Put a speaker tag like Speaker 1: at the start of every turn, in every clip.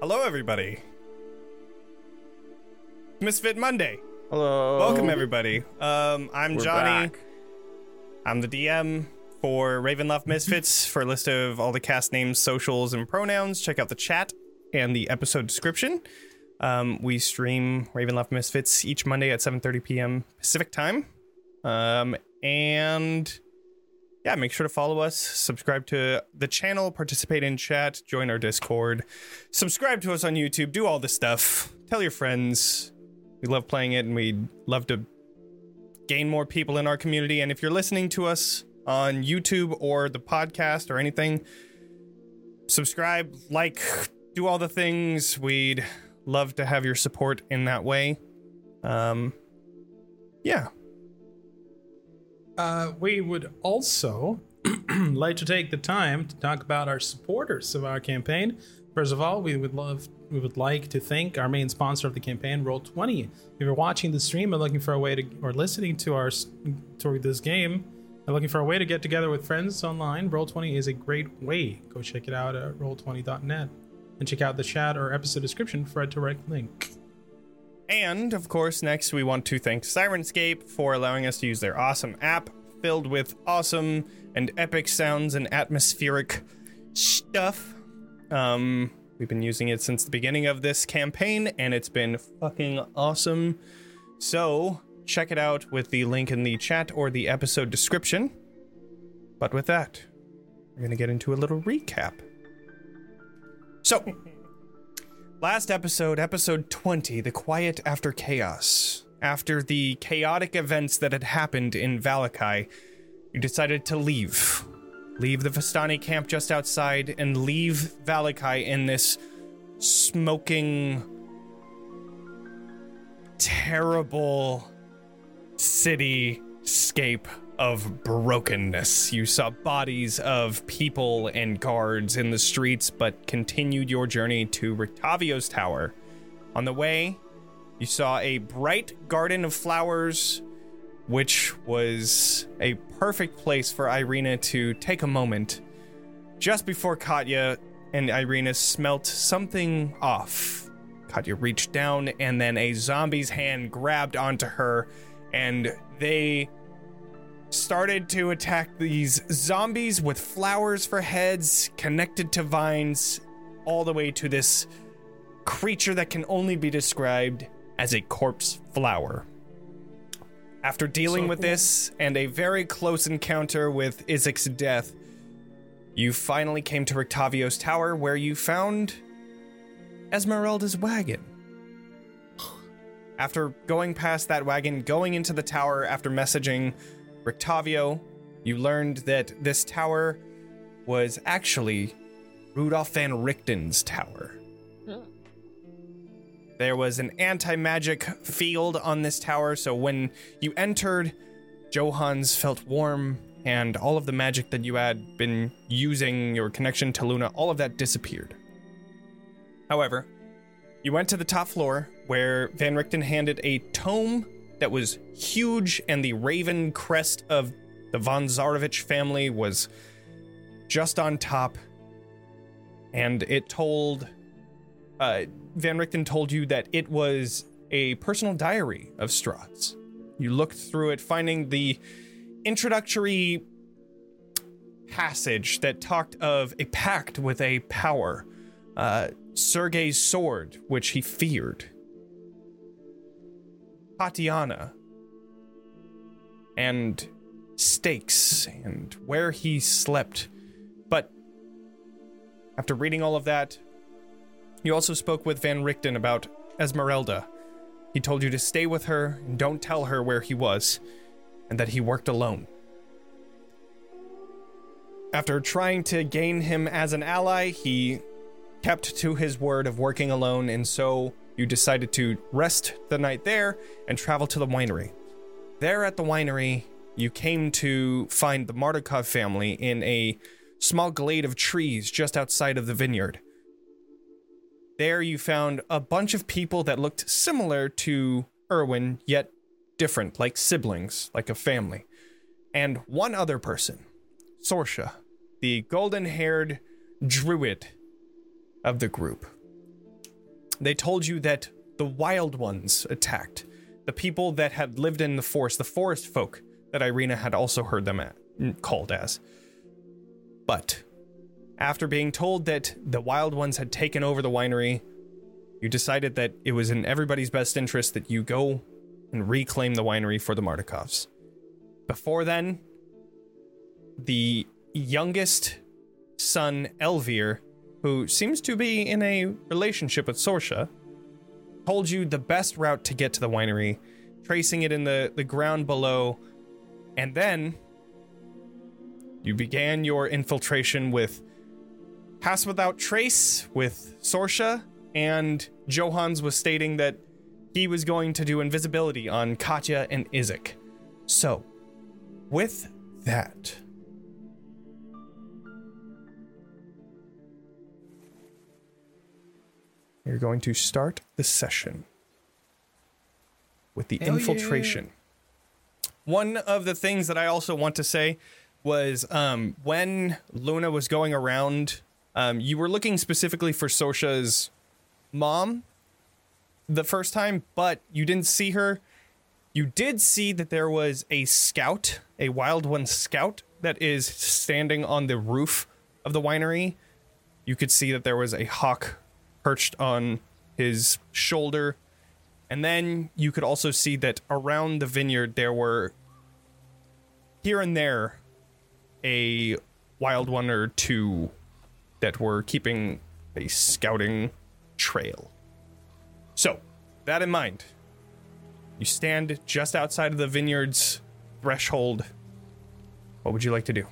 Speaker 1: Hello, everybody. Misfit Monday.
Speaker 2: Hello.
Speaker 1: Welcome, everybody. Um, I'm
Speaker 2: We're
Speaker 1: Johnny.
Speaker 2: back.
Speaker 1: I'm the DM for Ravenloft Misfits. For a list of all the cast names, socials, and pronouns, check out the chat and the episode description. Um, we stream Ravenloft Misfits each Monday at 7:30 p.m. Pacific time. Um, and yeah, make sure to follow us, subscribe to the channel, participate in chat, join our Discord, subscribe to us on YouTube, do all this stuff. Tell your friends. We love playing it and we love to gain more people in our community. And if you're listening to us on YouTube or the podcast or anything, subscribe, like, do all the things. We'd love to have your support in that way. Um, yeah.
Speaker 3: Uh, we would also like to take the time to talk about our supporters of our campaign. First of all, we would love we would like to thank our main sponsor of the campaign, Roll Twenty. If you're watching the stream and looking for a way to or listening to our s- to this game and looking for a way to get together with friends online, Roll Twenty is a great way. Go check it out at roll20.net and check out the chat or episode description for a direct link.
Speaker 1: And of course, next we want to thank Sirenscape for allowing us to use their awesome app filled with awesome and epic sounds and atmospheric stuff. Um, we've been using it since the beginning of this campaign and it's been fucking awesome. So, check it out with the link in the chat or the episode description. But with that, we're going to get into a little recap. So, Last episode, episode 20, The Quiet After Chaos. After the chaotic events that had happened in Valakai, you decided to leave. Leave the Vistani camp just outside and leave Valakai in this smoking, terrible cityscape of brokenness. You saw bodies of people and guards in the streets, but continued your journey to Rictavio's tower. On the way, you saw a bright garden of flowers, which was a perfect place for Irina to take a moment. Just before Katya and Irina smelt something off, Katya reached down, and then a zombie's hand grabbed onto her, and they started to attack these zombies with flowers for heads connected to vines, all the way to this creature that can only be described as a corpse flower. After dealing with this and a very close encounter with Izik's death, you finally came to Rictavio's tower where you found Esmeralda's wagon. After going past that wagon, going into the tower after messaging Rictavio, you learned that this tower was actually Rudolph van Richten's tower. There was an anti magic field on this tower, so when you entered, Johans felt warm, and all of the magic that you had been using, your connection to Luna, all of that disappeared. However, you went to the top floor where Van Richten handed a tome that was huge, and the raven crest of the Von Zarovich family was just on top. And it told. Uh, Van Richten told you that it was a personal diary of Stroth's. You looked through it, finding the introductory passage that talked of a pact with a power, uh, Sergei's sword, which he feared, Tatiana, and stakes, and where he slept. But after reading all of that, you also spoke with Van Richten about Esmeralda. He told you to stay with her and don't tell her where he was, and that he worked alone. After trying to gain him as an ally, he kept to his word of working alone, and so you decided to rest the night there and travel to the winery. There at the winery, you came to find the Mardukov family in a small glade of trees just outside of the vineyard. There you found a bunch of people that looked similar to Erwin, yet different, like siblings, like a family. And one other person, Sorsha, the golden haired druid of the group. They told you that the wild ones attacked, the people that had lived in the forest, the forest folk that Irina had also heard them at, called as. But after being told that the wild ones had taken over the winery, you decided that it was in everybody's best interest that you go and reclaim the winery for the Martikovs. Before then, the youngest son, Elvir, who seems to be in a relationship with Sorsha, told you the best route to get to the winery, tracing it in the, the ground below, and then you began your infiltration with Pass Without Trace, with Sorsha, and Johans was stating that he was going to do invisibility on Katya and Izik. So, with that, you're going to start the session with the
Speaker 3: Hell yeah.
Speaker 1: infiltration. One of the things that I also want to say was um, when Luna was going around, um, you were looking specifically for Sosha's mom the first time, but you didn't see her. You did see that there was a scout, a wild one scout, that is standing on the roof of the winery. You could see that there was a hawk perched on his shoulder. And then you could also see that around the vineyard there were here and there a wild one or two that were keeping a scouting trail. So, that in mind, you stand just outside of the vineyard's threshold. What would you like to do?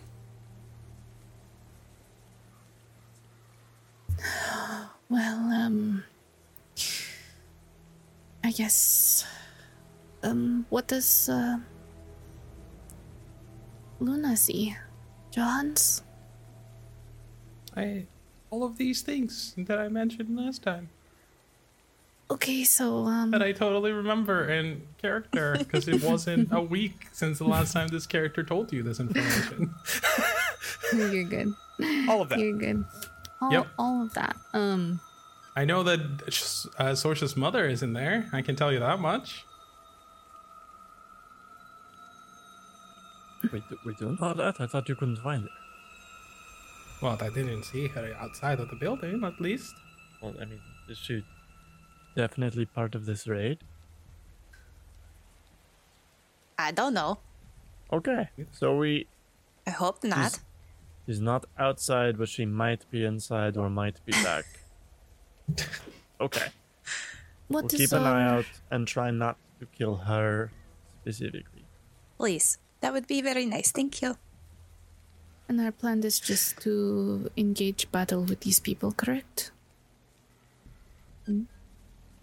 Speaker 4: Well, um, I guess, um, what does uh, Luna see? Johns?
Speaker 3: I, all of these things that I mentioned last time
Speaker 4: Okay, so um,
Speaker 5: uh,
Speaker 3: that I totally remember in character because it wasn't a week since the last time this character told you this information.
Speaker 4: you're good.
Speaker 1: All of that.
Speaker 4: You're good. All,
Speaker 3: Yep.
Speaker 4: all of that. Um,
Speaker 3: I know that uh, Sorsha's mother isn't there. I can tell you that much.
Speaker 5: We do, we don't know that. I thought you couldn't find it.
Speaker 3: Well, I didn't see her outside of the building, at least.
Speaker 5: Well, I mean, is she definitely part of this raid?
Speaker 6: I don't know.
Speaker 5: Okay. So we
Speaker 6: I hope not.
Speaker 5: She's- she's not outside, but she might be inside or might be back. okay.
Speaker 4: what
Speaker 5: We'll
Speaker 4: does
Speaker 5: keep an
Speaker 4: uh,
Speaker 5: eye out and try not to kill her specifically.
Speaker 6: Please. That would be very nice. Thank you.
Speaker 4: And our plan is just to engage battle with these people, correct?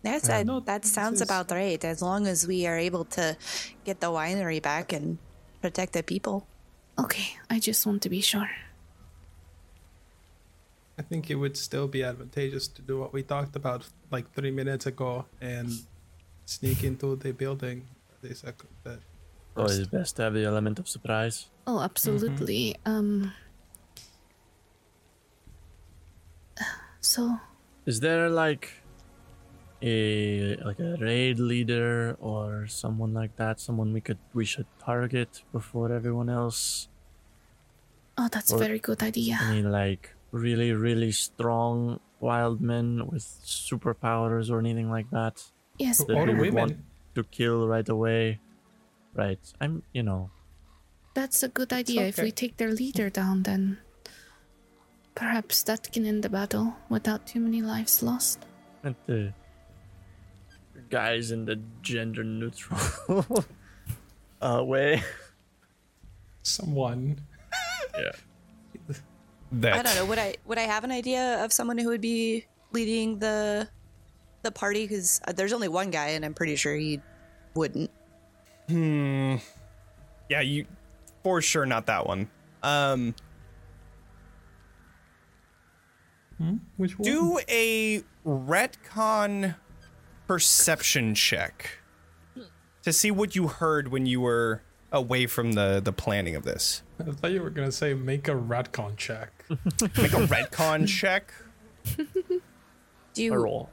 Speaker 6: That's I-
Speaker 3: no,
Speaker 6: that
Speaker 3: this
Speaker 6: sounds
Speaker 3: is-
Speaker 6: about right. As long as we are able to get the winery back and protect the people.
Speaker 4: Okay, I just want to be sure.
Speaker 3: I think it would still be advantageous to do what we talked about like three minutes ago and sneak into the building. They said that
Speaker 5: Always Oh, best to have the element of surprise.
Speaker 4: Oh, absolutely.
Speaker 5: Mm-hmm.
Speaker 4: Um. Um, So,
Speaker 5: Is there like a like a raid leader or someone like that? Someone we could we should target before everyone else?
Speaker 4: oh, that's a
Speaker 5: Or-
Speaker 4: very good idea.
Speaker 5: I mean, like really, really strong wild men with superpowers or anything like that
Speaker 4: Yes,
Speaker 5: that
Speaker 3: Or
Speaker 5: we would
Speaker 3: women.
Speaker 5: want to kill right away. Right. I'm, you know,
Speaker 4: that's a good idea. If we
Speaker 3: okay.
Speaker 4: take their leader down, then perhaps that can end the battle without too many lives lost.
Speaker 5: not the guys in the gender neutral uh, way.
Speaker 3: someone.
Speaker 5: Yeah.
Speaker 1: That
Speaker 6: I don't know. Would I would I have an idea of someone who would be leading the the party? Because there's only one guy, and I'm pretty sure he wouldn't.
Speaker 1: Yeah, you for sure not that one. Um,
Speaker 3: Which one?
Speaker 1: do a retcon perception check to see what you heard when you were away from the the planning of this.
Speaker 3: I thought you were gonna say make a ratcon check.
Speaker 1: Make a retcon check.
Speaker 6: Do you
Speaker 5: A roll.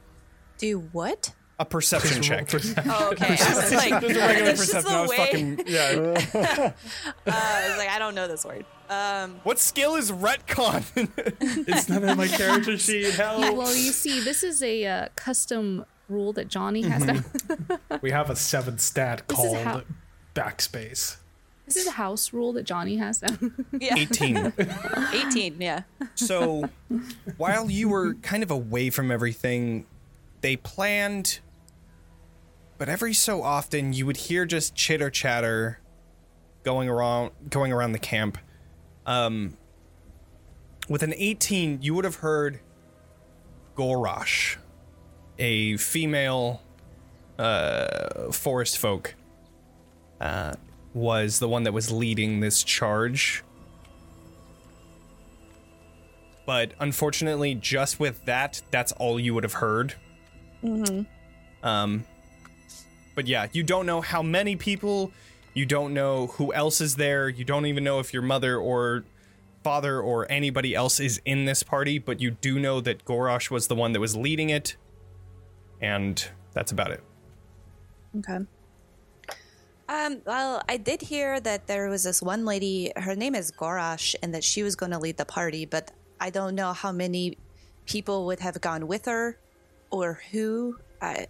Speaker 6: Do what?
Speaker 1: A perception check.
Speaker 6: Oh, okay. I was like,
Speaker 1: Just a regular
Speaker 6: it's just
Speaker 1: perception.
Speaker 6: the
Speaker 1: I was
Speaker 6: way.
Speaker 1: fucking. Yeah.
Speaker 6: I was like, I don't know this word. Um,
Speaker 1: what skill is retcon?
Speaker 3: It's not in my character sheet. Help.
Speaker 4: Oh, Well, you see, this is a uh, custom rule that Johnny has. Now.
Speaker 3: Mm-hmm. We have a seven stat
Speaker 4: This is
Speaker 3: called
Speaker 4: how-
Speaker 3: backspace.
Speaker 4: this is a house rule that Johnny has. Now.
Speaker 6: yeah,
Speaker 1: 18.
Speaker 6: eighteen. Yeah.
Speaker 1: So, while you were kind of away from everything, they planned, but every so often you would hear just chitter chatter going around going around the camp. Um, with an 18, you would have heard Gorosh, a female uh, forest folk, uh, was the one that was leading this charge but unfortunately, just with that, that's all you would have heard. Mm-hmm. Um, but yeah, you don't know how many people, you don't know who else is there, you don't even know if your mother or father or anybody else is in this party, but you do know that Gorosh was the one that was leading it, and that's about it.
Speaker 6: Okay. Um, well, I did hear that there was this one lady, her name is Gorash, and that she was going to lead the party, but I don't know how many people would have gone with her or who. I,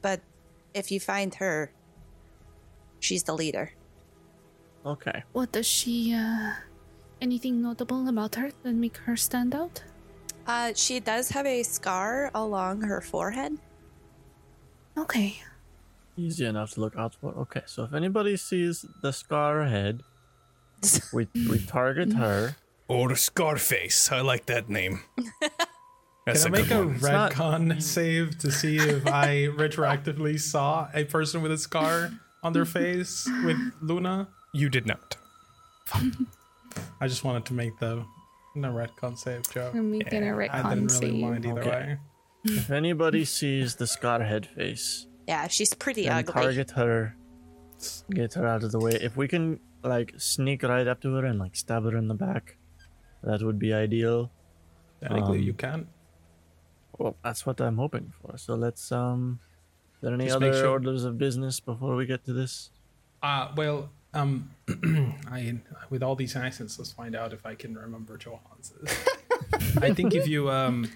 Speaker 6: but if you find her, she's the leader.
Speaker 5: Okay.
Speaker 7: What does she, uh, anything notable about her that make her stand out?
Speaker 6: Uh, she does have a scar along her forehead.
Speaker 7: Okay.
Speaker 5: Easy enough to look out for. Okay, so if anybody sees the scar head, we we target her.
Speaker 1: Or Scarface, I like that name. That's
Speaker 3: Can I make a
Speaker 5: not-
Speaker 3: redcon
Speaker 4: Mm.
Speaker 3: save to see if I retroactively saw a person with a scar on their face with Luna?
Speaker 1: You did not.
Speaker 3: I just wanted to make the no redcon save joke.
Speaker 4: I'm making a
Speaker 3: I didn't
Speaker 4: retcon
Speaker 3: really
Speaker 4: save.
Speaker 3: mind either
Speaker 5: Okay.
Speaker 3: way.
Speaker 5: If anybody sees the scar head face,
Speaker 6: Yeah, she's pretty
Speaker 5: then
Speaker 6: ugly.
Speaker 5: target her, s- get her out of the way. If we can like sneak right up to her and like stab her in the back, that would be ideal.
Speaker 3: Technically, you can.
Speaker 5: Well, that's what I'm hoping for. So let's um. Is there any
Speaker 3: Just make
Speaker 5: other
Speaker 3: sure-
Speaker 5: orders of business before we get to this?
Speaker 3: Uh, well, um, I with all these accents, let's find out if I can remember Johansson's. I think if you um,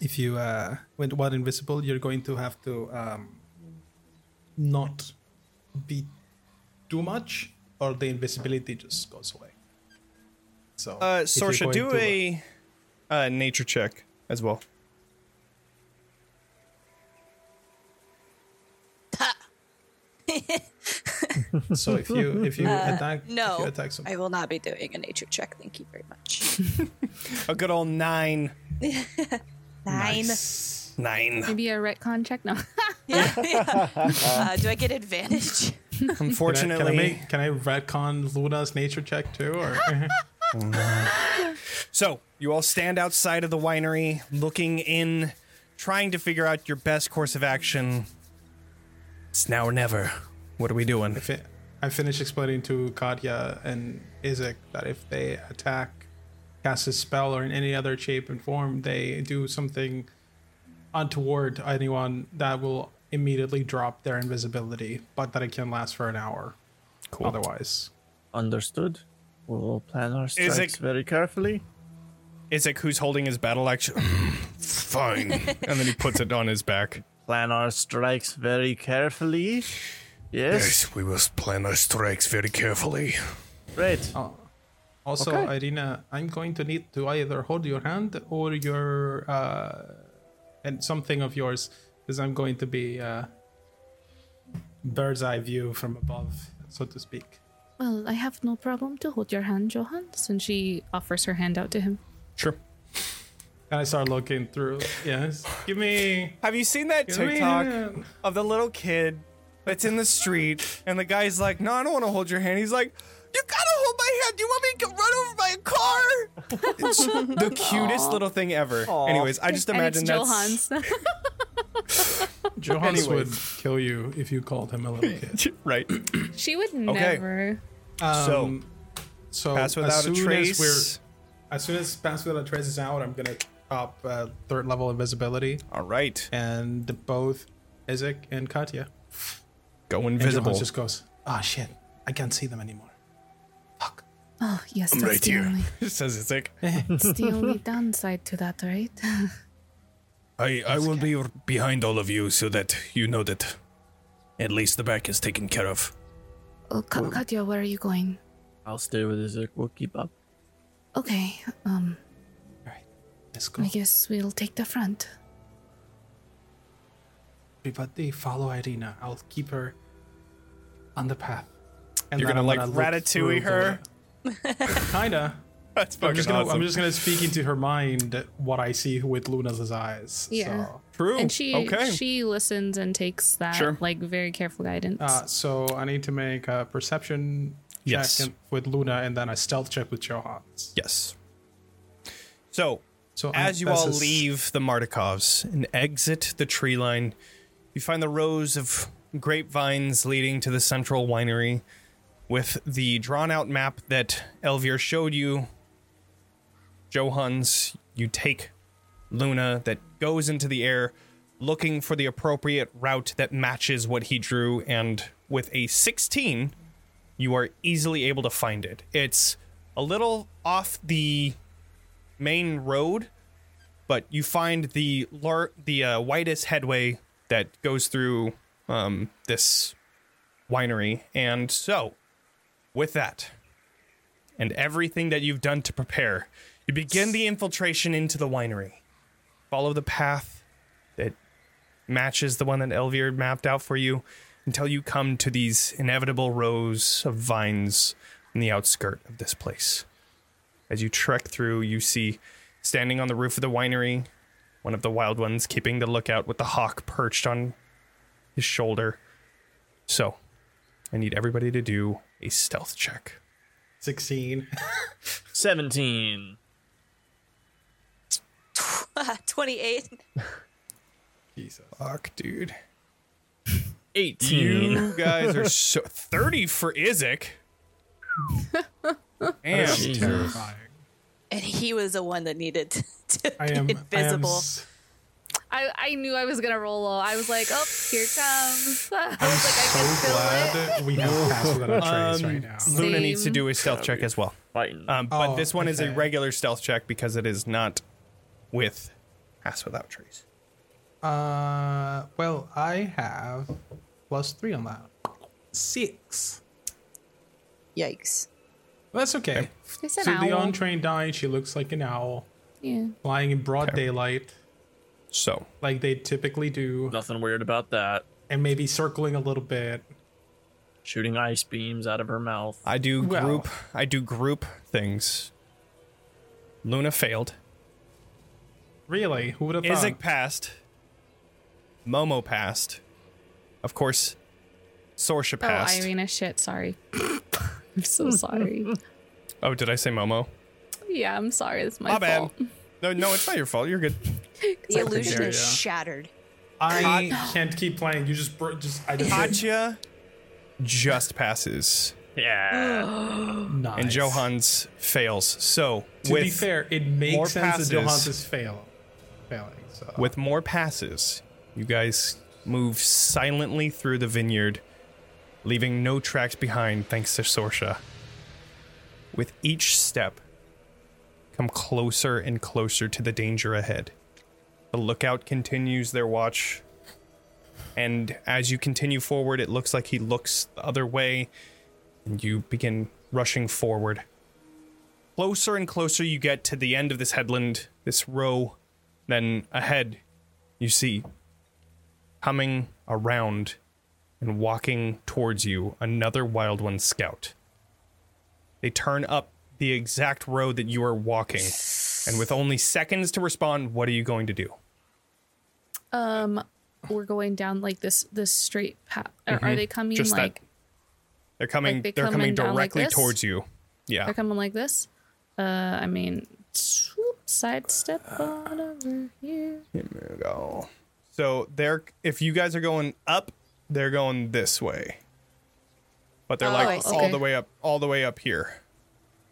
Speaker 3: if you uh, went what invisible, you're going to have to um, not be too much, or the invisibility just goes away. So,
Speaker 1: Uh,
Speaker 3: if you're
Speaker 1: Sorsha,
Speaker 3: going
Speaker 1: do
Speaker 3: to, uh,
Speaker 1: a uh, nature check as well.
Speaker 3: uh, So if you if you attack, if you
Speaker 6: Uh, no,
Speaker 3: attack some,
Speaker 6: I will not be doing a nature check. Thank you very much.
Speaker 1: A good old nine.
Speaker 6: Nine.
Speaker 1: Nine.
Speaker 4: Maybe a retcon check? No.
Speaker 6: Uh, do I get advantage?
Speaker 3: can I, can I
Speaker 1: Unfortunately.
Speaker 3: make can I retcon Luna's nature check too, or?
Speaker 1: So, you all stand outside of the winery, looking in, trying to figure out your best course of action. It's now or never. What are we doing?
Speaker 3: fi- I finished explaining to Katya and Isaac that if they attack, cast a spell, or in any other shape and form, they do something untoward to anyone that will immediately drop their invisibility, but that it can last for an hour.
Speaker 1: Cool.
Speaker 3: Otherwise,
Speaker 5: Understood. We'll plan our
Speaker 1: it-
Speaker 5: strikes very carefully.
Speaker 1: Isaac, who's holding his battle axe? Fine. and then he puts it on his back.
Speaker 5: plan our strikes very carefully. Yes,
Speaker 1: we will plan our strikes very carefully.
Speaker 5: great.
Speaker 3: also
Speaker 5: Okay.
Speaker 3: Irina, I'm going to need to either hold your hand or your uh, and something of yours, because I'm going to be uh, bird's eye view from above, so to speak.
Speaker 7: Well, I have no problem to hold your hand, Johannes.
Speaker 4: And she offers her hand out to him.
Speaker 1: Sure.
Speaker 3: And I start looking through. Yes. Give me.
Speaker 1: Have you seen that
Speaker 3: Give me
Speaker 1: TikTok
Speaker 3: hand.
Speaker 1: of the little kid that's in the street and the guy's like, No, I don't want to hold your hand. He's like, You gotta hold my hand. You want me to get run over by a car? It's the cutest little thing ever. Anyways, I just
Speaker 4: And it's
Speaker 1: imagine that's
Speaker 4: Johans.
Speaker 3: Johannes
Speaker 1: Anyways.
Speaker 3: would kill you if you called him a little kid.
Speaker 1: right.
Speaker 4: she would never.
Speaker 1: so
Speaker 3: So
Speaker 1: pass without
Speaker 3: Um, as
Speaker 1: a
Speaker 3: soon
Speaker 1: trace.
Speaker 3: As, we're, as soon as Pass Without a Trace is out, I'm gonna top uh, third level invisibility,
Speaker 1: All right,
Speaker 3: and both Isaac and Katya.
Speaker 1: go
Speaker 3: And Johan
Speaker 1: invisible.
Speaker 3: just goes, ah, shit, I can't see them anymore. Fuck.
Speaker 2: Oh, yes, that's
Speaker 1: right
Speaker 2: the
Speaker 1: here.
Speaker 2: only.
Speaker 1: Says it's like
Speaker 2: It's the only downside to that, right?
Speaker 1: I I will be behind all of you so that you know that at least the back is taken care of.
Speaker 2: Oh, Ka- Katya, where are you going?
Speaker 8: I'll stay with Isaac. We'll keep up.
Speaker 2: Okay, um,
Speaker 3: All right, let's go.
Speaker 2: I guess we'll take the front.
Speaker 3: Everybody follow Irina. I'll keep her on the path. And
Speaker 1: You're
Speaker 3: then
Speaker 1: gonna,
Speaker 3: I'm
Speaker 1: like,
Speaker 3: look
Speaker 1: ratatouille
Speaker 3: through
Speaker 1: her?
Speaker 3: the- Kinda.
Speaker 1: That's
Speaker 3: I'm just, gonna, I'm just gonna speak into her mind what I see with Luna's eyes.
Speaker 4: Yeah.
Speaker 3: So,
Speaker 1: True.
Speaker 4: And she
Speaker 1: Oh, okay.
Speaker 4: she listens and takes that
Speaker 1: Sure.
Speaker 4: like very careful guidance.
Speaker 3: uh, so I need to make a perception
Speaker 1: Yes.
Speaker 3: check in- with Luna and then a stealth check with Johans.
Speaker 1: yes. So
Speaker 3: So I-
Speaker 1: as you
Speaker 3: that's
Speaker 1: all
Speaker 3: a s-
Speaker 1: leave the Martikovs and exit the tree line, you find the rows of grapevines leading to the central winery with the drawn out map that Elvir showed you. Johans, you take Luna that goes into the air looking for the appropriate route that matches what he drew, and with a 16, you are easily able to find it. It's a little off the main road, but you find the lar- the uh, widest headway that goes through um, this winery. And so, with that, and everything that you've done to prepare, you begin the infiltration into the winery. Follow the path that matches the one that Elvir mapped out for you until you come to these inevitable rows of vines in the outskirt of this place. As you trek through, you see standing on the roof of the winery, one of the wild ones keeping the lookout with the hawk perched on his shoulder. So, I need everybody to do a stealth check.
Speaker 3: 16.
Speaker 8: 17.
Speaker 5: 28.
Speaker 3: Jesus.
Speaker 1: Fuck, dude.
Speaker 8: 18.
Speaker 1: You guys are so 30 for Isaac. Damn.
Speaker 8: Jesus.
Speaker 3: Terrifying.
Speaker 5: And he was the one that needed to
Speaker 3: I
Speaker 5: be
Speaker 3: am
Speaker 5: invisible.
Speaker 3: I am s-
Speaker 4: I, I knew I was gonna roll low. I was like, oh, here it comes. I was like,
Speaker 3: I'm
Speaker 4: I
Speaker 3: so
Speaker 4: can feel it.
Speaker 3: glad we have passed without a trace right now.
Speaker 1: Luna needs to
Speaker 4: Same.
Speaker 1: do a stealth check as well.
Speaker 8: Fighting.
Speaker 1: Um, but
Speaker 3: Oh,
Speaker 1: this one is a
Speaker 3: okay.
Speaker 1: regular stealth check because it is not with Pass Without Trace.
Speaker 3: Uh, well, I have plus three on that. Six.
Speaker 5: Yikes.
Speaker 3: That's okay.
Speaker 4: It's an
Speaker 3: So the
Speaker 4: owl.
Speaker 3: untrained eye, she looks like an owl,
Speaker 4: yeah.
Speaker 3: flying in broad daylight,
Speaker 1: So,
Speaker 3: like they typically do,
Speaker 8: Nothing weird about that.
Speaker 3: and maybe circling a little bit.
Speaker 8: Shooting ice beams out of her mouth.
Speaker 1: I do
Speaker 3: Well-
Speaker 1: group. I do group things. Luna failed.
Speaker 3: Really? Who would have thought?
Speaker 1: Isaac passed. Momo passed. Of course, Sorsha
Speaker 4: Oh,
Speaker 1: passed.
Speaker 4: Irina, shit. Sorry. I'm so sorry.
Speaker 1: Oh, did I say Momo?
Speaker 4: yeah, I'm sorry. That's my,
Speaker 1: My bad.
Speaker 4: fault.
Speaker 1: No, no, it's not your fault. You're good.
Speaker 5: The illusion
Speaker 3: there,
Speaker 5: is
Speaker 3: yeah.
Speaker 5: shattered.
Speaker 3: I can't keep playing. You just, bro- just, I just
Speaker 1: Katya just passes,
Speaker 8: yeah.
Speaker 3: nice.
Speaker 1: and Johans fails. So
Speaker 3: To
Speaker 1: with
Speaker 3: be fair, it makes
Speaker 1: more
Speaker 3: sense that Johans
Speaker 1: passes-
Speaker 3: is fail, failing. So.
Speaker 1: with more passes, you guys move silently through the vineyard, leaving no tracks behind thanks to Sorsha. With each step, come closer and closer to the danger ahead. The lookout continues their watch, and as you continue forward, it looks like he looks the other way, and you begin rushing forward. Closer and closer you get to the end of this headland, this row then ahead, you see coming around and walking towards you another Wild One scout. They turn up the exact road that you are walking, and with only seconds to respond, what are you going to do?
Speaker 4: We're going down like this this straight path. Are- Are they coming
Speaker 1: Mm-hmm. Just that-
Speaker 4: like
Speaker 1: They're coming.
Speaker 4: Like, they
Speaker 1: they're
Speaker 4: come
Speaker 1: coming
Speaker 4: in down like
Speaker 1: directly
Speaker 4: this?
Speaker 1: towards you. Yeah.
Speaker 4: they're coming like this? Uh, I mean, swoop, sidestep on over here.
Speaker 1: go. So they're if you guys are going up, they're going this way. But they're
Speaker 5: Oh, I
Speaker 1: like
Speaker 5: see.
Speaker 1: all
Speaker 4: Okay.
Speaker 1: the way up, all the way up here.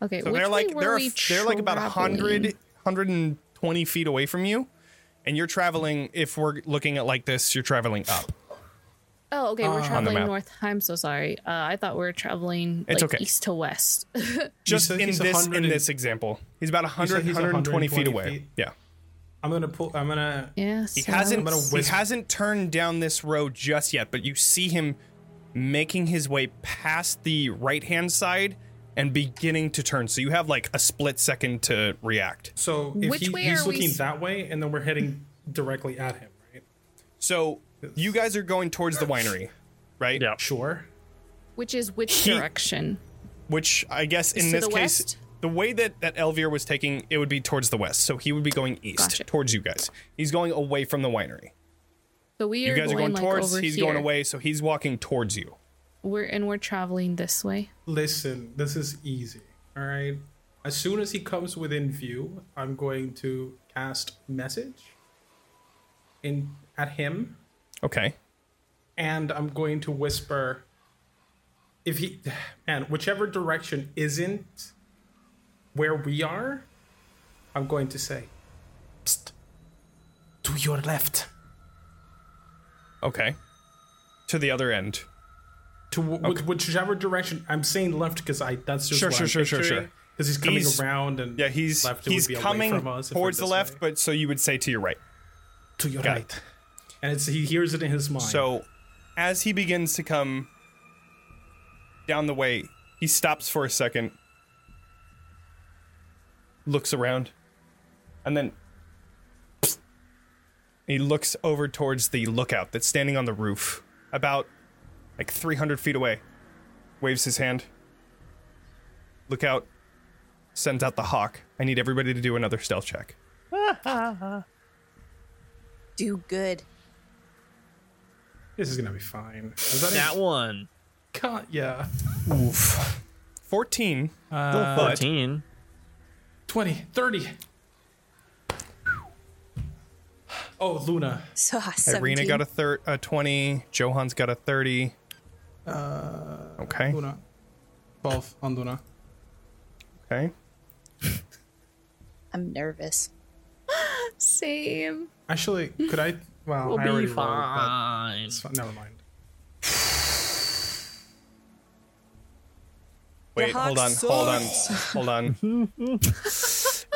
Speaker 4: Okay,
Speaker 1: So
Speaker 4: which
Speaker 1: they're
Speaker 4: way
Speaker 1: like
Speaker 4: were
Speaker 1: they're
Speaker 4: we
Speaker 1: they're like about a
Speaker 4: traveling?
Speaker 1: 100 120 20 feet away from you, and you're traveling. If we're looking at like this, you're traveling up.
Speaker 4: Oh, okay. We're
Speaker 1: map.
Speaker 4: traveling north. I'm so sorry. Uh, I thought we were traveling
Speaker 1: It's
Speaker 4: like
Speaker 1: okay.
Speaker 4: east to west.
Speaker 1: Just
Speaker 3: said
Speaker 1: in
Speaker 3: he's
Speaker 1: this
Speaker 3: 100
Speaker 1: in this example, he's about 100,
Speaker 3: he's
Speaker 1: 120 feet
Speaker 3: 120
Speaker 1: away.
Speaker 3: feet?
Speaker 1: Yeah,
Speaker 3: I'm gonna pull. I'm gonna.
Speaker 4: yeah.
Speaker 1: he
Speaker 4: so that
Speaker 1: hasn't
Speaker 3: gonna
Speaker 1: he
Speaker 3: whisper.
Speaker 1: hasn't turned down this road just yet, but you see him making his way past the right hand side and beginning to turn. So you have like a split second to react.
Speaker 3: So if
Speaker 4: Which
Speaker 3: he,
Speaker 4: way
Speaker 3: he's
Speaker 4: are we
Speaker 3: looking
Speaker 4: s-
Speaker 3: that way, and then we're heading directly at him, right?
Speaker 1: So you guys are going towards the winery, right?
Speaker 8: Yeah.
Speaker 3: Sure.
Speaker 4: Which is which
Speaker 1: He-
Speaker 4: direction?
Speaker 1: Which I guess in
Speaker 4: To
Speaker 1: this
Speaker 4: the
Speaker 1: case,
Speaker 4: west?
Speaker 1: the way that that Elvir was taking it would be towards the west. So he would be going east
Speaker 4: Gotcha.
Speaker 1: towards you guys. He's going away from the winery.
Speaker 4: So we
Speaker 1: You
Speaker 4: are
Speaker 1: guys
Speaker 4: going,
Speaker 1: are going
Speaker 4: like,
Speaker 1: towards.
Speaker 4: over
Speaker 1: He's
Speaker 4: here.
Speaker 1: going away, so he's walking towards you.
Speaker 4: We're and we're traveling this way.
Speaker 3: Listen, this is easy. All right. As soon as he comes within view, I'm going to cast message in at him,
Speaker 1: Okay.
Speaker 3: and I'm going to whisper. If he, man, whichever direction isn't where we are, I'm going to say, Psst, to your left,
Speaker 1: Okay. To the other end.
Speaker 3: to wh- wh- whichever direction. I'm saying left because I that's just
Speaker 1: Sure,
Speaker 3: what
Speaker 1: sure,
Speaker 3: I'm
Speaker 1: sure, sure, sure.
Speaker 3: Because he's coming
Speaker 1: He's-
Speaker 3: around and
Speaker 1: Yeah, he's
Speaker 3: left, it would
Speaker 1: he's
Speaker 3: be away
Speaker 1: coming
Speaker 3: from us if we're
Speaker 1: towards the
Speaker 3: this
Speaker 1: left,
Speaker 3: way.
Speaker 1: but so you would say to your right.
Speaker 3: to your
Speaker 1: Got it.
Speaker 3: right. And it's he hears it in his mind.
Speaker 1: So, as he begins to come down the way, he stops for a second, looks around, and then he looks over towards the lookout that's standing on the roof, about like 300 feet away, waves his hand. Lookout sends out the hawk. I need everybody to do another stealth check.
Speaker 5: Do good.
Speaker 3: this is gonna be fine. Is that,
Speaker 8: That one.
Speaker 3: a cut? Yeah.
Speaker 1: Oof. 14.
Speaker 8: Uh, 14.
Speaker 3: 20, 30. Oh, Luna.
Speaker 5: So uh,
Speaker 1: Irina
Speaker 5: 17.
Speaker 1: got a thir- a 20. Johan's got a 30. Uh, okay.
Speaker 3: Luna. 12 on Luna.
Speaker 1: Okay.
Speaker 5: I'm nervous.
Speaker 4: Same.
Speaker 3: Actually, could I? Well,
Speaker 4: We'll
Speaker 3: I
Speaker 4: be
Speaker 3: already rolled.
Speaker 8: fine.
Speaker 3: But it's fine. Never mind.
Speaker 1: Wait, hold on,
Speaker 5: hawk
Speaker 1: hold on, hold on.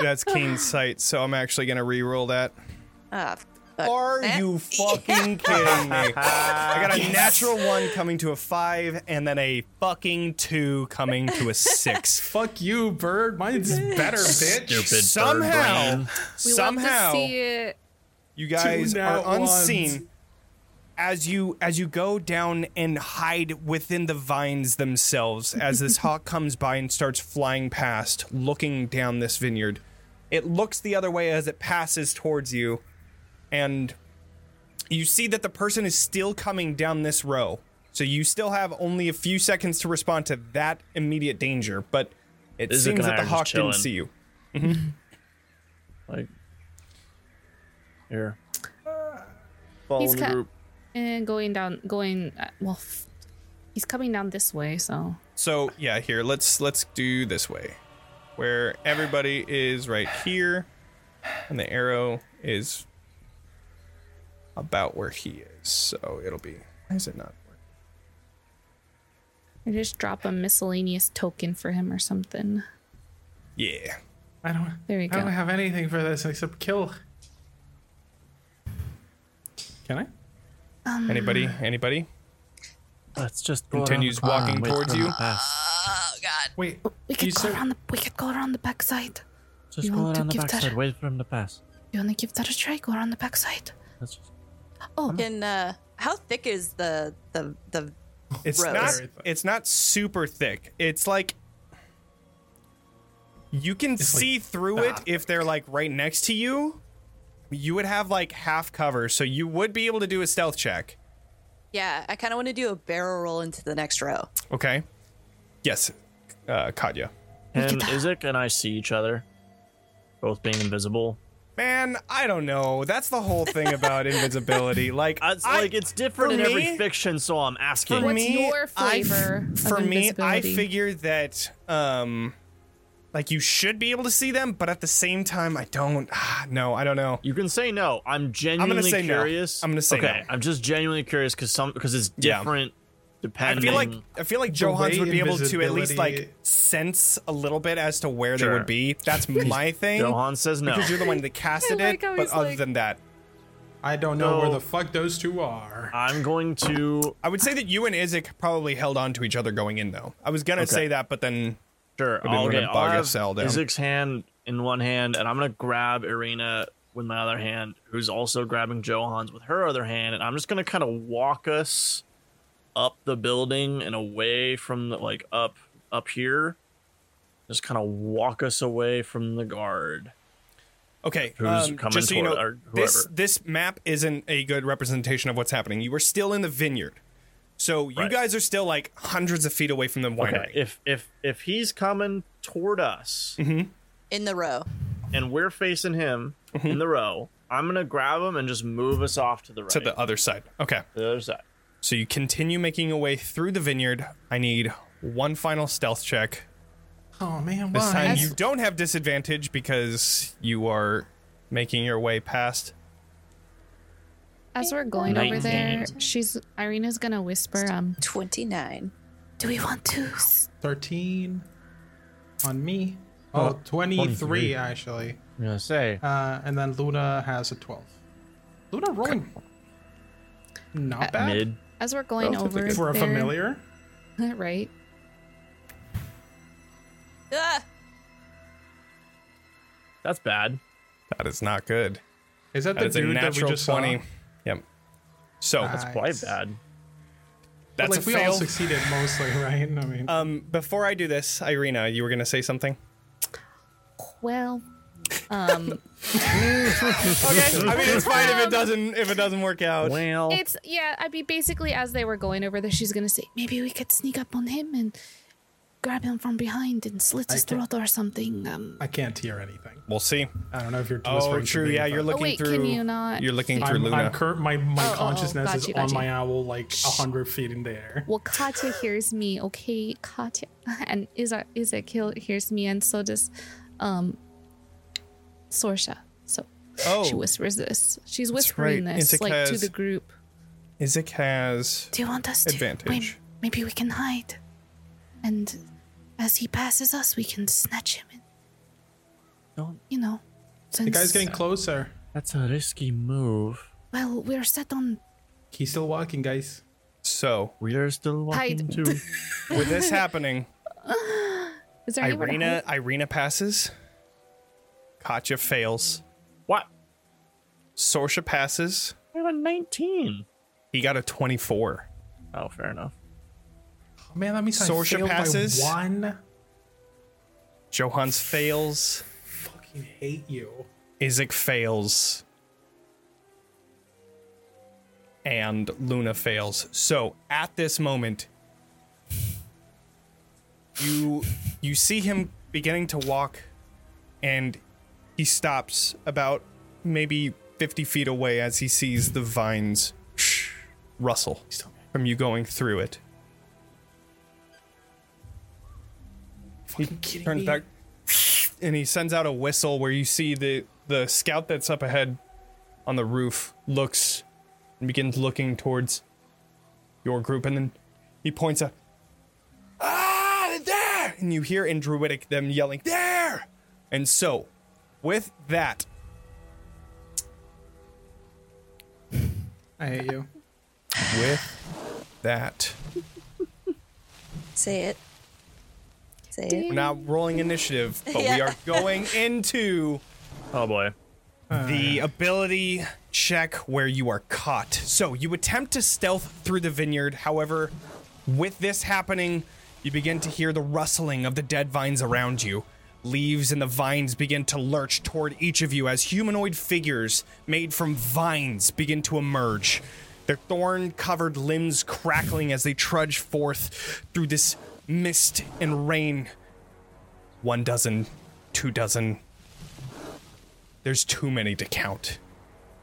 Speaker 1: That's keen sight, so I'm actually gonna re-roll that.
Speaker 5: Uh, but
Speaker 1: Are
Speaker 5: Eh?
Speaker 1: you fucking kidding me? I got a natural one coming to a five, and then a fucking two coming to a six.
Speaker 3: Fuck you, bird. Mine's better, bitch.
Speaker 8: Stupid bird
Speaker 1: somehow,
Speaker 8: brain.
Speaker 4: We
Speaker 1: somehow,
Speaker 4: love to see it.
Speaker 1: You guys
Speaker 3: nat
Speaker 1: are unseen
Speaker 3: ones.
Speaker 1: as you as you go down and hide within the vines themselves as this hawk comes by and starts flying past, looking down this vineyard. It looks the other way as it passes towards you, and you see that the person is still coming down this row. So you still have only a few seconds to respond to that immediate danger, but it
Speaker 8: This is
Speaker 1: seems
Speaker 8: gonna
Speaker 1: that the
Speaker 8: act
Speaker 1: hawk
Speaker 8: chillin'.
Speaker 1: didn't see you.
Speaker 8: Like, here.
Speaker 4: He's cut and going down, going uh, well. F- he's coming down this way, so
Speaker 1: So yeah, here let's let's do this way, where everybody is right here, and the arrow is about where he is. So it'll be. Why is it not? working?
Speaker 4: I just drop a miscellaneous token for him or something.
Speaker 1: Yeah.
Speaker 3: I don't,
Speaker 4: There you
Speaker 3: I don't
Speaker 4: go.
Speaker 3: have anything for this except kill. Can I?
Speaker 1: Anybody?
Speaker 3: Ah.
Speaker 1: Anybody?
Speaker 8: Let's just go around
Speaker 1: Continues
Speaker 8: the corner
Speaker 1: walking
Speaker 8: and wait
Speaker 1: towards
Speaker 8: for
Speaker 1: you.
Speaker 8: him to pass.
Speaker 3: Wait.
Speaker 2: We
Speaker 3: you
Speaker 2: could go
Speaker 3: said-
Speaker 2: around the we could go around the backside.
Speaker 8: Just
Speaker 2: You
Speaker 8: go
Speaker 2: want to
Speaker 8: around the
Speaker 2: give that
Speaker 8: backside.
Speaker 2: a-
Speaker 8: Wait for him to pass.
Speaker 2: You wanna give that a try? Go around the backside.
Speaker 8: Let's just
Speaker 5: Can, uh, how thick is the the the?
Speaker 1: It's
Speaker 5: Rose.
Speaker 1: not.
Speaker 3: Very thick.
Speaker 1: It's not super thick. It's like you can see through it
Speaker 3: that
Speaker 1: if they're like right next to you. You would have like half cover, so you would be able to do a stealth check.
Speaker 5: Yeah, I kind of want to do a barrel roll into the next row.
Speaker 1: Okay. Yes, uh, Katya.
Speaker 8: And Izik and I see each other, both being invisible.
Speaker 1: Man, I don't know. That's the whole thing about invisibility. Like,
Speaker 8: It's
Speaker 1: I-
Speaker 8: like it's different
Speaker 1: for
Speaker 8: in every
Speaker 1: me-
Speaker 8: fiction, so I'm asking.
Speaker 1: For
Speaker 4: What's
Speaker 1: me,
Speaker 4: your
Speaker 1: I f-
Speaker 4: flavor of
Speaker 1: for me, I
Speaker 4: invisibility?
Speaker 1: figure that um, Like you should be able to see them, but at the same time, I don't. ah, No, I don't know.
Speaker 5: You can say no. I'm genuinely
Speaker 1: say no.
Speaker 5: curious.
Speaker 1: I'm gonna say
Speaker 5: okay.
Speaker 1: no.
Speaker 5: I'm just genuinely curious because some because it's
Speaker 1: Yeah.
Speaker 5: different.
Speaker 1: I
Speaker 5: Depending.
Speaker 1: feel like I feel like Johans
Speaker 3: way
Speaker 1: would be able to at least
Speaker 3: invisibility-
Speaker 1: like sense a little bit as to where they
Speaker 5: Sure.
Speaker 1: would be. That's my thing.
Speaker 5: Johan says no.
Speaker 1: because you're the one that casted
Speaker 4: like
Speaker 1: it.
Speaker 4: how
Speaker 1: But
Speaker 4: he's
Speaker 1: other
Speaker 4: like-
Speaker 1: than that,
Speaker 3: I don't know where
Speaker 5: No.
Speaker 3: the fuck those two are.
Speaker 5: I'm going to
Speaker 1: I would say that you and Isaac probably held on to each other going in, though. I was gonna say that, but then
Speaker 5: Sure.
Speaker 1: be
Speaker 5: I'll
Speaker 1: looking
Speaker 5: get
Speaker 1: at
Speaker 5: I'll
Speaker 1: Boggus
Speaker 5: have
Speaker 1: Sal down.
Speaker 5: Isaac's hand in one hand, and I'm gonna grab Irina with my other hand, who's also grabbing Johan's with her other hand, and I'm just gonna kind of walk us up the building and away from the like up up here. Just kind of walk us away from the guard.
Speaker 1: okay,
Speaker 5: Who's
Speaker 1: um,
Speaker 5: coming
Speaker 1: just so you know,
Speaker 5: toward- or
Speaker 1: this
Speaker 5: whoever.
Speaker 1: this map isn't a good representation of what's happening. You were still in the vineyard, so you
Speaker 5: Right.
Speaker 1: guys are still like hundreds of feet away from the winery.
Speaker 5: Okay. If if if he's coming toward us
Speaker 1: Mm-hmm.
Speaker 6: in the row.
Speaker 5: and we're facing him in the row, I'm gonna grab him and just move us off to the right,
Speaker 1: Mm-hmm. To the other side. Okay.
Speaker 5: the other side.
Speaker 1: So you continue making your way through the vineyard. I need one final stealth check.
Speaker 3: Oh man,
Speaker 1: This
Speaker 3: why?
Speaker 1: time you don't have disadvantage because you are making your way past.
Speaker 4: As we're going over there,
Speaker 5: Nineteen.
Speaker 4: she's Irina's gonna whisper, um,
Speaker 6: 29.
Speaker 9: Do we want to? s-
Speaker 3: Thirteen on me. Oh, 23,
Speaker 5: 23.
Speaker 3: actually.
Speaker 5: I'm gonna say
Speaker 3: Uh, and then Luna has a twelve. Luna rolling not bad
Speaker 5: mid.
Speaker 4: as we're going
Speaker 5: Relatively
Speaker 4: over
Speaker 5: good.
Speaker 3: for a
Speaker 4: there-
Speaker 3: familiar.
Speaker 4: right?
Speaker 6: Ah!
Speaker 5: That's bad.
Speaker 1: That is not good.
Speaker 3: Is that the
Speaker 1: That is a
Speaker 3: dude that we
Speaker 1: natural
Speaker 3: just saw?
Speaker 1: twenty. Yep. So
Speaker 3: Ah,
Speaker 5: Why
Speaker 3: Nice.
Speaker 5: bad?
Speaker 3: But,
Speaker 1: that's
Speaker 3: like
Speaker 1: a
Speaker 3: we
Speaker 1: fail.
Speaker 3: all succeeded mostly, right? I mean,
Speaker 1: Um, before I do this, Irina, you were gonna say something.
Speaker 4: Well, um,
Speaker 1: Okay. I mean, it's fine if it doesn't if it doesn't work out.
Speaker 5: Well,
Speaker 4: it's yeah. I mean, basically, as they were going over there, she's gonna say,
Speaker 9: Maybe we could sneak up on him and grab him from behind and slit
Speaker 3: I
Speaker 9: his
Speaker 3: can-
Speaker 9: throat or something. Um,
Speaker 3: I can't hear anything.
Speaker 1: We'll see.
Speaker 3: I don't know if you're.
Speaker 1: Oh,
Speaker 3: whispering to
Speaker 1: true.
Speaker 3: me,
Speaker 1: Yeah,
Speaker 3: but-
Speaker 1: you're looking
Speaker 4: Oh, wait,
Speaker 1: through.
Speaker 4: can you not
Speaker 1: You're looking through
Speaker 3: I'm,
Speaker 1: Luna.
Speaker 3: I'm cur- my my
Speaker 4: Oh, oh, oh,
Speaker 3: consciousness
Speaker 4: got
Speaker 3: is
Speaker 4: you, got
Speaker 3: on
Speaker 4: you.
Speaker 3: my owl like a hundred feet in the air.
Speaker 4: "Well, Katya hears me, okay, Katya," and Isaac Isaac he'll- hears me, and so does, um, Sorsha. So
Speaker 1: oh,
Speaker 4: she whispers this. She's
Speaker 1: That's
Speaker 4: whispering
Speaker 1: right.
Speaker 4: this
Speaker 1: Isaac
Speaker 4: like to
Speaker 1: has-
Speaker 4: the group.
Speaker 1: Isaac has.
Speaker 9: do you want us to?
Speaker 1: Advantage.
Speaker 9: Wait, maybe we can hide. And as he passes us, we can snatch him. And,
Speaker 5: Don't-
Speaker 9: You know, since
Speaker 3: The guy's getting closer.
Speaker 5: that's a risky move.
Speaker 9: well, we're set on
Speaker 3: He's still walking, guys.
Speaker 1: So
Speaker 5: We are still walking
Speaker 4: Hide.
Speaker 5: too.
Speaker 1: with this happening,
Speaker 4: Is there anyone?
Speaker 1: Irina Irina passes. Katya fails.
Speaker 5: what?
Speaker 1: Sorsha passes.
Speaker 5: I have a 19.
Speaker 1: He got a 24.
Speaker 5: Oh, fair enough.
Speaker 3: Oh, man, that means I
Speaker 1: Sorsha
Speaker 3: failed
Speaker 1: passes.
Speaker 3: by one.
Speaker 1: Johans fails.
Speaker 3: Fucking hate you.
Speaker 1: Isaac fails. And Luna fails. So at this moment, you you see him beginning to walk, and he stops about maybe 50 feet away as he sees the vines rustle from you going through it.
Speaker 3: Fucking kidding
Speaker 1: turns
Speaker 3: me.
Speaker 1: back and he sends out a whistle where you see the the scout that's up ahead on the roof looks and begins looking towards your group and then he points out ah there and you hear in druidic them yelling there and so with that
Speaker 3: I hate you.
Speaker 1: with that
Speaker 6: Say it. Say it.
Speaker 1: we're not rolling initiative but we
Speaker 6: Yeah.
Speaker 1: are going into
Speaker 5: Oh boy.
Speaker 1: the ability check where you are caught. So you attempt to stealth through the vineyard. However, with this happening, you begin to hear the rustling of the dead vines around you. Leaves and the vines begin to lurch toward each of you as humanoid figures made from vines begin to emerge. Their thorn covered limbs crackling as they trudge forth through this mist and rain. One dozen, two dozen, there's too many to count.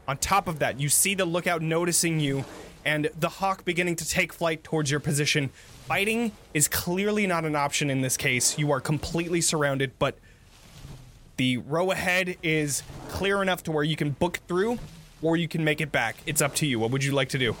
Speaker 1: On top of that, you see the lookout noticing you and the hawk beginning to take flight towards your position. Biting is clearly not an option in this case. You are completely surrounded, but the row ahead is clear enough to where you can book through or you can make it back. It's up to you. What would you like to do?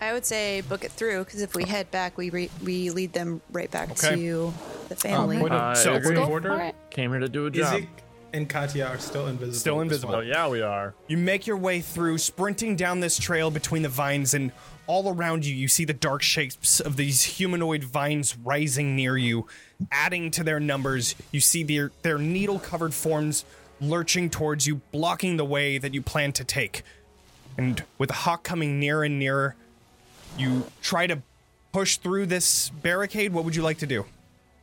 Speaker 5: I would say book it through because if we head back, we re- we lead them right back
Speaker 1: Okay.
Speaker 5: to the family.
Speaker 3: Point
Speaker 8: I
Speaker 3: of, so,
Speaker 8: agree.
Speaker 3: point of
Speaker 4: Go
Speaker 3: order.
Speaker 4: for it.
Speaker 8: Came here to do a job.
Speaker 3: Izik and Katya are still invisible.
Speaker 1: Still
Speaker 3: at this
Speaker 1: invisible.
Speaker 8: Oh
Speaker 3: point.
Speaker 8: yeah, we are.
Speaker 1: You make your way through, sprinting down this trail between the vines, and all around you, you see the dark shapes of these humanoid vines rising near you, adding to their numbers. You see their, their needle covered forms lurching towards you, blocking the way that you plan to take. And with the hawk coming nearer and nearer, you try to push through this barricade. What would you like to do?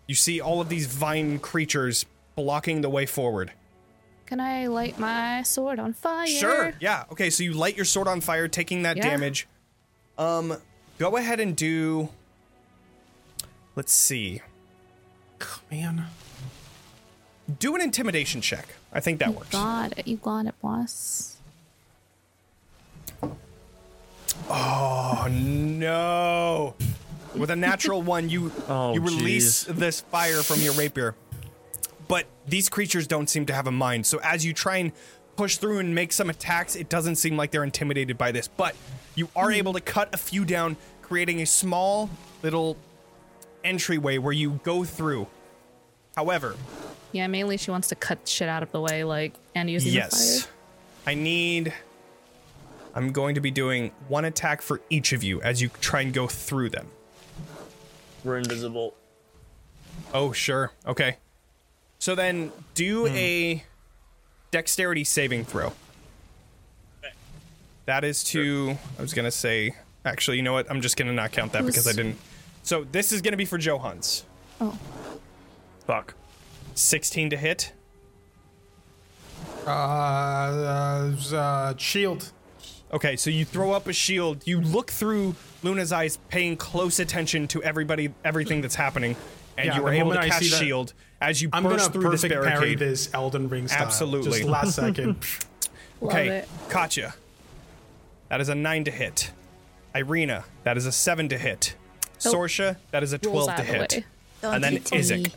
Speaker 1: You see all of these vine creatures blocking the way forward.
Speaker 4: Can I light my sword on fire?
Speaker 1: Sure. Yeah. Okay. So you light your sword on fire, taking that
Speaker 4: Yeah.
Speaker 1: damage. Um, go ahead and do. Let's see.
Speaker 3: Oh, Man.
Speaker 1: Do an intimidation check. I think that works.
Speaker 4: Got it. You got it, boss.
Speaker 1: Oh no! With a natural one, you
Speaker 8: Oh,
Speaker 1: you release
Speaker 8: jeez.
Speaker 1: this fire from your rapier. But these creatures don't seem to have a mind. So as you try and push through and make some attacks, it doesn't seem like they're intimidated by this. But you are able to cut a few down, creating a small little entryway where you go through. However,
Speaker 4: Yeah, mainly she wants to cut shit out of the way, like, and using the
Speaker 1: Yes.
Speaker 4: fire.
Speaker 1: I need. I'm going to be doing one attack for each of you as you try and go through them.
Speaker 8: We're invisible.
Speaker 1: Oh, sure. Okay. So then do
Speaker 3: Hmm.
Speaker 1: a dexterity saving throw. That is to. I was going to say. Actually, you know what? I'm just going to not count that because I
Speaker 4: Who's-
Speaker 1: didn't. So this is going to be for Johans.
Speaker 4: Oh,
Speaker 8: Fuck.
Speaker 1: 16 to hit.
Speaker 3: Uh, uh, uh, shield.
Speaker 1: Okay, so you throw up a shield. You look through Luna's eyes, paying close attention to everybody, everything that's happening, and
Speaker 3: Yeah,
Speaker 1: you
Speaker 3: the
Speaker 1: are able to
Speaker 3: moment I
Speaker 1: cast
Speaker 3: see that-
Speaker 1: shield as you
Speaker 3: I'm
Speaker 1: burst
Speaker 3: gonna
Speaker 1: through this
Speaker 3: perfect parry
Speaker 1: barricade.
Speaker 3: this Elden Ring style.
Speaker 1: Absolutely.
Speaker 3: Just last second.
Speaker 4: love
Speaker 1: okay,
Speaker 4: it.
Speaker 1: Katya. That is a nine to hit. Irina, that is a seven to hit. Sorsha, that is a
Speaker 4: Rolls
Speaker 1: twelve
Speaker 4: out
Speaker 1: to
Speaker 4: of the
Speaker 1: hit.
Speaker 4: way.
Speaker 5: Don't
Speaker 1: and then
Speaker 5: be
Speaker 1: Isaac.
Speaker 5: me.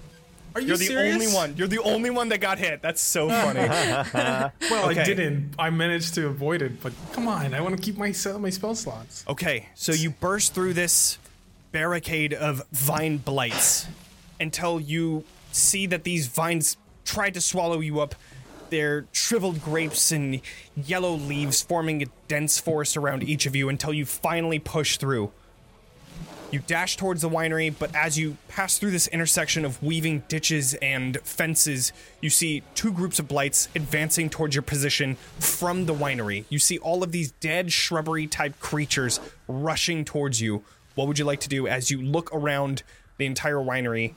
Speaker 3: Are you
Speaker 1: You're the
Speaker 3: serious?
Speaker 1: only one. You're the only one that got hit. That's so funny.
Speaker 3: Well,
Speaker 1: Okay.
Speaker 3: I didn't. I managed to avoid it, but come on, I want to keep my se- my spell slots.
Speaker 1: Okay, so you burst through this barricade of vine blights until you see that these vines try to swallow you up. Their shriveled grapes and yellow leaves forming a dense forest around each of you until you finally push through. You dash towards the winery, but as you pass through this intersection of weaving ditches and fences, you see two groups of blights advancing towards your position from the winery. You see all of these dead shrubbery type creatures rushing towards you. What would you like to do as you look around the entire winery?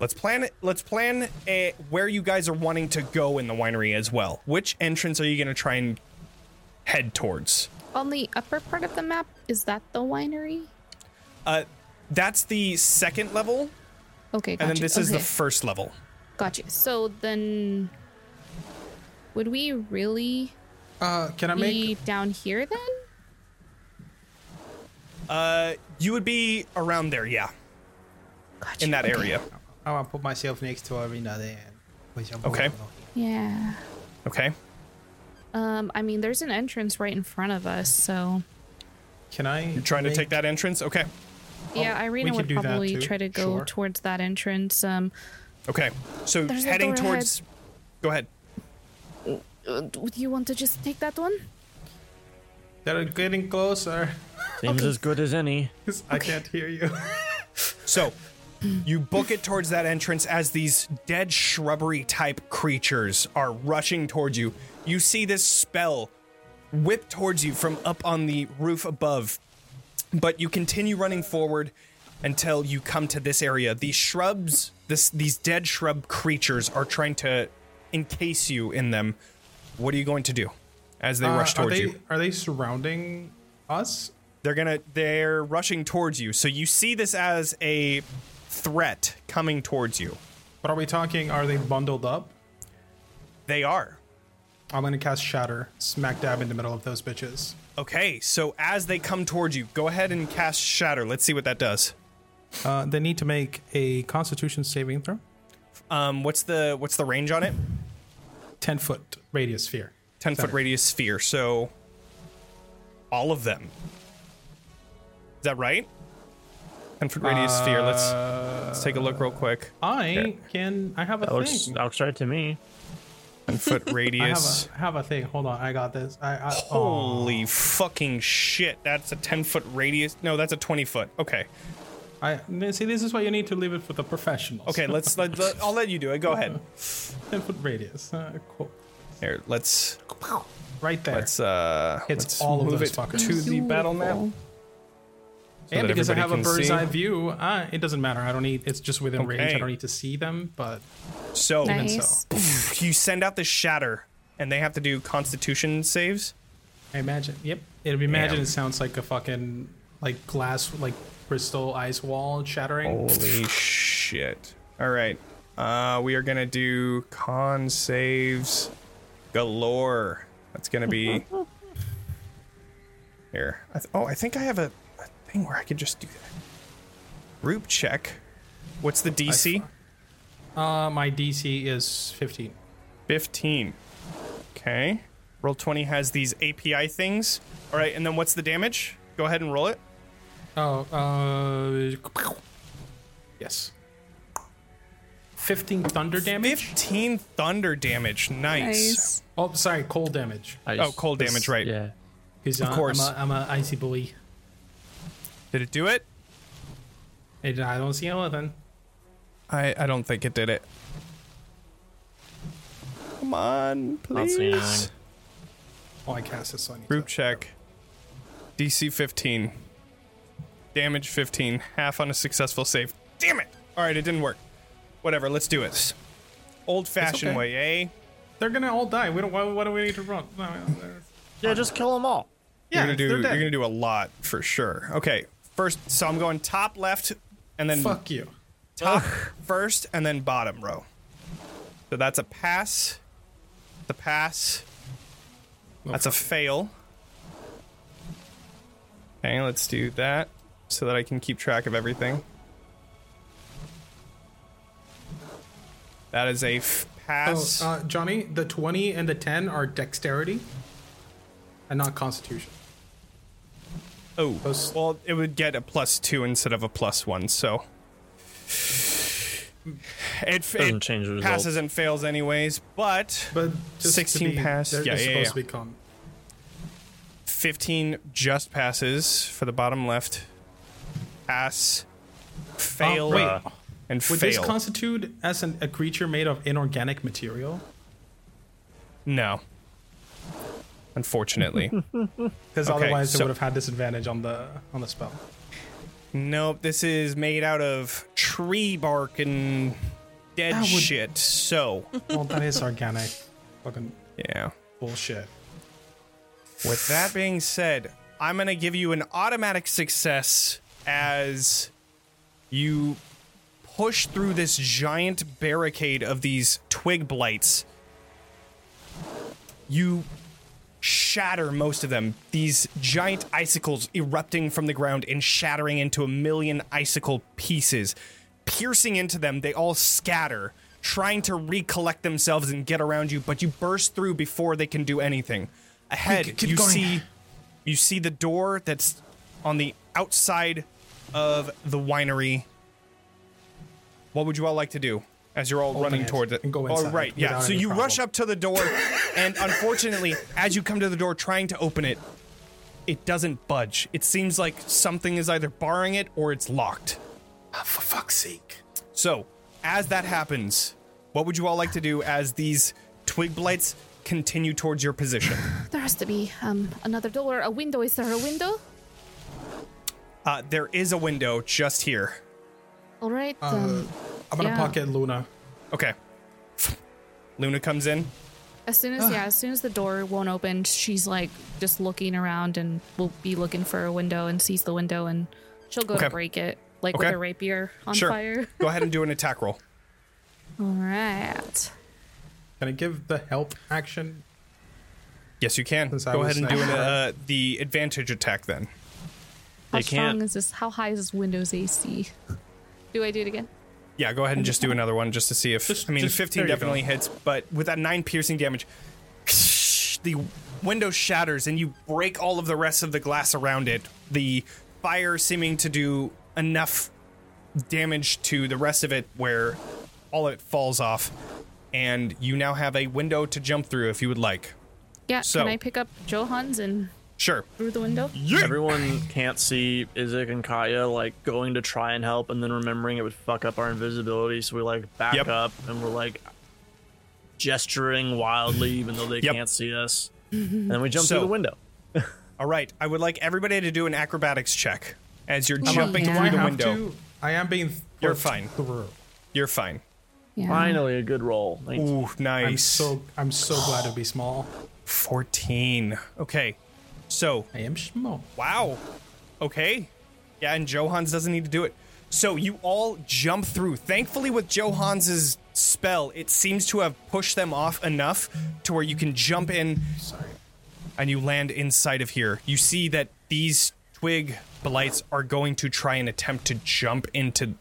Speaker 1: Let's plan it. Let's plan eh, where you guys are wanting to go in the winery as well. Which entrance are you going to try and head towards?
Speaker 4: On the upper part of the map, is that the winery?
Speaker 1: That's the second level
Speaker 4: Okay, gotcha.
Speaker 1: And then this is the
Speaker 4: okay.
Speaker 1: first level.
Speaker 4: Gotcha. So then, would we really
Speaker 1: Oh.
Speaker 3: Uh, can I make?
Speaker 4: be down here then?
Speaker 1: You would be around there, yeah,
Speaker 4: Gotcha.
Speaker 1: in that
Speaker 4: okay.
Speaker 1: area.
Speaker 10: I want to put myself next to Arena there. Which I'm
Speaker 1: Okay.
Speaker 10: working on.
Speaker 4: Yeah.
Speaker 1: Okay.
Speaker 4: Um, I mean, there's an entrance right in front of us, so
Speaker 3: Can I?
Speaker 1: Trying to
Speaker 3: make-
Speaker 1: take that entrance. Okay.
Speaker 4: yeah,
Speaker 3: Oh, we
Speaker 4: Irina
Speaker 3: could
Speaker 4: would
Speaker 3: do that
Speaker 4: probably
Speaker 3: too,
Speaker 4: try to go
Speaker 3: sure.
Speaker 4: towards that entrance. Um,
Speaker 1: Okay. So
Speaker 4: There's a
Speaker 1: heading
Speaker 4: door
Speaker 1: towards. Go ahead.
Speaker 4: uh, do you want to just take that one?
Speaker 3: They're getting closer.
Speaker 8: Seems as good as any.
Speaker 3: 'Cause I can't hear you.
Speaker 1: So you book it towards that entrance as these dead shrubbery type creatures are rushing towards you. You see this spell whip towards you from up on the roof above, but you continue running forward until you come to this area. These shrubs, this these dead shrub creatures are trying to encase you in them. What are you going to do as they
Speaker 3: Uh,
Speaker 1: rush
Speaker 3: are
Speaker 1: towards
Speaker 3: they
Speaker 1: you?
Speaker 3: are they surrounding us?
Speaker 1: they're gonna they're rushing towards you so you see this as a threat coming towards you
Speaker 3: But are we talking? Are they bundled up?
Speaker 1: they are
Speaker 3: I'm gonna cast Shatter smack dab in the middle of those bitches.
Speaker 1: Okay, so as they come towards you, go ahead and cast Shatter. Let's see what that does.
Speaker 3: Uh, they need to make a Constitution saving throw.
Speaker 1: Um, what's the what's the range on it?
Speaker 3: Ten foot radius sphere.
Speaker 1: Ten foot
Speaker 3: Sorry.
Speaker 1: radius sphere. So all of them. Is that right? Ten foot radius sphere. Let's let's take a look real quick.
Speaker 3: I
Speaker 8: Okay.
Speaker 3: can. I have a
Speaker 8: That looks,
Speaker 3: thing.
Speaker 8: that looks right to me.
Speaker 1: Ten foot
Speaker 3: I have
Speaker 1: radius.
Speaker 3: a, I have a thing. Hold on. I got this. I, I oh,
Speaker 1: Holy fucking shit! That's a ten foot radius. No, that's a twenty foot. Okay,
Speaker 3: I see. This is why you need to leave it for the professionals.
Speaker 1: okay. Let's. Let, let- I'll let you do it. Go ahead.
Speaker 3: ten foot radius. Uh, cool.
Speaker 1: Here, let's
Speaker 3: Right there.
Speaker 1: let's uh.
Speaker 3: It's
Speaker 1: let's
Speaker 3: all of
Speaker 1: move
Speaker 3: those
Speaker 1: it
Speaker 3: fuckers.
Speaker 1: to the battle map.
Speaker 4: Beautiful.
Speaker 3: and
Speaker 1: that
Speaker 3: because I have a
Speaker 1: everybody can
Speaker 3: bird's
Speaker 1: see.
Speaker 3: eye view, I, it doesn't matter. I don't need. It's just within range.
Speaker 1: Okay.
Speaker 3: I don't need to see them. But
Speaker 1: So
Speaker 3: even
Speaker 4: Nice.
Speaker 3: Oh, so,
Speaker 1: you send out the shatter, and they have to do Constitution saves.
Speaker 3: I imagine. Yep. It'd be imagine.
Speaker 1: Damn.
Speaker 3: It sounds like a fucking like glass like crystal ice wall shattering.
Speaker 1: Holy shit! All right, uh, we are gonna do con saves galore. That's gonna be here. I th- oh, I think I have a, a thing where I could just do that. Group check. What's the DC? Oh.
Speaker 3: Uh, my DC is 15.
Speaker 1: Fifteen. Okay. Roll twenty has these API things. All right, and then what's the damage? Go ahead and roll it.
Speaker 3: Oh, uh, yes. 15 thunder damage.
Speaker 1: 15 thunder damage. Nice.
Speaker 4: Nice.
Speaker 3: Oh, sorry, cold damage.
Speaker 8: I
Speaker 1: Oh, cold damage, right.
Speaker 8: Yeah.
Speaker 3: Because
Speaker 1: Of course.
Speaker 3: I'm a, I'm a icy bully,
Speaker 1: Did it do it?
Speaker 3: and I don't see anything.
Speaker 1: I, I don't think it did it. Come on,
Speaker 8: Not seeing
Speaker 1: please.
Speaker 8: anything.
Speaker 3: Oh, I cast this on you.
Speaker 1: Group check. DC 15. Damage 15. Half on a successful save. Damn it! All right, it didn't work. Whatever, let's do it. Old fashioned
Speaker 3: okay.
Speaker 1: way, eh?
Speaker 3: They're gonna all die. We don't. Why, why do we need to run? No, no, no.
Speaker 8: Yeah, just kill them all.
Speaker 3: yeah,
Speaker 1: you're gonna do
Speaker 3: they're
Speaker 1: you're
Speaker 3: dead.
Speaker 1: gonna do a lot for sure. Okay, first, so I'm going top left, and then
Speaker 3: Fuck you.
Speaker 1: top first and then bottom row. So that's a pass. The pass.
Speaker 3: Oh,
Speaker 1: That's a fail. Okay, let's do that so that I can keep track of everything. That is a f-
Speaker 3: Oh,
Speaker 1: pass.
Speaker 3: uh, Johnny, the 20 and the 10 are dexterity, and not constitution.
Speaker 1: oh,
Speaker 3: those-
Speaker 1: well, it would get a plus two instead of a plus one, so. It, f-
Speaker 8: Doesn't
Speaker 1: it
Speaker 8: change the result.
Speaker 1: passes and fails anyways, but
Speaker 3: But just to
Speaker 1: 16
Speaker 3: be,
Speaker 1: pass.
Speaker 3: They're
Speaker 1: Yeah,
Speaker 3: just
Speaker 1: yeah,
Speaker 3: supposed
Speaker 1: yeah.
Speaker 3: to be con.
Speaker 1: 15 just passes for the bottom left. Pass. Fail.
Speaker 3: wait.
Speaker 1: And
Speaker 3: Would
Speaker 1: fail.
Speaker 3: this constitute as an, a creature made of inorganic material?
Speaker 1: no. Unfortunately.
Speaker 3: Because
Speaker 1: Okay,
Speaker 3: otherwise,
Speaker 1: so-
Speaker 3: they would have had disadvantage on the on the spell.
Speaker 1: nope, this is made out of tree bark and dead
Speaker 3: That would-
Speaker 1: shit. So,
Speaker 3: Well, that is organic. Fucking
Speaker 1: yeah.
Speaker 3: bullshit.
Speaker 1: With that being said, I'm going to give you an automatic success as you push through this giant barricade of these twig blights. You shatter most of them, these giant icicles erupting from the ground and shattering into a million icicle pieces. Piercing into them, they all scatter, trying to recollect themselves and get around you, but you burst through before they can do anything. Ahead,
Speaker 3: Keep- keep
Speaker 1: you
Speaker 3: going.
Speaker 1: see you see the door that's on the outside of the winery. What would you all like to do as you're all running
Speaker 3: it
Speaker 1: towards it?
Speaker 3: and go
Speaker 1: All
Speaker 3: inside
Speaker 1: right, yeah.
Speaker 3: without
Speaker 1: So
Speaker 3: any
Speaker 1: you rush
Speaker 3: problem.
Speaker 1: up to the door, and unfortunately, as you come to the door trying to open it, it doesn't budge. It seems like something is either barring it or it's locked.
Speaker 3: for fuck's sake.
Speaker 1: So, as that happens, what would you all like to do as these twig blights continue towards your position?
Speaker 4: There has to be um another door, a window. Is there a window?
Speaker 1: Uh, there is a window just here.
Speaker 4: All right.
Speaker 3: Uh,
Speaker 4: Um,
Speaker 3: I'm gonna
Speaker 4: yeah.
Speaker 3: pocket Luna.
Speaker 1: Okay. Luna comes in.
Speaker 4: as soon as yeah, as soon as the door won't open, she's like just looking around and will be looking for a window and sees the window and she'll go
Speaker 1: Okay.
Speaker 4: to break it like
Speaker 1: Okay.
Speaker 4: with a rapier on
Speaker 1: Sure.
Speaker 4: fire.
Speaker 1: Go ahead and do an attack roll.
Speaker 4: All right.
Speaker 3: Can I give the help action?
Speaker 1: Yes, you can.
Speaker 3: Since I
Speaker 1: Go
Speaker 3: was
Speaker 1: ahead and do an,
Speaker 3: next.
Speaker 1: uh, the advantage attack then.
Speaker 4: How
Speaker 8: They
Speaker 4: strong
Speaker 8: can't-
Speaker 4: is this? How high is this Windows AC? Do I do it again?
Speaker 1: Yeah, go ahead and just do another one just to see if.
Speaker 3: Just-
Speaker 1: I mean,
Speaker 3: just-
Speaker 1: 15
Speaker 3: there you
Speaker 1: definitely
Speaker 3: go.
Speaker 1: hits, but with that 9 piercing damage, the window shatters and you break all of the rest of the glass around it. The fire seeming to do enough damage to the rest of it where all of it falls off. And you now have a window to jump through if you would like.
Speaker 4: Yeah.
Speaker 1: So-
Speaker 4: Can I pick up Johans and
Speaker 1: Sure.
Speaker 4: through the window?
Speaker 8: Everyone can't see Izik and Kaya like going to try and help and then remembering it would fuck up our invisibility, so we like back
Speaker 1: Yep.
Speaker 8: up and we're like gesturing wildly even though they
Speaker 1: Yep.
Speaker 8: can't see us. And then we jump
Speaker 1: So-
Speaker 8: through the window.
Speaker 1: All right. I would like everybody to do an acrobatics check as you're jumping
Speaker 4: Do I
Speaker 1: through the
Speaker 3: have
Speaker 1: window.
Speaker 3: to- I am being.
Speaker 1: You're
Speaker 3: pushed
Speaker 1: fine.
Speaker 3: Through.
Speaker 1: You're fine.
Speaker 4: Yeah.
Speaker 8: Finally a good roll. Nineteen.
Speaker 1: Ooh, nice.
Speaker 3: I'm so I'm so glad to be small.
Speaker 1: 14. Okay. So,
Speaker 3: I am small.
Speaker 1: wow. Okay. Yeah, and Johans doesn't need to do it. So you all jump through. Thankfully, with Johans's spell, it seems to have pushed them off enough to where you can jump in
Speaker 3: Sorry.
Speaker 1: and you land inside of here. You see that these twig blights are going to try and attempt to jump into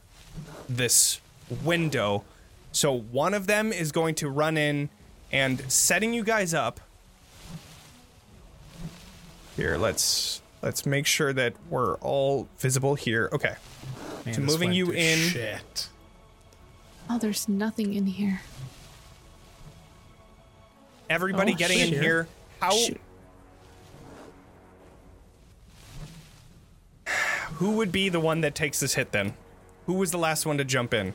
Speaker 1: this window. So one of them is going to run in and setting you guys up. Here, let's let's make sure that we're all visible here. Okay.
Speaker 3: Man,
Speaker 1: So
Speaker 3: this
Speaker 1: moving
Speaker 3: went
Speaker 1: you
Speaker 3: to
Speaker 1: in-
Speaker 3: Shit.
Speaker 4: Oh, there's nothing in here.
Speaker 1: Everybody
Speaker 4: Oh,
Speaker 1: getting in
Speaker 4: shit.
Speaker 1: here. How
Speaker 4: Shoot.
Speaker 1: Who would be the one that takes this hit then? Who was the last one to jump in?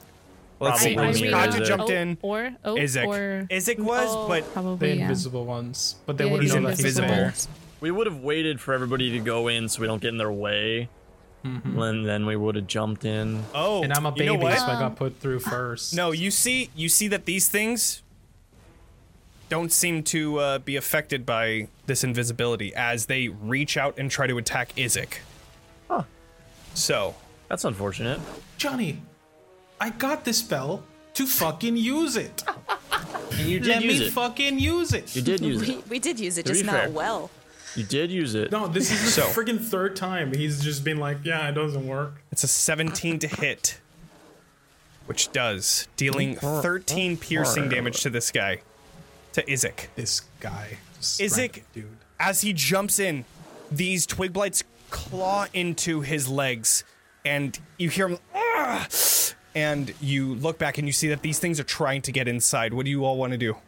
Speaker 1: Let's
Speaker 8: Probably
Speaker 1: see.
Speaker 8: me,
Speaker 1: Katja
Speaker 8: Isaac.
Speaker 1: jumped
Speaker 4: Oh,
Speaker 1: in.
Speaker 4: Or oh,
Speaker 1: Isaac.
Speaker 4: or
Speaker 1: Isaac was,
Speaker 4: oh,
Speaker 1: but-
Speaker 4: probably
Speaker 3: The
Speaker 4: yeah.
Speaker 3: invisible ones, but they
Speaker 4: Yeah,
Speaker 3: wouldn't
Speaker 4: he's
Speaker 3: know that he's
Speaker 1: invisible.
Speaker 3: there.
Speaker 8: We would have waited for everybody to go in so we don't get in their way.
Speaker 1: Mm-hmm.
Speaker 8: And then we would have jumped in.
Speaker 1: Oh,
Speaker 3: And I'm a
Speaker 1: you
Speaker 3: baby,
Speaker 1: know what?
Speaker 3: so I got put through first.
Speaker 1: No, you see, you see that these things don't seem to uh, be affected by this invisibility as they reach out and try to attack Isaac. So,
Speaker 8: That's unfortunate.
Speaker 3: Johnny, I got this spell to fucking use it.
Speaker 8: And you did
Speaker 3: Let
Speaker 8: use
Speaker 3: me
Speaker 8: it.
Speaker 3: fucking use it.
Speaker 8: you did use
Speaker 5: We,
Speaker 8: it.
Speaker 5: we did use it,
Speaker 8: To be
Speaker 5: just not
Speaker 8: fair.
Speaker 5: well.
Speaker 8: You did use it.
Speaker 3: No, this is the
Speaker 1: So-
Speaker 3: freaking third time he's just been like, yeah, it doesn't work.
Speaker 1: it's a 17 to hit, which does dealing 13 piercing damage to this guy, to Isaac.
Speaker 3: This guy, this
Speaker 1: Isaac,
Speaker 3: random dude.
Speaker 1: as he jumps in, these twig blights claw into his legs, and you hear him. "Ah!" And you look back and you see that these things are trying to get inside. What do you all want to do?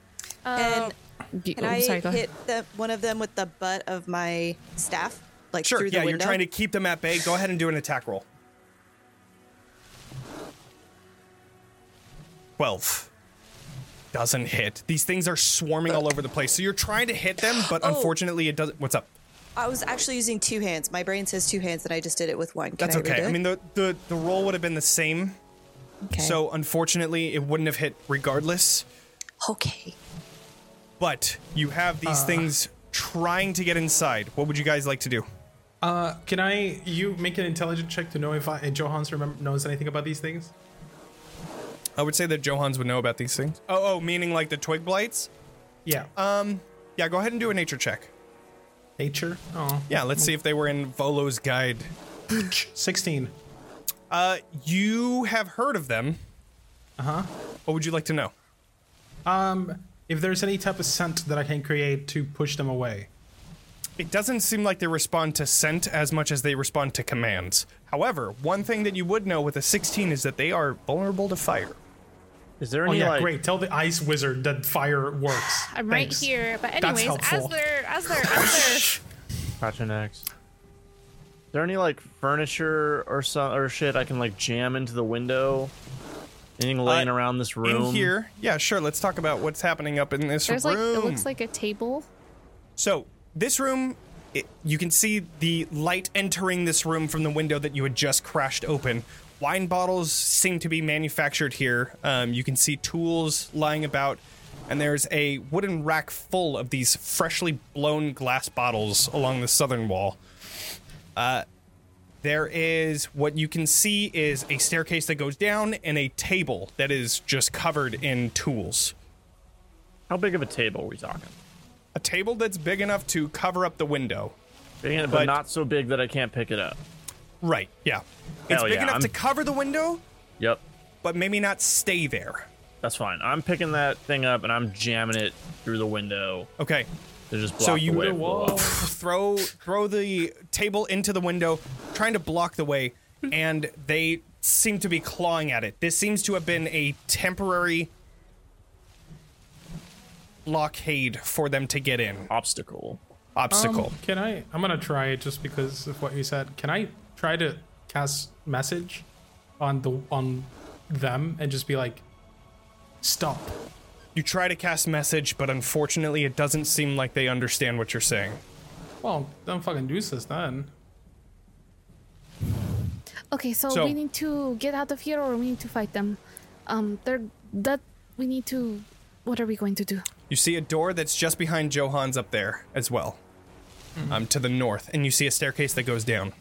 Speaker 5: and
Speaker 4: Be-
Speaker 5: can
Speaker 4: oh,
Speaker 5: I
Speaker 4: sorry, go ahead.
Speaker 5: hit the, one of them with the butt of my staff? Like
Speaker 1: Sure,
Speaker 5: through the
Speaker 1: yeah, you're
Speaker 5: window?
Speaker 1: trying to keep them at bay. Go ahead and do an attack roll. 12. Doesn't hit. These things are swarming all over the place. So you're trying to hit them, but
Speaker 5: Oh.
Speaker 1: unfortunately, it doesn't. What's up?
Speaker 5: I was actually using two hands. My brain says two hands, and I just did it with one. Can
Speaker 1: That's
Speaker 5: I
Speaker 1: okay.
Speaker 5: redo
Speaker 1: I
Speaker 5: it?
Speaker 1: mean, the, the, the roll would have been the same,
Speaker 5: okay.
Speaker 1: So unfortunately, it wouldn't have hit regardless.
Speaker 5: okay.
Speaker 1: But you have
Speaker 5: Uh.
Speaker 1: these things trying to get inside. What would you guys like to do?
Speaker 3: Uh, can I? You make an intelligence check to know if I, if Johans remember knows anything about these things.
Speaker 1: I would say that Johans would know about these things. Oh, oh, meaning like the twig blights?
Speaker 3: Yeah.
Speaker 1: Yeah, go ahead and do a nature check.
Speaker 3: Nature. Oh.
Speaker 1: Yeah, let's see if they were in Volo's guide.
Speaker 3: Sixteen.
Speaker 1: Uh, you have heard of them. Uh huh. What would you like to know?
Speaker 3: If there's any type of scent that I can create to push them away.
Speaker 1: It doesn't seem like they respond to scent as much as they respond to commands. However, one thing that you would know with a 16 is that they are vulnerable to fire.
Speaker 8: Is there
Speaker 3: Oh
Speaker 8: any
Speaker 3: yeah,
Speaker 8: like
Speaker 3: great. Tell the ice wizard that fire works.
Speaker 4: I'm right
Speaker 3: Thanks.
Speaker 4: here. But
Speaker 3: That's
Speaker 4: anyways, as
Speaker 3: helpful.
Speaker 4: they're as they're as
Speaker 8: Gotcha next. Is there any like furniture or some or shit I can like jam into the window? Anything laying
Speaker 1: Uh,
Speaker 8: around this room?
Speaker 1: in here. Yeah, sure. Let's talk about what's happening up in this
Speaker 4: they're there's like
Speaker 1: room.
Speaker 4: it looks like a table.
Speaker 1: so this room, it, you can see the light entering this room from the window that you had just crashed open. Wine bottles seem to be manufactured here. Um, you can see tools lying about, and there's a wooden rack full of these freshly blown glass bottles along the southern wall. Uh, There is what you can see is a staircase that goes down and a table that is just covered in tools.
Speaker 8: How big of a table are we talking?
Speaker 1: a table that's big enough to cover up the window.
Speaker 8: Big, but,
Speaker 1: But-
Speaker 8: not so big that I can't pick it up.
Speaker 1: Right. Yeah. it's
Speaker 8: Hell
Speaker 1: big
Speaker 8: yeah,
Speaker 1: enough
Speaker 8: I'm-
Speaker 1: to cover the window,
Speaker 8: Yep,
Speaker 1: but maybe not stay there.
Speaker 8: that's fine. I'm picking that thing up and I'm jamming it through the window
Speaker 1: Okay.
Speaker 8: to just block
Speaker 1: So you-
Speaker 8: the way.
Speaker 1: The throw throw the table into the window, trying to block the way, and they seem to be clawing at it. This seems to have been a temporary blockade for them to get in.
Speaker 8: Obstacle.
Speaker 1: Obstacle.
Speaker 3: Um, can I? I'm gonna try it just because of what you said. Can I try to cast message on the on them and just be like, stop?
Speaker 1: you try to cast message, but unfortunately, it doesn't seem like they understand what you're saying.
Speaker 3: Well, then fucking useless then.
Speaker 4: Okay, so,
Speaker 1: So-
Speaker 4: we need to get out of here, or we need to fight them. Um, they're that we need to. What are we going to do?
Speaker 1: You see a door that's just behind Johan's up there as well,
Speaker 8: Hmm.
Speaker 1: um, to the north, and you see a staircase that goes down.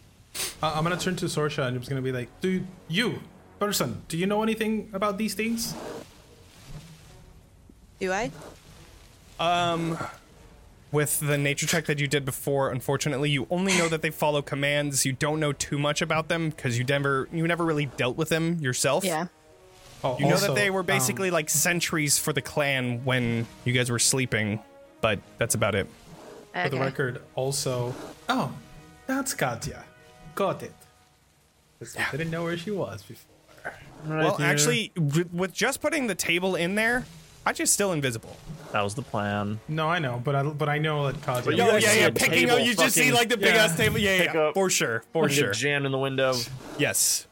Speaker 3: Uh, I'm gonna turn to Sorsha and I'm just gonna be like, dude, you person, do you know anything about these things?
Speaker 5: Do I?
Speaker 1: with the nature check that you did before unfortunately you only know that they follow commands you don't know too much about them because you never you never really dealt with them yourself
Speaker 5: Yeah.
Speaker 3: Oh,
Speaker 1: you know
Speaker 3: also,
Speaker 1: that they were
Speaker 3: um,
Speaker 1: basically like sentries for the clan when you guys were sleeping but that's about it
Speaker 3: for the record, also. Oh, that's Katya. Got it. 'Cause I didn't know where she was before.
Speaker 1: well actually with with just putting the table in there i just still invisible
Speaker 8: that was the plan.
Speaker 3: No, I know, but I but I know that Katya.
Speaker 8: But you guys see a table fucking-
Speaker 1: the
Speaker 3: Yeah.
Speaker 1: table yeah,
Speaker 8: Pick up.
Speaker 1: for sure for
Speaker 8: Or
Speaker 1: sure
Speaker 8: jammed in the window.
Speaker 1: yes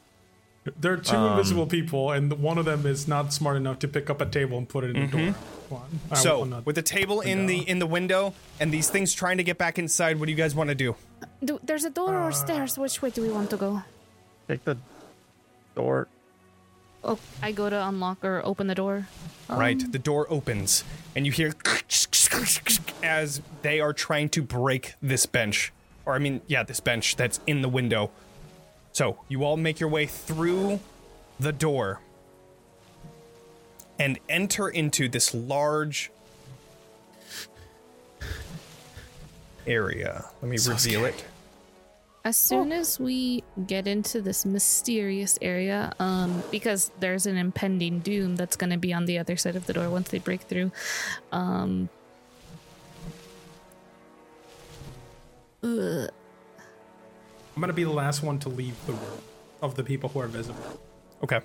Speaker 3: There are two
Speaker 1: Um,
Speaker 3: invisible people, and one of them is not smart enough to pick up a table and put it in the door. Uh, Come on. I will
Speaker 1: Mm-hmm. so
Speaker 3: not-
Speaker 1: with the table in the in the window and these things trying to get back inside what do you guys want to do
Speaker 4: Do, there's a door or stairs. Which way do we want to go?
Speaker 8: Take the door.
Speaker 4: Oh, I go to unlock or open the door.
Speaker 1: right? The door opens, and you hear as they are trying to break this bench, or I mean, yeah, this bench that's in the window. So you all make your way through the door and enter into this large area. Let me reveal it.
Speaker 4: As soon as we get into this mysterious area, um, because there's an impending doom that's going to be on the other side of the door once they break through, um, ugh,
Speaker 3: I'm gonna be the last one to leave the room of the people who are visible,
Speaker 1: Okay.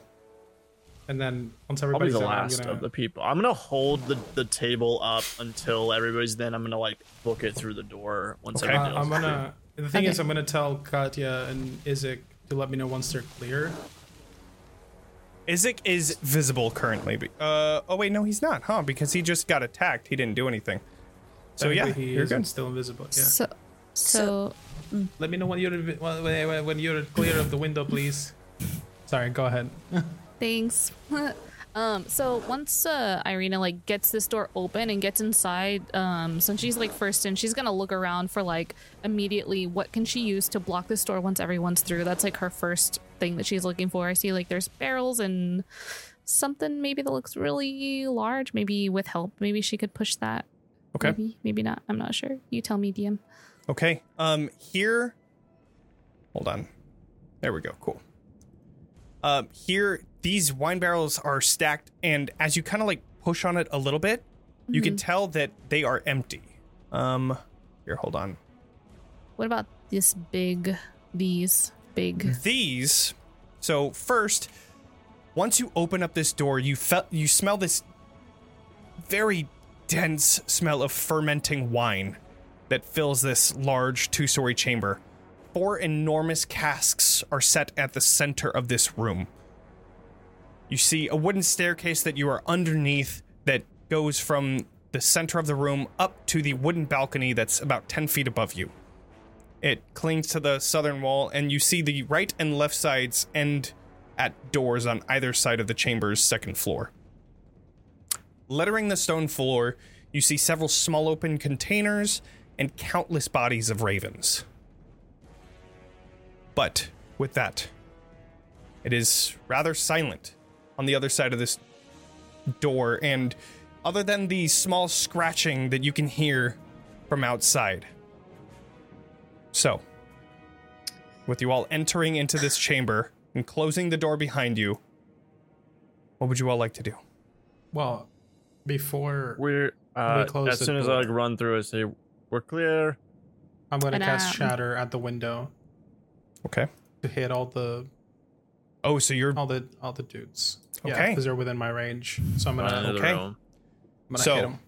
Speaker 3: and then once
Speaker 8: I'll be
Speaker 3: everybody's out,
Speaker 8: the
Speaker 3: I'm
Speaker 8: last
Speaker 3: gonna- Uh,
Speaker 8: of the people. I'm gonna hold the, the table up until everybody's then I'm gonna like book it through the door once
Speaker 3: Uh,
Speaker 8: everything else
Speaker 3: I'm
Speaker 8: is through.
Speaker 3: gonna. The thing
Speaker 4: Okay.
Speaker 3: is, I'm gonna tell Katya and Isaac to let me know once they're clear.
Speaker 1: Oh, Isaac is visible currently. be- Uh, oh wait, no, he's not, huh? Because he just got attacked. He didn't do anything. So yeah,
Speaker 3: Technically, he
Speaker 1: you're
Speaker 3: is
Speaker 1: good.
Speaker 3: still invisible. Yeah.
Speaker 4: so, so
Speaker 3: Let me know when you're invi- when- when, when you're clear of the window, please. Sorry, go ahead.
Speaker 4: Thanks. um, so once uh, Irina like gets this door open and gets inside, um, since she's like first in, she's gonna look around for like immediately what can she use to block this door once everyone's through. That's like her first thing that she's looking for. I see like there's barrels and something maybe that looks really large. Maybe with help, maybe she could push that.
Speaker 1: Okay.
Speaker 4: Maybe, maybe not. I'm not sure. You tell me, DM.
Speaker 1: Okay. Um here Hold on. There we go. Cool. Um here these wine barrels are stacked and as you kind of like push on it a little bit, you
Speaker 3: Mm-hmm.
Speaker 1: can tell that they are empty. Um here, hold on.
Speaker 4: What about this big? These big.
Speaker 1: These so first once you open up this door, you felt you smell this very dense smell of fermenting wine that fills this large two story chamber. Four enormous casks are set at the center of this room. You see a wooden staircase that you are underneath that goes from the center of the room up to the wooden balcony that's about 10 feet above you. It clings to the southern wall, and you see the right and left sides end at doors on either side of the chamber's second floor. Lettering the stone floor, you see several small open containers and countless bodies of ravens. But with that, it is rather silent on the other side of this door, and other than the small scratching that you can hear from outside. So, with you all entering into this chamber and closing the door behind you, what would you all like to do?
Speaker 3: Well, before
Speaker 8: We're uh,
Speaker 3: close
Speaker 8: as
Speaker 3: the
Speaker 8: soon as I
Speaker 3: door.
Speaker 8: like run through, I say we're clear.
Speaker 3: I'm going to
Speaker 4: But,
Speaker 3: cast
Speaker 4: um,
Speaker 3: Shatter at the window
Speaker 1: Okay.
Speaker 3: to hit all the
Speaker 1: Oh, so you're
Speaker 3: all the all the dudes. Yeah,
Speaker 1: Okay.
Speaker 3: because they're within my range, so I'm gonna,
Speaker 8: Run into the
Speaker 1: okay.
Speaker 8: room.
Speaker 3: I'm gonna
Speaker 1: So-
Speaker 3: hit them.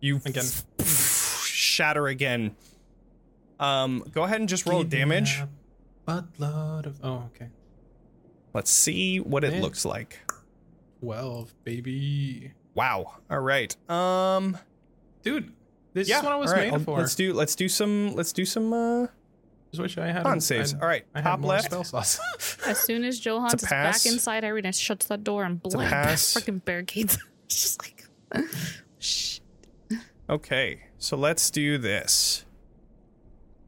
Speaker 1: you
Speaker 3: Again.
Speaker 1: shatter again. Um, go ahead and just roll damage.
Speaker 3: Buttload of oh okay,
Speaker 1: Let's see what it
Speaker 3: Yeah.
Speaker 1: looks like.
Speaker 3: twelve baby,
Speaker 1: Wow. All right. Um.
Speaker 3: dude. This
Speaker 1: yeah.
Speaker 3: is what I was
Speaker 1: all right.
Speaker 3: made
Speaker 1: I'll-
Speaker 3: for.
Speaker 1: Let's do. Let's do some. Let's do some. Uh.
Speaker 3: Just wish I had
Speaker 1: con
Speaker 3: a-
Speaker 1: saves.
Speaker 3: I'd-
Speaker 1: All right,
Speaker 3: I had
Speaker 1: top
Speaker 3: more
Speaker 1: left.
Speaker 3: Spell slots.
Speaker 4: As soon as Johan's
Speaker 1: It's a
Speaker 4: is back
Speaker 1: pass.
Speaker 4: inside, Irina shuts that door and
Speaker 1: a
Speaker 4: blank
Speaker 1: pass.
Speaker 4: freaking barricades. It's just like shh.
Speaker 1: Okay. So let's do this.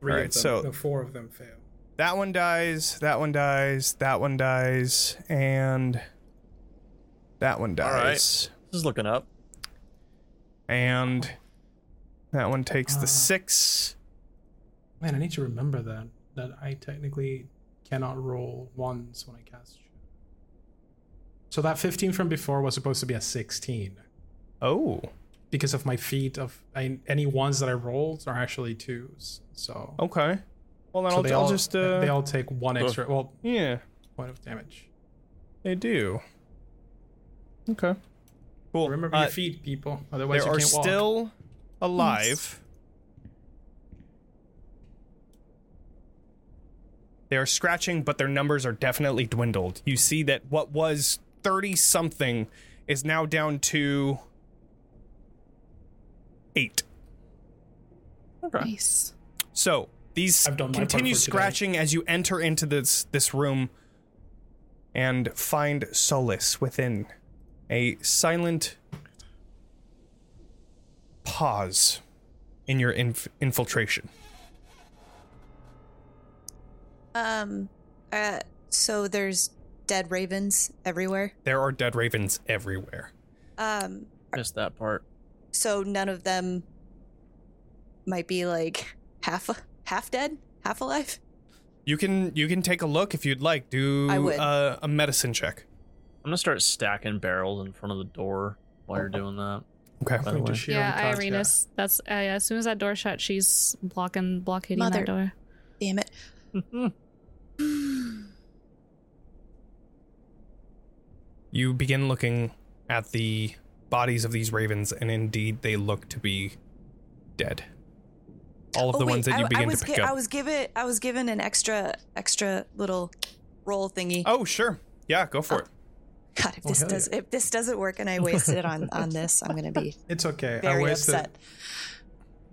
Speaker 3: Three
Speaker 1: Alright,
Speaker 3: of them.
Speaker 1: so-
Speaker 3: no, four of them fail.
Speaker 1: That one dies. That one dies. That one dies. And that one
Speaker 8: All right.
Speaker 1: dies.
Speaker 8: This is looking up.
Speaker 1: And that one takes
Speaker 3: Ah.
Speaker 1: the six.
Speaker 3: Man, I need to remember that that I technically cannot roll ones when I cast. Shatter. So that 15 from before was supposed to be a 16
Speaker 1: Oh.
Speaker 3: because of my feat of I, any ones that I rolled are actually twos. So,
Speaker 1: Okay. Oh, Well, then
Speaker 3: so
Speaker 1: I'll,
Speaker 3: they
Speaker 1: I'll
Speaker 3: all
Speaker 1: just. Uh,
Speaker 3: they all take one extra well
Speaker 1: yeah.
Speaker 3: point of damage.
Speaker 1: They do. Okay. Cool.
Speaker 3: Remember
Speaker 1: Uh,
Speaker 3: your feet, people. Otherwise,
Speaker 1: there
Speaker 3: you
Speaker 1: are
Speaker 3: can't walk.
Speaker 1: still alive. They are scratching, but their numbers are definitely dwindled. You see that what was 30 something is now down to eight.
Speaker 4: Nice.
Speaker 1: So these
Speaker 3: I've done my part
Speaker 1: continue
Speaker 3: for today.
Speaker 1: scratching as you enter into this this room and find solace within a silent pause in your inf- infiltration.
Speaker 5: Um, uh, so there's dead ravens everywhere.
Speaker 1: There are dead ravens everywhere.
Speaker 5: Um,
Speaker 8: Missed that part.
Speaker 5: so none of them might be like half half dead, half alive.
Speaker 1: You can you can take a look if you'd like. Do
Speaker 5: I would.
Speaker 1: Uh, a medicine check.
Speaker 8: I'm gonna start stacking barrels in front of the door while you're doing that.
Speaker 1: Okay.
Speaker 8: By the
Speaker 3: Point to
Speaker 8: way.
Speaker 3: Shira and
Speaker 4: Yeah,
Speaker 3: Katya.
Speaker 4: Irina's. That's uh, as soon as that door shut, she's blocking blockading
Speaker 5: Mother-
Speaker 4: that door.
Speaker 5: Damn it.
Speaker 1: You begin looking at the bodies of these ravens, and indeed they look to be dead. All of
Speaker 5: Oh,
Speaker 1: the
Speaker 5: wait,
Speaker 1: ones that you
Speaker 5: I, I
Speaker 1: begin
Speaker 5: was
Speaker 1: to pick
Speaker 5: gi-
Speaker 1: up.
Speaker 5: I was given I was given an extra extra little roll thingy.
Speaker 1: Oh, sure. Yeah, go for it.
Speaker 5: God, if
Speaker 3: Oh,
Speaker 5: this
Speaker 3: hell
Speaker 5: does if this doesn't work and I wasted it on on this, I'm gonna be
Speaker 3: It's okay. I
Speaker 5: very
Speaker 3: wasted
Speaker 5: upset.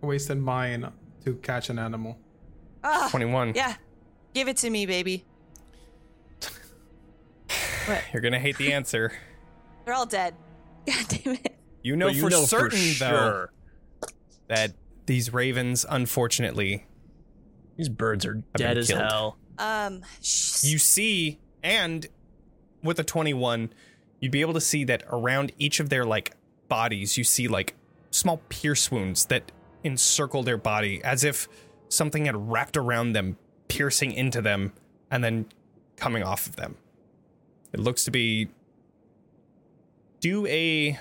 Speaker 3: wasted mine to catch an animal.
Speaker 5: Ah,
Speaker 1: 21.
Speaker 5: yeah, give it to me, baby.
Speaker 1: You're going to hate the answer.
Speaker 5: They're all dead. God damn it.
Speaker 1: You know
Speaker 8: But you
Speaker 1: for
Speaker 8: know
Speaker 1: certain, though,
Speaker 8: sure
Speaker 1: that these ravens, unfortunately,
Speaker 8: these birds are
Speaker 1: been
Speaker 8: dead as
Speaker 1: killed.
Speaker 8: hell.
Speaker 5: Um, sh-
Speaker 1: you see, and with a 21, you'd be able to see that around each of their, like, bodies, you see, like, small pierce wounds that encircle their body as if something had wrapped around them, piercing into them, and then coming off of them. It looks to be. Do a.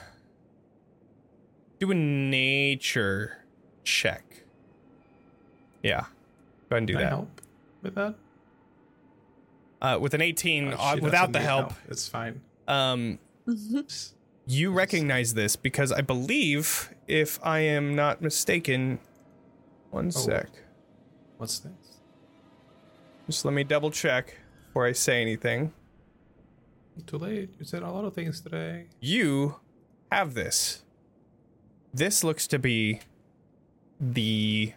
Speaker 1: Do a nature check. Yeah. Go ahead and do
Speaker 3: Can I
Speaker 1: that.
Speaker 3: help with that?
Speaker 1: Uh, with an 18,
Speaker 3: Oh,
Speaker 1: uh,
Speaker 3: she
Speaker 1: without
Speaker 3: doesn't
Speaker 1: the
Speaker 3: need
Speaker 1: help,
Speaker 3: It's fine.
Speaker 1: um, you recognize this because I believe, if I am not mistaken, one sec.
Speaker 3: What's this?
Speaker 1: Just let me double check before I say anything.
Speaker 3: Too late. You said a lot of things today.
Speaker 1: you have this. This looks to be the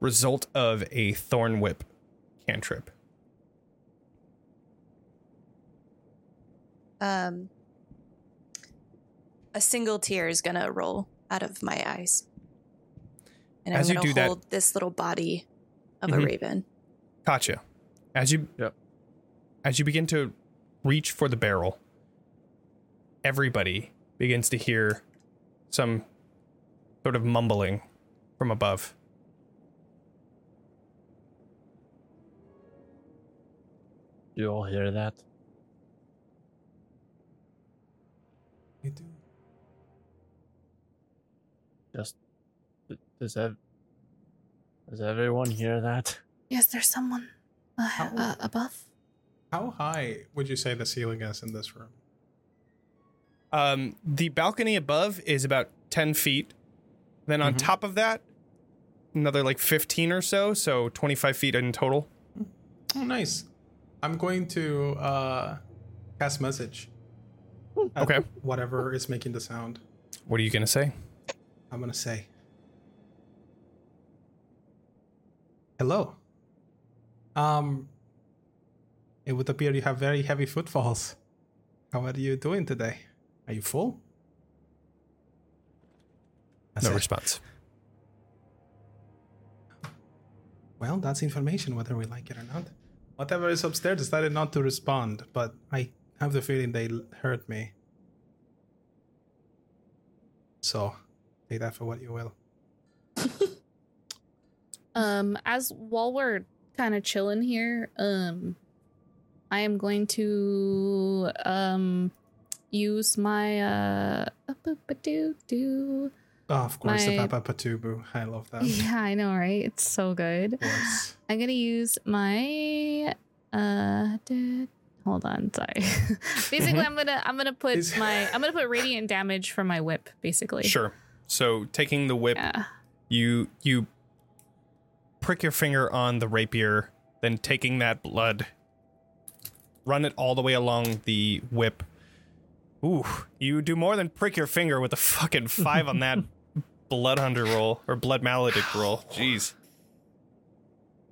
Speaker 1: result of a thorn whip cantrip.
Speaker 5: um, a single tear is gonna roll out of my eyes, and
Speaker 1: As you
Speaker 5: I'm gonna
Speaker 1: do that-
Speaker 5: hold this little body of a
Speaker 1: Mhm.
Speaker 5: raven.
Speaker 1: Katya, as you
Speaker 8: Yep.
Speaker 1: as you begin to reach for the barrel, everybody begins to hear some sort of mumbling from above.
Speaker 8: You all hear that?
Speaker 3: You do.
Speaker 8: Just does ev- does everyone hear that?
Speaker 2: Yes, there's someone uh, uh, above.
Speaker 3: How high would you say the ceiling is in this room?
Speaker 1: Um, the balcony above is about 10 feet. Then on top of that, another like 15 or so, so 25 feet in total.
Speaker 3: Oh, nice. I'm going to uh, cast message. at
Speaker 1: Okay.
Speaker 3: Whatever is making the sound,
Speaker 1: What are you going to say?
Speaker 3: I'm gonna say. Hello. Um. It would appear you have very heavy footfalls. How are you doing today? Are you full? That's
Speaker 1: No
Speaker 3: it.
Speaker 1: response.
Speaker 3: Well, that's information, whether we like it or not. Whatever is upstairs decided not to respond, but I have the feeling they l- heard me. So, take that for what you will.
Speaker 4: Um, as while we're kind of chilling here, um, I am going to um use my uh do
Speaker 3: Oh, of course,
Speaker 4: My-
Speaker 3: the Papa Patubu. I love that. of
Speaker 4: yeah I know right it's so good.
Speaker 3: course.
Speaker 4: I'm gonna use my uh. da- Hold on, sorry. basically, I'm gonna I'm gonna put
Speaker 3: Is-
Speaker 4: my I'm gonna put radiant damage from my whip. Basically,
Speaker 1: Sure. So taking the whip,
Speaker 4: Yeah.
Speaker 1: you you prick your finger on the rapier, then taking that blood, run it all the way along the whip. Ooh, you do more than prick your finger with a fucking five on that blood hunter roll or blood maledict roll. Jeez.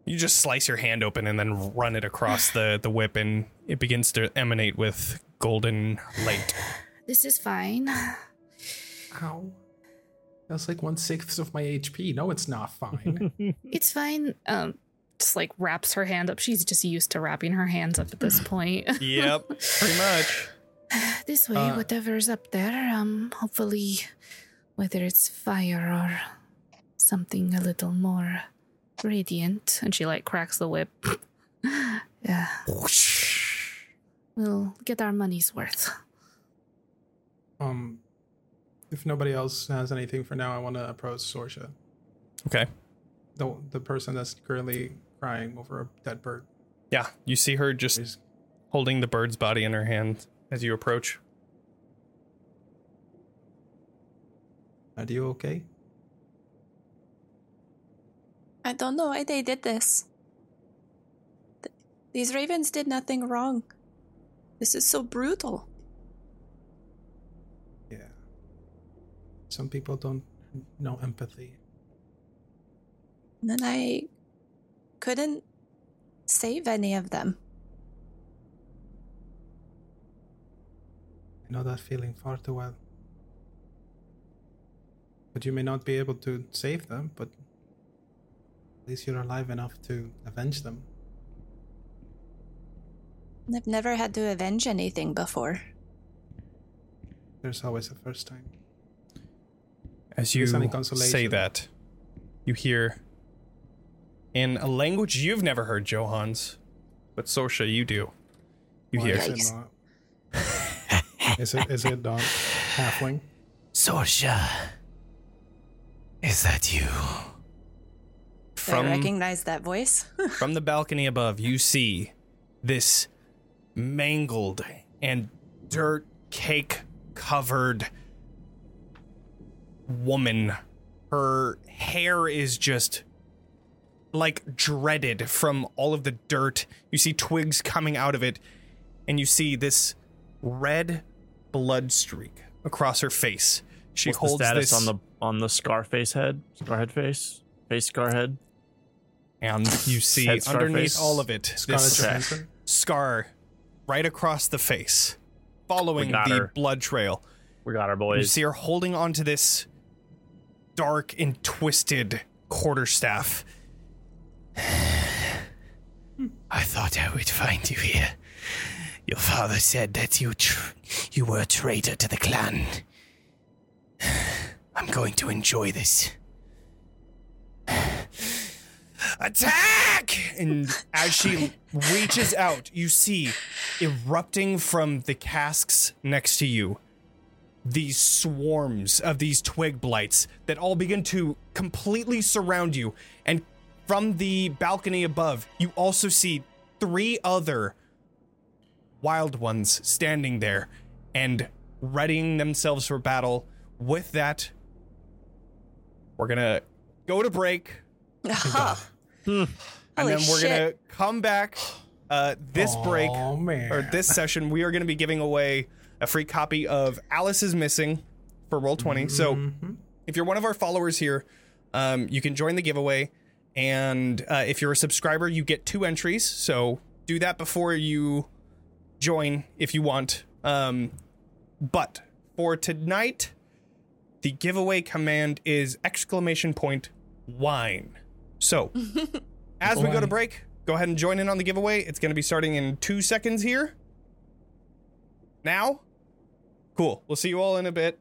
Speaker 1: You just slice your hand open and then run it across the, the whip, and it begins to emanate with golden light.
Speaker 2: This is fine.
Speaker 3: Ow. That's like one sixth of my HP. No, it's not fine.
Speaker 4: It's fine. Um, just like wraps her hand up. She's just used to wrapping her hands up at this point.
Speaker 1: Yep, pretty much.
Speaker 2: This way,
Speaker 3: Uh,
Speaker 2: whatever's up there, um, hopefully, whether it's fire or something a little more radiant,
Speaker 4: and she like cracks the whip.
Speaker 2: yeah, we'll get our money's worth.
Speaker 3: um, if nobody else has anything for now, I want to approach Sorsha,
Speaker 1: Okay.
Speaker 3: the the person that's currently crying over a dead bird.
Speaker 1: Yeah, you see her just
Speaker 3: Is-
Speaker 1: holding the bird's body in her hand as you approach.
Speaker 3: Are you okay?
Speaker 5: I don't know why they did this. Th- these ravens did nothing wrong. This is so brutal.
Speaker 3: Yeah. Some people don't know empathy.
Speaker 5: And then I couldn't save any of them.
Speaker 3: I know that feeling far too well. But you may not be able to save them, but at least you're alive enough to avenge them.
Speaker 5: And I've never had to avenge anything before.
Speaker 3: There's always a first time.
Speaker 1: As you
Speaker 3: There's any
Speaker 1: say
Speaker 3: consolation.
Speaker 1: that, you hear in a language you've never heard, Johans, but Sorsha, you do. You
Speaker 3: Why
Speaker 1: hear.
Speaker 3: Is it not? is it is it not halfling?
Speaker 11: Sorsha, is that you?
Speaker 5: I
Speaker 1: From,
Speaker 5: recognize that voice.
Speaker 1: from the balcony above, you see this mangled and dirt cake covered woman. Her hair is just like dreaded from all of the dirt. You see twigs coming out of it, and you see this red blood streak across her face. She
Speaker 8: What's
Speaker 1: holds
Speaker 8: the status
Speaker 1: this
Speaker 8: on the on the Scarface head, Scarhead face, face Scarhead.
Speaker 1: and you see
Speaker 8: Head scar
Speaker 1: underneath
Speaker 8: face.
Speaker 1: all of it
Speaker 3: Scarlet
Speaker 1: this
Speaker 8: Okay.
Speaker 3: Johansson?
Speaker 1: scar right across the face, following
Speaker 8: We got
Speaker 1: the
Speaker 8: her.
Speaker 1: blood trail.
Speaker 8: We got our
Speaker 1: You
Speaker 8: boys.
Speaker 1: see her holding onto this dark and twisted quarterstaff.
Speaker 11: I thought I would find you here. Your father said that you tr- you were a traitor to the clan. I'm going to enjoy this. Attack!
Speaker 1: And as she reaches out, you see erupting from the casks next to you these swarms of these twig blights that all begin to completely surround you. And from the balcony above, you also see three other wild ones standing there and readying themselves for battle. With that, we're gonna go to break. Hmm. and
Speaker 5: Holy
Speaker 1: then we're gonna
Speaker 5: shit.
Speaker 1: come back uh, this break
Speaker 3: Aw, Oh, man.
Speaker 1: or this session. We are gonna be giving away a free copy of Alice is Missing for Roll 20 So if you're one of our followers here, um, you can join the giveaway, and uh, if you're a subscriber, you get two entries. So do that before you join if you want. Um, but for tonight, the giveaway command is exclamation point wine. So as we go to break, go ahead and join in on the giveaway. It's going to be starting in two seconds here. Now? Cool. We'll see you all in a bit.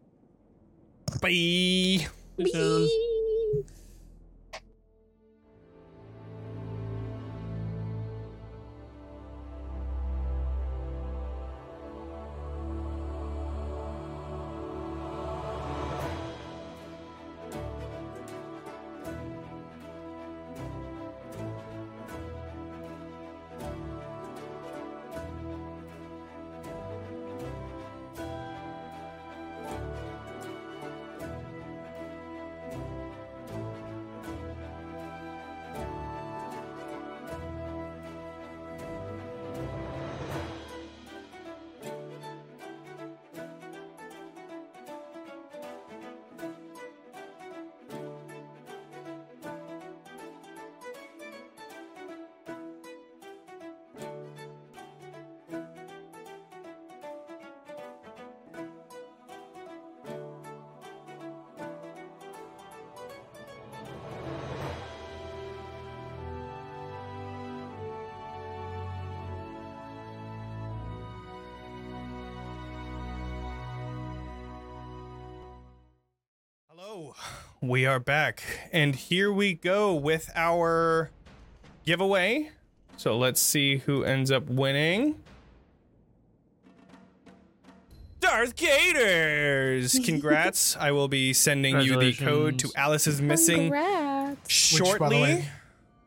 Speaker 1: Bye. Hello. We are back. And here we go with our giveaway. So let's see who ends up winning. Darth Gators! Congrats. I will be sending you the code to
Speaker 8: Congratulations.
Speaker 1: Alice is Missing
Speaker 4: Congrats.
Speaker 1: shortly.
Speaker 3: Which, by the way,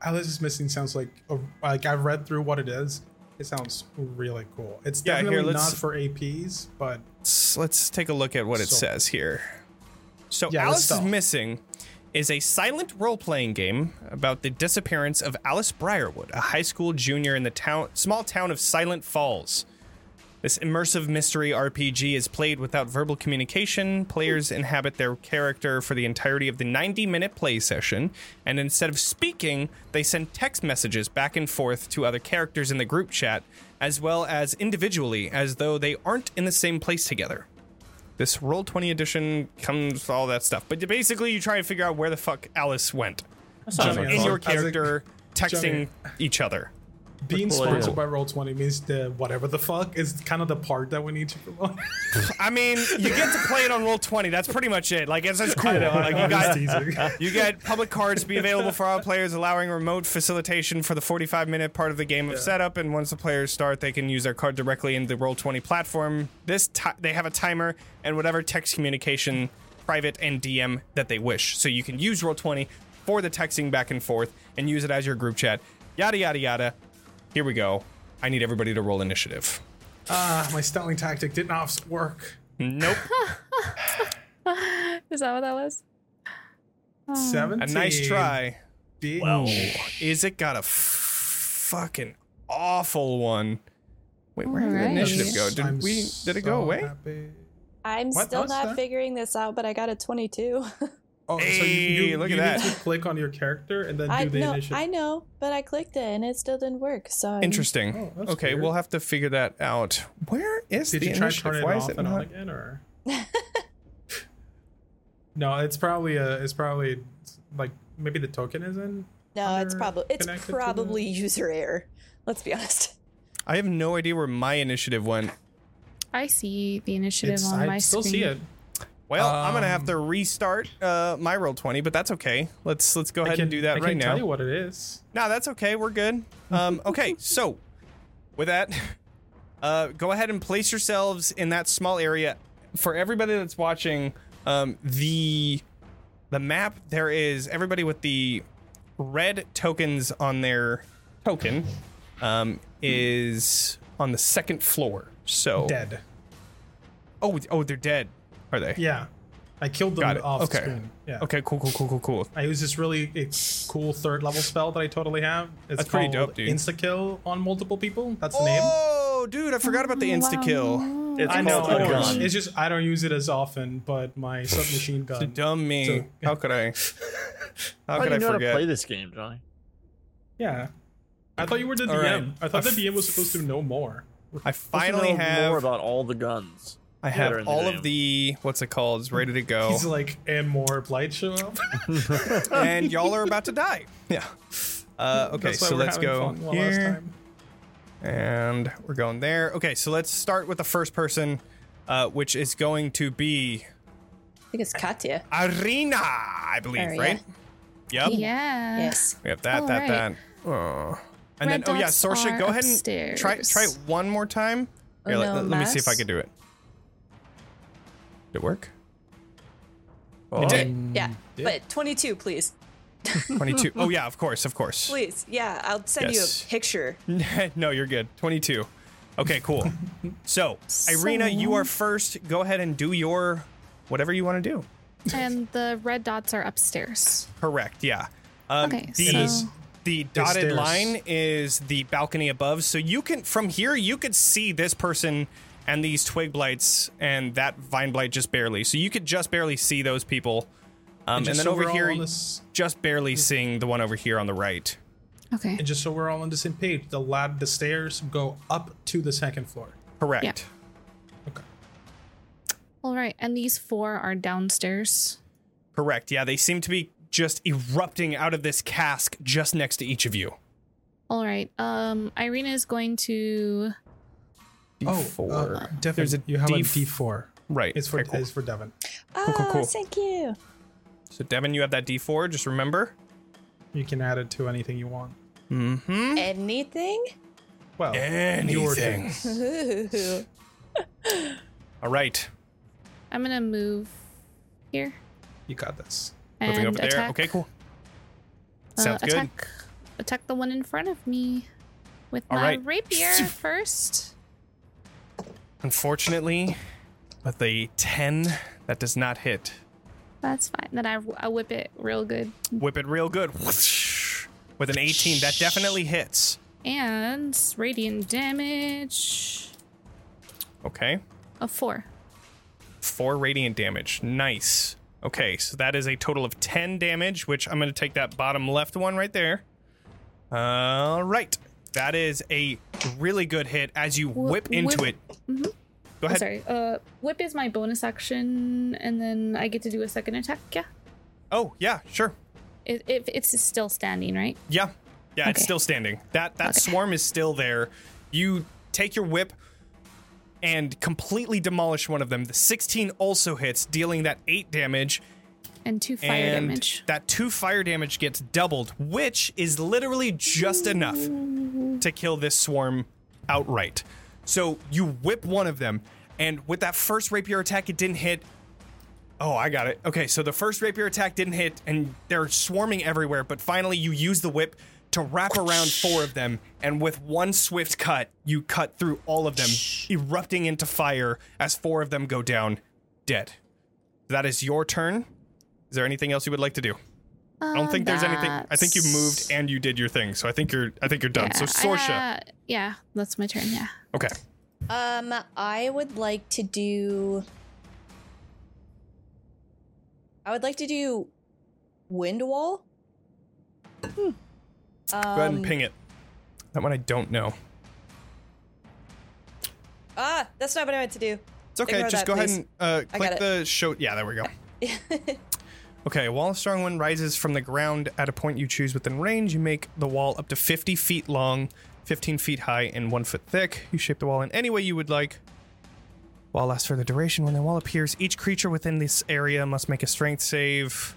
Speaker 3: Alice is missing sounds like a, like I've read through what it is. It sounds really cool. It's
Speaker 1: Yeah, here,
Speaker 3: definitely
Speaker 1: let's-
Speaker 3: not for APs, but
Speaker 1: let's let's take a look at what it
Speaker 3: So-
Speaker 1: says here. So
Speaker 3: Yeah, let's
Speaker 1: Alice is
Speaker 3: stop.
Speaker 1: missing is a silent role-playing game about the disappearance of Alice Briarwood, a high school junior in the town small town of Silent Falls. This immersive mystery RPG is played without verbal communication. Players inhabit their character for the entirety of the 90 minute play session, and instead of speaking, they send text messages back and forth to other characters in the group chat, as well as individually, as though they aren't in the same place together. This Roll 20 edition comes with all that stuff, but basically, you try and figure out where the fuck Alice went
Speaker 8: sounds
Speaker 1: Um,
Speaker 8: like
Speaker 1: in
Speaker 8: fun.
Speaker 1: your
Speaker 3: As a-
Speaker 1: character, texting
Speaker 3: Johnny.
Speaker 1: each other.
Speaker 3: being
Speaker 8: cool idea.
Speaker 3: sponsored by Roll Twenty means the whatever the fuck is kind of the part that we need to promote.
Speaker 1: I mean, you get to play it on roll twenty. That's pretty much it. Like it's, it's cool. like you
Speaker 3: Just
Speaker 1: got
Speaker 3: teasing.
Speaker 1: you get public cards to be available for all players, allowing remote facilitation for the forty-five minute part of the game of setup. And once the players start, they can use their card directly in the roll twenty platform. This ti- they have a timer and whatever text communication, private and DM that they wish. So you can use roll twenty for the texting back and forth and use it as your group chat. Yada yada yada. Here we go. I need everybody to roll initiative.
Speaker 3: Ah, my stunning tactic did not work.
Speaker 1: Nope.
Speaker 4: Is that what that was?
Speaker 3: Seven.
Speaker 1: A nice try.
Speaker 3: E
Speaker 8: Wow.
Speaker 1: Is it got a f- fucking awful one? Wait, where did the
Speaker 4: Alright.
Speaker 1: initiative go? Did we? Did it go away?
Speaker 6: I'm
Speaker 3: What?
Speaker 6: still
Speaker 3: Us,
Speaker 6: not
Speaker 3: huh?
Speaker 6: figuring this out, but I got a 22.
Speaker 3: Oh, so you,
Speaker 1: Hey,
Speaker 3: you,
Speaker 1: look
Speaker 3: you
Speaker 1: at
Speaker 3: need
Speaker 1: that.
Speaker 3: to click on your character and then
Speaker 6: I
Speaker 3: do the
Speaker 6: know,
Speaker 3: initiative.
Speaker 6: I know, but I clicked it and it still didn't work. So I'm-
Speaker 1: Interesting.
Speaker 3: Oh, that's
Speaker 1: okay,
Speaker 3: weird.
Speaker 1: we'll have to figure that out. Where is
Speaker 3: Did
Speaker 1: the
Speaker 3: you try
Speaker 1: initiative?
Speaker 3: turning it
Speaker 1: Why
Speaker 3: off
Speaker 1: is it
Speaker 3: and on
Speaker 1: not?
Speaker 3: again, or? no, it's probably a. It's probably like maybe the token is in.
Speaker 5: No, it's
Speaker 3: Under-
Speaker 5: probably it's
Speaker 3: connected to the-
Speaker 5: probably user error. Let's be honest.
Speaker 1: I have no idea where my initiative went.
Speaker 4: I see the initiative
Speaker 3: It's,
Speaker 4: on
Speaker 3: I
Speaker 4: my
Speaker 3: still
Speaker 4: screen.
Speaker 3: see it.
Speaker 1: Well, I'm gonna
Speaker 3: Um,
Speaker 1: have to restart uh, my roll twenty, but that's okay. Let's let's go ahead and do that
Speaker 3: I
Speaker 1: right
Speaker 3: can
Speaker 1: now.
Speaker 3: tell you what it is.
Speaker 1: No, that's okay. We're good. Um, okay, so with that, uh, go ahead and place yourselves in that small area. For everybody that's watching, um, the the map there is everybody with the red tokens on their token um, is on the second floor. So
Speaker 3: Dead.
Speaker 1: Oh, oh, they're dead. Are they?
Speaker 3: Yeah. I killed
Speaker 1: Got
Speaker 3: them
Speaker 1: it.
Speaker 3: off
Speaker 1: okay.
Speaker 3: screen. Yeah.
Speaker 1: Okay. Cool. Cool. Cool. Cool. Cool.
Speaker 3: I use this really it's cool third level spell that I totally have. It's
Speaker 1: That's pretty
Speaker 3: called
Speaker 1: dope, dude.
Speaker 3: Insta kill on multiple people. That's the name.
Speaker 1: Oh, dude! I forgot about the insta kill.
Speaker 8: It's
Speaker 3: I know.
Speaker 8: called a
Speaker 3: I know.
Speaker 8: gun.
Speaker 3: It's just I don't use it as often, but my submachine gun.
Speaker 1: Dumb me.
Speaker 3: So-
Speaker 1: how could I? How
Speaker 8: How do
Speaker 1: could I
Speaker 8: you know how to
Speaker 1: forget?
Speaker 8: play this game, Johnny?
Speaker 3: Yeah. I thought you were the
Speaker 1: All
Speaker 3: DM.
Speaker 1: right.
Speaker 3: I thought
Speaker 1: I
Speaker 3: the DM was supposed to know more.
Speaker 1: I
Speaker 8: Supposed to
Speaker 1: finally
Speaker 8: know more
Speaker 1: have.
Speaker 8: about all the guns.
Speaker 1: I
Speaker 8: that are
Speaker 1: have
Speaker 8: in the
Speaker 1: all
Speaker 8: game.
Speaker 1: of the what's it called? It's ready to go,
Speaker 3: He's like, and more blight show up.
Speaker 1: and y'all are about to die. Yeah. Uh, okay,
Speaker 3: That's why
Speaker 1: so
Speaker 3: we're
Speaker 1: let's
Speaker 3: having
Speaker 1: go
Speaker 3: fun one last
Speaker 1: here,
Speaker 3: time.
Speaker 1: and we're going there. Okay, so let's start with the first person, uh, which is going to be
Speaker 5: I think it's Katya.
Speaker 1: Arena, I believe,
Speaker 5: Arena.
Speaker 1: right? Yep.
Speaker 4: Yeah.
Speaker 5: Yes.
Speaker 1: We have that,
Speaker 4: All
Speaker 1: that,
Speaker 4: right.
Speaker 1: that. Oh. And
Speaker 4: Red
Speaker 1: then, oh yeah,
Speaker 4: dots
Speaker 1: Sorsha,
Speaker 4: are
Speaker 1: go ahead and try
Speaker 4: upstairs. Oh,
Speaker 1: try it one more time. Here, let,
Speaker 5: no,
Speaker 1: let me see if I
Speaker 5: mass?
Speaker 1: can do it. Did it work?
Speaker 8: Oh.
Speaker 1: It did.
Speaker 5: Yeah. But 22, please.
Speaker 1: 22. Oh yeah, of course, of course.
Speaker 5: Please. Yeah. I'll send
Speaker 1: Yes. Mm,
Speaker 5: you a picture.
Speaker 1: no, you're good. 22. Okay, cool. So, Irina, you are first. Go ahead and do your whatever you want to do.
Speaker 4: And the red dots are upstairs.
Speaker 1: Correct. Yeah. Um,
Speaker 4: Okay,
Speaker 1: The,
Speaker 4: so-
Speaker 1: the dotted
Speaker 3: stairs.
Speaker 1: line is the balcony above, so you can from here you could see this person and these twig blights and that vine blight just barely. So you could just barely see those people. Um, and,
Speaker 3: just
Speaker 1: then
Speaker 3: so
Speaker 1: over
Speaker 3: we're all
Speaker 1: here,
Speaker 3: on this-
Speaker 1: just barely seeing the one over here on the right.
Speaker 4: Okay.
Speaker 3: And just so we're all on the same page, the lab, the stairs go up to the second floor.
Speaker 1: Correct.
Speaker 3: Okay.
Speaker 4: All right. And these four are downstairs.
Speaker 1: Correct. Yeah, they seem to be just erupting out of this cask just next to each of you.
Speaker 4: All right. Um, Irina is going to.
Speaker 3: Oh, uh, Devin,
Speaker 1: There's a
Speaker 3: you have a
Speaker 1: D4.
Speaker 3: D4.
Speaker 1: Right.
Speaker 3: It's for
Speaker 1: okay, cool.
Speaker 3: it's for Devin.
Speaker 5: Oh,
Speaker 1: cool, cool.
Speaker 6: Thank you.
Speaker 1: So Devin, you have that D4. Just remember.
Speaker 3: You can add it to anything you want.
Speaker 1: Mm.
Speaker 6: Anything?
Speaker 3: Well, your
Speaker 1: Anything.
Speaker 3: things.
Speaker 1: All right.
Speaker 4: I'm gonna move here
Speaker 3: You got this.
Speaker 4: and
Speaker 1: Moving over
Speaker 4: attack.
Speaker 1: there. Okay, cool.
Speaker 4: Uh,
Speaker 1: Sounds good.
Speaker 4: Attack, attack the one in front of me with
Speaker 1: All
Speaker 4: my
Speaker 1: right.
Speaker 4: rapier first.
Speaker 1: Unfortunately, but the 10 that does not hit.
Speaker 4: That's fine. Then I, I whip it real good.
Speaker 1: Whip it real good. With an 18, that definitely hits.
Speaker 4: And radiant damage
Speaker 1: Okay.
Speaker 4: of four.
Speaker 1: Four radiant damage. Nice. Okay, so that is a total of 10 damage, which I'm going to take that bottom left one right there. All right. That is a really good hit as you whip into
Speaker 4: whip-
Speaker 1: it. Go ahead.
Speaker 4: Sorry. Uh, whip is my bonus action, and then I get to do a second attack. Yeah.
Speaker 1: Oh, yeah, sure.
Speaker 4: It, it, it's still standing, right?
Speaker 1: Yeah. Yeah, it's
Speaker 4: Okay.
Speaker 1: still standing. That that swarm is still there. You take your whip and completely demolish one of them. The 16 also hits, dealing that 8 damage
Speaker 4: And two fire
Speaker 1: and
Speaker 4: damage.
Speaker 1: that 2 fire damage gets doubled, which is literally just enough to kill this swarm outright. So you whip one of them and with that first rapier attack it didn't hit. Oh, I got it. Okay, so the first rapier attack didn't hit, and they're swarming everywhere, but finally you use the whip to wrap around four of them, and with one swift cut, you cut through all of them, erupting into fire as four of them go down dead. That is your turn. Is there anything else you would like to do? I
Speaker 5: Um,
Speaker 1: don't think there's
Speaker 4: Ah,
Speaker 1: anything. I think you moved and you did your thing, so I think you're I think you're done. so
Speaker 4: Yeah, I,
Speaker 1: Sorsha.
Speaker 4: uh, yeah, that's my turn. Yeah.
Speaker 1: okay.
Speaker 5: Um, I would like to do. I would like to do wind wall.
Speaker 1: Hmm.
Speaker 5: Um,
Speaker 1: Go ahead and ping it. That one I don't know.
Speaker 5: Ah, that's not what I meant to do.
Speaker 1: It's okay.
Speaker 5: Ignore
Speaker 1: just
Speaker 5: that,
Speaker 1: go
Speaker 5: please.
Speaker 1: ahead and uh,
Speaker 5: I
Speaker 1: click
Speaker 5: got
Speaker 1: the show. Yeah, there we go. okay, a wall of strong wind rises from the ground at a point you choose within range. You make the wall up to 50 feet long, 15 feet high, and 1 foot thick. You shape the wall in any way you would like. Wall lasts for the duration. When the wall appears, each creature within this area must make a strength save.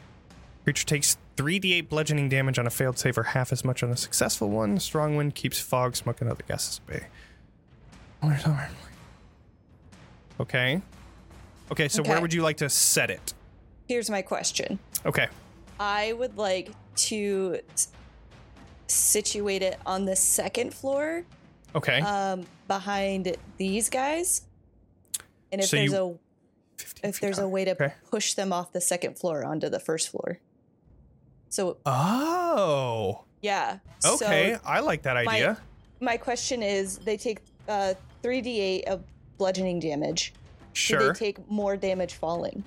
Speaker 1: Creature takes 3d8 bludgeoning damage on a failed save or half as much on a successful one. Strong wind keeps fog, smoke, and other gases at bay. Where's our- Okay. Okay, so where
Speaker 6: Okay.
Speaker 1: would you like to set it?
Speaker 6: Here's my question.
Speaker 1: Okay.
Speaker 6: I would like to s- situate it on the second floor,
Speaker 1: Okay.
Speaker 6: um, behind these guys. And if
Speaker 1: So
Speaker 6: there's
Speaker 1: you-
Speaker 6: a if there's a way to
Speaker 1: Okay.
Speaker 6: push them off the second floor onto the first floor. So
Speaker 1: oh.
Speaker 6: yeah. Uh, so
Speaker 1: Okay, I like that
Speaker 6: my-
Speaker 1: idea.
Speaker 6: My question is they take uh 3d8 of bludgeoning damage. Do
Speaker 1: Sure.
Speaker 6: they take more damage falling?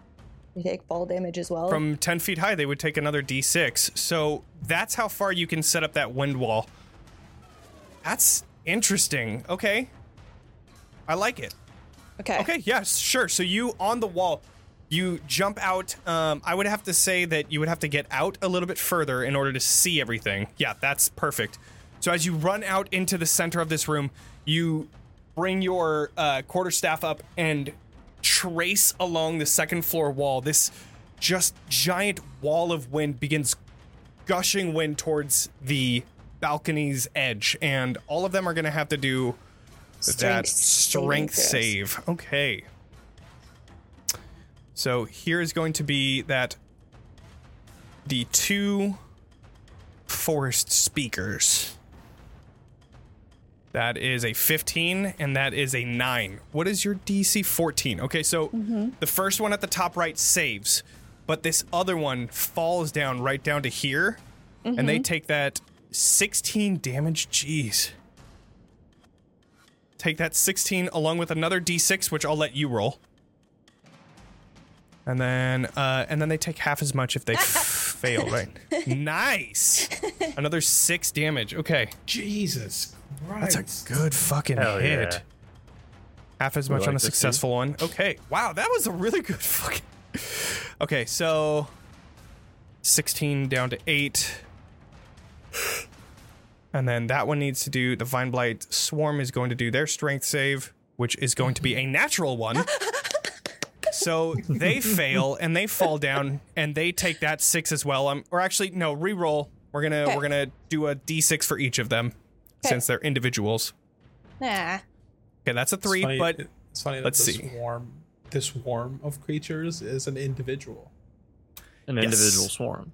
Speaker 6: They take fall damage as well.
Speaker 1: From 10 feet high, they would take another d6. So that's how far you can set up that wind wall. That's interesting. Okay. I like it.
Speaker 6: okay.
Speaker 1: Okay, yes, sure. So you on the wall, you jump out. Um, I would have to say that you would have to get out a little bit further in order to see everything. Yeah, that's perfect. So as you run out into the center of this room, you bring your uh, quarterstaff up and trace along the second floor wall. This just giant wall of wind begins gushing wind towards the balcony's edge, and all of them are going to have to do that
Speaker 6: Strength saving
Speaker 1: strength
Speaker 6: throws.
Speaker 1: save. Okay. So here is going to be that the two forest speakers. That is a 15 and that is a 9. What is your DC 14? Okay, so the first one at the top right saves, but this other one falls down right down to here and they take that 16 damage. Jeez. Take that 16 along with another d6 which I'll let you roll. And then uh and then they take half as much if they f- fail, right? Nice. Another 6 damage. Okay.
Speaker 3: Jesus Christ.
Speaker 1: That's a good fucking
Speaker 8: Hell
Speaker 1: hit.
Speaker 8: yeah.
Speaker 1: Half as much
Speaker 8: like
Speaker 1: on a
Speaker 8: to see.
Speaker 1: successful one. Okay. Wow, that was a really good fucking. Okay, so 16 down to 8. And then that one needs to do the Vine Blight Swarm is going to do their strength save, which is going to be a natural one. So they fail and they fall down and they take that six as well. Um, or actually, no, reroll. We're gonna
Speaker 6: Okay.
Speaker 1: we're gonna do a d6 for each of them since they're individuals.
Speaker 6: Nah.
Speaker 1: Okay, that's a three,
Speaker 3: It's funny-
Speaker 1: but
Speaker 3: it's funny that
Speaker 1: let's
Speaker 3: this
Speaker 1: see.
Speaker 3: Swarm, this swarm of creatures is an individual.
Speaker 8: An
Speaker 1: Yes.
Speaker 8: individual swarm.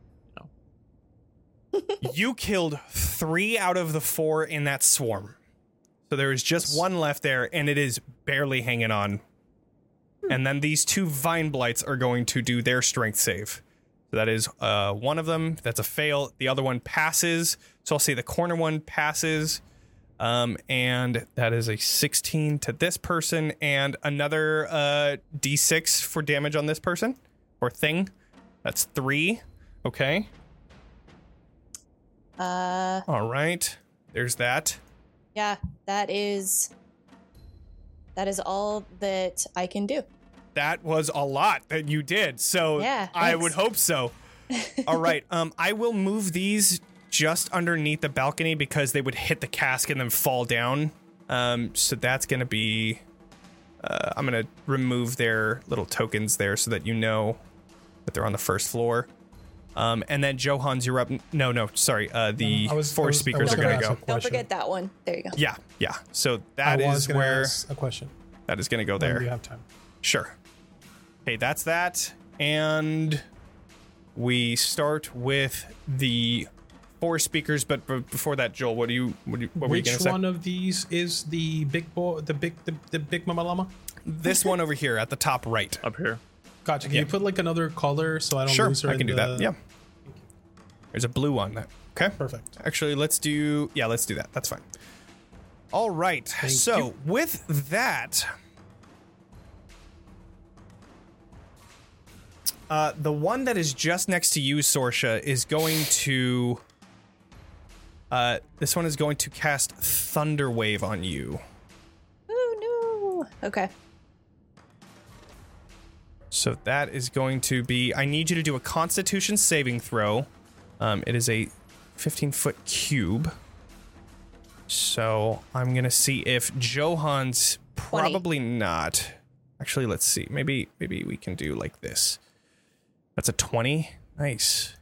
Speaker 1: you killed three out of the four in that swarm. So there is just one left there, and it is barely hanging on. And then these two vine blights are going to do their strength save. So that is uh, one of them. That's a fail. The other one passes. So I'll say the corner one passes. Um, and that is a 16 to this person, and another uh, d6 for damage on this person or thing. That's three. Okay.
Speaker 6: Uh
Speaker 1: All right. There's that.
Speaker 6: yeah, that is that is all that I can do.
Speaker 1: That was a lot that you did. So
Speaker 6: Yeah,
Speaker 1: I
Speaker 6: thanks.
Speaker 1: would hope so. All right. Um, I will move these just underneath the balcony because they would hit the cask and then fall down. Um, so that's gonna be. Uh, I'm gonna remove their little tokens there so that you know that they're on the first floor. Um, and then Johans, you're up. No, no, sorry. Uh, the
Speaker 3: I was- I
Speaker 1: four
Speaker 3: was- I
Speaker 1: speakers
Speaker 3: was
Speaker 1: are gonna
Speaker 3: ask
Speaker 1: go.
Speaker 3: a
Speaker 6: Don't
Speaker 3: question.
Speaker 6: forget that one. There you go.
Speaker 1: Yeah, yeah. So
Speaker 3: I
Speaker 1: that
Speaker 3: was
Speaker 1: is
Speaker 3: gonna
Speaker 1: where
Speaker 3: ask a question.
Speaker 1: that is gonna go
Speaker 3: There.
Speaker 1: there.
Speaker 3: You have time.
Speaker 1: Sure. Okay, that's that. And we start with the four speakers, but b- before that, Joel, what do you what, do you, what were you
Speaker 3: Which
Speaker 1: gonna say?
Speaker 3: one of these is the big boy, the big, the, the big mama llama?
Speaker 1: This one over here at the top right.
Speaker 3: Oh,
Speaker 8: Up here.
Speaker 3: Gotcha. Can you put like another color so I don't
Speaker 1: Sure,
Speaker 3: lose her?
Speaker 1: I
Speaker 3: in
Speaker 1: can do
Speaker 3: the-
Speaker 1: that. Yeah. There's a blue one. That, okay.
Speaker 3: Perfect.
Speaker 1: Actually, let's do yeah, let's do that. That's fine. All right. so with that, uh, the one that is just next to you, Sorsha, is going to. Uh, this one is going to cast Thunder Wave on you.
Speaker 6: Oh no. Okay.
Speaker 1: So that is going to be. I need you to do a Constitution saving throw. Um, it is a 15 foot cube. So I'm gonna see if Johan's probably not. Actually, let's see. Maybe maybe we can do like this. That's a 20. Nice.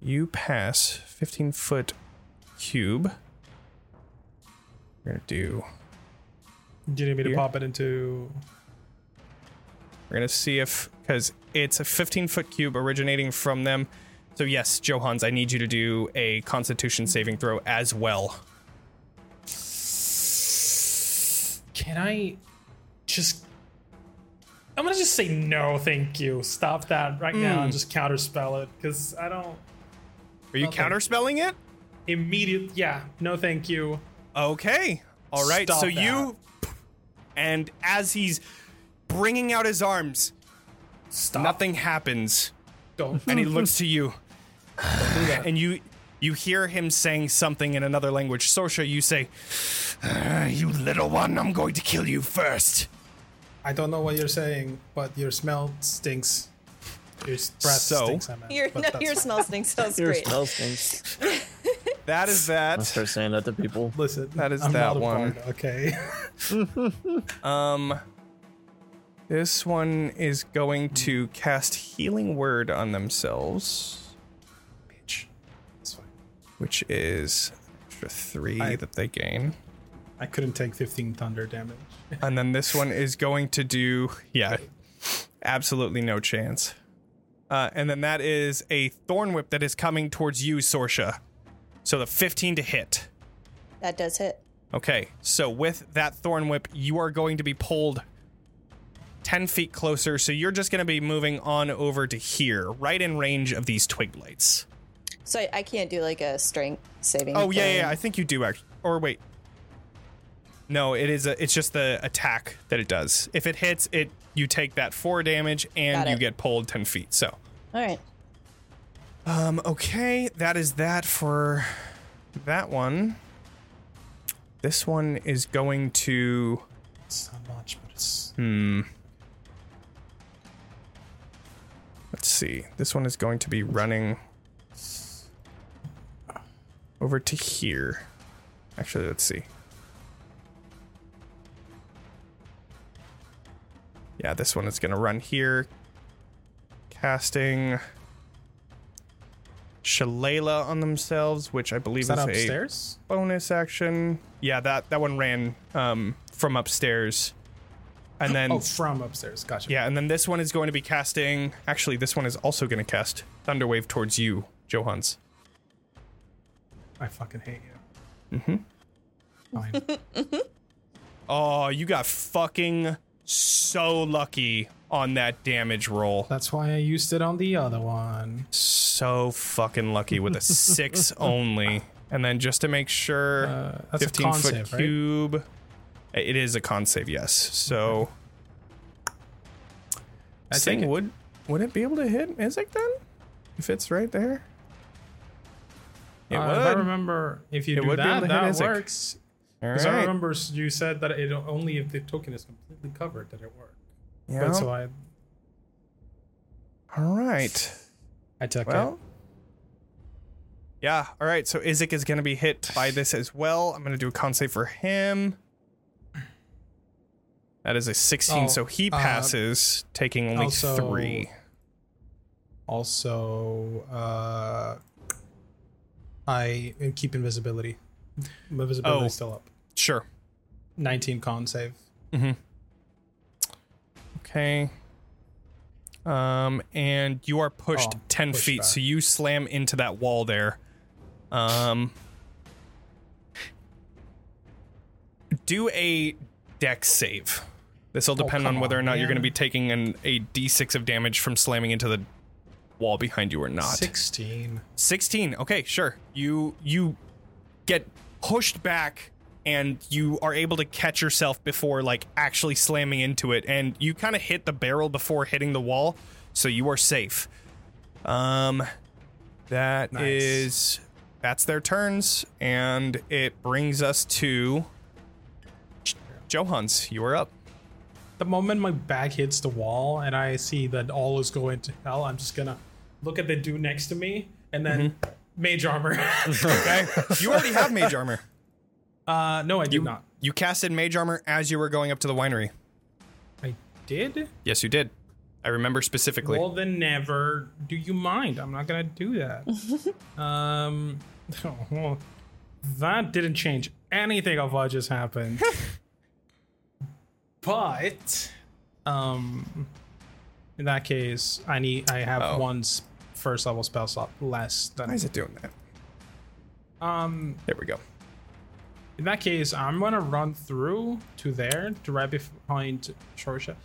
Speaker 1: You pass 15 foot cube. We're gonna do
Speaker 3: Do you need me to
Speaker 1: Here?
Speaker 3: pop it into?
Speaker 1: We're gonna see if because it's a 15 foot cube originating from them. So yes, Johans, I need you to do a Constitution saving throw as well.
Speaker 3: Can I just? I'm gonna just say no, thank you. Stop that right now
Speaker 1: Hmm.
Speaker 3: and just counterspell it because I don't
Speaker 1: Are you
Speaker 3: Okay.
Speaker 1: counterspelling it?
Speaker 3: immediate. Yeah, no, thank you.
Speaker 1: Okay. All right.
Speaker 3: Stop
Speaker 1: so
Speaker 3: that.
Speaker 1: you and as he's bringing out his arms,
Speaker 3: Stop.
Speaker 1: nothing happens.
Speaker 3: Don't.
Speaker 1: and he looks to you, and you you hear him saying something in another language. Sorsha, you say, "Ah, "You little one, I'm going to kill you first.
Speaker 3: I don't know what you're saying, but your smell stinks. Your breath
Speaker 1: So?
Speaker 3: stinks. I meant,
Speaker 6: Your,
Speaker 3: but
Speaker 6: no,
Speaker 3: that's
Speaker 6: your
Speaker 3: fine.
Speaker 6: smell stinks. Sounds
Speaker 8: Your
Speaker 6: great.
Speaker 8: spell stinks.
Speaker 1: That is that.
Speaker 8: Start saying that to people.
Speaker 3: Listen,
Speaker 1: That is
Speaker 3: I'm
Speaker 1: that
Speaker 3: not a
Speaker 1: one.
Speaker 3: bard, okay.
Speaker 1: Um, this one is going to cast healing word on themselves,
Speaker 3: Bitch. That's fine.
Speaker 1: which is extra three
Speaker 3: I-
Speaker 1: that they gain.
Speaker 3: I couldn't take 15 thunder damage.
Speaker 1: And then this one is going to do, yeah, absolutely no chance. Uh, and then that is a thorn whip that is coming towards you, Sorsha. So the 15 to hit.
Speaker 6: That does hit.
Speaker 1: Okay, so with that thorn whip, you are going to be pulled 10 feet closer. So you're just going to be moving on over to here, right in range of these twig lights.
Speaker 6: So I, I can't do like a strength saving.
Speaker 1: Oh, yeah, yeah, yeah, I
Speaker 6: thing.
Speaker 1: think you do actually. Or wait. No, it is a, it's just the attack that it does. If it hits, it you take that 4 damage and
Speaker 6: Got
Speaker 1: you
Speaker 6: it.
Speaker 1: get pulled 10 feet. So,
Speaker 6: All right.
Speaker 1: um okay, that is that for that one. This one is going to Hmm.
Speaker 3: It's not much, but it's.
Speaker 1: Let's see. This one is going to be running over to here. Actually, let's see. Yeah, this one is going to run here. Casting Shalala on themselves, which I believe
Speaker 3: Is
Speaker 1: is,
Speaker 3: that
Speaker 1: a
Speaker 3: upstairs?
Speaker 1: bonus action. Yeah, that, that one ran um, from upstairs. And then
Speaker 3: Oh, from upstairs. Gotcha.
Speaker 1: yeah, and then this one is going to be casting. Actually, this one is also going to cast Thunderwave towards you, Johans.
Speaker 3: I fucking hate you. Mm-hmm. Fine.
Speaker 1: Oh, you got fucking so lucky on that damage roll.
Speaker 3: That's why I used it on the other one.
Speaker 1: So fucking lucky with a six only. And then just to make sure,
Speaker 3: Uh, that's a
Speaker 1: 15
Speaker 3: con
Speaker 1: foot
Speaker 3: save, right?
Speaker 1: cube. It is a con save, yes. So.
Speaker 3: I
Speaker 1: This
Speaker 3: take
Speaker 1: thing
Speaker 3: it.
Speaker 1: would, would it be able to hit Isaac then? If it's right there? It
Speaker 3: Uh,
Speaker 1: would.
Speaker 3: If I remember, if you
Speaker 1: It
Speaker 3: do
Speaker 1: would be able
Speaker 3: that,
Speaker 1: to hit
Speaker 3: that
Speaker 1: Isaac.
Speaker 3: works.
Speaker 1: All
Speaker 3: Because I
Speaker 1: right.
Speaker 3: remember s- you said that it only if the token is completely covered that it worked.
Speaker 1: Yeah.
Speaker 3: That's why
Speaker 1: All right.
Speaker 3: I took
Speaker 1: Well. Yeah. All right. So Isaac is going to be hit by this as well. I'm going to do a con save for him. That is a 16.
Speaker 3: Oh,
Speaker 1: so he
Speaker 3: uh,
Speaker 1: passes, taking only
Speaker 3: also-
Speaker 1: three.
Speaker 3: it. Also, uh, I uh, keep invisibility. My visibility
Speaker 1: Oh.
Speaker 3: is still up.
Speaker 1: Sure.
Speaker 3: 19 con save.
Speaker 1: Okay. Um, and you are pushed
Speaker 3: Oh,
Speaker 1: 10
Speaker 3: pushed
Speaker 1: feet.
Speaker 3: back.
Speaker 1: So you slam into that wall there. Um, do a deck save. This will depend
Speaker 3: Oh, come
Speaker 1: on whether
Speaker 3: on,
Speaker 1: or not you're
Speaker 3: man.
Speaker 1: going to be taking an, a d6 of damage from slamming into the wall behind you or not.
Speaker 3: 16.
Speaker 1: 16. Okay, sure. You you get pushed back and you are able to catch yourself before like actually slamming into it and you kind of hit the barrel before hitting the wall, so you are safe. Um that is
Speaker 3: Nice.
Speaker 1: that's their turns and it brings us to Johans, you are up.
Speaker 3: The moment my back hits the wall and I see that all is going to hell, I'm just gonna look at the dude next to me and then mage armor.
Speaker 1: Okay. you already have mage armor.
Speaker 3: uh, no, I do not.
Speaker 1: You casted mage armor as you were going up to the winery.
Speaker 3: I did?
Speaker 1: Yes, you did. I remember specifically.
Speaker 3: Well, then never. Do you mind? I'm not gonna do that. um, well, that didn't change anything of what just happened. but, um, in that case, I need. I have
Speaker 1: Oh.
Speaker 3: one s- first level spell slot less than.
Speaker 1: Why is it doing that?
Speaker 3: Um,
Speaker 1: There we go.
Speaker 3: in that case, I'm gonna run through to there to right behind Shorsha.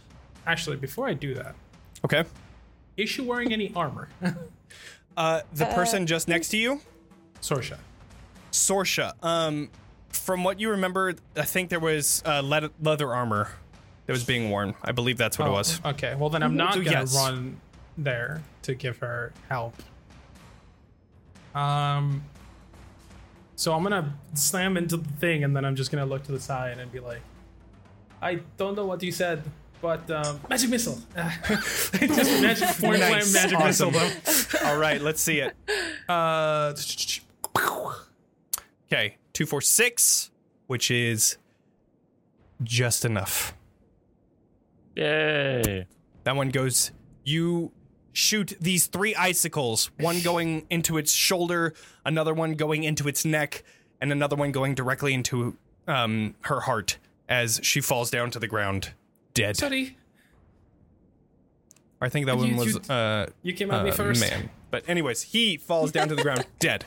Speaker 3: Actually, before I do that,
Speaker 1: Okay.
Speaker 3: is she wearing any armor?
Speaker 1: Uh, the person just next to you,
Speaker 3: Sorsha.
Speaker 1: Sorsha. Um, from what you remember, I think there was uh, le- leather armor that was being worn. I believe that's what it
Speaker 3: Oh,
Speaker 1: was.
Speaker 3: Okay, well then I'm not
Speaker 1: So
Speaker 3: gonna
Speaker 1: yes.
Speaker 3: run there to give her help. Um so I'm gonna slam into the thing and then I'm just gonna look to the side and be like, I don't know what you said, but um, magic missile. just magic point
Speaker 1: Nice.
Speaker 3: slam magic
Speaker 1: Awesome.
Speaker 3: missile
Speaker 1: All right, let's see it.
Speaker 3: though. Uh
Speaker 1: Okay, two, four, six, which is just enough.
Speaker 8: Yay.
Speaker 1: That one goes. You shoot these three icicles, one going into its shoulder, another one going into its neck, and another one going directly into um, her heart as she falls down to the ground, dead.
Speaker 3: sorry.
Speaker 1: I think that one
Speaker 3: you-
Speaker 1: was
Speaker 3: you-
Speaker 1: uh,
Speaker 3: you came at me
Speaker 1: uh,
Speaker 3: first.
Speaker 1: man. But anyways, he falls down to the ground, dead.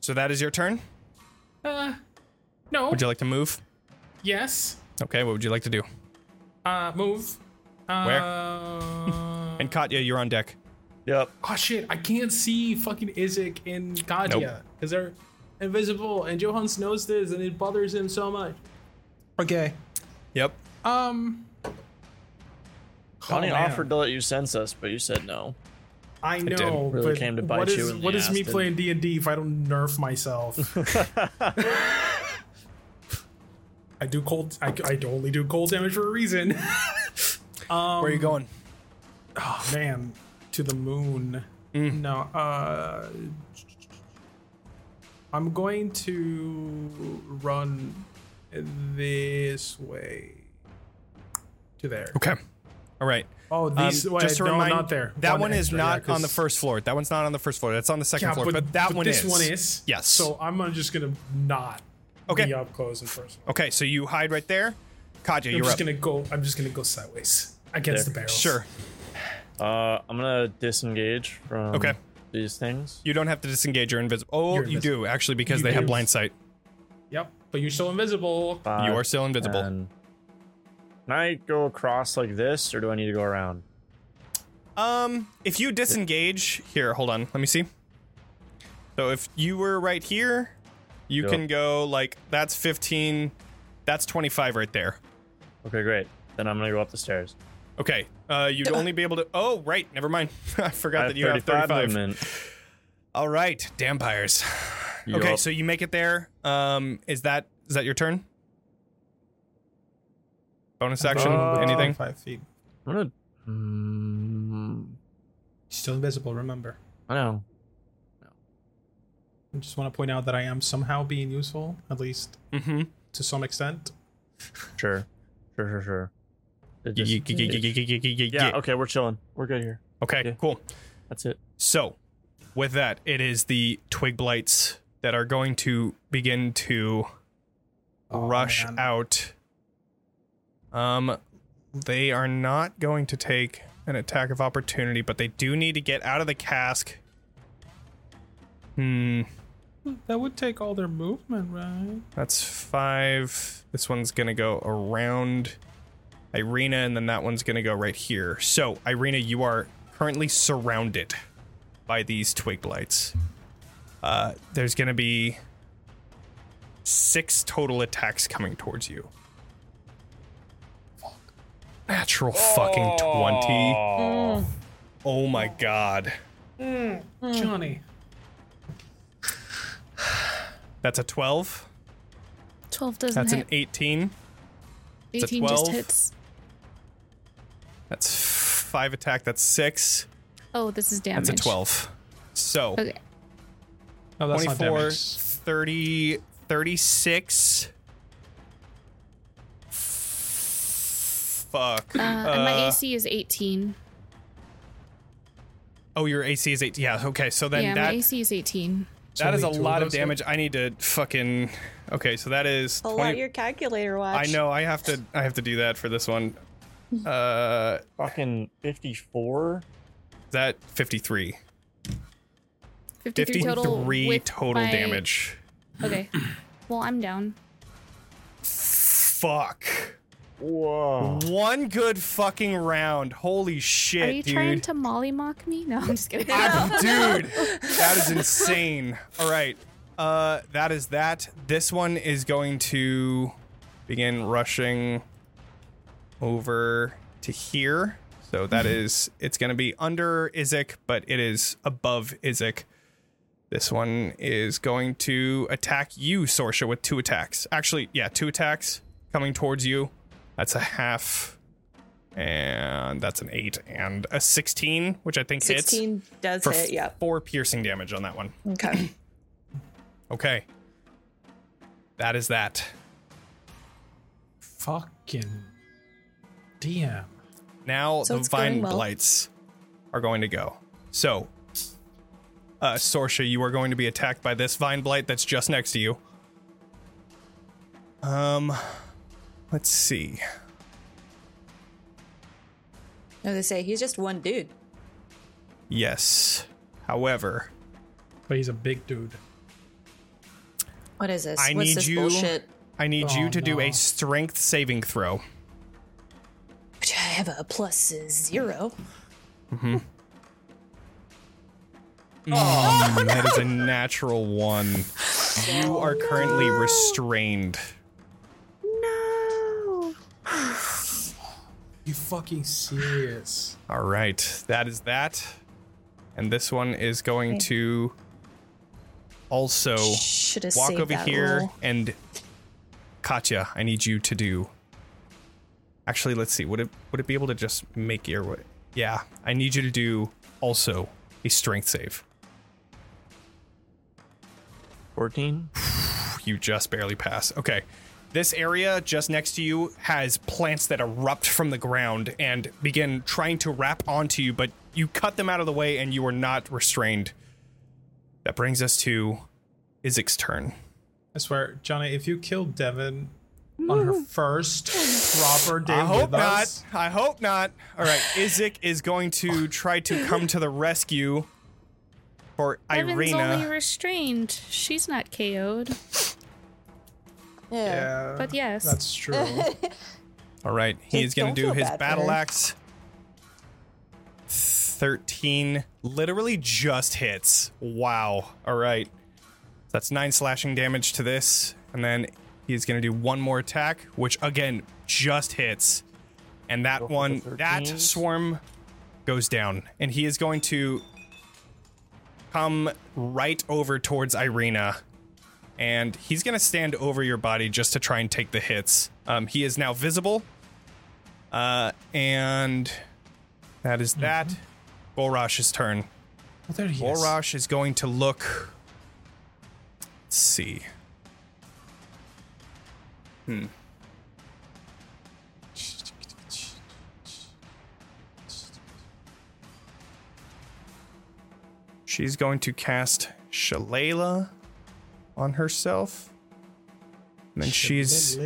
Speaker 1: So that is your turn.
Speaker 3: Uh no.
Speaker 1: Would you like to move?
Speaker 3: yes.
Speaker 1: Okay, what would you like to do?
Speaker 3: Uh move.
Speaker 1: Where?
Speaker 3: Uh,
Speaker 1: And Katya, you're on deck.
Speaker 8: Yep.
Speaker 3: Oh shit, I can't see fucking Isaac and Katya because they're invisible and Johans knows this and it bothers him so much. Okay.
Speaker 8: Oh,
Speaker 1: Yep.
Speaker 3: Um
Speaker 8: Connie
Speaker 3: Oh, man.
Speaker 8: offered to let you sense us, but you said no.
Speaker 3: I
Speaker 1: did.
Speaker 3: know,
Speaker 8: Really
Speaker 3: but
Speaker 8: came to bite
Speaker 3: what
Speaker 8: you
Speaker 3: is-
Speaker 8: in the
Speaker 3: what is
Speaker 8: ass,
Speaker 3: me
Speaker 8: didn't
Speaker 3: playing D and D if I don't nerf myself? I do cold. I, I only do cold damage for a reason.
Speaker 1: Where are you going?
Speaker 3: Oh, Man, to the moon.
Speaker 1: Mm.
Speaker 3: No, uh. I'm going to run this way to there.
Speaker 1: Okay. All right.
Speaker 3: Oh,
Speaker 1: Um,
Speaker 3: these. wait,
Speaker 1: just to
Speaker 3: no,
Speaker 1: remind,
Speaker 3: not there.
Speaker 1: That one, is
Speaker 3: extra, yeah,
Speaker 1: not on the
Speaker 3: 'cause-
Speaker 1: first floor. That one's not on the first floor. That's on the second
Speaker 3: Yeah,
Speaker 1: floor. But, that one
Speaker 3: this
Speaker 1: is.
Speaker 3: one is.
Speaker 1: Yes.
Speaker 3: So I'm gonna- just gonna not
Speaker 1: Okay.
Speaker 3: be up close and personal.
Speaker 1: Okay, so you hide right there. Katya,
Speaker 3: uh, I'm
Speaker 1: you're
Speaker 3: just
Speaker 1: up.
Speaker 3: gonna go. I'm just gonna go sideways against the
Speaker 8: There.
Speaker 3: barrels.
Speaker 1: Sure.
Speaker 8: Uh, I'm gonna disengage from
Speaker 1: Okay.
Speaker 8: these things.
Speaker 1: You don't have to disengage. You're invisible. Oh,
Speaker 3: Mm-hmm. You're
Speaker 1: you do actually because
Speaker 3: You
Speaker 1: they have
Speaker 3: do.
Speaker 1: blind sight.
Speaker 3: Yep. But you're still invisible.
Speaker 8: Five,
Speaker 1: You are still invisible.
Speaker 8: ten. Can I go across like this, or do I need to go around?
Speaker 1: Um, if you disengage here, hold on, let me see. So if you were right here, you
Speaker 8: Yeah.
Speaker 1: can go like that's 15, that's 25 right there.
Speaker 8: Okay, great. Then I'm gonna go up the stairs.
Speaker 1: Okay. Uh, you'd only be able to. Oh, right. Never mind. I forgot
Speaker 8: I
Speaker 1: that you have
Speaker 8: 35
Speaker 1: 35.
Speaker 8: movement.
Speaker 1: All right, vampires. Okay,
Speaker 8: Yup.
Speaker 1: so you make it there. Um, is that is that your turn? Bonus action?
Speaker 8: Uh,
Speaker 1: anything?
Speaker 3: Five feet.
Speaker 8: I'm gonna. Mm,
Speaker 3: Still invisible. Remember.
Speaker 8: I know.
Speaker 3: I just want to point out that I am somehow being useful, at least
Speaker 1: Mm-hmm.
Speaker 3: to some extent.
Speaker 8: Sure. Sure. Sure. Sure. It just- yeah,
Speaker 1: Yeah.
Speaker 8: Okay. We're chilling. We're good here. yeah.
Speaker 1: Okay. Cool.
Speaker 8: That's it.
Speaker 1: So, with that, it is the twig blights that are going to begin to
Speaker 8: Oh,
Speaker 1: rush
Speaker 3: man.
Speaker 1: out. Um, they are not going to take an attack of opportunity, but they do need to get out of the cask. Hmm,
Speaker 3: That would take all their movement, right?
Speaker 1: that's five. This one's gonna go around Irina, and then that one's gonna go right here. So, Irina, you are currently surrounded by these twig blights. Uh, there's gonna be six total attacks coming towards you. Natural fucking twenty. Oh my god.
Speaker 3: Johnny.
Speaker 1: That's a twelve.
Speaker 4: 12 doesn't
Speaker 1: That's an
Speaker 4: hit.
Speaker 1: eighteen. a
Speaker 4: 18
Speaker 1: 12.
Speaker 4: just hits.
Speaker 1: That's five attack. That's six.
Speaker 4: Oh, this is damage.
Speaker 1: That's a 12. So
Speaker 4: Okay.
Speaker 3: No, that's
Speaker 1: 24,
Speaker 3: not
Speaker 1: 30, 36, fuck.
Speaker 4: Uh, and my AC is 18.
Speaker 1: oh, your AC is eight. Yeah. Okay. So then
Speaker 4: yeah,
Speaker 1: that
Speaker 4: my AC is 18.
Speaker 1: that is a
Speaker 3: only two of
Speaker 1: lot of
Speaker 3: us here?
Speaker 1: damage. I need to fucking. Okay. So that is
Speaker 6: Pull out
Speaker 1: 20
Speaker 6: your calculator watch.
Speaker 1: I know. I have to. I have to do that for this one. Uh,
Speaker 8: Fucking 54.
Speaker 1: is that fifty-three.
Speaker 4: 53,
Speaker 1: Fifty-three
Speaker 4: total.
Speaker 1: total,
Speaker 4: with my-
Speaker 1: damage.
Speaker 4: Okay. Well, I'm down.
Speaker 1: Fuck.
Speaker 8: Whoa.
Speaker 1: One good fucking round. Holy shit,
Speaker 4: Are you
Speaker 1: dude.
Speaker 4: trying to molly mock me? No, I'm just kidding.
Speaker 1: dude that is insane all right uh that is that this one is going to begin rushing over to here so that is it's going to be under izik but it is above izik this one is going to attack you sorsha with two attacks actually yeah two attacks coming towards you that's a half and that's an 8 and a 16 which i think hits
Speaker 6: 16 does
Speaker 1: for
Speaker 6: hit, yep.
Speaker 1: four piercing damage on that one.
Speaker 6: Okay.
Speaker 1: Okay. That is that.
Speaker 3: Fucking DM.
Speaker 1: Now
Speaker 6: So
Speaker 1: the
Speaker 6: it's
Speaker 1: vine
Speaker 6: going well.
Speaker 1: blights are going to go. So, uh, Sorsha, you are going to be attacked by this vine blight that's just next to you. Um, let's see.
Speaker 6: No, they say he's just one dude.
Speaker 1: Yes. However,
Speaker 3: But he's a big dude.
Speaker 6: What is this?
Speaker 1: I
Speaker 6: What's
Speaker 1: need
Speaker 6: this
Speaker 1: you.
Speaker 6: bullshit?
Speaker 1: I need
Speaker 3: Oh,
Speaker 1: you to do
Speaker 3: no.
Speaker 1: a strength saving throw.
Speaker 6: I have a plus zero.
Speaker 1: Mm, that is a natural one.
Speaker 6: Oh,
Speaker 1: You are currently restrained.
Speaker 3: You fucking serious?
Speaker 1: All right, that is that. And this one is going to also
Speaker 6: Should have
Speaker 1: walk
Speaker 6: saved
Speaker 1: over
Speaker 6: that
Speaker 1: here
Speaker 6: roll.
Speaker 1: and Katya, I need you to do. Actually, let's see. Would it would it be able to just make earway? Yeah, I need you to do also a strength save.
Speaker 8: 14.
Speaker 1: You just barely pass. Okay. This area just next to you has plants that erupt from the ground and begin trying to wrap onto you, but you cut them out of the way and you are not restrained. That brings us to Izik's turn.
Speaker 3: I swear, Johnny, if you kill Devin on her first proper day
Speaker 1: I hope
Speaker 3: with us,
Speaker 1: not. I hope not. All right. Izik is going to try to come to the rescue for
Speaker 4: Evan's only
Speaker 1: Irina.
Speaker 4: restrained. She's not KO'd.
Speaker 3: yeah,
Speaker 4: But yes.
Speaker 3: that's true.
Speaker 1: All right. He is going
Speaker 6: Don't
Speaker 1: to do
Speaker 6: feel
Speaker 1: his
Speaker 6: bad for
Speaker 1: battle
Speaker 6: her.
Speaker 1: axe. 13 literally just hits. Wow. All right. That's nine slashing damage to this. And then he is going to do one more attack, which again just hits. And that
Speaker 8: for
Speaker 1: one,
Speaker 8: the
Speaker 1: that
Speaker 8: 13s.
Speaker 1: swarm goes down. And he is going to come right over towards Irina. And he's going to stand over your body just to try and take the hits. Um, he is now visible. Uh, and that is that.
Speaker 8: Mm-hmm.
Speaker 1: Borash's turn.
Speaker 3: Well, there he is.
Speaker 1: Borosh is going to look. Let's see. Hmm. She's going to cast Shalala on herself. And then she's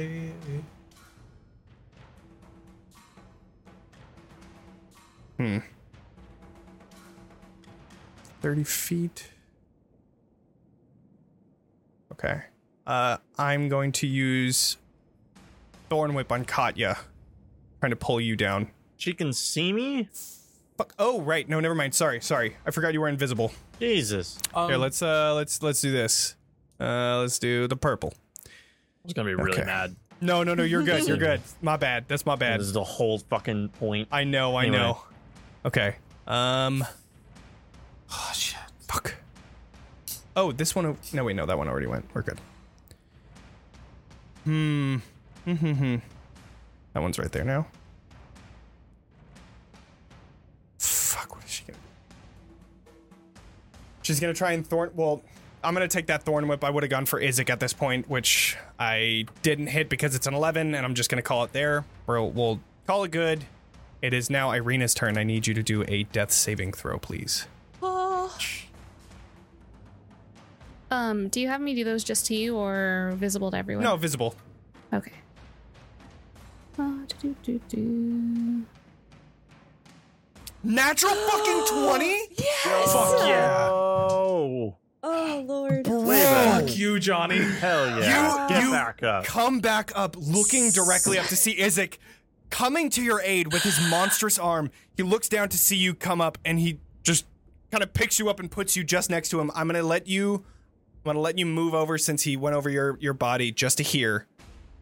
Speaker 1: Hmm. 30 feet. Okay. Uh, I'm going to use Thorn Whip on Katya. Trying to pull you down.
Speaker 8: She can see me?
Speaker 1: Fuck. Oh, right. No, never mind. Sorry, sorry. I forgot you were invisible.
Speaker 8: Jesus. Oh,
Speaker 1: Here, let's uh, let's let's do this. Uh, let's do the purple.
Speaker 8: I was going to be really
Speaker 1: Okay.
Speaker 8: mad.
Speaker 1: No, no, no. You're good. You're good. My bad. That's my bad.
Speaker 8: This is the whole fucking point.
Speaker 1: I know, I
Speaker 8: Anyway.
Speaker 1: know. Okay. Um. Oh shit. Fuck. Oh, this one. No, wait, no, that one already went. We're good. Hmm. Hmm, hmm, hmm. that one's right there now. Fuck. What is she gonna? do? She's gonna try and thorn. Well, I'm gonna take that thorn whip. I would have gone for Isaac at this point, which I didn't hit because it's an 11, and I'm just gonna call it there. We'll we'll Call it good. It is now Irina's turn. I need you to do a death saving throw, please.
Speaker 5: Oh,
Speaker 4: Um, do you have me do those just to you or visible to everyone?
Speaker 1: No, visible.
Speaker 4: Okay. Uh, do, do, do.
Speaker 1: Natural fucking 20?
Speaker 3: Fuck yeah.
Speaker 8: Oh,
Speaker 6: Oh lord.
Speaker 3: Fuck you, Johnny.
Speaker 8: hell
Speaker 1: You-
Speaker 8: yeah! Get
Speaker 1: you-
Speaker 8: back up.
Speaker 1: Come back up, looking directly up to see Isaac coming to your aid with his monstrous arm. He looks down to see you come up and he just kind of picks you up and puts you just next to him. I'm gonna let you I'm gonna let you move over since he went over your, your body just to here.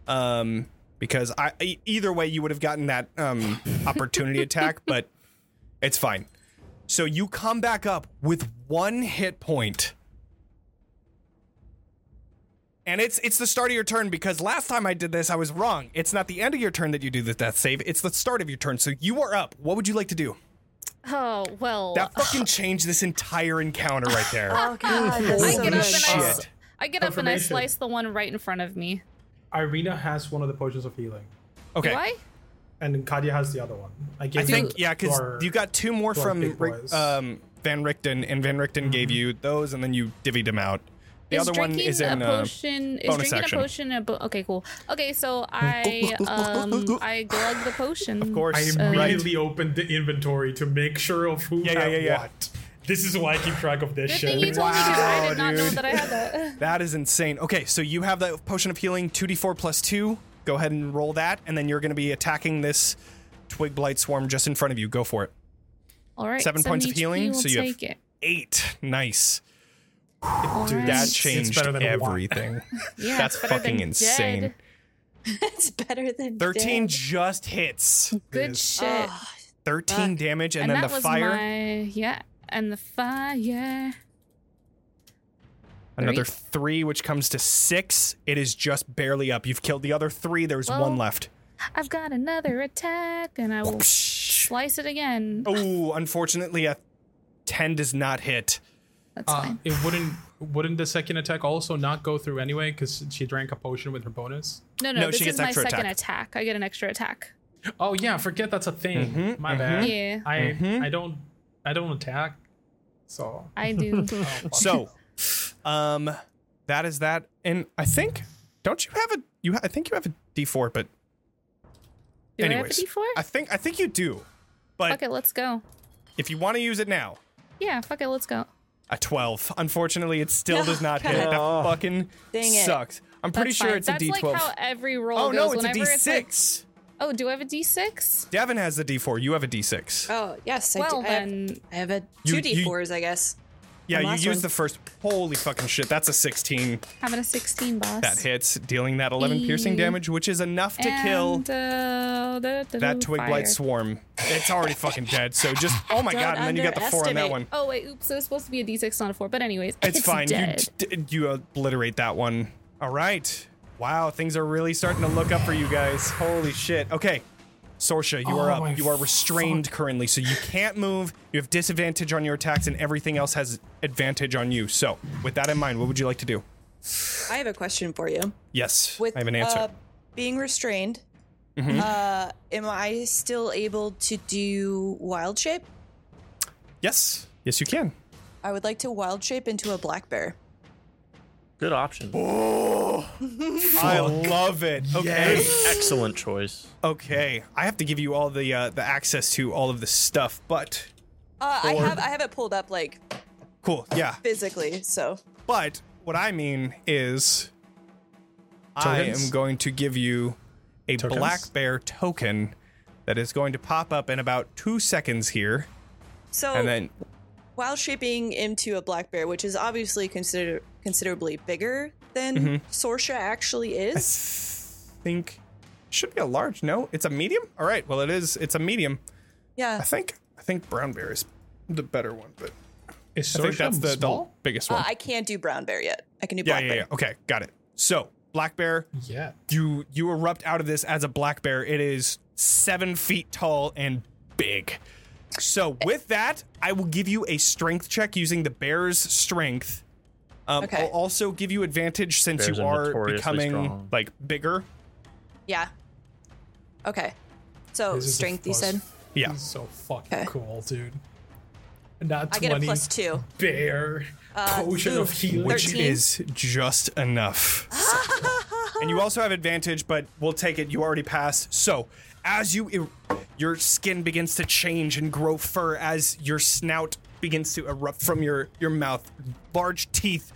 Speaker 1: Um because I e- either way you would have gotten that um opportunity attack, but it's fine. So you come back up with one hit point. And it's it's the start of your turn because last time I did this I was wrong. It's not the end of your turn that you do the death save. It's the start of your turn. So you are up. What would you like to do?
Speaker 4: Oh well.
Speaker 1: That fucking changed this entire encounter right there.
Speaker 4: Uh,
Speaker 6: Oh god. That's
Speaker 4: I
Speaker 6: so
Speaker 4: get up and
Speaker 6: much.
Speaker 4: I,
Speaker 1: shit.
Speaker 4: I get up and I
Speaker 3: Confirmation.
Speaker 4: slice the one right in front of me.
Speaker 3: Irina has one of the potions of healing,
Speaker 1: Okay.
Speaker 4: Do I?
Speaker 3: and then Kadia has the other one. I, gave
Speaker 1: I think
Speaker 3: them
Speaker 1: yeah,
Speaker 3: to
Speaker 1: because
Speaker 3: our-
Speaker 1: you got two more
Speaker 3: to our
Speaker 1: from
Speaker 3: big
Speaker 1: Rick-
Speaker 3: boys.
Speaker 1: um, Van Richten, and Van Richten gave you those, and then you divvied them out. The
Speaker 4: Mm-hmm. is
Speaker 1: other one
Speaker 4: drinking
Speaker 1: is in
Speaker 4: a
Speaker 1: uh,
Speaker 4: potion. is
Speaker 1: bonus
Speaker 4: drinking
Speaker 1: action.
Speaker 4: a potion? A bo- okay, cool. Okay, so I um I glug the potion.
Speaker 1: of course,
Speaker 3: I
Speaker 1: right?
Speaker 3: immediately opened the inventory to make sure of who
Speaker 1: Yeah, yeah,
Speaker 3: had
Speaker 1: yeah, yeah.
Speaker 3: what. This is why I keep track of this
Speaker 4: Good
Speaker 3: shit.
Speaker 4: thing you told me because I
Speaker 1: Wow,
Speaker 4: did not know
Speaker 1: dude.
Speaker 4: that I had that.
Speaker 1: That is insane. Okay, so you have that potion of healing, two d four plus two. Go ahead and roll that, and then you're going to be attacking this twig blight swarm just in front of you. Go for it.
Speaker 4: All right.
Speaker 1: Seven
Speaker 4: some
Speaker 1: points of
Speaker 4: HP
Speaker 1: healing,
Speaker 4: will
Speaker 1: so you have-
Speaker 4: take it.
Speaker 1: Eight. Nice.
Speaker 3: Dude,
Speaker 4: Alright.
Speaker 1: That
Speaker 3: it's
Speaker 1: changed
Speaker 3: better than a lot.
Speaker 1: everything.
Speaker 4: Yeah,
Speaker 1: That's
Speaker 4: it's better than
Speaker 1: fucking insane.
Speaker 4: dead.
Speaker 6: That's better than
Speaker 1: 13
Speaker 6: dead.
Speaker 1: just hits.
Speaker 4: Good
Speaker 3: Yes.
Speaker 4: shit.
Speaker 1: 13 damage, and, then
Speaker 4: that
Speaker 1: the
Speaker 4: was
Speaker 1: fire.
Speaker 4: My, yeah, and the fire.
Speaker 1: Another three, which comes to six. It is just barely up. You've killed the other three. There's
Speaker 4: Well-
Speaker 1: one left.
Speaker 4: I've got another attack, and I will slice it again.
Speaker 1: Oh, unfortunately, a 10 does not hit.
Speaker 4: That's
Speaker 3: Uh,
Speaker 4: fine.
Speaker 3: it wouldn't. Wouldn't the second attack also not go through anyway? Because she drank a potion with her bonus.
Speaker 4: No, no,
Speaker 1: no,
Speaker 4: this
Speaker 1: she
Speaker 4: is
Speaker 1: gets
Speaker 4: my
Speaker 1: extra
Speaker 4: second
Speaker 1: attack.
Speaker 4: attack. I get an extra attack.
Speaker 3: Oh yeah, forget that's a thing. My bad.
Speaker 4: Yeah.
Speaker 3: I I don't I don't attack. So
Speaker 4: I do.
Speaker 1: So, um, that is that. And I think, don't you have a, you? ha- I think you have a D4, but
Speaker 4: Do
Speaker 1: anyways.
Speaker 4: I have a D4?
Speaker 1: I think, I think you do. But
Speaker 4: Fuck it, let's go.
Speaker 1: if you want to use it now,
Speaker 4: Yeah, fuck it, let's go.
Speaker 1: A 12. Unfortunately, it still does not hit. That
Speaker 8: Oh.
Speaker 1: fucking
Speaker 6: Dang it.
Speaker 1: sucks. I'm pretty
Speaker 4: That's
Speaker 1: sure
Speaker 4: fine.
Speaker 1: it's
Speaker 4: That's
Speaker 1: a D12.
Speaker 4: like how every roll
Speaker 1: oh,
Speaker 4: goes.
Speaker 1: no, it's a
Speaker 4: Whenever
Speaker 1: D6.
Speaker 4: It's like, oh, do I have a D6?
Speaker 1: Devin has the D4. You have a D6.
Speaker 6: Oh yes, I
Speaker 4: Well,
Speaker 6: do. I have-
Speaker 4: then-
Speaker 6: I have, a
Speaker 1: You-
Speaker 6: two
Speaker 1: you-
Speaker 6: D fours, I guess.
Speaker 1: yeah, you
Speaker 6: last
Speaker 1: used
Speaker 6: one.
Speaker 1: the first. Holy fucking shit. That's a 16.
Speaker 4: Having a 16 boss.
Speaker 1: That hits, dealing that 11 piercing damage, which is enough to kill
Speaker 4: E And, uh, da- da-
Speaker 1: that
Speaker 4: da-
Speaker 1: twig blight
Speaker 4: fire.
Speaker 1: swarm. It's already fucking dead. So just, oh my
Speaker 6: Don't
Speaker 1: god. And then you got the 4 on that
Speaker 6: underestimate.
Speaker 1: one.
Speaker 4: Oh wait, oops. It was supposed to be a d6, not a four. But anyways,
Speaker 1: It's, fine.
Speaker 4: Dead.
Speaker 1: You, d- you obliterate that one. All right. Wow, things are really starting to look up for you guys. Holy shit. Okay. Sorsha, you are
Speaker 3: Oh my
Speaker 1: up. You are restrained currently, so you can't move. You have disadvantage on your attacks, and everything else has advantage on you. So, with that in mind, what would you like to do?
Speaker 6: I have a question for you.
Speaker 1: Yes,
Speaker 6: With
Speaker 1: I have an answer. Mm-hmm.
Speaker 6: Uh, being restrained, uh, am I still able to do wild shape?
Speaker 1: yes, yes, you can.
Speaker 6: I would like to wild shape into a black bear.
Speaker 8: Good option.
Speaker 1: I love it. Okay.
Speaker 8: Excellent choice.
Speaker 1: Okay. I have to give you all the uh, the access to all of this stuff, but
Speaker 6: Uh, I have I have it pulled up like
Speaker 1: cool. Yeah.
Speaker 6: physically, so
Speaker 1: But what I mean is, I
Speaker 3: Tokens?
Speaker 1: am going to give you a
Speaker 3: Tokens?
Speaker 1: black bear token that is going to pop up in about two seconds here,
Speaker 6: so
Speaker 3: Oh.
Speaker 1: and then
Speaker 6: wild shaping into a black bear, which is obviously consider considerably bigger than
Speaker 1: Mm-hmm.
Speaker 6: Sorsha actually is.
Speaker 1: think should be a large. No, it's a medium. All right. Well, it is. It's a medium. I
Speaker 6: Yeah,
Speaker 1: think. I think brown bear is the better one, but
Speaker 3: is
Speaker 1: I think that's the, the biggest one.
Speaker 6: uh, I can't do brown bear yet. I can do
Speaker 1: yeah,
Speaker 6: black
Speaker 1: yeah,
Speaker 6: bear.
Speaker 1: yeah. Okay, got it. So black bear,
Speaker 3: yeah.
Speaker 1: you you erupt out of this as a black bear. It is seven feet tall and big. So with that, I will give you a strength check using the bear's strength. Um,
Speaker 6: Okay.
Speaker 1: I'll also give you advantage since
Speaker 8: Bears
Speaker 1: you
Speaker 8: are
Speaker 1: are
Speaker 8: notoriously
Speaker 1: becoming
Speaker 8: strong.
Speaker 1: like bigger.
Speaker 6: Yeah. Okay.
Speaker 5: So
Speaker 3: This is a
Speaker 5: strength, you
Speaker 3: plus-
Speaker 5: said?
Speaker 1: Yeah.
Speaker 3: this is so fucking
Speaker 5: Okay.
Speaker 3: cool, dude. Not
Speaker 5: I
Speaker 3: 20
Speaker 5: get a plus two. Uh,
Speaker 3: bear potion of
Speaker 5: ooh,
Speaker 3: healing.
Speaker 1: which
Speaker 5: 13.
Speaker 1: is just enough. and you also have advantage, but we'll take it. You already passed. So, as you, er- your skin begins to change and grow fur as your snout begins to erupt from your your mouth. Large teeth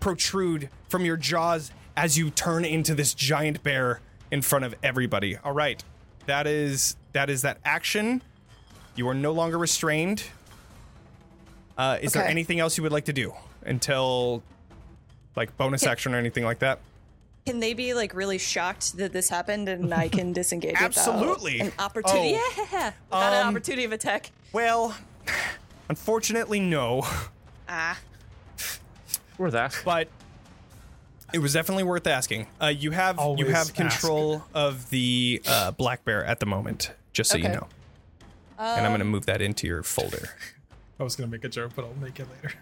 Speaker 1: protrude from your jaws as you turn into this giant bear in front of everybody. All right, that is that is that action. You are no longer restrained. Uh, is there
Speaker 5: Okay.
Speaker 1: anything else you would like to do until like bonus action or anything like that?
Speaker 6: Can they be like really shocked that this happened and I can disengage? without
Speaker 1: Absolutely.
Speaker 6: An opportunity.
Speaker 1: Oh.
Speaker 6: Yeah. Without an
Speaker 1: Um,
Speaker 6: opportunity of attack.
Speaker 1: Well, unfortunately, no.
Speaker 6: Ah.
Speaker 8: Worth asking.
Speaker 1: But it was definitely worth asking. Uh, you have
Speaker 3: Always
Speaker 1: you have
Speaker 3: ask.
Speaker 1: control of the uh, black bear at the moment, just so you
Speaker 6: Okay.
Speaker 1: know. and I'm gonna move that into your folder.
Speaker 3: I was gonna make a joke, but I'll make it later.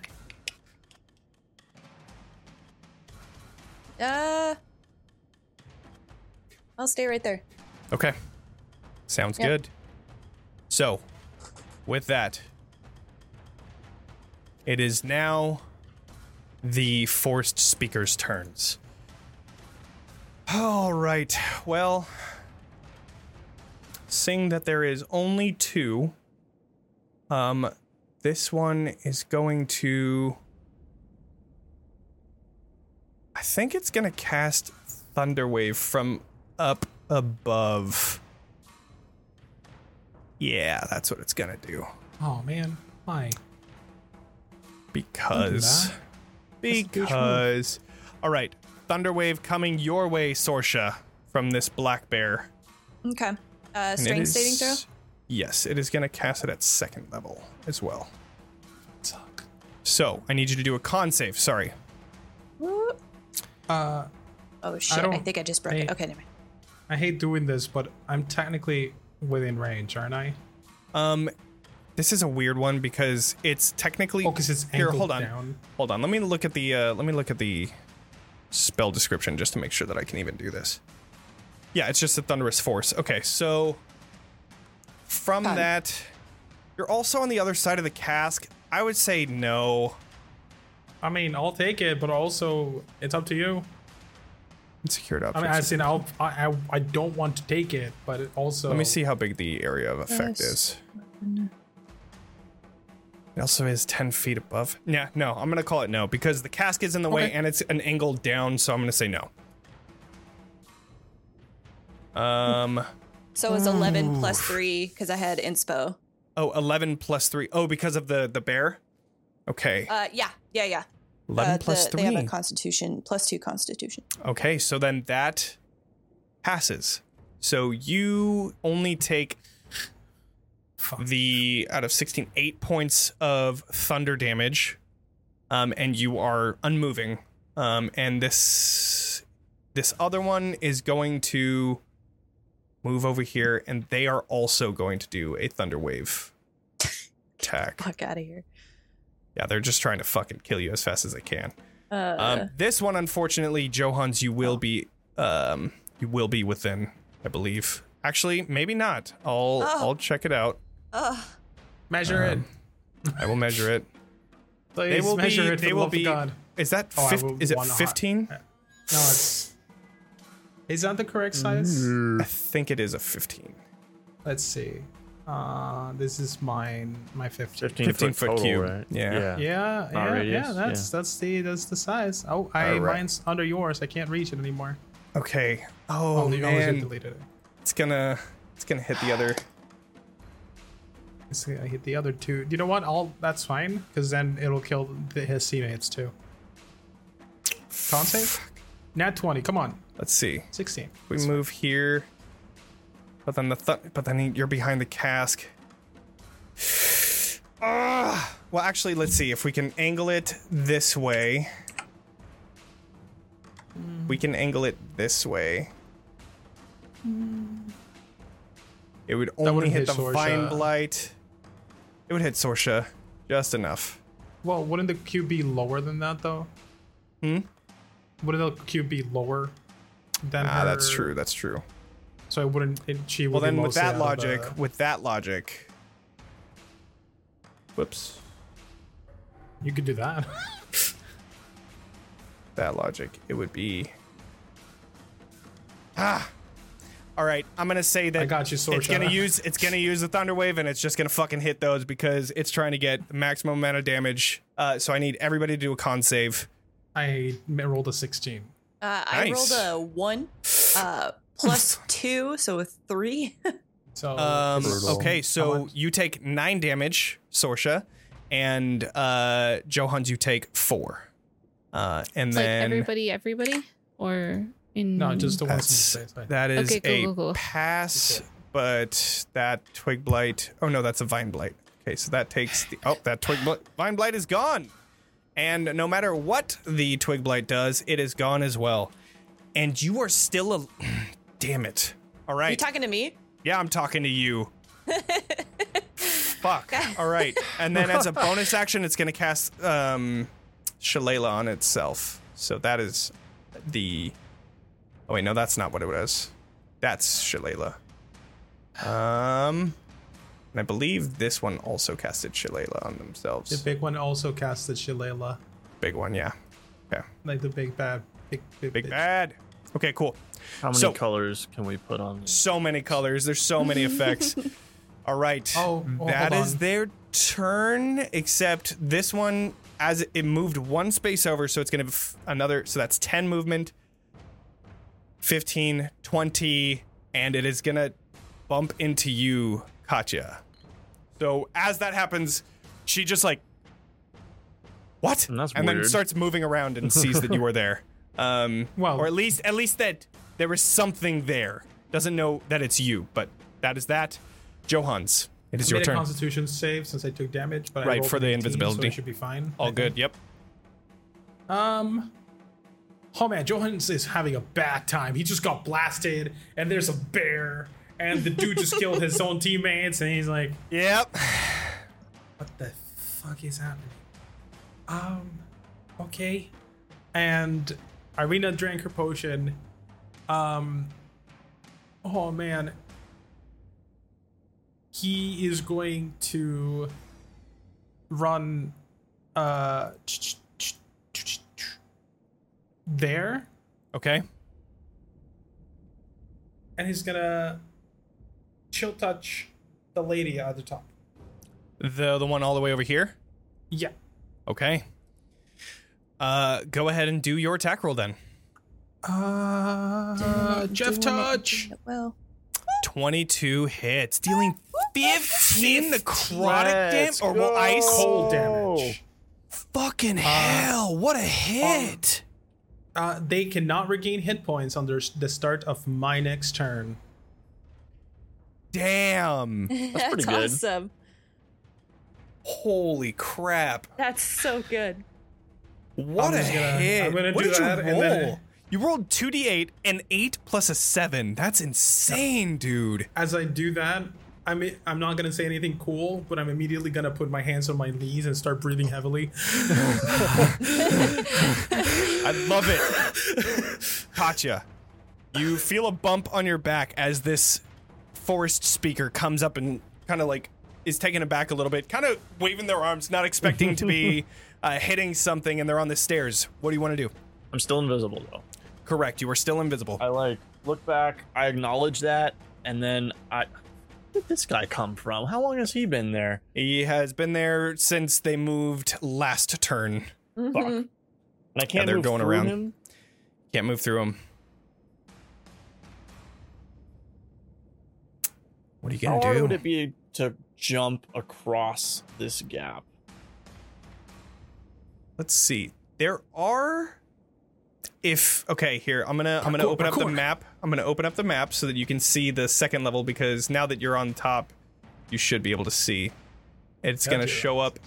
Speaker 6: Uh. I'll stay right there.
Speaker 1: Okay, sounds good. So, with that, it is now the forced speaker's turns. All right. Well, seeing that there is only two, um, this one is going to. I think it's going to cast Thunderwave from up above. Yeah, that's what it's going to do.
Speaker 3: Oh man, why?
Speaker 1: Because. Because. All right. Thunderwave coming your way, Sorsha, from this black bear.
Speaker 5: Okay. Uh,
Speaker 1: And it
Speaker 5: strength saving
Speaker 1: is-
Speaker 5: throw?
Speaker 1: Yes, it is going to cast it at second level as well.
Speaker 3: Suck.
Speaker 1: So I need you to do a con save. Sorry.
Speaker 3: Uh,
Speaker 5: Oh, shit. I,
Speaker 3: don't-
Speaker 5: think I just broke it.
Speaker 3: I-
Speaker 5: Okay, never mind.
Speaker 3: I hate doing this, but I'm technically within range, aren't I?
Speaker 1: Um, this is a weird one because it's technically
Speaker 3: Oh, 'cause it's
Speaker 1: here.
Speaker 3: angled
Speaker 1: Hold on,
Speaker 3: down.
Speaker 1: hold on. Let me look at the uh, let me look at the spell description just to make sure that I can even do this. Yeah, it's just a thunderous force. Okay, so from that, you're also on the other side of the cask. I would say no.
Speaker 3: I mean, I'll take it, but also it's up to you.
Speaker 1: Secured
Speaker 3: I
Speaker 1: objects.
Speaker 3: mean, as in, I'll, I, I, I don't want to take it, but it also.
Speaker 1: Let me see how big the area of effect is. It also is 10 feet above. Yeah, no, I'm going to call it no because the cask is in the way
Speaker 3: Okay.
Speaker 1: and it's an angle down, so I'm going to say no. Um,
Speaker 5: So it's 11 plus three because I had inspo.
Speaker 1: oh, 11 plus 3. Oh, because of the the bear? Okay.
Speaker 5: Uh, yeah, yeah, yeah.
Speaker 1: 11
Speaker 5: uh,
Speaker 1: plus
Speaker 5: the- They have
Speaker 1: 3.
Speaker 5: a constitution, plus two constitution.
Speaker 1: okay, so then that passes. So you only take
Speaker 3: Fuck.
Speaker 1: the out of 16 8 points of thunder damage um and you are unmoving um and this this other one is going to move over here and they are also going to do a thunder wave attack
Speaker 6: Fuck out of here.
Speaker 1: yeah they're just trying to fucking kill you as fast as they can
Speaker 6: Uh,
Speaker 1: um this one unfortunately johans you will be um you will be within i believe actually maybe not i'll i'll check it out
Speaker 3: measure it.
Speaker 1: i will measure it
Speaker 3: Uh-huh. Please
Speaker 1: they will
Speaker 3: measure
Speaker 1: be.
Speaker 3: it. For
Speaker 1: they
Speaker 3: the
Speaker 1: will
Speaker 3: love of
Speaker 1: be.
Speaker 3: God.
Speaker 1: Is that
Speaker 3: Oh, I
Speaker 1: fif-
Speaker 3: will
Speaker 1: is it
Speaker 3: want a hot-
Speaker 1: fifteen?
Speaker 3: No, it's. Is that the correct size?
Speaker 1: I think it is a fifteen.
Speaker 3: Let's see. Uh, this is mine. My 15.
Speaker 8: 15,
Speaker 1: 15 foot
Speaker 8: foot total,
Speaker 1: cube.
Speaker 8: right?
Speaker 1: Yeah.
Speaker 3: Yeah, yeah,
Speaker 8: Our radius,
Speaker 3: yeah. That's
Speaker 8: yeah.
Speaker 3: that's the that's the size. Oh,
Speaker 1: Alright.
Speaker 3: I mine's under yours. I can't reach it anymore.
Speaker 1: Okay. Oh,
Speaker 3: you always
Speaker 1: man,
Speaker 3: deleted it.
Speaker 1: it's gonna it's gonna hit the other.
Speaker 3: It's gonna hit the other two. You know what? All that's fine because then it'll kill the, his teammates too. Con save. Nat twenty. Come on,
Speaker 1: Let's see.
Speaker 3: sixteen.
Speaker 1: We move here, but then the th- but then you're behind the cask. Ah. Well, actually, let's see if we can angle it this way. We can angle it this way. It would only
Speaker 3: would've
Speaker 1: hit,
Speaker 3: hit
Speaker 1: the
Speaker 3: Sorsha.
Speaker 1: vine blight. It would hit Sorsha just enough.
Speaker 3: Well, wouldn't the cube be lower than that though? Hmm. Wouldn't the cube be lower than
Speaker 1: Ah, that's
Speaker 3: her
Speaker 1: true. That's true.
Speaker 3: So I wouldn't. It, she would
Speaker 1: Well,
Speaker 3: be
Speaker 1: then with
Speaker 3: mostly out
Speaker 1: that
Speaker 3: of, uh,
Speaker 1: logic, with that logic. Whoops.
Speaker 3: you could do that.
Speaker 1: That logic, it would be. Ah. All right, I'm gonna say that
Speaker 3: I got you,
Speaker 1: It's gonna
Speaker 3: Sorcha.
Speaker 1: use it's gonna use the thunder wave, and it's just gonna fucking hit those because it's trying to get maximum amount of damage. Uh, so I need everybody to do a con save.
Speaker 3: I rolled a 16.
Speaker 6: Uh, I
Speaker 1: Nice.
Speaker 6: rolled a one uh, plus two, so a three.
Speaker 3: So
Speaker 1: Um,
Speaker 3: it's-
Speaker 1: okay, so
Speaker 3: Oh, much?
Speaker 1: you take nine damage, Sorsha, and uh, Johans, you take four. Uh, and
Speaker 4: like
Speaker 1: then
Speaker 4: everybody, everybody, or in
Speaker 3: no, just the one.
Speaker 1: that's,
Speaker 3: space, right.
Speaker 1: that is
Speaker 4: Okay, cool,
Speaker 1: a
Speaker 4: cool, cool.
Speaker 1: pass, but that twig blight. Oh no, that's a vine blight. Okay, so that takes the oh that twig blight, vine blight is gone, and no matter what the twig blight does, it is gone as well, and you are still a. Damn it! All
Speaker 6: You
Speaker 1: right,
Speaker 6: talking to me?
Speaker 1: yeah, I'm talking to you. Fuck. All right. And then as a bonus action, it's going to cast um, Shalala on itself. So that is the. Oh, wait, no, that's not what it was. That's Shalala. Um, and I believe this one also casted Shalala on themselves.
Speaker 3: The big one also casted Shalala,
Speaker 1: big one, yeah. Okay.
Speaker 3: like the big bad, big big,
Speaker 1: Big
Speaker 3: bitch.
Speaker 1: bad. Okay, cool.
Speaker 8: How many
Speaker 1: So-
Speaker 8: colors can we put on? these?
Speaker 1: So many colors. There's so many effects. All right.
Speaker 3: Oh, oh,
Speaker 1: that
Speaker 3: hold
Speaker 1: is
Speaker 3: on.
Speaker 1: their turn. Except this one, as it moved one space over, so it's gonna have f- another. So that's ten movement. 15, 20, and it is gonna bump into you, Katya. So as that happens, she just like, what?
Speaker 8: And that's
Speaker 1: and then
Speaker 8: weird.
Speaker 1: starts moving around and sees that you are there. Um,
Speaker 3: Well-
Speaker 1: or at least at least that there is something there. Doesn't know that it's you, but that is that. Johans, it is
Speaker 3: I
Speaker 1: your
Speaker 3: made a
Speaker 1: turn.
Speaker 3: Constitution save since I took damage, but I
Speaker 1: Right,
Speaker 3: rolled
Speaker 1: for
Speaker 3: an
Speaker 1: the
Speaker 3: 18, so
Speaker 1: invisibility.
Speaker 3: it should be fine. I
Speaker 1: All
Speaker 3: think.
Speaker 1: good. Yep.
Speaker 3: Um. Oh man, Johans is having a bad time. He just got blasted, and there's a bear, and the dude just killed his own teammates, and he's like,
Speaker 1: Yep.
Speaker 3: "What the fuck is happening?" Um. Okay. And Irina drank her potion. Um. Oh man. He is going to run uh there
Speaker 1: Okay.
Speaker 3: and he's gonna chill touch the lady at the top
Speaker 1: The the one all the way over here.
Speaker 3: yeah
Speaker 1: Okay. Uh, go ahead and do your attack roll then.
Speaker 3: uh jeff touch
Speaker 5: Well,
Speaker 1: 22 hits, dealing 15 necrotic damage
Speaker 8: Let's
Speaker 1: or well, ice.
Speaker 3: cold damage
Speaker 1: Fucking hell, what a hit.
Speaker 3: uh they cannot regain hit points on their, the start of my next turn
Speaker 1: Damn.
Speaker 6: That's
Speaker 8: pretty good.
Speaker 6: awesome.
Speaker 1: Holy crap.
Speaker 6: That's so good.
Speaker 1: What a
Speaker 3: I'm just gonna-
Speaker 1: hit.
Speaker 3: I'm gonna
Speaker 1: what
Speaker 3: do
Speaker 1: did
Speaker 3: that
Speaker 1: you
Speaker 3: and
Speaker 1: roll?
Speaker 3: then-
Speaker 1: you rolled 2d8 and 8 plus a 7. That's insane, dude.
Speaker 3: as i do that i'm i'm not gonna say anything cool but i'm immediately gonna put my hands on my knees and start breathing heavily
Speaker 1: I love it. Katya, you feel a bump on your back as this forest speaker comes up and kind of like is taken aback a little bit, kind of waving their arms, not expecting to be uh, hitting something, and they're on the stairs. What do you want to do?
Speaker 8: I'm still invisible though.
Speaker 1: Correct, you are still invisible.
Speaker 3: Uh,
Speaker 8: I like look back. I acknowledge that, and then I. Where did this guy come from? How long has he been there?
Speaker 1: He has been there since they moved last turn.
Speaker 8: Fuck.
Speaker 6: Mm-hmm.
Speaker 8: And I can't.
Speaker 1: they're
Speaker 8: move
Speaker 1: going
Speaker 8: through
Speaker 1: around.
Speaker 8: him?
Speaker 1: Can't move through him. What are you
Speaker 8: How
Speaker 1: gonna
Speaker 8: hard
Speaker 1: do?
Speaker 8: would it be to jump across this gap?
Speaker 1: let's see there are if okay here i'm gonna i'm gonna
Speaker 3: Parkour,
Speaker 1: open up the
Speaker 3: parkour.
Speaker 1: map i'm gonna open up the map so that you can see the second level because now that you're on top you should be able to see it's gonna show up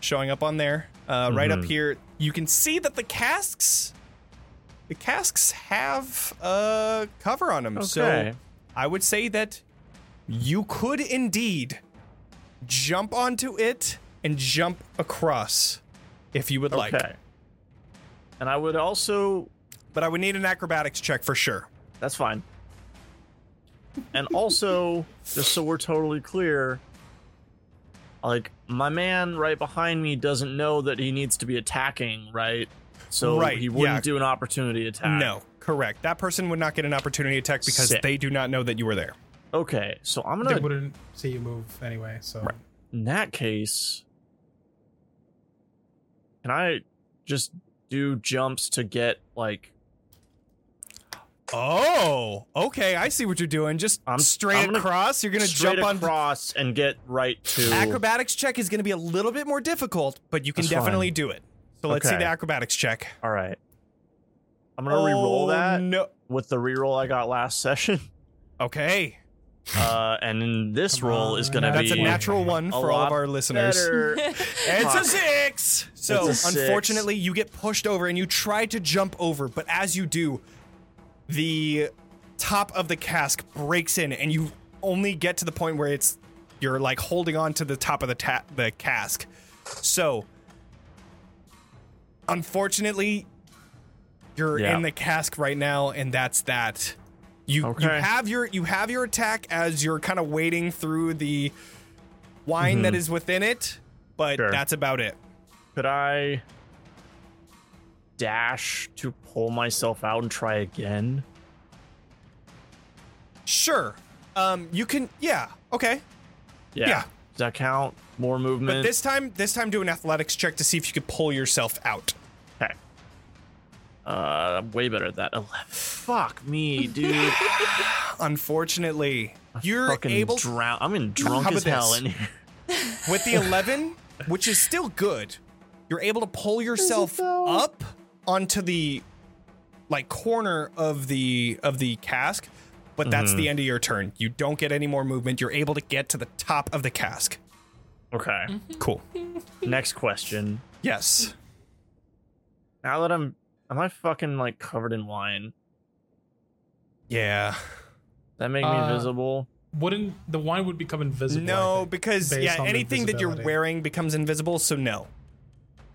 Speaker 1: showing up on there uh, right
Speaker 3: Mm-hmm.
Speaker 1: up here you can see that the casks the casks have a cover on them so
Speaker 8: Okay.
Speaker 1: i would say that you could indeed jump onto it and jump across if you would like
Speaker 8: Okay. And I would also.
Speaker 1: but i would need an acrobatics check for sure
Speaker 8: That's fine. and also, just so we're totally clear, like my man right behind me doesn't know that he needs to be attacking, right? So
Speaker 1: Right,
Speaker 8: he wouldn't
Speaker 1: yeah.
Speaker 8: do an opportunity attack.
Speaker 1: No, correct. That person would not get an opportunity attack because
Speaker 8: Sick.
Speaker 1: they do not know that you were there.
Speaker 8: Okay, so I'm
Speaker 3: They
Speaker 8: gonna
Speaker 3: wouldn't see you move anyway, so
Speaker 8: in that case, can I just do jumps to get like
Speaker 1: Oh, okay. I see what you're doing. Just
Speaker 8: I'm-
Speaker 1: straight
Speaker 8: I'm gonna-
Speaker 1: across. You're going to
Speaker 8: straight
Speaker 1: jump on.
Speaker 8: across and get right to
Speaker 1: Acrobatics check is going to be a little bit more difficult, but you can
Speaker 8: That's
Speaker 1: definitely
Speaker 8: fine.
Speaker 1: do it. So let's see
Speaker 8: Okay.
Speaker 1: the acrobatics check.
Speaker 8: All right, I'm gonna reroll
Speaker 1: Oh,
Speaker 8: that
Speaker 1: No.
Speaker 8: with the reroll I got last session,
Speaker 1: Okay.
Speaker 8: uh, and then this
Speaker 3: Come
Speaker 8: roll
Speaker 3: on,
Speaker 8: is gonna
Speaker 1: That's a
Speaker 8: be
Speaker 1: natural one
Speaker 8: a
Speaker 1: for all
Speaker 8: lot
Speaker 1: of our listeners.
Speaker 8: better.
Speaker 1: It's a
Speaker 8: Fuck.
Speaker 1: six. So
Speaker 8: It's a six.
Speaker 1: unfortunately, you get pushed over and you try to jump over, but as you do, the top of the cask breaks in, and you only get to the point where it's you're like holding on to the top of the ta- the cask. So unfortunately, you're
Speaker 8: Yeah.
Speaker 1: in the cask right now, and that's that. You, you
Speaker 8: Okay.
Speaker 1: have your you have your attack as you're kind of wading through the wine that is within it, but
Speaker 8: Mm-hmm. Sure.
Speaker 1: that's about it.
Speaker 8: Could I dash to pull myself out and try again?
Speaker 1: Sure. Um, you can yeah, okay.
Speaker 8: Yeah.
Speaker 1: Yeah.
Speaker 8: Does that count? More
Speaker 1: But
Speaker 8: movement.
Speaker 1: this time this time do an athletics check to see if you could pull yourself out.
Speaker 8: Okay. Uh, I'm way better at that. 11. Fuck me, dude.
Speaker 1: Unfortunately, you're
Speaker 8: Fucking
Speaker 1: able
Speaker 8: drown. I'm in drunk
Speaker 1: How
Speaker 8: as
Speaker 1: about
Speaker 8: hell
Speaker 1: this?
Speaker 8: in here.
Speaker 1: with the 11, which is still good. You're able to pull yourself up onto the like corner of the of the cask, but that's the end of your turn. You don't get any more movement. You're able to get to the top of the cask.
Speaker 8: Okay.
Speaker 1: Cool.
Speaker 8: Next question.
Speaker 1: Yes.
Speaker 8: Now that I'm, am I fucking like covered in wine?
Speaker 1: Yeah.
Speaker 8: That make me
Speaker 3: Uh,
Speaker 8: visible?
Speaker 3: wouldn't the wine would become invisible? I
Speaker 1: No,
Speaker 3: think,
Speaker 1: because
Speaker 3: based
Speaker 1: yeah,
Speaker 3: on the
Speaker 1: anything that you're
Speaker 3: visibility.
Speaker 1: wearing becomes invisible, so no.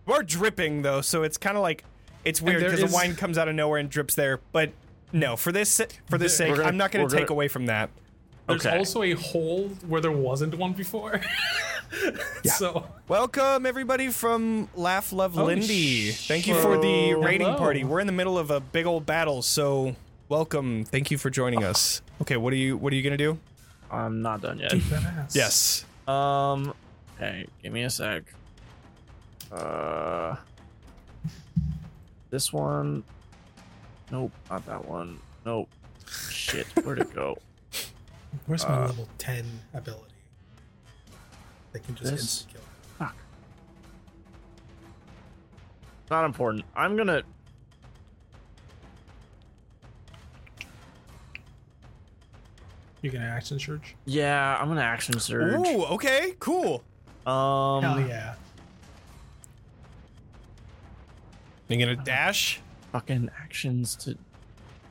Speaker 1: We're dripping though, so it's kind of like it's weird
Speaker 3: there
Speaker 1: because
Speaker 3: is-
Speaker 1: the wine comes out of nowhere and drips there. But no, for this for this
Speaker 3: There-
Speaker 1: sake,
Speaker 8: We're gonna-
Speaker 1: I'm not going
Speaker 8: we're
Speaker 1: to take
Speaker 8: gonna-
Speaker 1: away from that.
Speaker 3: There's
Speaker 8: Okay.
Speaker 3: also a hole where there wasn't one before. So
Speaker 1: Welcome everybody from Laugh Love
Speaker 8: Oh,
Speaker 3: Holy
Speaker 1: Lindy.
Speaker 3: sh-
Speaker 1: Thank you for the
Speaker 8: Whoa.
Speaker 1: raiding
Speaker 3: Hello.
Speaker 1: party. We're in the middle of a big old battle, so welcome. Thank you for joining us. Okay, what are you what are you going to do?
Speaker 8: I'm not done yet.
Speaker 3: badass.
Speaker 1: Yes.
Speaker 8: Um, hey, give me a sec. Uh, this one. Nope, not that one. Nope. Shit, where'd it go? Uh,
Speaker 3: Where's my level ten ability? They can just
Speaker 8: This-
Speaker 3: instantly kill. it.
Speaker 8: Fuck. Not important. I'm gonna.
Speaker 3: You can action search.
Speaker 8: Yeah, I'm gonna action surge.
Speaker 1: Ooh, okay. Cool.
Speaker 8: Um,
Speaker 1: Oh.
Speaker 3: Hell yeah!
Speaker 1: You're going to dash?
Speaker 8: fucking actions to.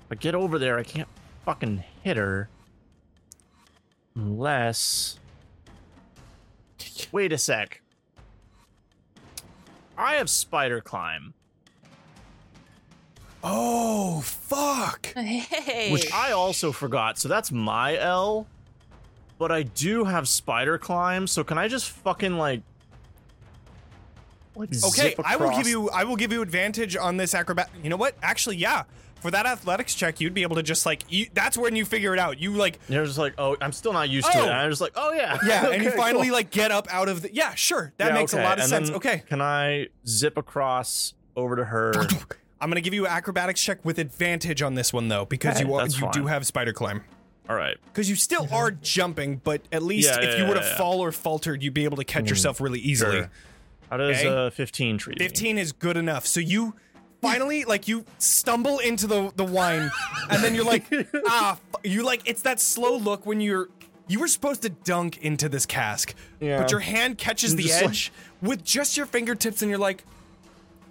Speaker 8: But get over there. I can't fucking hit her. Unless. Wait a sec. I have spider climb,
Speaker 1: Oh, fuck.
Speaker 6: Hey.
Speaker 8: which I also forgot. So that's my L. But I do have spider climb. So can I just fucking like. Like
Speaker 1: Okay,
Speaker 8: zip
Speaker 1: I will give
Speaker 8: across
Speaker 1: you I will give you advantage on this acrobat. You know what? Actually, yeah. For that athletics check, you'd be able to just like you, that's when you figure it out. You like
Speaker 8: And they're just like, oh, I'm still not used to
Speaker 1: Oh!
Speaker 8: it. And I was like, oh yeah,
Speaker 1: yeah, and you
Speaker 8: Okay,
Speaker 1: finally
Speaker 8: cool.
Speaker 1: like get up out of the Yeah, sure. That
Speaker 8: Yeah,
Speaker 1: makes
Speaker 8: okay.
Speaker 1: a lot of
Speaker 8: And
Speaker 1: sense.
Speaker 8: then
Speaker 1: Okay.
Speaker 8: can I zip across over to her?
Speaker 1: I'm gonna give you an acrobatics check with advantage on this one though, because
Speaker 8: Okay,
Speaker 1: you are,
Speaker 8: that's
Speaker 1: you
Speaker 8: fine.
Speaker 1: do have spider climb.
Speaker 8: All right,
Speaker 1: Because you still are jumping, but at least
Speaker 8: Yeah,
Speaker 1: if
Speaker 8: yeah,
Speaker 1: you
Speaker 8: yeah,
Speaker 1: would have
Speaker 8: yeah. Mm.
Speaker 1: fall or faltered, you'd be able to catch yourself really easily.
Speaker 8: Sure. how does
Speaker 1: Okay.
Speaker 8: uh, 15 treat me?
Speaker 1: Fifteen is good enough. So you finally like you stumble into the the wine, and then you're like ah, f-. you like it's that slow look when you're. You were supposed to dunk into this cask,
Speaker 8: Yeah.
Speaker 1: but your hand catches the
Speaker 8: just like-
Speaker 1: edge with just your fingertips, and you're like,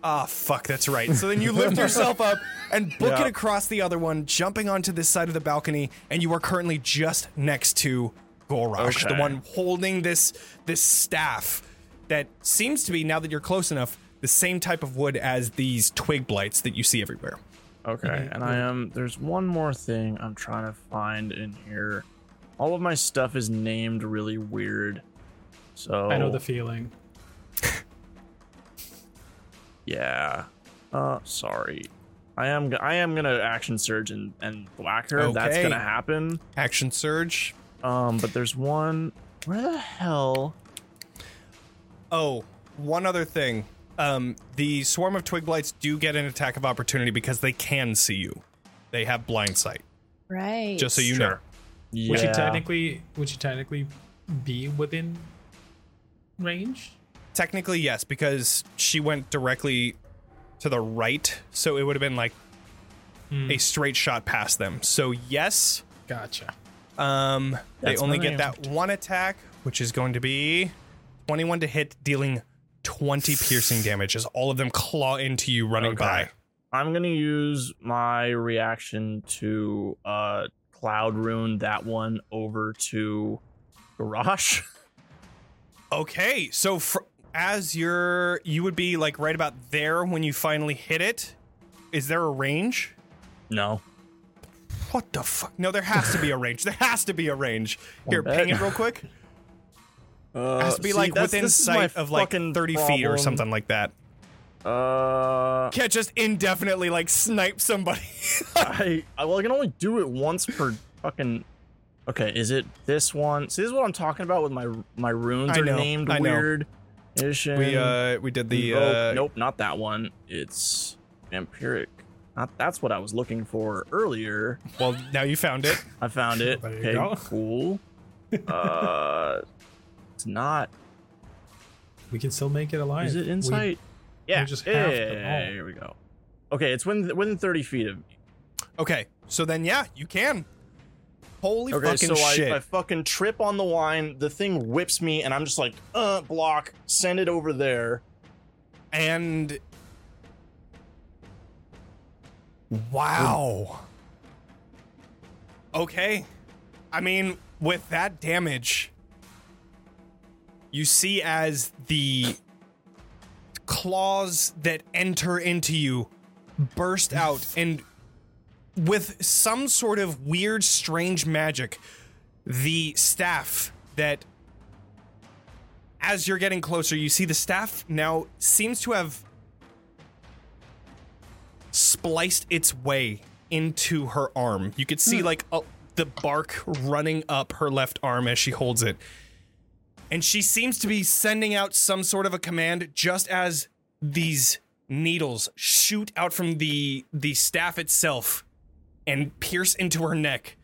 Speaker 1: ah, fuck, that's right. So then you lift yourself up and book
Speaker 8: Yeah.
Speaker 1: it across the other one, jumping onto this side of the balcony, and you are currently just next to Gorosh,
Speaker 8: Okay.
Speaker 1: the one holding this this staff that seems to be now that you're close enough the same type of wood as these twig blights that you see everywhere.
Speaker 8: Okay, and I am. There's one more thing I'm trying to find in here. All of my stuff is named really weird. So
Speaker 3: I know the feeling.
Speaker 8: yeah. Uh, sorry. I am. g- I am gonna action surge and and whack her. That's
Speaker 1: Okay.
Speaker 8: gonna happen.
Speaker 1: Action surge.
Speaker 8: Um, but there's one. Where the hell?
Speaker 1: Oh, one other thing. Um, the swarm of twig blights do get an attack of opportunity because they can see you. They have blind sight.
Speaker 6: Right.
Speaker 1: Just so you know.
Speaker 8: Yeah.
Speaker 3: Would she technically would she technically be within range?
Speaker 1: Technically, yes, because she went directly to the right, so it would have been like a straight shot past them. So yes,
Speaker 3: Gotcha.
Speaker 1: um, they
Speaker 8: That's
Speaker 1: only
Speaker 8: what I
Speaker 1: get that one attack, which is going to be twenty-one to hit, dealing twenty piercing damage as all of them claw into you running by.
Speaker 8: I'm gonna use my reaction to uh cloud rune that one over to garage.
Speaker 1: Okay, so fr- as you're, you would be like right about there when you finally hit it. Is there a range?
Speaker 8: No.
Speaker 1: What the fuck? No, there has to be a range. There has to be a range. Here,
Speaker 8: bet.
Speaker 1: ping it real quick.
Speaker 8: Uh,
Speaker 1: Has to be
Speaker 8: see,
Speaker 1: like
Speaker 8: that's-
Speaker 1: within
Speaker 8: this is my
Speaker 1: sight of like
Speaker 8: fucking
Speaker 1: 30 feet or
Speaker 8: problem.
Speaker 1: something like that.
Speaker 8: Uh,
Speaker 1: Can't just indefinitely like snipe somebody.
Speaker 8: I, oh, I well, I can only do it once per fucking. Okay, is it this one? See, this is what I'm talking about with my my runes
Speaker 1: I
Speaker 8: are
Speaker 1: know,
Speaker 8: named
Speaker 1: I know.
Speaker 8: weird. Ishin,
Speaker 1: we uh we did the
Speaker 8: Invoke-
Speaker 1: uh
Speaker 8: Oh, nope, not that one. It's vampiric. Not, that's what I was looking for earlier.
Speaker 1: well now you found it.
Speaker 8: I found it.
Speaker 3: There you
Speaker 8: okay,
Speaker 3: go.
Speaker 8: cool. Uh, it's not.
Speaker 3: We can still make it alive.
Speaker 8: Is it
Speaker 3: We-
Speaker 8: insight? yeah.
Speaker 3: just
Speaker 8: yeah,
Speaker 3: have them all.
Speaker 8: Here we go. Okay, it's within within thirty feet of me.
Speaker 1: Okay, so then yeah, you can. Holy
Speaker 8: Okay,
Speaker 1: fucking
Speaker 8: so
Speaker 1: shit.
Speaker 8: I, I fucking trip on the line. The thing whips me, and I'm just like, uh, block, send it over there.
Speaker 1: and wow okay i mean with that damage you see as the claws that enter into you burst out and with some sort of weird strange magic the staff that as you're getting closer, you see the staff now seems to have spliced its way into her arm. You could see like a, the bark running up her left arm as she holds it. And she seems to be sending out some sort of a command just as these needles shoot out from the the staff itself and pierce into her neck.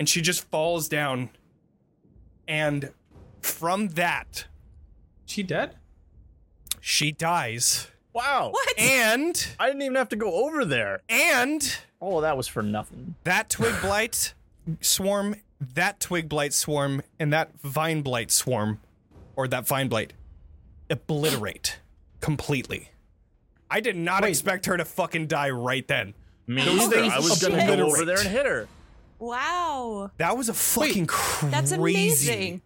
Speaker 1: And she just falls down. And from that,
Speaker 3: She dead?
Speaker 1: she dies
Speaker 8: Wow. What?
Speaker 1: and
Speaker 8: I didn't even have to go over there.
Speaker 1: and
Speaker 8: All of Oh, that was for nothing.
Speaker 1: that twig blight swarm that twig blight swarm and that vine blight swarm or that vine blight obliterate completely i did not expect her to fucking die right then
Speaker 8: Me
Speaker 1: Those
Speaker 8: either.
Speaker 1: things
Speaker 8: I was gonna go
Speaker 1: obliterate.
Speaker 8: over there and hit her.
Speaker 6: Wow.
Speaker 1: that was a fucking crazy
Speaker 6: That's amazing.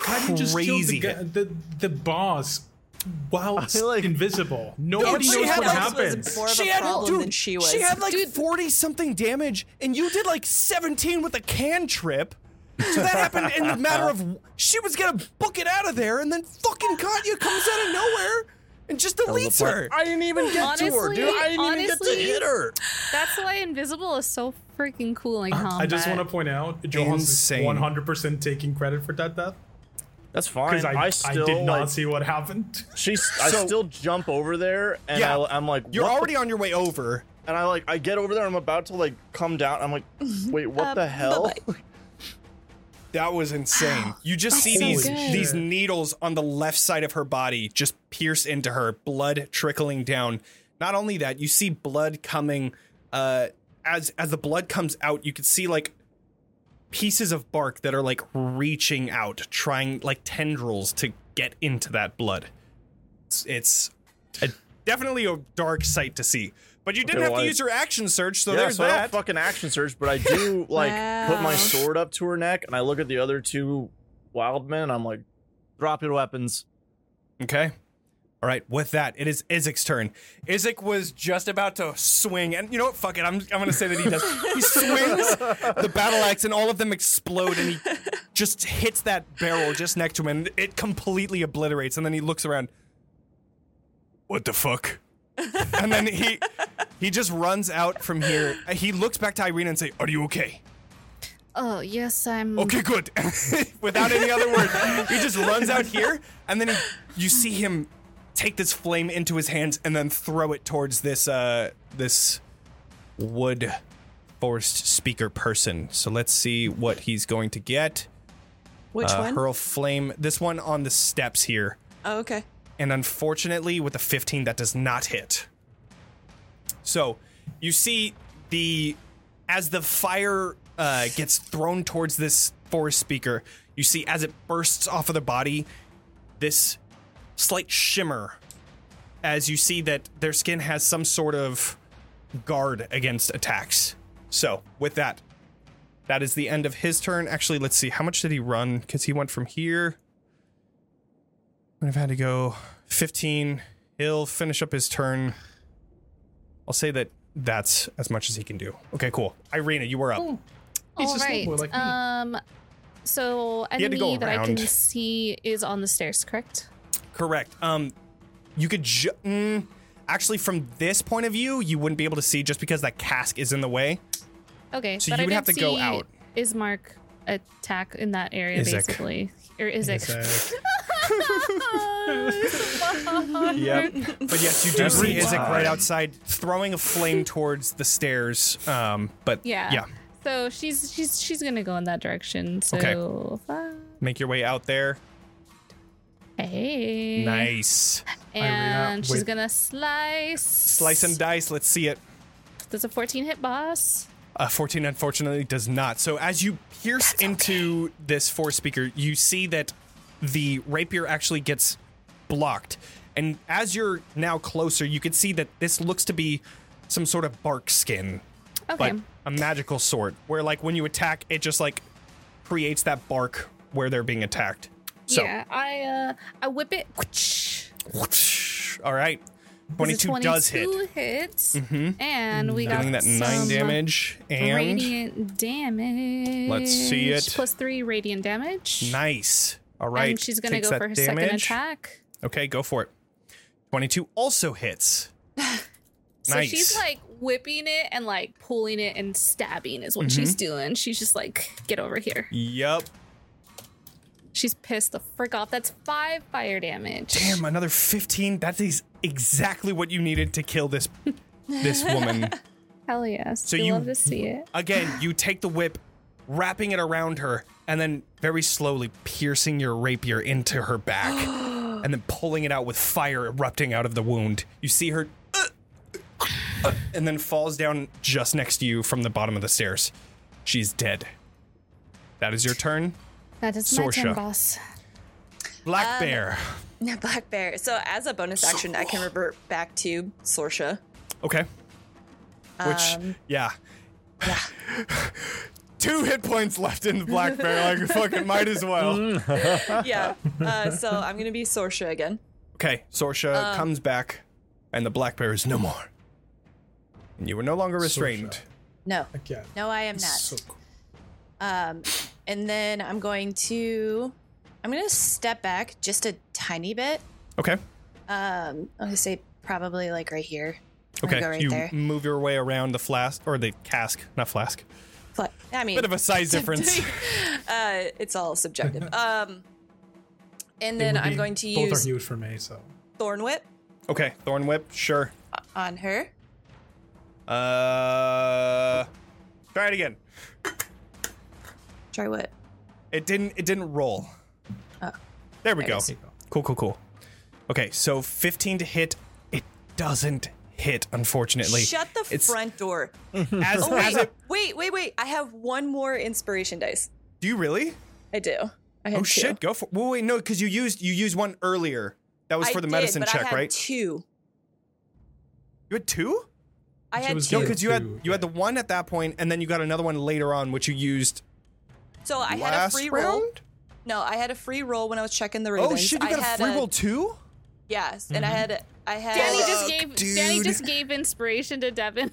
Speaker 3: How do you just kill the,
Speaker 1: Crazy
Speaker 3: guy, the the boss while
Speaker 8: I feel like-
Speaker 3: invisible? Nobody
Speaker 1: she
Speaker 3: knows
Speaker 1: had
Speaker 3: what
Speaker 1: like-
Speaker 3: happens.
Speaker 6: more of a problem than she was.
Speaker 1: she had like 40 something damage and you did like 17 with a cantrip so that happened in the matter of she was gonna book it out of there and then fucking Katya comes out of nowhere and just deletes her
Speaker 8: I didn't even get to her,
Speaker 4: Honestly-
Speaker 8: dude. I didn't even get to
Speaker 4: honestly-
Speaker 8: hit her.
Speaker 4: That's why invisible is so freaking cool in combat.
Speaker 3: Uh-huh. I just want to point out, Johan's is
Speaker 1: Insane.
Speaker 3: one hundred percent taking credit for that death
Speaker 8: That's fine.
Speaker 3: because I, I,
Speaker 8: still
Speaker 3: did not
Speaker 8: like,
Speaker 3: see what happened.
Speaker 8: She's. I still jump over there, and
Speaker 1: Yeah.
Speaker 8: I, I'm like,
Speaker 1: you're
Speaker 8: what the-
Speaker 1: already on your way over
Speaker 8: and I like, I get over there. I'm about to like come down. I'm like, wait, what
Speaker 6: Uh,
Speaker 8: the hell?
Speaker 1: that was insane you just see
Speaker 3: so
Speaker 1: these
Speaker 3: good.
Speaker 1: these needles on the left side of her body just pierce into her blood trickling down not only that you see blood coming uh as as the blood comes out you can see like pieces of bark that are like reaching out, trying like tendrils to get into that blood. It's, it's a, definitely a dark sight to see. But you didn't
Speaker 8: Okay,
Speaker 1: have
Speaker 8: well, I-
Speaker 1: to use your action surge, so
Speaker 8: yeah,
Speaker 1: there's
Speaker 8: so I don't
Speaker 1: that.
Speaker 8: fucking action surge, but I do like put my
Speaker 6: Wow.
Speaker 8: sword up to her neck, and I look at the other two wild men. I'm like, drop your weapons.
Speaker 1: okay. All right, with that, it is Izik's turn. Izik was just about to swing, and you know what? Fuck it. I'm, I'm going to say that he does. He swings the battle axe, and all of them explode, and he just hits that barrel just next to him, and it completely obliterates. And then he looks around. What the fuck? and then he he just runs out from here. He looks back to Irina and say, "Are you okay?"
Speaker 2: Oh, yes, I'm.
Speaker 1: okay, good. Without any other word, he just runs out here, and then he, you see him take this flame into his hands and then throw it towards this uh, this wood forest speaker person. So let's see what he's going to get.
Speaker 6: Which
Speaker 1: Uh,
Speaker 6: one?
Speaker 1: Hurl flame. This one on the steps here,
Speaker 6: oh, okay.
Speaker 1: and unfortunately, with a 15, that does not hit. So you see the as the fire uh, gets thrown towards this forest speaker, you see as it bursts off of the body, this slight shimmer as you see that their skin has some sort of guard against attacks. So with that, that is the end of his turn. Actually, let's see how much did he run because he went from here. Would have had to go 15. He'll finish up his turn. I'll say that that's as much as he can do. Okay, cool. Irina, you were up.
Speaker 3: He's
Speaker 4: All
Speaker 3: just a little
Speaker 4: right.
Speaker 3: boy like me.
Speaker 4: um, so
Speaker 1: had to go
Speaker 4: enemy that I can
Speaker 1: around.
Speaker 4: see is on the stairs, correct?
Speaker 1: Correct. Um, you could ju- mm, actually, from this point of view, you wouldn't be able to see just because that cask is in the way.
Speaker 4: Okay.
Speaker 1: So
Speaker 4: but
Speaker 1: you
Speaker 4: I
Speaker 1: would
Speaker 4: did
Speaker 1: have to go
Speaker 4: see
Speaker 1: out.
Speaker 4: Ismark attack in that area
Speaker 1: Izek.
Speaker 4: basically, or Isaac.
Speaker 3: So-
Speaker 1: But yes, you do see Isaac right outside throwing a flame towards the stairs. Um, but
Speaker 4: Yeah.
Speaker 1: yeah,
Speaker 4: So she's she's she's gonna go in that direction. So
Speaker 1: make your way out there.
Speaker 4: hey.
Speaker 1: Nice.
Speaker 4: And she's
Speaker 3: wait.
Speaker 4: gonna slice. Slice
Speaker 1: Slice and dice. Let's see it.
Speaker 4: Does a 14 hit boss?
Speaker 1: Uh, 14 unfortunately does not. So as you pierce into this force speaker, you see that the rapier actually gets blocked. And as you're now closer, you can see that this looks to be some sort of bark skin,
Speaker 4: Okay.
Speaker 1: but a magical sort where like when you attack, it just like creates that bark where they're being attacked. So,
Speaker 4: yeah. I uh I whip it.
Speaker 1: all right.
Speaker 4: This is
Speaker 1: 22 does hit. Mm-hmm.
Speaker 4: 22 hits. And we
Speaker 1: Getting
Speaker 4: got
Speaker 1: that 9
Speaker 4: some
Speaker 1: damage and
Speaker 4: radiant damage.
Speaker 1: Let's see it.
Speaker 4: Plus three radiant damage.
Speaker 1: nice. All right.
Speaker 4: And she's gonna
Speaker 1: takes
Speaker 4: go
Speaker 1: that
Speaker 4: for her second
Speaker 1: damage.
Speaker 4: attack.
Speaker 1: Okay, go for it. 22 also hits.
Speaker 4: So
Speaker 1: nice.
Speaker 4: she's like whipping it and like pulling it and stabbing is what
Speaker 1: Mm-hmm.
Speaker 4: she's doing. She's just like, get over here.
Speaker 1: Yup.
Speaker 4: She's pissed the frick off. That's five fire damage.
Speaker 1: Damn, another 15. That is exactly what you needed to kill this this woman.
Speaker 4: Hell yes.
Speaker 1: So
Speaker 4: we
Speaker 1: you-
Speaker 4: love to see it.
Speaker 1: Again, you take the whip, wrapping it around her, and then very slowly piercing your rapier into her back, and then pulling it out with fire erupting out of the wound. You see her, uh, and then falls down just next to you from the bottom of the stairs. She's dead. That is your turn.
Speaker 4: That is my
Speaker 1: Sorsha.
Speaker 4: turn, boss.
Speaker 1: Black Bear.
Speaker 6: Now, Black Bear. So, as a bonus action, I can revert back to Sorsha.
Speaker 1: Okay. Which, yeah. Two hit points left in the black bear. Like, fucking might as well.
Speaker 6: Yeah. Uh, so, I'm going to be Sorsha again.
Speaker 1: Okay, Sorsha comes back, and the black bear is no more. And you were no longer restrained.
Speaker 5: No,
Speaker 3: Okay.
Speaker 5: no, I am not.
Speaker 3: So cool.
Speaker 5: Um, and then I'm going to, I'm going to step back just a tiny bit.
Speaker 1: Okay.
Speaker 5: Um, I'm going to say probably like right here. I'm gonna
Speaker 1: Okay.
Speaker 5: go right
Speaker 1: you
Speaker 5: there.
Speaker 1: move your way around the flask, or the cask, not flask.
Speaker 6: But, I mean,
Speaker 1: Bit of a size difference.
Speaker 6: uh, it's all subjective. Um, and then
Speaker 3: They would
Speaker 6: I'm
Speaker 3: be-
Speaker 6: going to
Speaker 3: both
Speaker 6: use
Speaker 3: are huge for me. So
Speaker 6: Thorn Whip
Speaker 1: okay, Thorn Whip, sure.
Speaker 6: on her.
Speaker 1: Uh. Try it again.
Speaker 6: Try what?
Speaker 1: It didn't. It didn't roll. there we go.
Speaker 6: Uh, it
Speaker 1: Cool, cool, cool. Okay, so 15 to hit. It doesn't hit, unfortunately.
Speaker 6: Shut the
Speaker 1: It's-
Speaker 6: front door.
Speaker 1: As,
Speaker 6: Oh,
Speaker 1: as
Speaker 6: wait,
Speaker 1: it,
Speaker 6: wait, wait, wait. I have one more inspiration dice.
Speaker 1: do you really?
Speaker 6: I do. I had
Speaker 1: Oh
Speaker 6: two.
Speaker 1: shit! Go for. Well, wait, no, because you used you used one earlier. That was
Speaker 6: I
Speaker 1: for the
Speaker 6: did,
Speaker 1: medicine
Speaker 6: but I
Speaker 1: check,
Speaker 6: had
Speaker 1: right?
Speaker 6: Two.
Speaker 1: you had two.
Speaker 6: I
Speaker 3: She
Speaker 6: had
Speaker 3: was
Speaker 6: two.
Speaker 1: No, because you had
Speaker 3: Two,
Speaker 1: you had the one at that point, and then you got another one later on, which you used
Speaker 6: So I had a
Speaker 1: last
Speaker 6: free roll.
Speaker 1: round.
Speaker 6: No, I had a free roll when I was checking the
Speaker 1: Oh
Speaker 6: ratings.
Speaker 1: shit! You
Speaker 6: I
Speaker 1: got a
Speaker 6: had
Speaker 1: free roll Mm-hmm. too.
Speaker 6: Yes, and I had I had
Speaker 4: Danny just
Speaker 6: uh,
Speaker 4: gave Danny
Speaker 11: dude.
Speaker 4: just gave inspiration to Devin.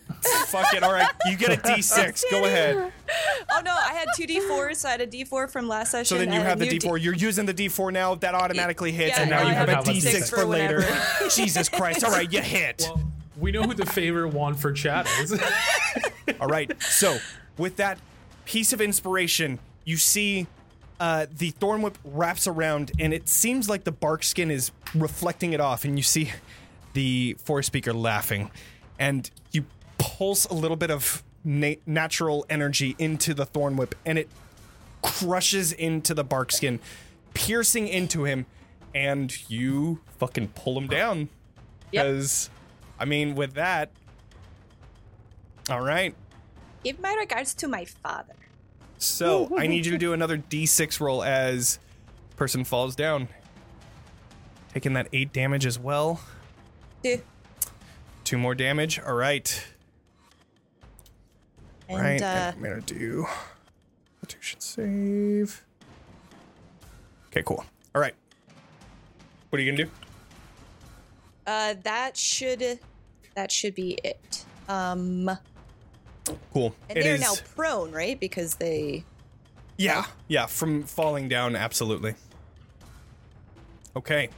Speaker 1: Fuck it. All right, you get a d6. Go ahead.
Speaker 6: oh no, I had two d fours, so I had a d four from last session.
Speaker 1: So then you
Speaker 6: and a
Speaker 1: have the
Speaker 6: new
Speaker 1: d4. You're using the d4 now. That automatically hits,
Speaker 6: Yeah,
Speaker 1: and now
Speaker 6: now
Speaker 1: you
Speaker 6: I
Speaker 1: have,
Speaker 3: have
Speaker 1: a
Speaker 3: a
Speaker 1: d6,
Speaker 3: d6
Speaker 1: for,
Speaker 6: for
Speaker 1: later. Jesus Christ! All right, you hit.
Speaker 3: Well, we know who the favorite one for chat is.
Speaker 1: All right. So, with that piece of inspiration, you see uh, the thorn whip wraps around, and it seems like the bark skin is reflecting it off, and you see the forest speaker laughing, and you pulse a little bit of na- natural energy into the thorn whip, and it crushes into the bark skin, piercing into him, and you fucking pull him down. Because, I mean, with that. All right.
Speaker 6: Give my regards to my father.
Speaker 1: So I need you to do another d6 roll as person falls down. Taking that eight damage as well.
Speaker 6: Eh.
Speaker 1: Two more damage. All right.
Speaker 6: And
Speaker 1: right.
Speaker 6: uh,
Speaker 1: and I'm gonna do Constitution save. Okay, cool. All right. What are you gonna do?
Speaker 6: uh, that should that should be it. Um,
Speaker 1: Cool.
Speaker 6: and
Speaker 1: it
Speaker 6: they're
Speaker 1: is.
Speaker 6: now prone, right? Because they
Speaker 1: Yeah, yeah, from falling down, absolutely. Okay,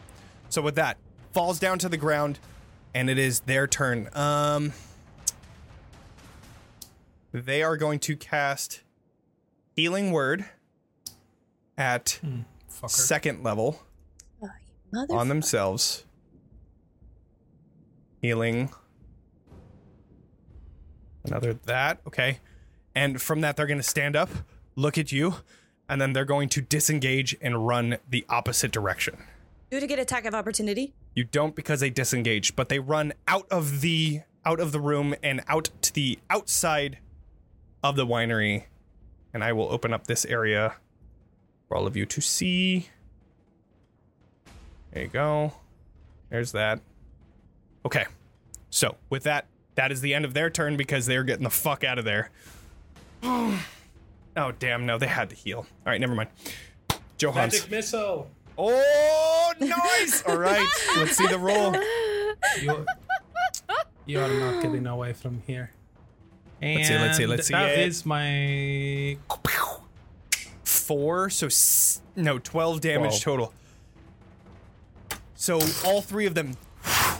Speaker 1: so with that, falls down to the ground, and it is their turn. Um, they are going to cast Healing Word at
Speaker 3: Fucker.
Speaker 1: second level
Speaker 6: mother
Speaker 1: on themselves. Healing. Another that. Okay. And from that, they're going to stand up, look at you, and then they're going to disengage and run the opposite direction.
Speaker 6: do to get attack of opportunity.
Speaker 1: You don't because they disengage, but they run out of the out of the room and out to the outside of the winery. And I will open up this area for all of you to see. There you go. There's that. Okay. So, with that, that is the end of their turn because they're getting the fuck out of there. oh, damn. No, they had to heal. All right, never mind. Johans.
Speaker 3: Magic missile.
Speaker 1: Oh, nice! All right, let's see the roll.
Speaker 3: You, you are not getting away from here. And
Speaker 1: Let's see, let's see, let's see.
Speaker 3: That
Speaker 1: Yeah.
Speaker 3: is my.
Speaker 1: Four, so s- no, twelve damage total. So all three of them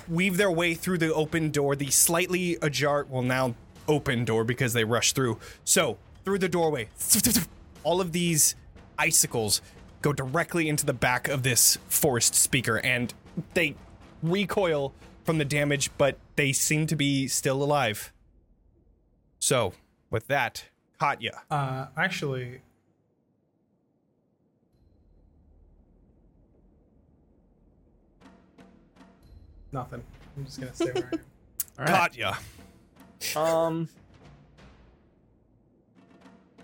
Speaker 1: weave their way through the open door, the slightly ajar, well now open door because they rushed through. So through the doorway, all of these icicles go directly into the back of this forest speaker, and they recoil from the damage, but they seem to be still alive. So with that, Katya.
Speaker 3: Uh, actually. Nothing. I'm just gonna stay where I am.
Speaker 8: All right.
Speaker 1: Katya.
Speaker 8: Um,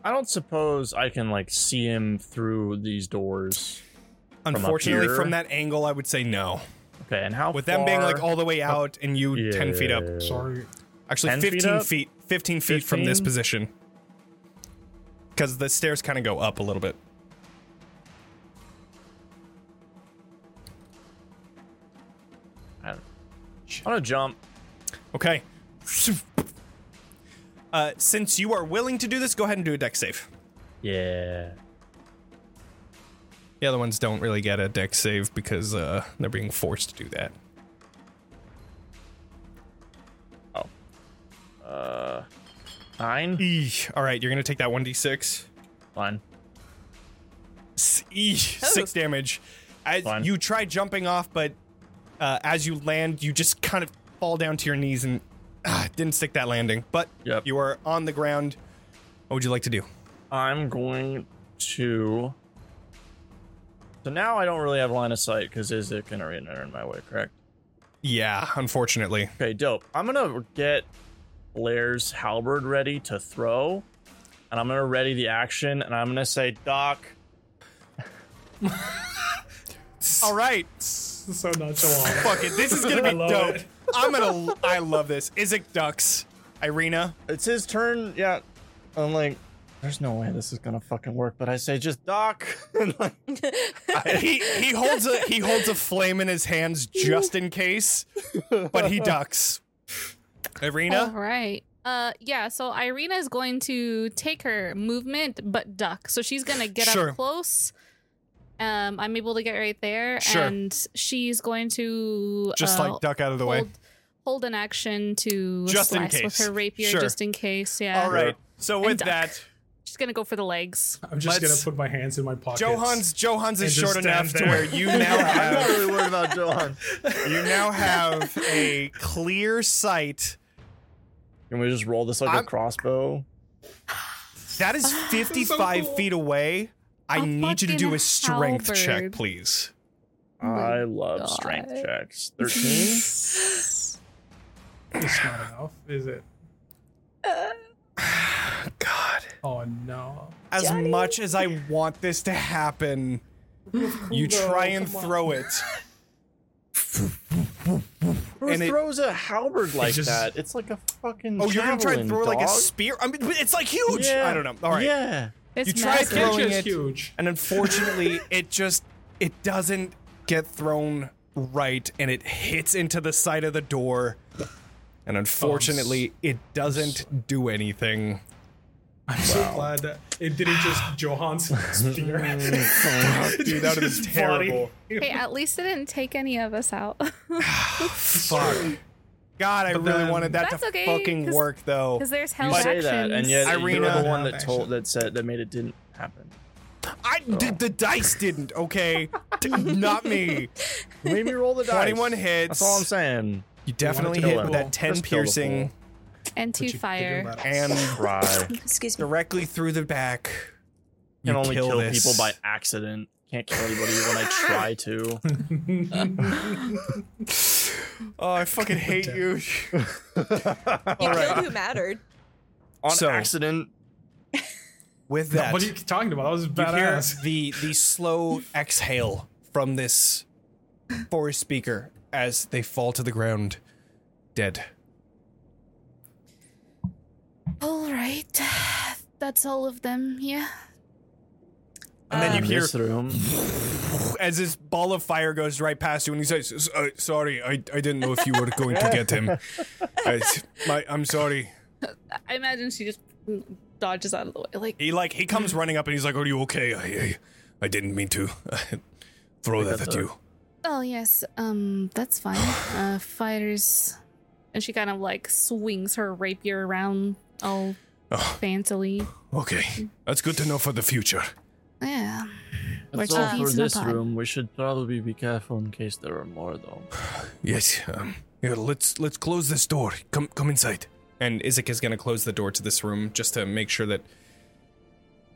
Speaker 8: I don't suppose I can like see him through these doors. up
Speaker 1: Unfortunately, from,
Speaker 8: here?
Speaker 1: that angle, I would say no.
Speaker 8: Okay, and how
Speaker 1: With them being like
Speaker 8: far-
Speaker 1: all the way out and you 10 feet up.
Speaker 8: Yeah.
Speaker 3: Sorry.
Speaker 1: Actually,
Speaker 8: 10 feet
Speaker 1: 15
Speaker 8: up?
Speaker 1: feet. 15 feet from this
Speaker 8: 15?
Speaker 1: position. Because the stairs kind of go up a little bit.
Speaker 8: I don't- I'm gonna jump.
Speaker 1: Okay. Uh, since you are willing to do this, go ahead and do a deck save.
Speaker 8: Yeah.
Speaker 1: The other ones don't really get a deck save because uh, they're being forced to do that.
Speaker 8: Nine.
Speaker 1: Eesh. All right, you're going to take that 1d6.
Speaker 8: Fine.
Speaker 1: S- eesh, six damage. As
Speaker 8: Fine.
Speaker 1: you try jumping off, but uh, as you land, you just kind of fall down to your knees and ah, didn't stick that landing. But
Speaker 8: Yep.
Speaker 1: you are on the ground. What would you like to do?
Speaker 8: I'm going to. So now I don't really have line of sight because Isaac and Arena are in my way, correct?
Speaker 1: Yeah, unfortunately.
Speaker 8: Okay, dope. I'm gonna get Blair's halberd ready to throw, and I'm gonna ready the action, and I'm gonna say, Doc,
Speaker 1: All right,
Speaker 3: So nonchalant.
Speaker 1: fuck it. This is gonna be
Speaker 3: I love
Speaker 1: dope.
Speaker 3: it.
Speaker 1: I'm gonna. I love this. Isaac ducks. Irina.
Speaker 8: it's his turn. Yeah. I'm like, There's no way this is gonna fucking work, but I say just Doc. And like,
Speaker 1: he he holds a he holds a flame in his hands just in case, but he ducks.
Speaker 4: All
Speaker 1: Irina,
Speaker 4: right. Uh, yeah. So Irina is going to take her movement, but duck. So she's gonna get
Speaker 1: Sure.
Speaker 4: up close. Um, I'm able to get right there,
Speaker 1: Sure.
Speaker 4: and she's going to
Speaker 1: just
Speaker 4: uh,
Speaker 1: like duck out of the way.
Speaker 4: hold, hold an action to
Speaker 1: Just in
Speaker 4: slice with
Speaker 1: case.
Speaker 4: her rapier,
Speaker 1: Sure.
Speaker 4: just in case. Yeah.
Speaker 1: All right. So with
Speaker 4: duck.
Speaker 1: that,
Speaker 4: She's gonna go for the legs.
Speaker 3: I'm just
Speaker 1: Let's-
Speaker 3: gonna put my hands in my pockets.
Speaker 1: Johans Johans is
Speaker 3: And just
Speaker 1: short
Speaker 3: stand
Speaker 1: enough to
Speaker 3: there.
Speaker 1: where you now
Speaker 8: I'm not
Speaker 1: have
Speaker 8: really worried about Johan.
Speaker 1: you now have a clear sight.
Speaker 8: Can we just roll this like
Speaker 1: I'm-
Speaker 8: a crossbow?
Speaker 1: That is 55 feet away. I
Speaker 4: Ah. A
Speaker 1: need you to do
Speaker 4: fucking
Speaker 1: a strength check,
Speaker 4: halberd.
Speaker 1: please.
Speaker 8: I love strength
Speaker 4: God.
Speaker 8: checks. Thirteen.
Speaker 3: It's not enough, is it?
Speaker 6: Uh,
Speaker 1: God.
Speaker 3: Oh no.
Speaker 1: As much as I want this to happen, you try and throw it.
Speaker 8: Who
Speaker 1: And it-
Speaker 8: throws a halberd like
Speaker 3: just-
Speaker 8: that? It's like a fucking.
Speaker 1: Oh, you're gonna try and throw
Speaker 8: javelin,
Speaker 1: like a
Speaker 8: dog.
Speaker 1: spear? I mean, it's like huge.
Speaker 8: Yeah.
Speaker 1: I don't know. All right.
Speaker 8: Yeah.
Speaker 4: It's
Speaker 1: You tried
Speaker 4: massive.
Speaker 1: throwing
Speaker 3: Catch is
Speaker 1: it-
Speaker 3: huge.
Speaker 1: And unfortunately, it just it doesn't get thrown right, and it hits into the side of the door. And unfortunately, it doesn't do anything.
Speaker 3: I'm so glad that it didn't just Johan's spear.
Speaker 1: Dude, that is
Speaker 3: His body.
Speaker 1: terrible.
Speaker 4: Hey, at least it didn't take any of us out.
Speaker 1: Fuck. God, I
Speaker 3: But
Speaker 1: really
Speaker 3: then-
Speaker 1: wanted that
Speaker 4: That's
Speaker 1: to
Speaker 4: okay,
Speaker 1: fucking
Speaker 4: 'cause-
Speaker 1: work though.
Speaker 4: Because there's
Speaker 8: You
Speaker 4: hell
Speaker 8: say that, and yet Irina,
Speaker 1: Irina-
Speaker 8: you're the one that
Speaker 3: Action.
Speaker 8: told that said that made it didn't happen.
Speaker 1: I
Speaker 8: Oh.
Speaker 1: did the dice didn't, okay? D- Not me.
Speaker 8: Made me roll the dice.
Speaker 1: 21 hits.
Speaker 8: That's all I'm saying.
Speaker 1: You definitely
Speaker 8: to
Speaker 1: hit
Speaker 8: kill
Speaker 1: with
Speaker 8: her.
Speaker 1: that 10
Speaker 8: Just kill the
Speaker 1: piercing
Speaker 8: fool.
Speaker 4: and two
Speaker 3: You could do
Speaker 4: fire.
Speaker 3: that.
Speaker 1: and
Speaker 8: Cry.
Speaker 5: Excuse me.
Speaker 1: directly through the back. You
Speaker 8: can only kill,
Speaker 1: this.
Speaker 8: people by accident. Can't kill anybody when I try to.
Speaker 1: Oh, I fucking hate you.
Speaker 6: You killed who mattered.
Speaker 8: On
Speaker 1: So-
Speaker 8: accident.
Speaker 1: With
Speaker 3: No,
Speaker 1: that,
Speaker 3: what are you talking about? That was
Speaker 1: you hear
Speaker 3: badass.
Speaker 1: the the slow exhale from this forest speaker as they fall to the ground, dead.
Speaker 2: All right. That's all of them, yeah?
Speaker 1: And then you
Speaker 6: Um,
Speaker 8: in
Speaker 1: hear
Speaker 8: this room.
Speaker 1: as this ball of fire goes right past you, and he says, "S- uh, "Sorry, I, I didn't know if you were going to get him. I, my, I'm sorry."
Speaker 4: I imagine she just dodges out of the way. Like,
Speaker 1: He like he comes running up and he's like, "Are you okay? I, I, I didn't mean to throw that at you."
Speaker 2: Oh, yes. Um, that's fine. Uh, fighters.
Speaker 4: and she kind of like swings her rapier around all fancily.
Speaker 1: Okay, that's good to know for the future.
Speaker 2: Yeah.
Speaker 8: That's
Speaker 2: trying
Speaker 8: all
Speaker 2: to
Speaker 8: for
Speaker 2: use
Speaker 8: this
Speaker 2: napalm.
Speaker 8: room. We should probably be careful in case there are more, though.
Speaker 1: Yes. Um, here, let's let's close this door. Come come inside. And Isaac is going to close the door to this room just to make sure that.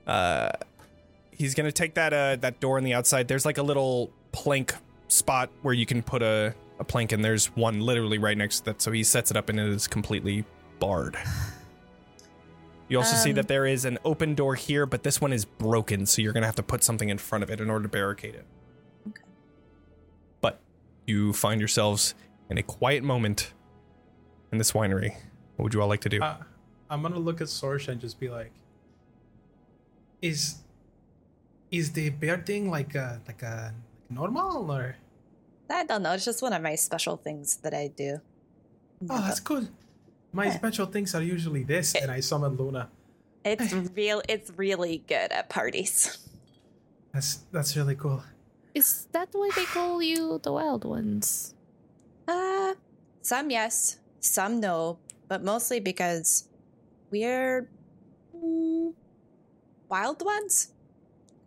Speaker 1: Uh, he's going to take that uh that door on the outside. There's like a little plank spot where you can put a a plank, and there's one literally right next to that. So he sets it up, and it is completely barred. You also see
Speaker 5: Um,
Speaker 1: that there is an open door here, but this one is broken, so you're gonna have to put something in front of it in order to barricade it.
Speaker 5: Okay.
Speaker 1: But you find yourselves in a quiet moment in this winery. What would you all like to do?
Speaker 3: Uh, I'm gonna look at Sorsha and just be like, "Is is the bear thing like a like a normal or?
Speaker 5: I don't know. It's just one of my special things that I do.
Speaker 3: Oh, that's cool. My
Speaker 5: Yeah.
Speaker 3: special things are usually this." And I summon Luna.
Speaker 5: It's real. It's really good at parties.
Speaker 3: That's that's really cool.
Speaker 4: Is that the way they call you, the wild ones?
Speaker 5: Uh, some yes, some no, but mostly because we're mm, wild ones.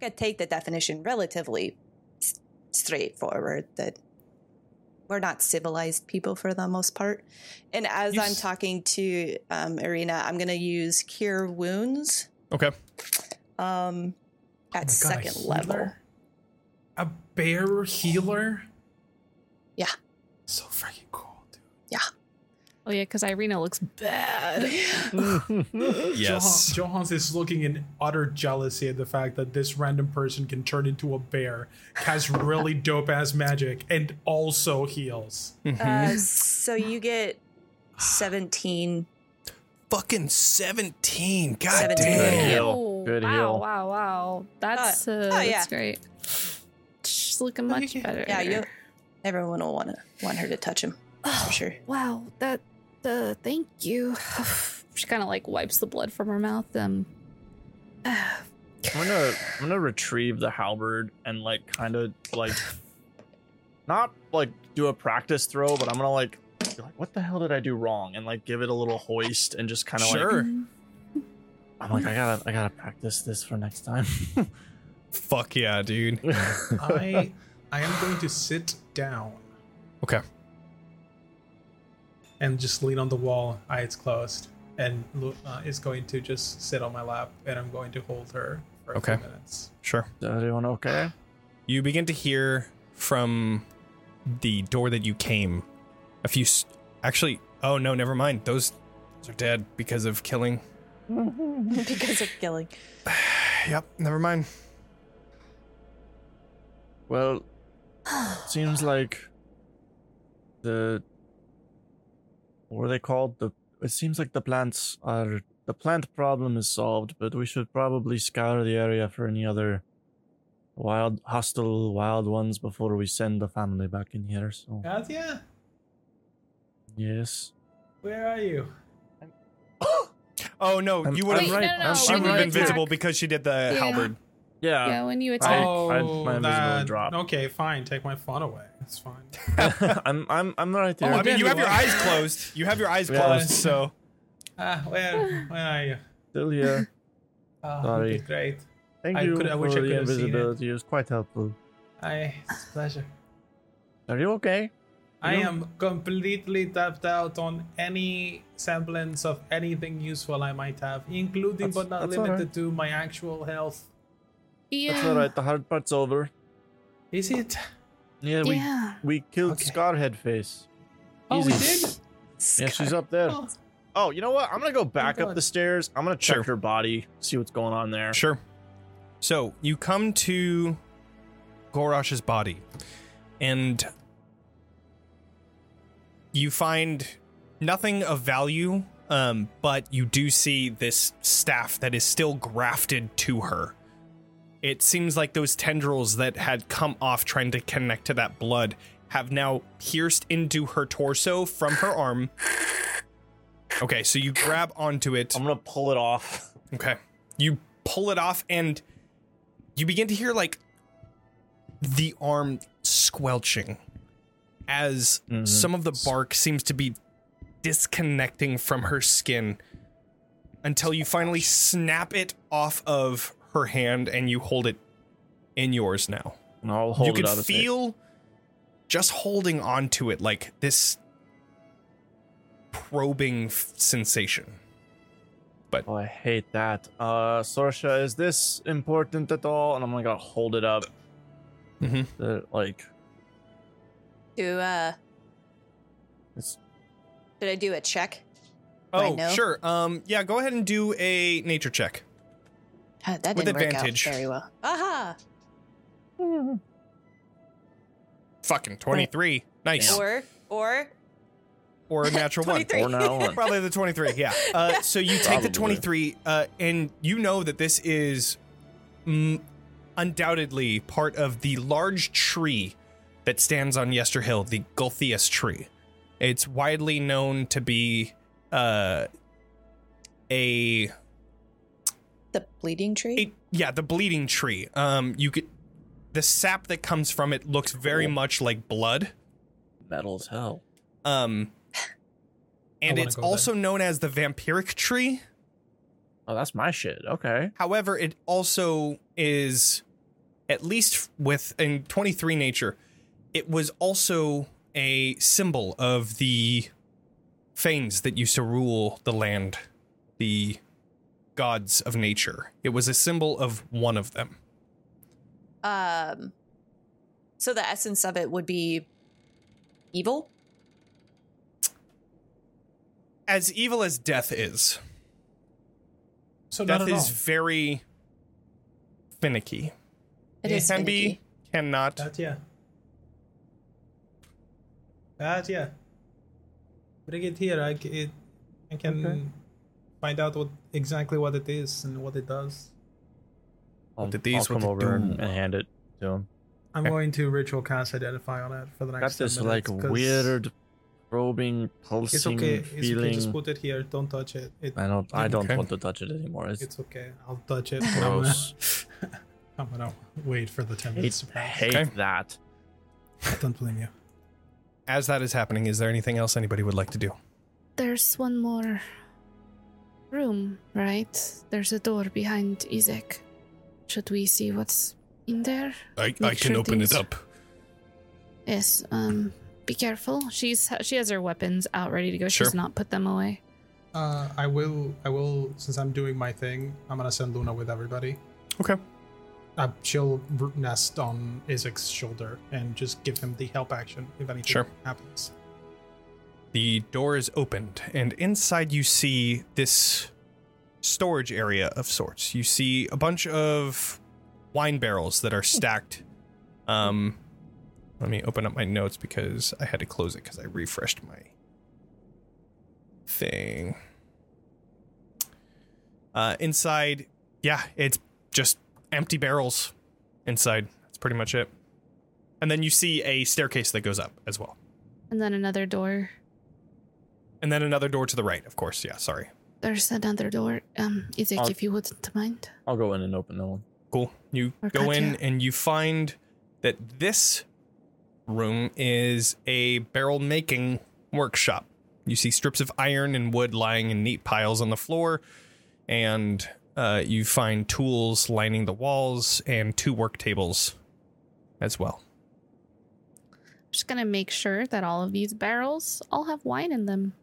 Speaker 5: I could take the definition relatively s- straightforward that we're not civilized people for the most part.
Speaker 6: And as
Speaker 3: You
Speaker 6: I'm
Speaker 3: s-
Speaker 6: talking to um, Irina, I'm gonna use Cure Wounds
Speaker 1: okay.
Speaker 6: um,
Speaker 3: Oh my
Speaker 6: at
Speaker 3: God, a
Speaker 6: second level.
Speaker 3: healer? A bear healer.
Speaker 6: Yeah.
Speaker 3: So freaking cool, dude.
Speaker 4: Oh yeah, because Irina looks bad.
Speaker 1: Oh, Yes.
Speaker 3: Johan, Johans is looking in utter jealousy at the fact that this random person can turn into a bear, has really dope ass magic, and
Speaker 1: Mm-hmm.
Speaker 3: also heals.
Speaker 6: Uh, so you get 17
Speaker 1: fucking 17. God
Speaker 5: 17.
Speaker 1: damn.
Speaker 8: heal.
Speaker 4: Oh,
Speaker 8: Good
Speaker 4: wow,
Speaker 8: heal.
Speaker 4: wow, wow. That's, uh,
Speaker 6: oh, yeah.
Speaker 4: that's great. She's looking much better.
Speaker 6: Yeah, you. Everyone will want to want her to touch him
Speaker 4: Oh,
Speaker 6: for sure.
Speaker 2: Wow, that uh, thank you.
Speaker 4: She kind of like wipes the blood from her mouth. Um,
Speaker 8: I'm gonna I'm gonna retrieve the halberd and like kind of like not like do a practice throw, but I'm gonna like be like what the hell did I do wrong and like give it a little hoist and just kind of like
Speaker 1: Sure.
Speaker 4: Mm.
Speaker 8: I'm like I gotta I gotta practice this for next time.
Speaker 1: Fuck yeah, dude.
Speaker 3: I I am going to sit down
Speaker 1: Okay.
Speaker 3: and just lean on the wall, eyes closed, and Lu- uh, is going to just sit on my lap, and I'm going to hold her for a
Speaker 1: Okay.
Speaker 3: few minutes.
Speaker 1: Sure.
Speaker 8: Is everyone okay?
Speaker 1: You begin to hear from the door that you came a few. s actually, oh no, never mind. Those, those are dead because of killing.
Speaker 6: because of killing.
Speaker 1: Yep, never mind.
Speaker 8: Well, seems like the what are they called? The it seems like the plants are the plant problem is solved, but we should probably scour the area for any other wild, hostile, wild ones before we send the family back in here. So
Speaker 3: Katya,
Speaker 8: yes,
Speaker 3: where are you?
Speaker 1: Oh no,
Speaker 8: I'm-
Speaker 1: you would
Speaker 8: I'm
Speaker 4: Wait,
Speaker 1: have.
Speaker 4: no,
Speaker 8: right.
Speaker 4: no, no,
Speaker 1: She
Speaker 4: when
Speaker 1: would have
Speaker 4: you
Speaker 1: been visible
Speaker 4: attack-
Speaker 1: because she did the
Speaker 2: Yeah.
Speaker 1: halberd.
Speaker 8: yeah.
Speaker 4: Yeah, when you attack.
Speaker 8: uh, I- I- my invisibility dropped.
Speaker 3: Oh, Okay, fine. Take my phone away. It's fine.
Speaker 8: I'm I'm I'm right
Speaker 1: I
Speaker 8: there.
Speaker 1: mean, you have your
Speaker 3: Dandelion.
Speaker 1: eyes closed. You have your eyes
Speaker 8: Yeah.
Speaker 1: closed, so
Speaker 3: Ah, where where are you?
Speaker 8: Still here.
Speaker 3: Oh,
Speaker 8: Sorry.
Speaker 3: okay, Great.
Speaker 8: Thank
Speaker 3: I
Speaker 8: you
Speaker 3: could- I
Speaker 8: for
Speaker 3: wish I could
Speaker 8: the
Speaker 3: have seen it.
Speaker 8: invisibility. It was quite helpful.
Speaker 3: I it's a pleasure.
Speaker 8: Are you okay?
Speaker 3: I
Speaker 8: You-
Speaker 3: am completely tapped out on any semblance of anything useful I might have, including
Speaker 8: That's-
Speaker 3: but not
Speaker 8: that's all
Speaker 3: limited to my actual health.
Speaker 4: yeah.
Speaker 8: That's all right. The hard part's over.
Speaker 3: Is it?
Speaker 8: Yeah, we
Speaker 2: yeah.
Speaker 8: we killed
Speaker 3: Okay.
Speaker 8: Scarhead Face.
Speaker 3: Oh, we
Speaker 8: Easy.
Speaker 3: did.
Speaker 8: Yeah, she's up there.
Speaker 3: Oh.
Speaker 8: Oh, you know what? I'm gonna go
Speaker 5: Oh
Speaker 8: back up
Speaker 3: God.
Speaker 8: the stairs. I'm gonna check
Speaker 1: Sure.
Speaker 8: her body, see what's going on there.
Speaker 1: Sure. So you come to Gorosh's body, and you find nothing of value, um, but you do see this staff that is still grafted to her. It seems like those tendrils that had come off trying to connect to that blood have now pierced into her torso from her arm. Okay, so you grab onto it.
Speaker 8: I'm gonna pull it off.
Speaker 1: Okay. You pull it off and you begin to hear like the arm squelching as
Speaker 8: Mm-hmm.
Speaker 1: some of the bark seems to be disconnecting from her skin until you finally snap it off of her hand and you hold it in yours now.
Speaker 8: And I'll hold
Speaker 1: you
Speaker 8: it
Speaker 1: can
Speaker 8: out of it.
Speaker 1: feel just holding on to it like this probing f- sensation.
Speaker 8: Oh, I hate that. Uh, Sorsha, is this important at all? And I'm gonna gotta hold it up.
Speaker 1: Mhm.
Speaker 8: The, like,
Speaker 6: Do uh,
Speaker 8: it's,
Speaker 6: did I do a check? Do I
Speaker 1: Oh,
Speaker 6: know?
Speaker 1: sure. Um, yeah, go ahead and do a nature check.
Speaker 6: Uh, that
Speaker 1: With
Speaker 6: didn't
Speaker 1: advantage.
Speaker 6: work out very well. Aha!
Speaker 1: Fucking 23. Nice. Or,
Speaker 6: Or or
Speaker 1: a natural one.
Speaker 6: 23.
Speaker 8: or now on.
Speaker 1: Probably the 23, yeah. Uh, so you take the
Speaker 8: Probably.
Speaker 1: 23, uh, and you know that this is mm, undoubtedly part of the large tree that stands on Yester Hill, the Gulthius tree. It's widely known to be uh, a
Speaker 6: the bleeding tree.
Speaker 1: it, yeah, the bleeding tree. Um, you could the sap that comes from it looks very
Speaker 8: Cool.
Speaker 1: much like blood.
Speaker 8: metal as hell.
Speaker 1: Um, and
Speaker 3: wanna
Speaker 1: it's
Speaker 3: go there.
Speaker 1: also known as the vampiric tree.
Speaker 8: Oh, that's my shit. Okay.
Speaker 1: However, it also is, at least with in 23 nature, it was also a symbol of the Fanes that used to rule the land, the gods of nature. It was a symbol of one of them.
Speaker 6: Um, so the essence of it would be evil.
Speaker 1: As evil as death is,
Speaker 3: So not
Speaker 1: death
Speaker 3: at
Speaker 1: is
Speaker 3: all.
Speaker 1: very finicky.
Speaker 6: It is
Speaker 1: can
Speaker 6: finicky.
Speaker 1: be, cannot.
Speaker 3: Katya. Katya. Bring it here. I, c- it, I can find out what exactly what it is and what it does.
Speaker 2: I'll,
Speaker 1: did these
Speaker 2: I'll
Speaker 1: with
Speaker 2: come
Speaker 1: the
Speaker 2: over and,
Speaker 1: doom.
Speaker 2: and hand it to him.
Speaker 3: I'm going to ritual cast identify on it for the
Speaker 2: Got
Speaker 3: next.
Speaker 2: this
Speaker 3: 10
Speaker 2: like
Speaker 3: minutes, 'cause
Speaker 2: weird, probing, pulsing
Speaker 3: It's okay. It's okay.
Speaker 2: feeling.
Speaker 3: Just put it here. Don't touch it. it
Speaker 2: I don't. I don't
Speaker 1: Okay.
Speaker 2: want to touch it anymore. It's,
Speaker 3: it's okay. I'll touch it. I'm gonna-
Speaker 2: gross.
Speaker 3: I'm gonna wait for the ten minutes.
Speaker 2: hate
Speaker 3: to pass.
Speaker 2: hate
Speaker 1: Okay.
Speaker 2: that.
Speaker 3: I don't blame you.
Speaker 1: As that is happening, is there anything else anybody would like to do?
Speaker 4: There's one more room, right? There's a door behind Isaac. Should we see what's in there?
Speaker 11: I,
Speaker 4: Make can sure open it things-
Speaker 11: up.
Speaker 4: Yes, um, be careful.
Speaker 12: She's she has her weapons out ready to go.
Speaker 1: Sure.
Speaker 12: She's not put them away.
Speaker 3: Uh, I will. I will. Since I'm doing my thing, I'm gonna send Luna with everybody.
Speaker 1: Okay.
Speaker 3: Uh, she'll r- nest on Isaac's shoulder and just give him the help action if anything
Speaker 1: Sure.
Speaker 3: happens.
Speaker 1: The door is opened, and inside you see this storage area of sorts. You see a bunch of wine barrels that are stacked. Um, let me open up my notes because I had to close it because I refreshed my thing. Uh, inside, yeah, it's just empty barrels inside. That's pretty much it. And then you see a staircase that goes up as well.
Speaker 12: And then another door.
Speaker 1: And then another door to the right, of course. Yeah, sorry.
Speaker 4: There's another door. Um, Isaac,
Speaker 2: I'll-
Speaker 4: if you wouldn't mind.
Speaker 2: I'll go in and open that one.
Speaker 1: Cool. You
Speaker 4: Or
Speaker 1: go in
Speaker 4: gotcha.
Speaker 1: and you find that this room is a barrel making workshop. You see strips of iron and wood lying in neat piles on the floor, and uh, you find tools lining the walls and two work tables as well.
Speaker 12: Just gonna make sure that all of these barrels all have wine in them.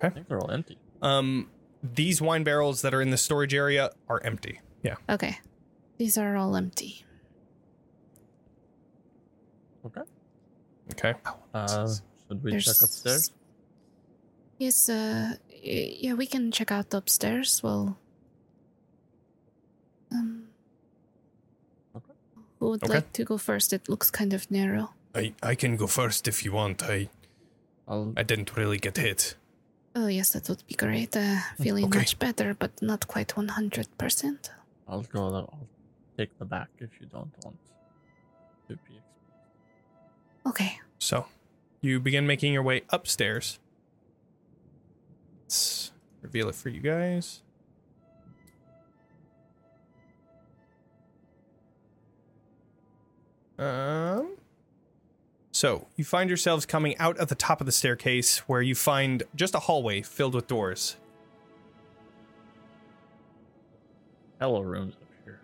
Speaker 2: I think they're all empty.
Speaker 1: Um, these wine barrels that are in the storage area are empty. Yeah.
Speaker 4: Okay, these are all empty.
Speaker 2: Okay.
Speaker 1: Okay.
Speaker 2: Uh, should we check upstairs?
Speaker 4: Yes, uh, y- yeah, we can check out upstairs. Well, um,
Speaker 2: Okay.
Speaker 4: who would
Speaker 1: Okay.
Speaker 4: like to go first? It looks kind of narrow.
Speaker 11: I, I can go first if you want. I,
Speaker 2: I'll,
Speaker 11: I didn't really get hit.
Speaker 4: Oh, yes, that would be great. Uh, feeling
Speaker 11: Okay.
Speaker 4: much better, but not quite 100%.
Speaker 2: I'll go. the- I'll take the back if you don't want to be.
Speaker 4: Okay.
Speaker 1: So you begin making your way upstairs. Let's reveal it for you guys. Um, so you find yourselves coming out at the top of the staircase where you find just a hallway filled with doors.
Speaker 2: Hello, rooms up here.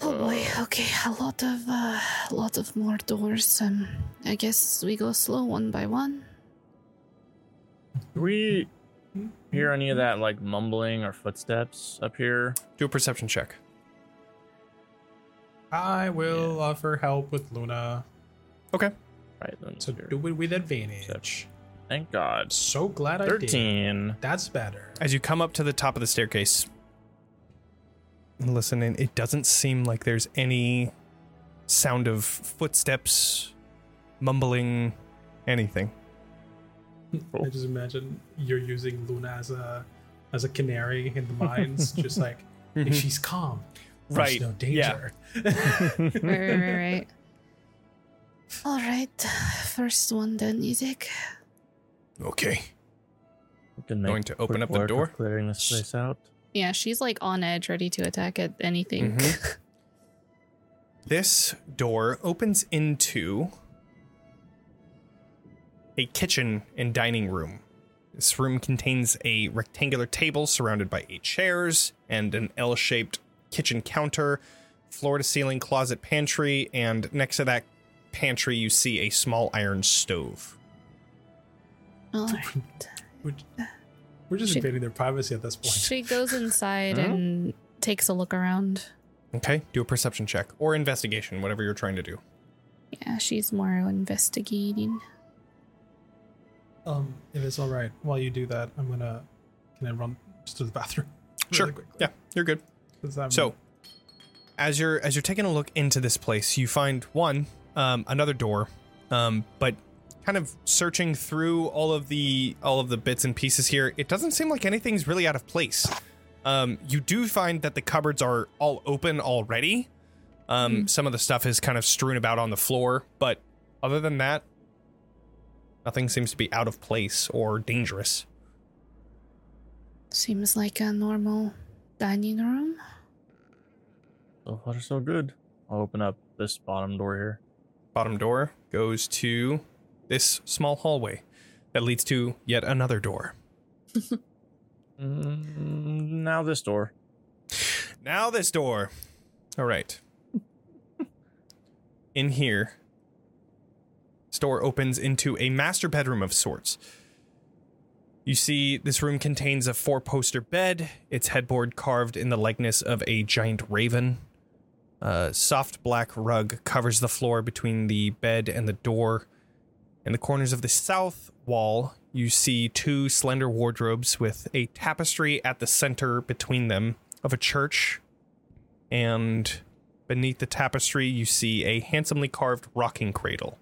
Speaker 4: Oh boy. Okay, a lot of, uh, lot of more doors. Um, I guess we go slow one by one.
Speaker 2: Do we hear any of that like mumbling or footsteps up here?
Speaker 1: Do a perception check.
Speaker 3: I will offer help with Luna,
Speaker 1: Okay.
Speaker 2: Right. Then
Speaker 3: so
Speaker 2: here.
Speaker 3: do it with advantage.
Speaker 2: Thank God.
Speaker 3: So glad I did.
Speaker 2: Thirteen.
Speaker 3: That's better.
Speaker 1: As you come up to the top of the staircase, listen in. It doesn't seem like there's any sound of footsteps, mumbling, anything.
Speaker 3: I just imagine you're using Luna as a as a canary in the mines, just like if she's calm, there's
Speaker 1: Mm-hmm. Right,
Speaker 3: no
Speaker 1: yeah.
Speaker 3: danger.
Speaker 12: Right, right, right, right.
Speaker 4: All right, first one then, Isaac.
Speaker 11: Okay.
Speaker 2: We can
Speaker 1: Going to open
Speaker 2: quick
Speaker 1: up the
Speaker 2: work of
Speaker 1: door?
Speaker 2: Clearing this place out.
Speaker 12: Yeah, she's like on edge, ready to attack at anything.
Speaker 1: This door opens into a kitchen and dining room. This room contains a rectangular table surrounded by eight chairs and an L shaped kitchen counter, floor to ceiling closet pantry, and next to that pantry, you see a small iron stove.
Speaker 4: All right.
Speaker 3: We're, we're just
Speaker 12: She-
Speaker 3: invading their privacy at this point.
Speaker 12: She goes inside and takes a look around.
Speaker 1: Okay, do a perception check or investigation, whatever you're trying to do.
Speaker 12: Yeah, she's more investigating.
Speaker 3: Um, if it's all right, while you do that, I'm gonna can I run just to the bathroom?
Speaker 1: Sure. Yeah, you're good.
Speaker 3: Yeah.
Speaker 1: So, as you're as you're taking a look into this place, you find one um, another door, um, but kind of searching through all of the all of the bits and pieces here, it doesn't seem like anything's really out of place. Um, you do find that the cupboards are all open already. Um, Some of the stuff is kind of strewn about on the floor, but other than that, nothing seems to be out of place or dangerous.
Speaker 2: Seems like a normal dining room.
Speaker 8: So far, so good. I'll open up this bottom door here.
Speaker 1: Bottom door goes to this small hallway that leads to yet another door.
Speaker 8: Mm, now this door.
Speaker 1: Now this door. All right. In here, this door opens into a master bedroom of sorts. You see, this room contains a four poster bed, its headboard carved in the likeness of a giant raven. A soft black rug covers the floor between the bed and the door. In the corners of the south wall, you see two slender wardrobes with a tapestry at the center between them of a church. And beneath the tapestry, you see a handsomely carved rocking cradle.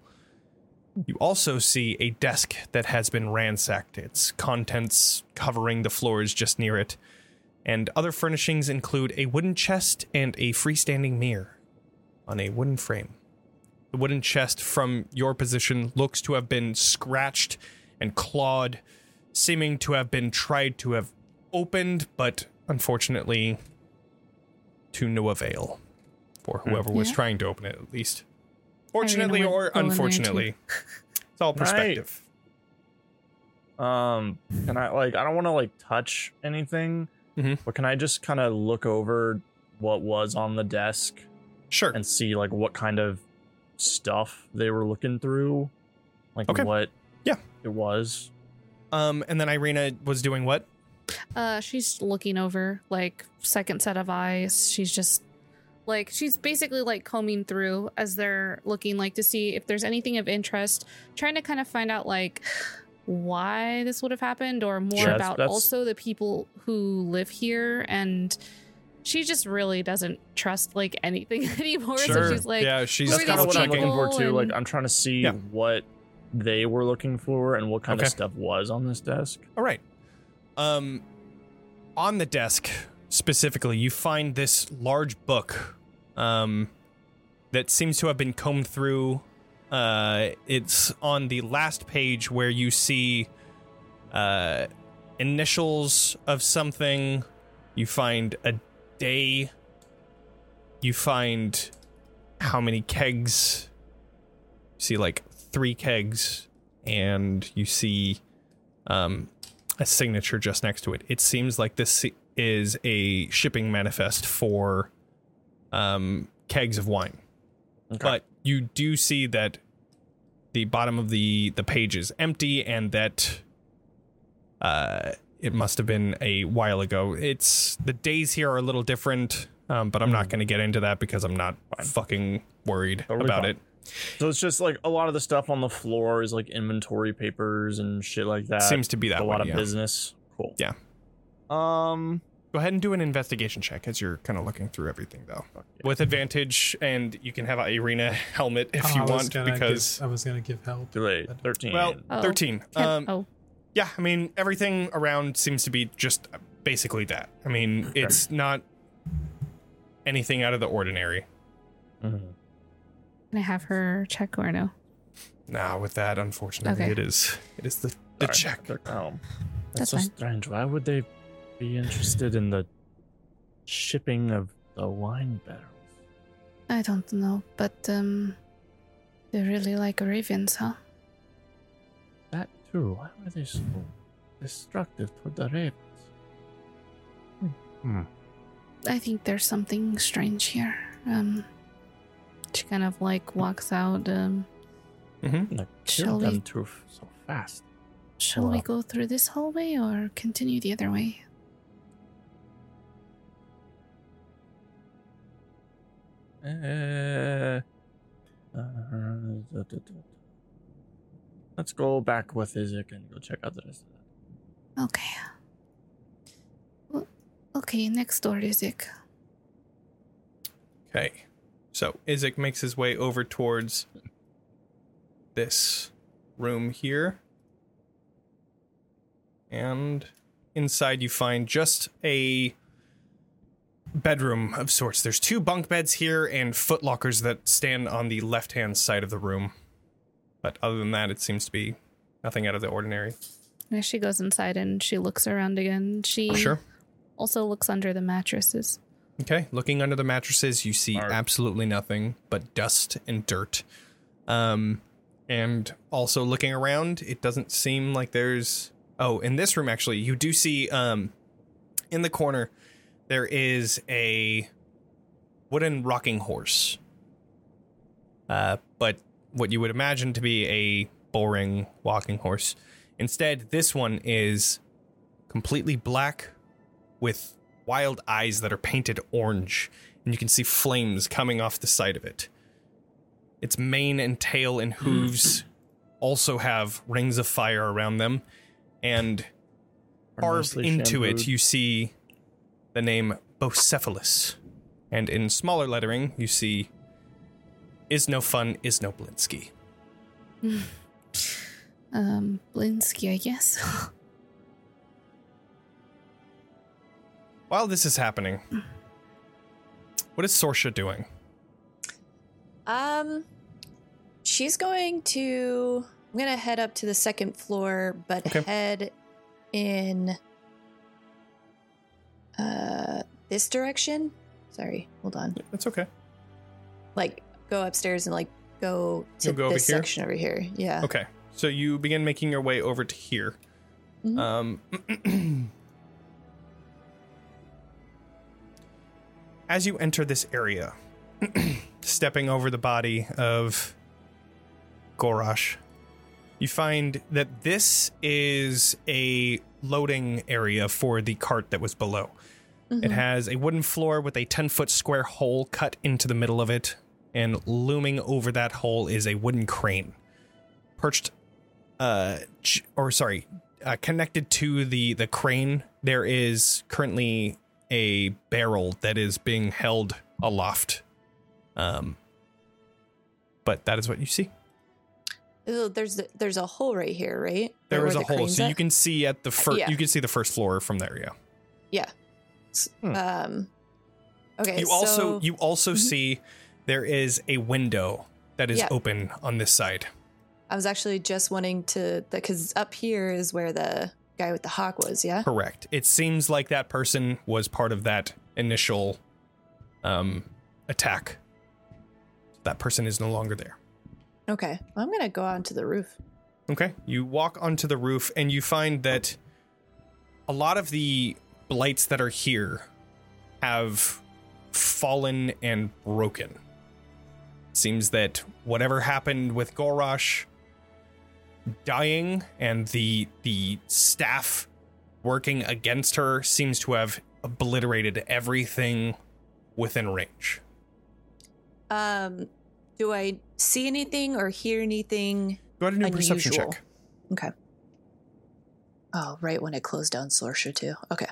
Speaker 1: You also see a desk that has been ransacked, its contents covering the floors just near it. And other furnishings include a wooden chest and a freestanding mirror on a wooden frame. The wooden chest from your position looks to have been scratched and clawed, seeming to have been tried to have opened, but unfortunately to no avail for whoever
Speaker 4: Hmm.
Speaker 1: was
Speaker 2: Yeah.
Speaker 1: trying to open it, at least. Fortunately
Speaker 4: would
Speaker 1: or
Speaker 4: go in there, too.
Speaker 1: unfortunately, it's all perspective.
Speaker 8: Um, can I like? I don't want to like touch anything,
Speaker 1: Mhm.
Speaker 8: but can I just kind of look over what was on the desk
Speaker 1: Sure.
Speaker 8: and see like what kind of stuff they were looking through, like
Speaker 1: Okay.
Speaker 8: what?
Speaker 1: Yeah.
Speaker 8: it was.
Speaker 1: Um, and then Irina was doing what?
Speaker 4: Uh, she's looking over like second set of eyes. She's just like she's basically like combing through as they're looking like to see if there's anything of interest, trying to kind of find out like why this would have happened or more
Speaker 8: Sure. That's-
Speaker 4: about
Speaker 8: that's-
Speaker 4: also the people who live here and she just really doesn't trust like anything anymore. So she's like
Speaker 1: yeah, she's
Speaker 4: who are
Speaker 8: That's
Speaker 4: these
Speaker 8: kind of what I'm
Speaker 4: people
Speaker 8: looking for too. Like
Speaker 4: and-
Speaker 8: I'm trying to see
Speaker 1: Yeah.
Speaker 8: what they were looking for and what kind
Speaker 1: Okay.
Speaker 8: of stuff was on this desk.
Speaker 1: All right. Um, on the desk specifically, you find this large book, um, that seems to have been combed through. Uh, it's on the last page where you see, uh, initials of something. You find a day. You find how many kegs. You see like three kegs, and you see um, a signature just next to it. It seems like this se- is a shipping manifest for um, kegs of wine. But you do see that the bottom of the the page is empty, and that uh, it must have been a while ago. It's the days here are a little different, um, but I'm not going to get into that because I'm not fucking worried
Speaker 8: Hmm. Totally
Speaker 1: about
Speaker 8: fine.
Speaker 1: it.
Speaker 8: So it's just like a lot of the stuff on the floor is like inventory papers and shit like that.
Speaker 1: Seems to be that
Speaker 8: Uh, a
Speaker 1: way,
Speaker 8: lot of
Speaker 1: yeah.
Speaker 8: business. Cool.
Speaker 1: Yeah.
Speaker 8: Um.
Speaker 1: Go ahead and do an investigation check as you're kind of looking through everything, though. With advantage, and you can have an Irina helmet if
Speaker 3: Oh,
Speaker 1: you
Speaker 3: I was
Speaker 1: want,
Speaker 3: gonna give-
Speaker 1: because.
Speaker 3: I was gonna give help.
Speaker 8: Too late. Thirteen.
Speaker 1: Well,
Speaker 4: Oh.
Speaker 1: 13.
Speaker 4: Can-
Speaker 1: um,
Speaker 4: oh,
Speaker 1: Yeah, I mean, everything around seems to be just basically that. I mean, it's not anything out of the ordinary.
Speaker 8: Mhm.
Speaker 4: can I have her check or no?
Speaker 1: Nah, with that, unfortunately,
Speaker 4: Okay.
Speaker 1: it is. It is the, the
Speaker 8: Sorry.
Speaker 1: check.
Speaker 8: Oh,
Speaker 4: That's
Speaker 8: that's, so
Speaker 4: fine.
Speaker 8: strange. Why would they be interested in the shipping of the wine barrels?
Speaker 2: I don't know, but um, they really like ravens, huh?
Speaker 8: That too. Why were they so destructive toward the ravens?
Speaker 2: I think there's something strange here. Um,
Speaker 4: She kind of like walks out um
Speaker 8: Like,
Speaker 2: Shall
Speaker 8: killed
Speaker 2: we-
Speaker 8: them too f- so fast.
Speaker 2: shall we
Speaker 8: Well.
Speaker 2: go through this hallway or continue the other way?
Speaker 8: Uh, uh, da, da, da, da. Let's go back with Isaac and go check out the rest of that.
Speaker 2: Okay. Well, Okay, next door, Isaac.
Speaker 1: Okay. So Isaac makes his way over towards this room here. And inside you find just a bedroom of sorts. There's two bunk beds here and footlockers that stand on the left hand side of the room. But other than that, it seems to be nothing out of the ordinary.
Speaker 4: Now she goes inside and she looks around again. She
Speaker 1: Oh, Sure.
Speaker 4: also looks under the mattresses.
Speaker 1: Okay, looking under the mattresses, you see absolutely nothing but dust and dirt. Um, and also looking around, it doesn't seem like there's. Oh, in this room, actually, you do see um, in the corner, there is a wooden rocking horse. Uh, but what you would imagine to be a boring walking horse. Instead, this one is completely black with wild eyes that are painted orange, and you can see flames coming off the side of it. Its mane and tail
Speaker 8: Hmm.
Speaker 1: and hooves also have rings of fire around them, and carved
Speaker 8: mostly
Speaker 1: into it,
Speaker 8: shampooed.
Speaker 1: you see the name Bocephalus. And in smaller lettering, you see Is no fun, is no Blinsky.
Speaker 2: Um, Blinsky, I guess.
Speaker 1: While this is happening, what is Sorsha doing?
Speaker 6: Um, she's going to. I'm gonna head up to the second floor, but
Speaker 1: Okay.
Speaker 6: head in uh this direction. Sorry, hold on.
Speaker 1: That's okay.
Speaker 6: Like, go upstairs and like go to
Speaker 1: You'll go over
Speaker 6: this
Speaker 1: here?
Speaker 6: section over here. Yeah.
Speaker 1: Okay. So you begin making your way over to here.
Speaker 6: Mhm.
Speaker 1: Um, as you enter this area, stepping over the body of Gorash, you find that this is a loading area for the cart that was below. It has a wooden floor with a 10 foot square hole cut into the middle of it, and looming over that hole is a wooden crane perched uh j- or sorry uh, connected to the the crane there is currently a barrel that is being held aloft um but that is what you see
Speaker 6: Oh, there's there's a hole right here, right?
Speaker 1: there
Speaker 6: Where
Speaker 1: is
Speaker 6: the
Speaker 1: a hole
Speaker 6: crane's
Speaker 1: so
Speaker 6: at?
Speaker 1: you can see at the first
Speaker 6: yeah.
Speaker 1: you can see the first floor from there yeah
Speaker 6: Yeah. S-
Speaker 1: Hmm.
Speaker 6: Um. Okay.
Speaker 1: you also
Speaker 6: so- mm-hmm.
Speaker 1: you also see there is a window that is
Speaker 6: Yeah.
Speaker 1: open on this side
Speaker 6: I was actually just wanting to because up here is where the guy with the hawk was. Yeah.
Speaker 1: Correct. It seems like that person was part of that initial um, attack. That person is no longer there.
Speaker 6: Okay. Well, I'm gonna go onto the roof.
Speaker 1: Okay. You walk onto the roof and you find that a lot of the blights that are here have fallen and broken. Seems that whatever happened with Gorosh dying and the the staff working against her seems to have obliterated everything within range.
Speaker 6: Um, do I see anything or hear anything?
Speaker 1: Go ahead and do a perception
Speaker 6: Unusual.
Speaker 1: check.
Speaker 6: Okay. Oh, right when I closed down Sorsha too. Okay.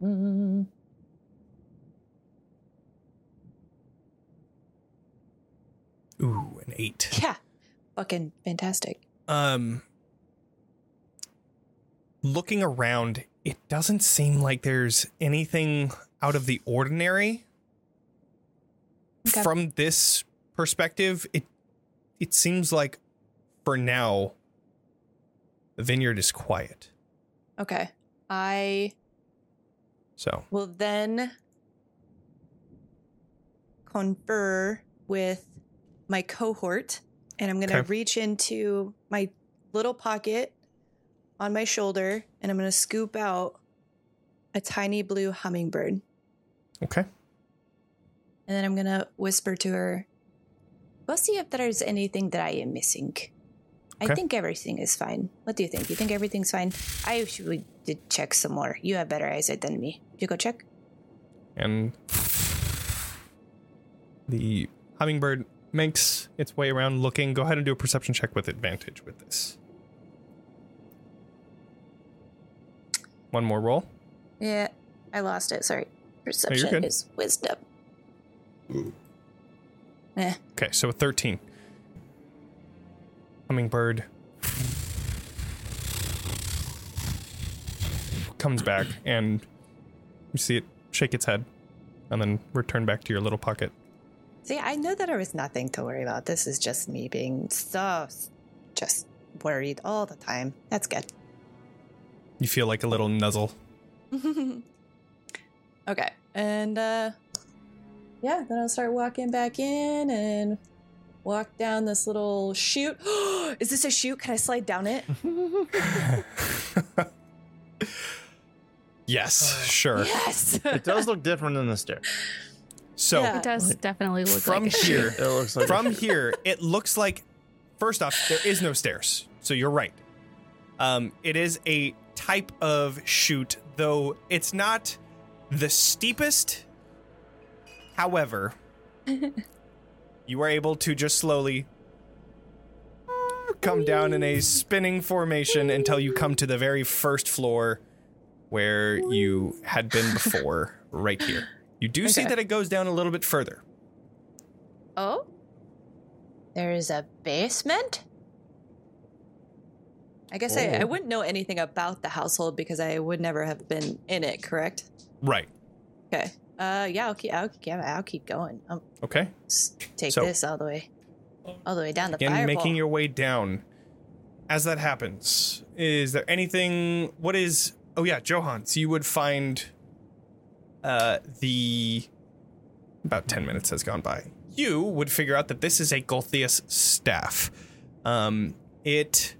Speaker 6: Hmm,
Speaker 1: Ooh, an eight.
Speaker 6: Yeah. Fucking fantastic.
Speaker 1: um looking around it doesn't seem like there's anything out of the ordinary
Speaker 6: Okay.
Speaker 1: from this perspective it it seems like for now the vineyard is quiet
Speaker 6: Okay. I
Speaker 1: so
Speaker 6: will then confer with my cohort and I'm going to
Speaker 1: Okay.
Speaker 6: reach into my little pocket on my shoulder and I'm going to scoop out a tiny blue hummingbird. And
Speaker 1: okay
Speaker 6: then I'm going to whisper to her, Go see if there's anything that I am missing. I
Speaker 1: Okay.
Speaker 6: think everything is fine. What do you think? You think everything's fine? I should did check some more. You have better eyesight than me. You go check.
Speaker 1: and the hummingbird makes its way around looking go ahead and do a perception check with advantage with this one more roll
Speaker 6: Yeah, I lost it. Sorry.
Speaker 1: good.
Speaker 6: Perception is wisdom. Eh.
Speaker 1: Okay, so a 13. Hummingbird comes back and you see it shake its head and then return back to your little pocket.
Speaker 5: See, I know that there was nothing to worry about. This is just me being so s- just worried all the time. That's good.
Speaker 1: You feel like a little nuzzle.
Speaker 6: Okay. And uh yeah, then I'll start walking back in and walk down this little chute. Is this a chute? Can I slide down it?
Speaker 1: Yes, sure.
Speaker 6: yes.
Speaker 8: It does look different than the stair.
Speaker 1: So
Speaker 6: Yeah.
Speaker 4: It does definitely look
Speaker 1: from
Speaker 4: like a
Speaker 1: here,
Speaker 8: It looks like
Speaker 1: from here, it looks like first off, there is no stairs. So you're right. Um, it is a type of chute, though it's not the steepest. However, you are able to just slowly come down in a spinning formation until you come to the very first floor where you had been before, right here. You do see
Speaker 6: Okay.
Speaker 1: that it goes down a little bit further.
Speaker 5: Oh? There is a basement? Oh.
Speaker 6: I guess I, I wouldn't know anything about the household because I would never have been in it, correct?
Speaker 1: Right.
Speaker 6: Okay. Uh yeah, I'll keep I'll keep, I'll keep going. I'll
Speaker 1: Okay.
Speaker 6: s- take
Speaker 1: So-
Speaker 6: this all the way all the way down the
Speaker 1: and
Speaker 6: fireball.
Speaker 1: making your way down. As that happens, is there anything? What is? Oh yeah, Johan. So you would find uh, the about ten minutes has gone by. You would figure out that this is a Golthius staff. Um, it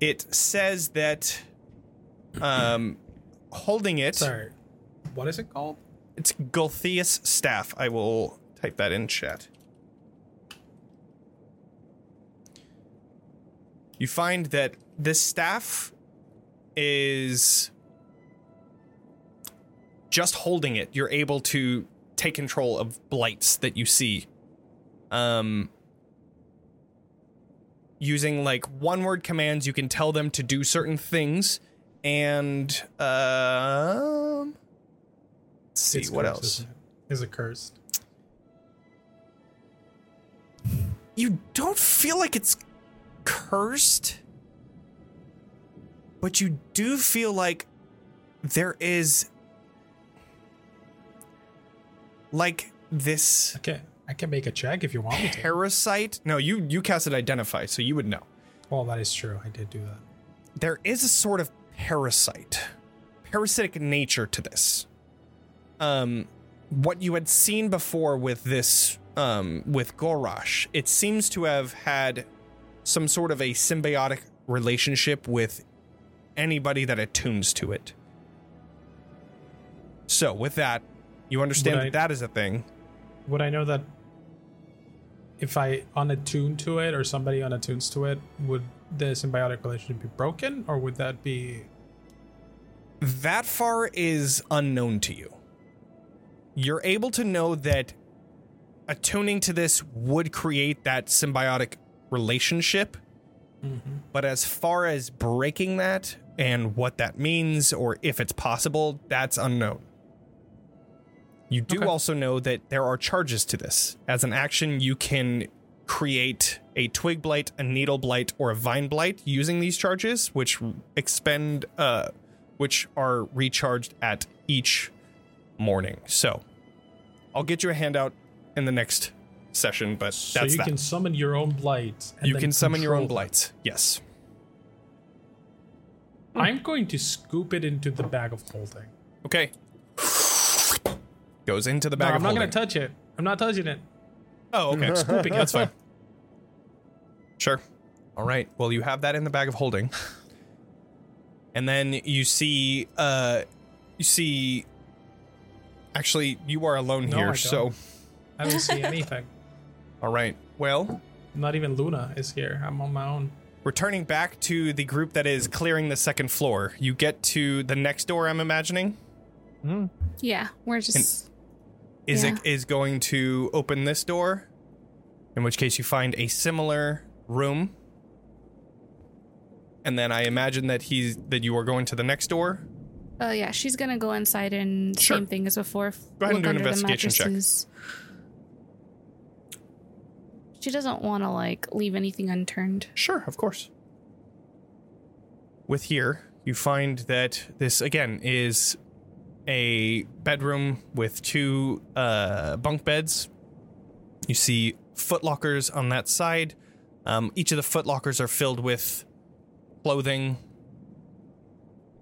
Speaker 1: it says that um, holding it.
Speaker 3: Sorry. What is it called?
Speaker 1: It's Golthius staff. I will type that in chat. You find that this staff is just holding it. You're able to take control of blights that you see. Um using like one word commands, you can tell them to do certain things and um let's see
Speaker 3: It's
Speaker 1: what
Speaker 3: cursed,
Speaker 1: else.
Speaker 3: isn't it? Is it cursed?
Speaker 1: you don't feel like it's cursed, but you do feel like there is like this
Speaker 3: Okay. I can make a check if you want me to.
Speaker 1: parasite. No, you you cast it identify, so you would know.
Speaker 3: Well, that is true. I did do that.
Speaker 1: There is a sort of parasite, parasitic nature to this. Um, what you had seen before with this, um, with Gorash, it seems to have had some sort of a symbiotic relationship with anybody that attunes to it. So, with that, you understand
Speaker 3: Would
Speaker 1: that that is a thing.
Speaker 3: Would I know that if I unattune to it or somebody unattunes to it, would the symbiotic relationship be broken or would that be
Speaker 1: that far is unknown to you. You're able to know that attuning to this would create that symbiotic relationship. But as far as breaking that and what that means or if it's possible, that's unknown. You do
Speaker 3: Okay.
Speaker 1: also know that there are charges to this. As an action, you can create a twig blight, a needle blight, or a vine blight using these charges, which expend, uh, which are recharged at each morning. So, I'll get you a handout in the next session, but
Speaker 3: so
Speaker 1: that's
Speaker 3: you
Speaker 1: that.
Speaker 3: can summon your own blight and
Speaker 1: you
Speaker 3: then
Speaker 1: can summon your own
Speaker 3: control it?
Speaker 1: blights. Yes.
Speaker 3: I'm going to scoop it into the bag of holding.
Speaker 1: Okay. Goes into the bag of
Speaker 3: no, I'm not
Speaker 1: holding.
Speaker 3: going to touch it. I'm not touching it.
Speaker 1: Oh, okay.
Speaker 3: Scooping it.
Speaker 1: That's fine. Sure. All right. Well, you have that in the bag of holding. And then you see uh you see actually you are alone
Speaker 3: No, I
Speaker 1: here,
Speaker 3: don't.
Speaker 1: so
Speaker 3: I don't see anything.
Speaker 1: all right. Well,
Speaker 3: Not even Luna is here. I'm on my own.
Speaker 1: returning back to the group that is clearing the second floor. You get to the next door I'm imagining
Speaker 4: Yeah, we're just
Speaker 1: is
Speaker 4: Yeah.
Speaker 1: it is going to open this door in which case you find a similar room and then i imagine that he's that you are going to the next door
Speaker 4: uh yeah, she's gonna go inside and
Speaker 1: Sure.
Speaker 4: same thing as before.
Speaker 1: Go ahead and do an
Speaker 4: under the
Speaker 1: investigation check.
Speaker 4: mattresses.
Speaker 2: She doesn't want to like leave anything unturned.
Speaker 1: Sure, of course. With here, you find that this again is a bedroom with two uh, bunk beds. You see footlockers on that side. Um, each of the footlockers are filled with clothing,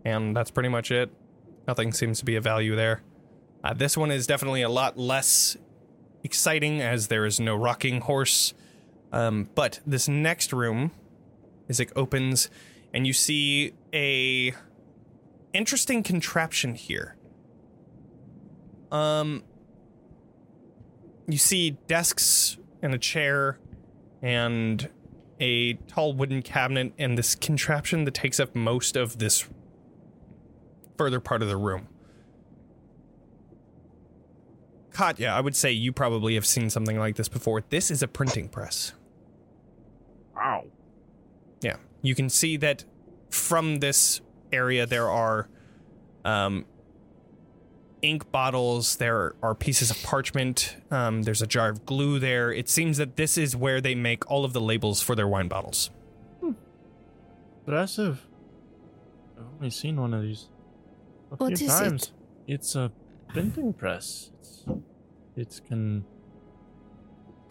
Speaker 1: and that's pretty much it. Nothing seems to be of value there. Uh, this one is definitely a lot less exciting as there is no rocking horse. Um, but this next room, is it opens, and you see a interesting contraption here. Um, you see desks and a chair, and a tall wooden cabinet, and this contraption that takes up most of this further part of the room. Katya, I would say you probably have seen something like this before. This is a printing press.
Speaker 8: Wow.
Speaker 1: Yeah. You can see that from this area there are um, ink bottles, there are pieces of parchment, um, there's a jar of glue there. It seems that this is where they make all of the labels for their wine bottles.
Speaker 8: Impressive. I've only seen one of these a
Speaker 2: What
Speaker 8: few
Speaker 2: is it?
Speaker 8: times. It's a printing press. It's, it can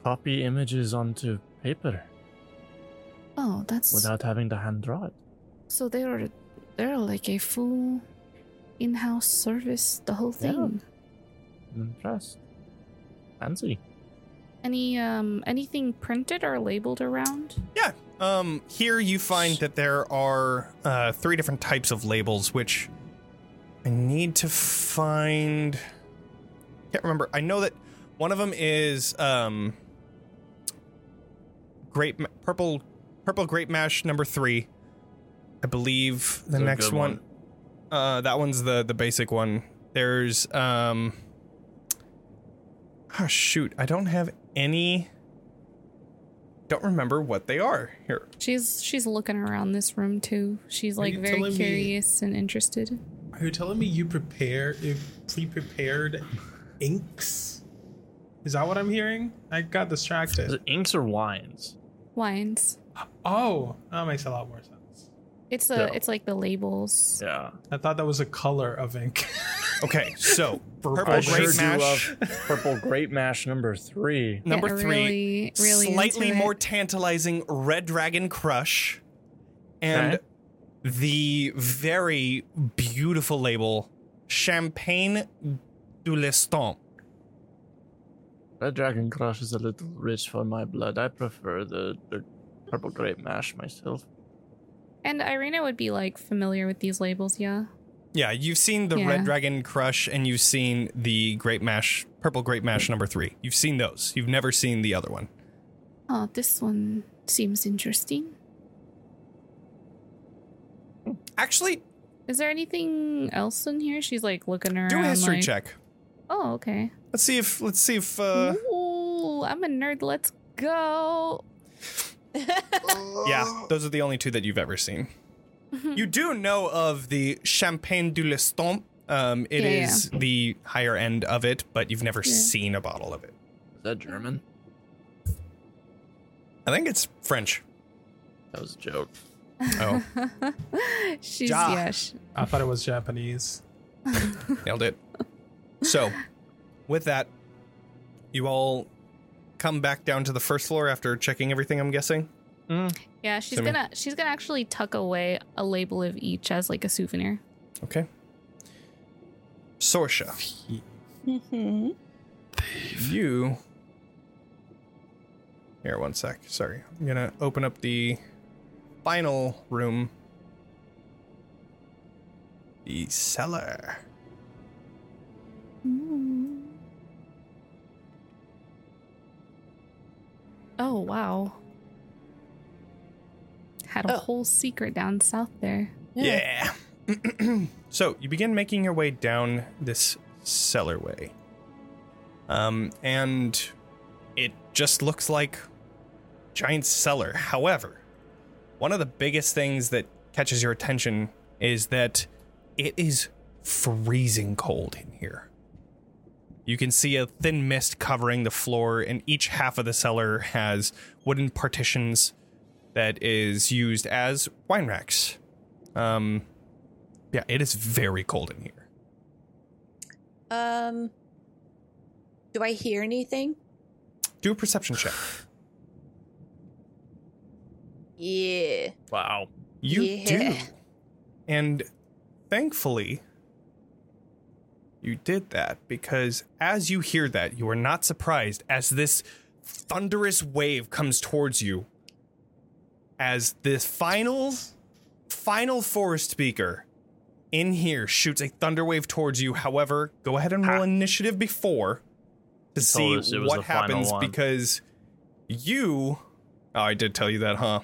Speaker 8: copy images onto paper
Speaker 2: Oh, that's
Speaker 8: without having to hand draw it.
Speaker 2: so they're they're like a full in-house service, the whole
Speaker 8: Yeah.
Speaker 2: thing.
Speaker 8: I'm impressed. Fancy.
Speaker 4: Any um anything printed or labeled around?
Speaker 1: Um, here you find that there are uh, three different types of labels, which I need to find. Can't remember. I know that one of them is um, grape ma- purple purple grape mash number three. I believe the
Speaker 8: It's a
Speaker 1: next
Speaker 8: good
Speaker 1: one. Uh, that one's the the basic one. There's um. Oh shoot! I don't have any. Don't remember what they are here.
Speaker 4: She's she's looking around this room too. She's
Speaker 3: Are
Speaker 4: like
Speaker 3: you
Speaker 4: very
Speaker 3: telling me-
Speaker 4: curious and interested.
Speaker 3: Are you telling me you prepare you pre-prepared inks? Is that what I'm hearing? I got
Speaker 8: Is
Speaker 3: distracted.
Speaker 8: it inks or wines?
Speaker 4: Wines.
Speaker 3: Oh, that makes a lot more sense.
Speaker 4: It's a
Speaker 8: Yeah.
Speaker 4: it's like the labels.
Speaker 8: Yeah.
Speaker 3: I thought that was a color of ink.
Speaker 1: Okay, so purple
Speaker 8: I
Speaker 1: grape
Speaker 8: sure do
Speaker 1: mash
Speaker 8: love purple grape mash number three.
Speaker 4: Yeah,
Speaker 1: number three,
Speaker 4: Really, really into
Speaker 1: slightly
Speaker 4: it.
Speaker 1: more tantalizing red dragon crush, and
Speaker 8: Okay.
Speaker 1: the very beautiful label champagne du leston.
Speaker 8: Red Dragon Crush is a little rich for my blood. I prefer the, the purple grape mash myself.
Speaker 4: And Irina would be like familiar with these labels, yeah.
Speaker 1: Yeah, you've seen the
Speaker 4: Yeah.
Speaker 1: red dragon crush, and you've seen the grape mash, purple grape mash number three. You've seen those. You've never seen the other one.
Speaker 2: Oh, this one seems interesting.
Speaker 1: Actually,
Speaker 4: Is there anything else in here? She's like looking around.
Speaker 1: do a history
Speaker 4: Um, like-
Speaker 1: check.
Speaker 4: Oh, okay.
Speaker 1: Let's see if let's see if uh,
Speaker 4: Ooh, I'm a nerd. Let's go. Hmm?
Speaker 1: Yeah, those are the only two that you've ever seen. you do know of the Champagne du Lestomp. Um, it
Speaker 4: Yeah,
Speaker 1: is
Speaker 4: yeah.
Speaker 1: the higher end of it, but you've never
Speaker 4: Yeah.
Speaker 1: seen a bottle of it.
Speaker 8: Is that German?
Speaker 1: I think it's French.
Speaker 8: That was a joke.
Speaker 1: Oh,
Speaker 4: She's
Speaker 1: Ja.
Speaker 4: yeah. She,
Speaker 3: I thought it was Japanese.
Speaker 1: nailed it. So, with that, you all come back down to the first floor after checking everything. I'm guessing.
Speaker 4: yeah, she's
Speaker 1: Simi.
Speaker 4: gonna she's gonna actually tuck away a label of each as like a souvenir.
Speaker 1: Okay. Sorsha,
Speaker 6: Mm-hmm.
Speaker 1: you. Here, one sec. Sorry, I'm gonna open up the final room. The cellar.
Speaker 4: Oh wow. Had a
Speaker 6: Oh.
Speaker 4: whole secret down south there.
Speaker 1: Yeah. so you begin making your way down this cellarway. Um, and it just looks like giant cellar. However, one of the biggest things that catches your attention is that it is freezing cold in here. You can see a thin mist covering the floor, and each half of the cellar has wooden partitions that is used as wine racks. Um, yeah, it is very cold in here.
Speaker 6: Um, do I hear anything?
Speaker 1: Do a perception check.
Speaker 6: Yeah.
Speaker 8: Wow.
Speaker 1: You do.
Speaker 6: Yeah.
Speaker 1: And thankfully, you did that because as you hear that, you are not surprised as this thunderous wave comes towards you. As this final, final forest speaker in here shoots a thunder wave towards you. However, go ahead and roll initiative before to see
Speaker 8: us it was
Speaker 1: what
Speaker 8: the final
Speaker 1: happens
Speaker 8: one.
Speaker 1: because you. Oh, I did tell you that, huh?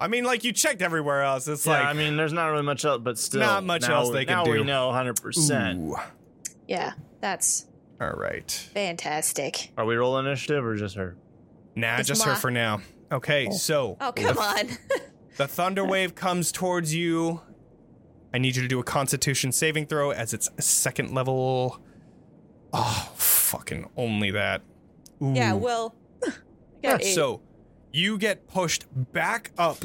Speaker 1: I mean, like you checked everywhere else. It's
Speaker 8: Yeah,
Speaker 1: like
Speaker 8: I mean, there's not really much else, but still,
Speaker 1: Not much
Speaker 8: now-
Speaker 1: else they can
Speaker 8: now
Speaker 1: do.
Speaker 8: we know 100. percent
Speaker 1: Ooh.
Speaker 6: Yeah. That's
Speaker 1: All right.
Speaker 6: fantastic.
Speaker 8: Are we rolling initiative or just her?
Speaker 1: Nah,
Speaker 6: It's
Speaker 1: just her
Speaker 6: my-
Speaker 1: for now. Okay, so
Speaker 6: Oh, come on.
Speaker 1: the thunder wave comes towards you. I need you to do a Constitution saving throw as it's a second level. Oh, fucking only that. Ooh.
Speaker 6: yeah, well. I got eight.
Speaker 1: So you get pushed back up,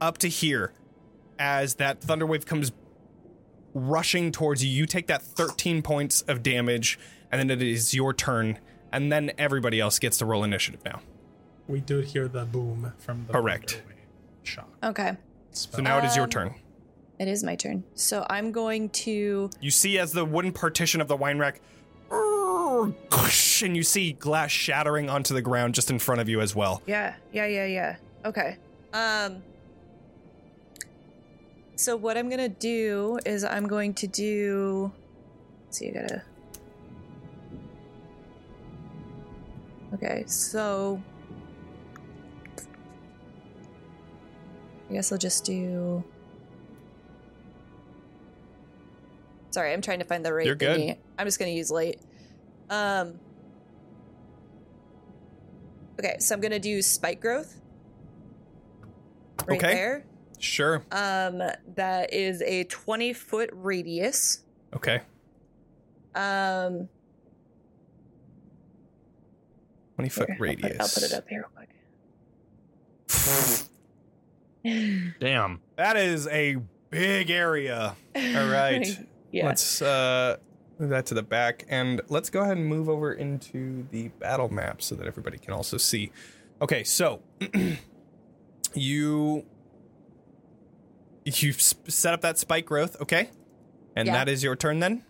Speaker 1: up to here, as that thunder wave comes rushing towards you. You take that 13 points of damage, and then it is your turn, and then everybody else gets to roll initiative now.
Speaker 3: We do hear the boom from the
Speaker 1: Correct.
Speaker 3: thunder wave. Shock.
Speaker 6: Okay.
Speaker 1: So now it is your turn.
Speaker 6: It is my turn. So I'm going to.
Speaker 1: You see as the wooden partition of the wine rack, and you see glass shattering onto the ground just in front of you as well.
Speaker 6: Yeah, yeah, yeah, yeah. Okay. Um. So what I'm gonna do is I'm going to do. let's see, I gotta. Okay, so. I guess I'll just do. Sorry, I'm trying to find the right.
Speaker 1: You're good.
Speaker 6: thingy. I'm just gonna use light. Um. Okay, so I'm gonna do spike growth. Right
Speaker 1: Okay.
Speaker 6: there.
Speaker 1: Sure.
Speaker 6: Um, that is a 20 foot radius.
Speaker 1: Okay.
Speaker 6: Um,
Speaker 1: 20 foot
Speaker 6: here, I'll put-
Speaker 1: radius.
Speaker 6: I'll put it up here. real quick.
Speaker 8: Damn.
Speaker 1: That is a big area. All right.
Speaker 6: yeah.
Speaker 1: Let's uh move that to the back and let's go ahead and move over into the battle map so that everybody can also see. Okay, so you you s- set up that spike growth, okay? And
Speaker 6: Yeah.
Speaker 1: that is your turn then?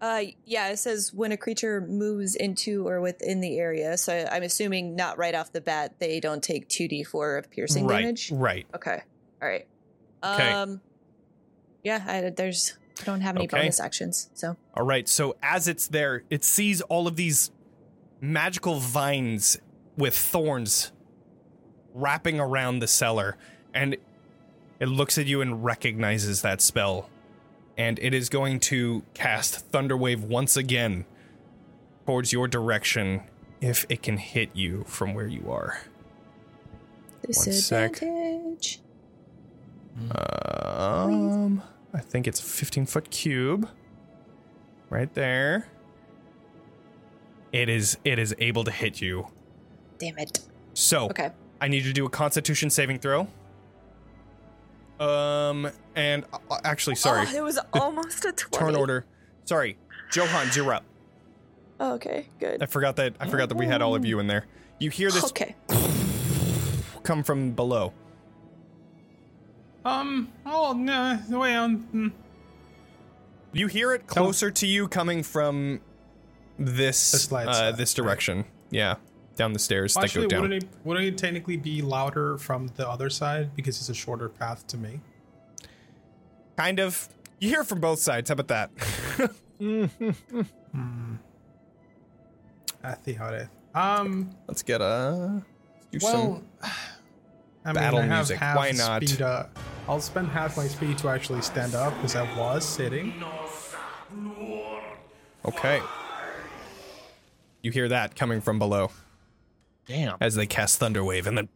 Speaker 6: Uh, yeah, it says when a creature moves into or within the area. So I'm assuming not right off the bat, they don't take 2d4 of piercing
Speaker 1: right.
Speaker 6: damage.
Speaker 1: Right.
Speaker 6: Okay. All right.
Speaker 1: Okay.
Speaker 6: Um, yeah, I, there's, I don't have any
Speaker 1: Okay.
Speaker 6: bonus actions. So,
Speaker 1: All right. So as it's there, it sees all of these magical vines with thorns wrapping around the cellar, and it looks at you and recognizes that spell, and it is going to cast Thunderwave once again towards your direction if it can hit you from where you are. sec.
Speaker 6: disadvantage.
Speaker 1: Um, I think it's a 15 foot cube. Right there. It is it is able to hit you.
Speaker 6: Damn it.
Speaker 1: So
Speaker 6: Okay.
Speaker 1: I need you to do a Constitution saving throw. Um, and uh, actually, sorry,
Speaker 6: Oh, it was almost a 20.
Speaker 1: turn order. Sorry, Johan, you're up.
Speaker 6: Oh, okay, good.
Speaker 1: I forgot that I forgot that we had all of you in there. You hear this
Speaker 6: Okay.
Speaker 1: come from below.
Speaker 3: Um. Oh no. The way I'm. mm.
Speaker 1: You hear it
Speaker 3: Come-
Speaker 1: closer to you coming from this
Speaker 3: The slide
Speaker 1: uh,
Speaker 3: side,
Speaker 1: this direction. Yeah, down the stairs that
Speaker 3: Actually,
Speaker 1: go down.
Speaker 3: wouldn't it, wouldn't it technically be louder from the other side because it's a shorter path to me?
Speaker 1: kind of. You hear it from both sides. How about that?
Speaker 3: I see how it is. Um.
Speaker 1: Let's get a. let's do some-
Speaker 3: Well. I
Speaker 1: battle
Speaker 3: mean, I have
Speaker 1: music.
Speaker 3: half
Speaker 1: Why not?
Speaker 3: Speed, uh, I'll spend half my speed to actually stand up because I was sitting.
Speaker 1: okay. You hear that coming from below
Speaker 8: Damn.
Speaker 1: as they cast Thunderwave, and then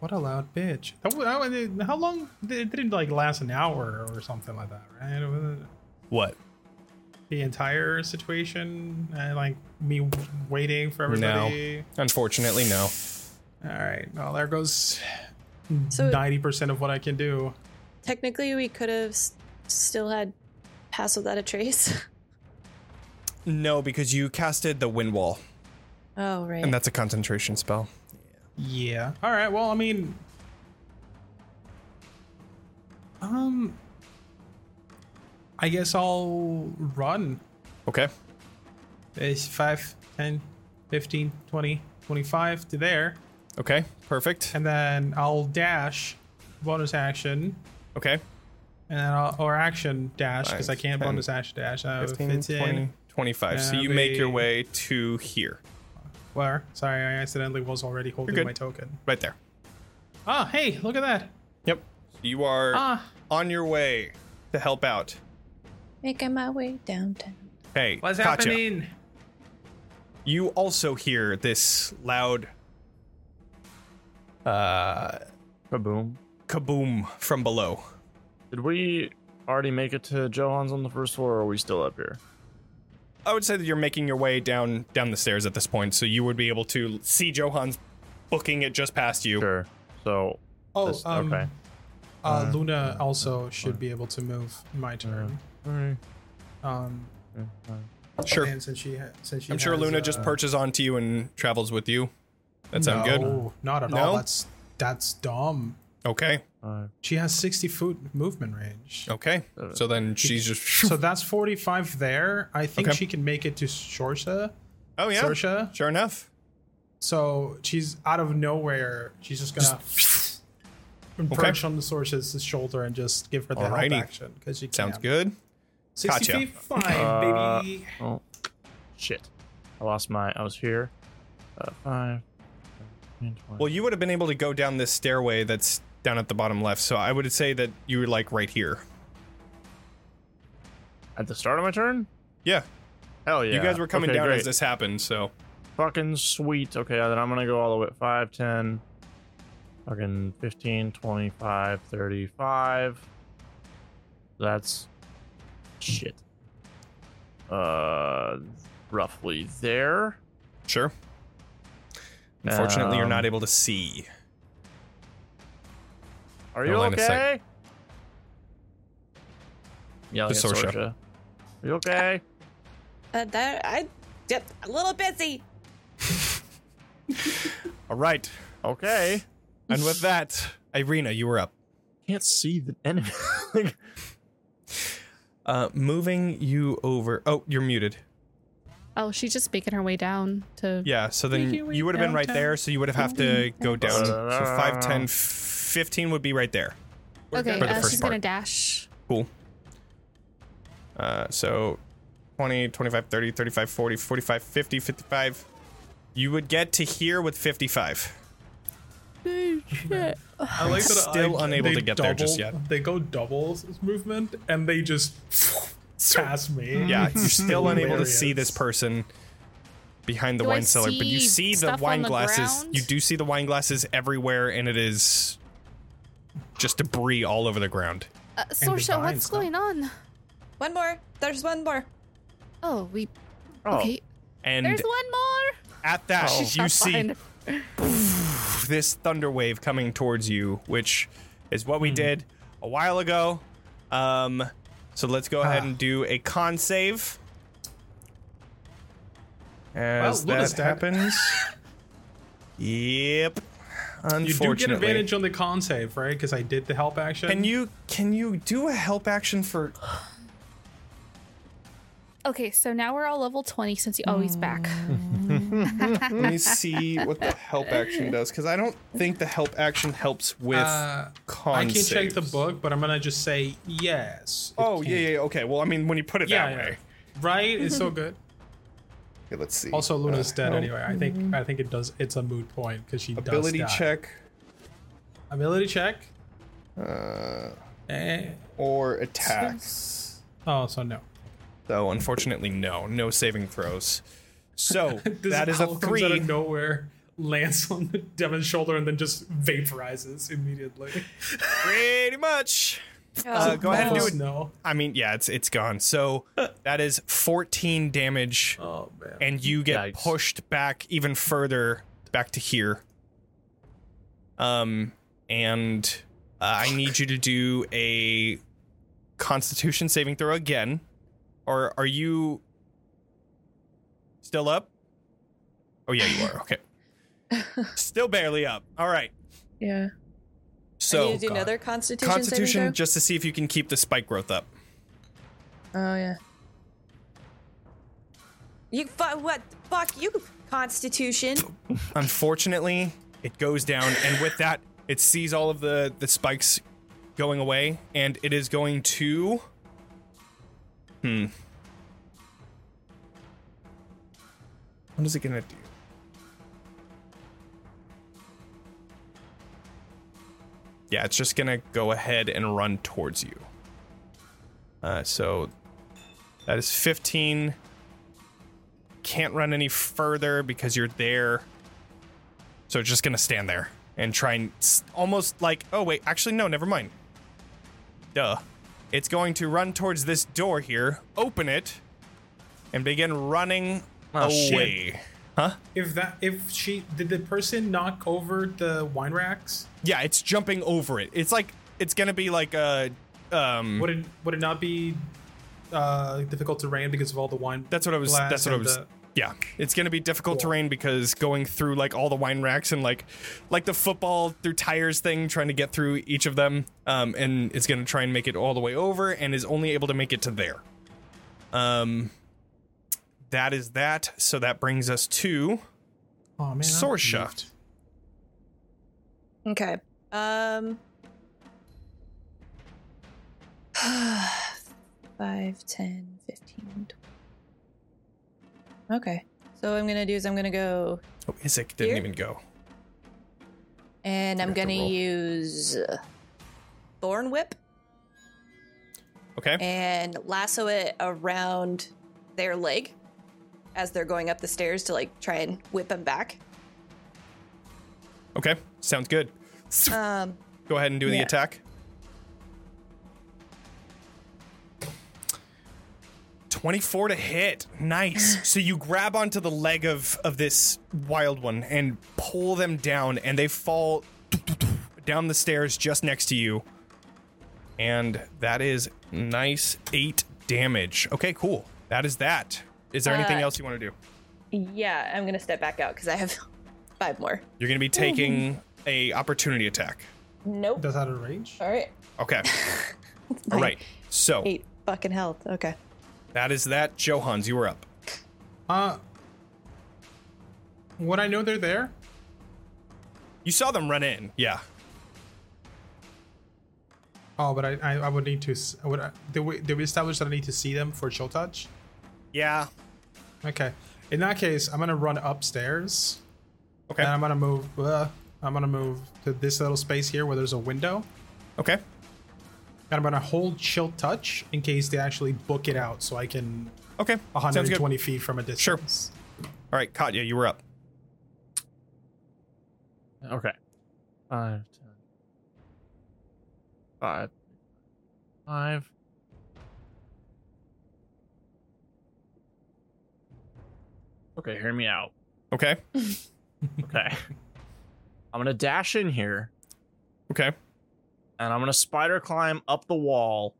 Speaker 3: What a loud bitch! That wa- that wa- How long? It didn't like last an hour or something like that, right? It was-
Speaker 1: what?
Speaker 3: the entire situation? Uh, like me waiting for everybody?
Speaker 1: No. Unfortunately, no.
Speaker 3: All right. Well, there goes
Speaker 6: So-
Speaker 3: ninety percent of what I can do.
Speaker 6: Technically, we could have s- still had pass without a trace.
Speaker 1: No, because you casted the wind wall,
Speaker 6: Oh, right.
Speaker 1: and that's a concentration spell.
Speaker 3: Yeah. All right. Well, I mean, um, I guess I'll run.
Speaker 1: Okay.
Speaker 3: It's 5, 10, 15, 20, 25 to there.
Speaker 1: Okay. Perfect.
Speaker 3: And then I'll dash, bonus action,
Speaker 1: Okay.
Speaker 3: and then I'll, or action dash because I
Speaker 1: Five,
Speaker 3: can't
Speaker 1: 10,
Speaker 3: bonus action dash. I
Speaker 1: 15, 20, 25. so
Speaker 3: That'll
Speaker 1: you make your
Speaker 3: be-
Speaker 1: way to here.
Speaker 3: Where? Sorry, I accidentally was already holding
Speaker 1: good.
Speaker 3: my token.
Speaker 1: Right there.
Speaker 3: Ah, hey, look at that.
Speaker 1: Yep. You are
Speaker 3: Ah,
Speaker 1: on your way to help out.
Speaker 6: Making my way downtown.
Speaker 1: Hey,
Speaker 3: what's
Speaker 1: Katya,
Speaker 3: happening?
Speaker 1: You also hear this loud uh
Speaker 8: Kaboom.
Speaker 1: kaboom from below.
Speaker 8: Did we already make it to Johan's on the first floor, or are we still up here?
Speaker 1: I would say that you're making your way down down the stairs at this point, so you would be able to see Johan's booking it just past you.
Speaker 8: Sure. So,
Speaker 3: Oh,
Speaker 8: this-
Speaker 3: um,
Speaker 8: okay.
Speaker 3: Uh, Luna also should be able to move my turn. Um,
Speaker 1: Sure.
Speaker 3: and since she ha- since she
Speaker 1: I'm sure
Speaker 3: has,
Speaker 1: Luna
Speaker 3: uh,
Speaker 1: just perches onto you and travels with you. That sound good?
Speaker 3: No, not at
Speaker 1: No?
Speaker 3: all. That's that's dumb.
Speaker 1: Okay.
Speaker 3: She has 60 foot movement range.
Speaker 1: Okay. So then she's just
Speaker 3: So that's 45 there. I think
Speaker 1: Okay.
Speaker 3: she can make it to Shorsha.
Speaker 1: Oh yeah.
Speaker 3: Sorsha?
Speaker 1: Sure enough.
Speaker 3: So she's out of nowhere. She's just gonna perch on the Sorsha's shoulder and just give her the
Speaker 1: Alrighty.
Speaker 3: help action because she
Speaker 1: Sounds
Speaker 3: can.
Speaker 1: good.
Speaker 3: 60
Speaker 1: Gotcha.
Speaker 3: feet five,
Speaker 8: Uh,
Speaker 3: baby.
Speaker 8: Oh, shit. I lost my. I was here. Uh, five.
Speaker 1: Well, you would have been able to go down this stairway that's down at the bottom left, so I would say that you were like right here.
Speaker 8: at the start of my turn?
Speaker 1: Yeah.
Speaker 8: Hell yeah.
Speaker 1: You guys were coming
Speaker 8: Okay,
Speaker 1: down
Speaker 8: great.
Speaker 1: as this happened, so
Speaker 8: Fucking sweet. Okay, then I'm gonna go all the way at 5, 10, fucking 15, 25, 35. That's shit. Uh, roughly there.
Speaker 1: sure. Unfortunately, you're
Speaker 8: Um,
Speaker 1: not able to see.
Speaker 8: Are
Speaker 1: No
Speaker 8: you
Speaker 1: line of sight.
Speaker 8: okay? Yeah,
Speaker 1: The Sorsha.
Speaker 8: Are you okay?
Speaker 6: Uh, that I yep, a little busy.
Speaker 1: All right.
Speaker 8: Okay.
Speaker 1: And with that, Irina, you were up.
Speaker 8: Can't see the enemy. Like,
Speaker 1: Uh, moving you over. Oh, you're muted.
Speaker 4: Oh, she's just making her way down to.
Speaker 1: Yeah, so then
Speaker 4: Making way
Speaker 1: you would have been right
Speaker 4: downtown.
Speaker 1: there, so you would have have to go down. So 5, 10, 15 would be right there.
Speaker 4: Okay,
Speaker 1: For the
Speaker 4: uh,
Speaker 1: first
Speaker 4: she's
Speaker 1: part.
Speaker 4: gonna dash.
Speaker 1: Cool. Uh, so 20, 25, 30, 35, 40, 45, 50, 55. You would get to here with 55.
Speaker 3: I like that
Speaker 1: still
Speaker 3: I-
Speaker 1: unable
Speaker 3: they
Speaker 1: to get there just
Speaker 3: double-
Speaker 1: yet.
Speaker 3: They go double movement and they just pass me.
Speaker 1: Yeah, you're still unable to see this
Speaker 3: Hilarious.
Speaker 1: person behind the
Speaker 4: Do I
Speaker 1: wine cellar, but you
Speaker 4: see
Speaker 1: see the
Speaker 4: stuff
Speaker 1: wine
Speaker 4: on the
Speaker 1: glasses.
Speaker 4: ground?
Speaker 1: You do see the wine glasses everywhere, and it is just debris all over the ground.
Speaker 4: Uh, Sorsha,
Speaker 3: divine
Speaker 4: what's
Speaker 3: stuff.
Speaker 4: going on?
Speaker 5: One more. There's one more.
Speaker 4: Oh, we.
Speaker 8: oh,
Speaker 4: Okay.
Speaker 1: And
Speaker 4: There's Oh. one more.
Speaker 1: at that, Oh, you
Speaker 4: I'll
Speaker 1: see
Speaker 4: find-
Speaker 1: this thunder wave coming towards you, which is what we
Speaker 3: Hmm.
Speaker 1: did a while ago. Um, so let's go
Speaker 3: Ah.
Speaker 1: ahead and do a con save. As
Speaker 3: Well,
Speaker 1: that
Speaker 3: Luna's dead.
Speaker 1: happens, yep.
Speaker 3: You
Speaker 1: Unfortunately,
Speaker 3: do get advantage on the con save, right? Because I did the help action.
Speaker 1: Can you can you do a help action for?
Speaker 4: Okay, so now we're all level 20 since he always back.
Speaker 1: Let me see what the help action does because I don't think the help action helps with
Speaker 3: Uh,
Speaker 1: con.
Speaker 3: I can check the
Speaker 1: saves.
Speaker 3: book, but I'm gonna just say yes.
Speaker 1: Oh yeah, yeah, yeah, okay. Well, I mean, when you put it
Speaker 3: yeah,
Speaker 1: that
Speaker 3: yeah.
Speaker 1: way.
Speaker 3: right? It's so good.
Speaker 1: Okay, let's see.
Speaker 3: Also, Luna's
Speaker 1: Uh,
Speaker 3: dead
Speaker 1: help.
Speaker 3: anyway. I think I think it does. It's a moot point because she
Speaker 1: Ability
Speaker 3: does die.
Speaker 1: check
Speaker 3: Ability check.
Speaker 1: uh,
Speaker 3: Eh.
Speaker 1: or attack.
Speaker 3: Oh, so no.
Speaker 1: Though, unfortunately, no, no saving throws. So
Speaker 3: This
Speaker 1: that is a
Speaker 3: owl Comes out
Speaker 1: three.
Speaker 3: of nowhere, lands on Devin's shoulder, and then just vaporizes immediately.
Speaker 1: Pretty much.
Speaker 6: Oh,
Speaker 1: Uh, go ahead and do it.
Speaker 3: No.
Speaker 1: I mean, yeah, it's it's gone. So that is 14 damage,
Speaker 3: Uh. Oh man.
Speaker 1: and you get
Speaker 8: Yikes.
Speaker 1: pushed back even further, back to here. Um, and uh, I need you to do a Constitution saving throw again. Or are you still up? Oh yeah, you are. Okay, still barely up. All right.
Speaker 6: Yeah.
Speaker 1: So
Speaker 6: I need to do another Constitution. saving
Speaker 1: Constitution,
Speaker 6: throw?
Speaker 1: just to see if you can keep the spike growth up.
Speaker 6: oh yeah.
Speaker 5: You fu- what? Fuck you, Constitution.
Speaker 1: Unfortunately, it goes down, and with that, it sees all of the the spikes going away, and it is going to. Hmm. What is it gonna do? Yeah, it's just gonna go ahead and run towards you. Uh, so that is 15. Can't run any further because you're there. So it's just gonna stand there and try and s- almost like, oh wait, actually no, never mind. Duh. It's going to run towards this door here, open it, and begin running
Speaker 3: shit.
Speaker 1: away.
Speaker 3: If that if she did the person knock over the wine racks,
Speaker 1: Yeah, it's jumping over it. It's like it's gonna be like a um.
Speaker 3: would it would it not be uh difficult terrain because of all the wine?
Speaker 1: that's what I was.
Speaker 3: glass
Speaker 1: That's what I
Speaker 3: and
Speaker 1: was.
Speaker 3: the-
Speaker 1: yeah, it's gonna be difficult terrain because going through like all the wine racks and like like the football through tires thing, trying to get through each of them. Um, and it's gonna try and make it all the way over, and is only able to make it to there. Um, that is that. So that brings us to
Speaker 3: oh man, I'm
Speaker 1: Sorsha.
Speaker 3: moved.
Speaker 5: Okay. Um.
Speaker 6: Five, ten, fifteen, twenty. Okay. So what I'm gonna do is I'm gonna go
Speaker 1: oh, Isaac didn't
Speaker 6: Here?
Speaker 1: even go.
Speaker 6: and I'm
Speaker 1: have to
Speaker 6: gonna
Speaker 1: roll.
Speaker 6: use uh, Thorn Whip
Speaker 1: Okay.
Speaker 6: Eh. and lasso it around their leg as they're going up the stairs to like try and whip them back.
Speaker 1: okay. Sounds good.
Speaker 6: Um,
Speaker 1: Go ahead and do the
Speaker 6: Yeah.
Speaker 1: attack. 24 to hit. Nice. So you grab onto the leg of of this wild one and pull them down and they fall down the stairs just next to you. And that is nice 8 damage. Okay, cool. That is that. Is there anything
Speaker 6: Uh,
Speaker 1: else you want to do?
Speaker 6: yeah, I'm gonna step back out because I have five more.
Speaker 1: You're going to be
Speaker 6: mm-hmm.
Speaker 1: taking a opportunity attack.
Speaker 6: Nope.
Speaker 3: That's out of range.
Speaker 6: All right.
Speaker 1: Okay. All right. So,
Speaker 6: Eight fucking health. Okay.
Speaker 1: that is that. Johans, you are up.
Speaker 3: Uh, would I know they're there?
Speaker 1: You saw them run in. Yeah.
Speaker 3: Oh, but I I, I would need to. s- I Would I, did we did we establish that I need to see them for chill touch?
Speaker 1: Yeah.
Speaker 3: Okay. In that case, I'm gonna run upstairs.
Speaker 1: Okay.
Speaker 3: And I'm gonna move. Uh, I'm gonna move to this little space here where there's a window.
Speaker 1: okay.
Speaker 3: And I'm gonna hold chill touch in case they actually book it out, so I can
Speaker 1: Okay. Sounds good.
Speaker 3: 120 feet from a
Speaker 1: Sure.
Speaker 3: distance.
Speaker 1: All right, Katya, you were up.
Speaker 8: Okay. Five, ten. Five. Five. Okay, hear me out.
Speaker 1: Okay.
Speaker 8: Okay. I'm gonna dash in here
Speaker 1: Okay.
Speaker 8: and I'm gonna spider climb up the wall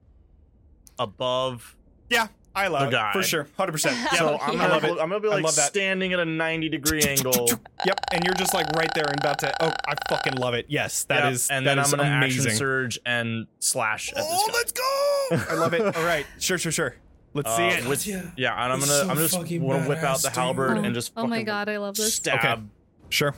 Speaker 8: above.
Speaker 1: Yeah, I love
Speaker 8: The
Speaker 1: it.
Speaker 8: guy.
Speaker 1: For sure. 100%. Yeah.
Speaker 8: So I'm
Speaker 1: I
Speaker 8: gonna,
Speaker 1: love it.
Speaker 8: I'm gonna be
Speaker 1: I
Speaker 8: like
Speaker 1: love that.
Speaker 8: standing at a 90 degree angle.
Speaker 1: Yep. And you're just like right there and about to. Oh, I fucking love it. Yes, that
Speaker 8: Yep,
Speaker 1: is.
Speaker 8: and
Speaker 1: that
Speaker 8: then I'm
Speaker 1: is
Speaker 8: gonna
Speaker 1: amazing.
Speaker 8: action surge and slash at this
Speaker 1: Oh,
Speaker 8: guy.
Speaker 1: let's go. I love it. All right. Sure, sure, sure. Let's see
Speaker 8: Uh,
Speaker 1: it.
Speaker 8: with- yeah. and I'm
Speaker 3: It's
Speaker 8: gonna
Speaker 3: so
Speaker 8: I'm just
Speaker 3: fucking
Speaker 8: wanna whip out
Speaker 3: badass,
Speaker 8: the
Speaker 3: dude.
Speaker 8: halberd
Speaker 4: Oh,
Speaker 8: and just
Speaker 4: oh my
Speaker 8: fucking
Speaker 4: god, I love this.
Speaker 8: stab.
Speaker 1: sure.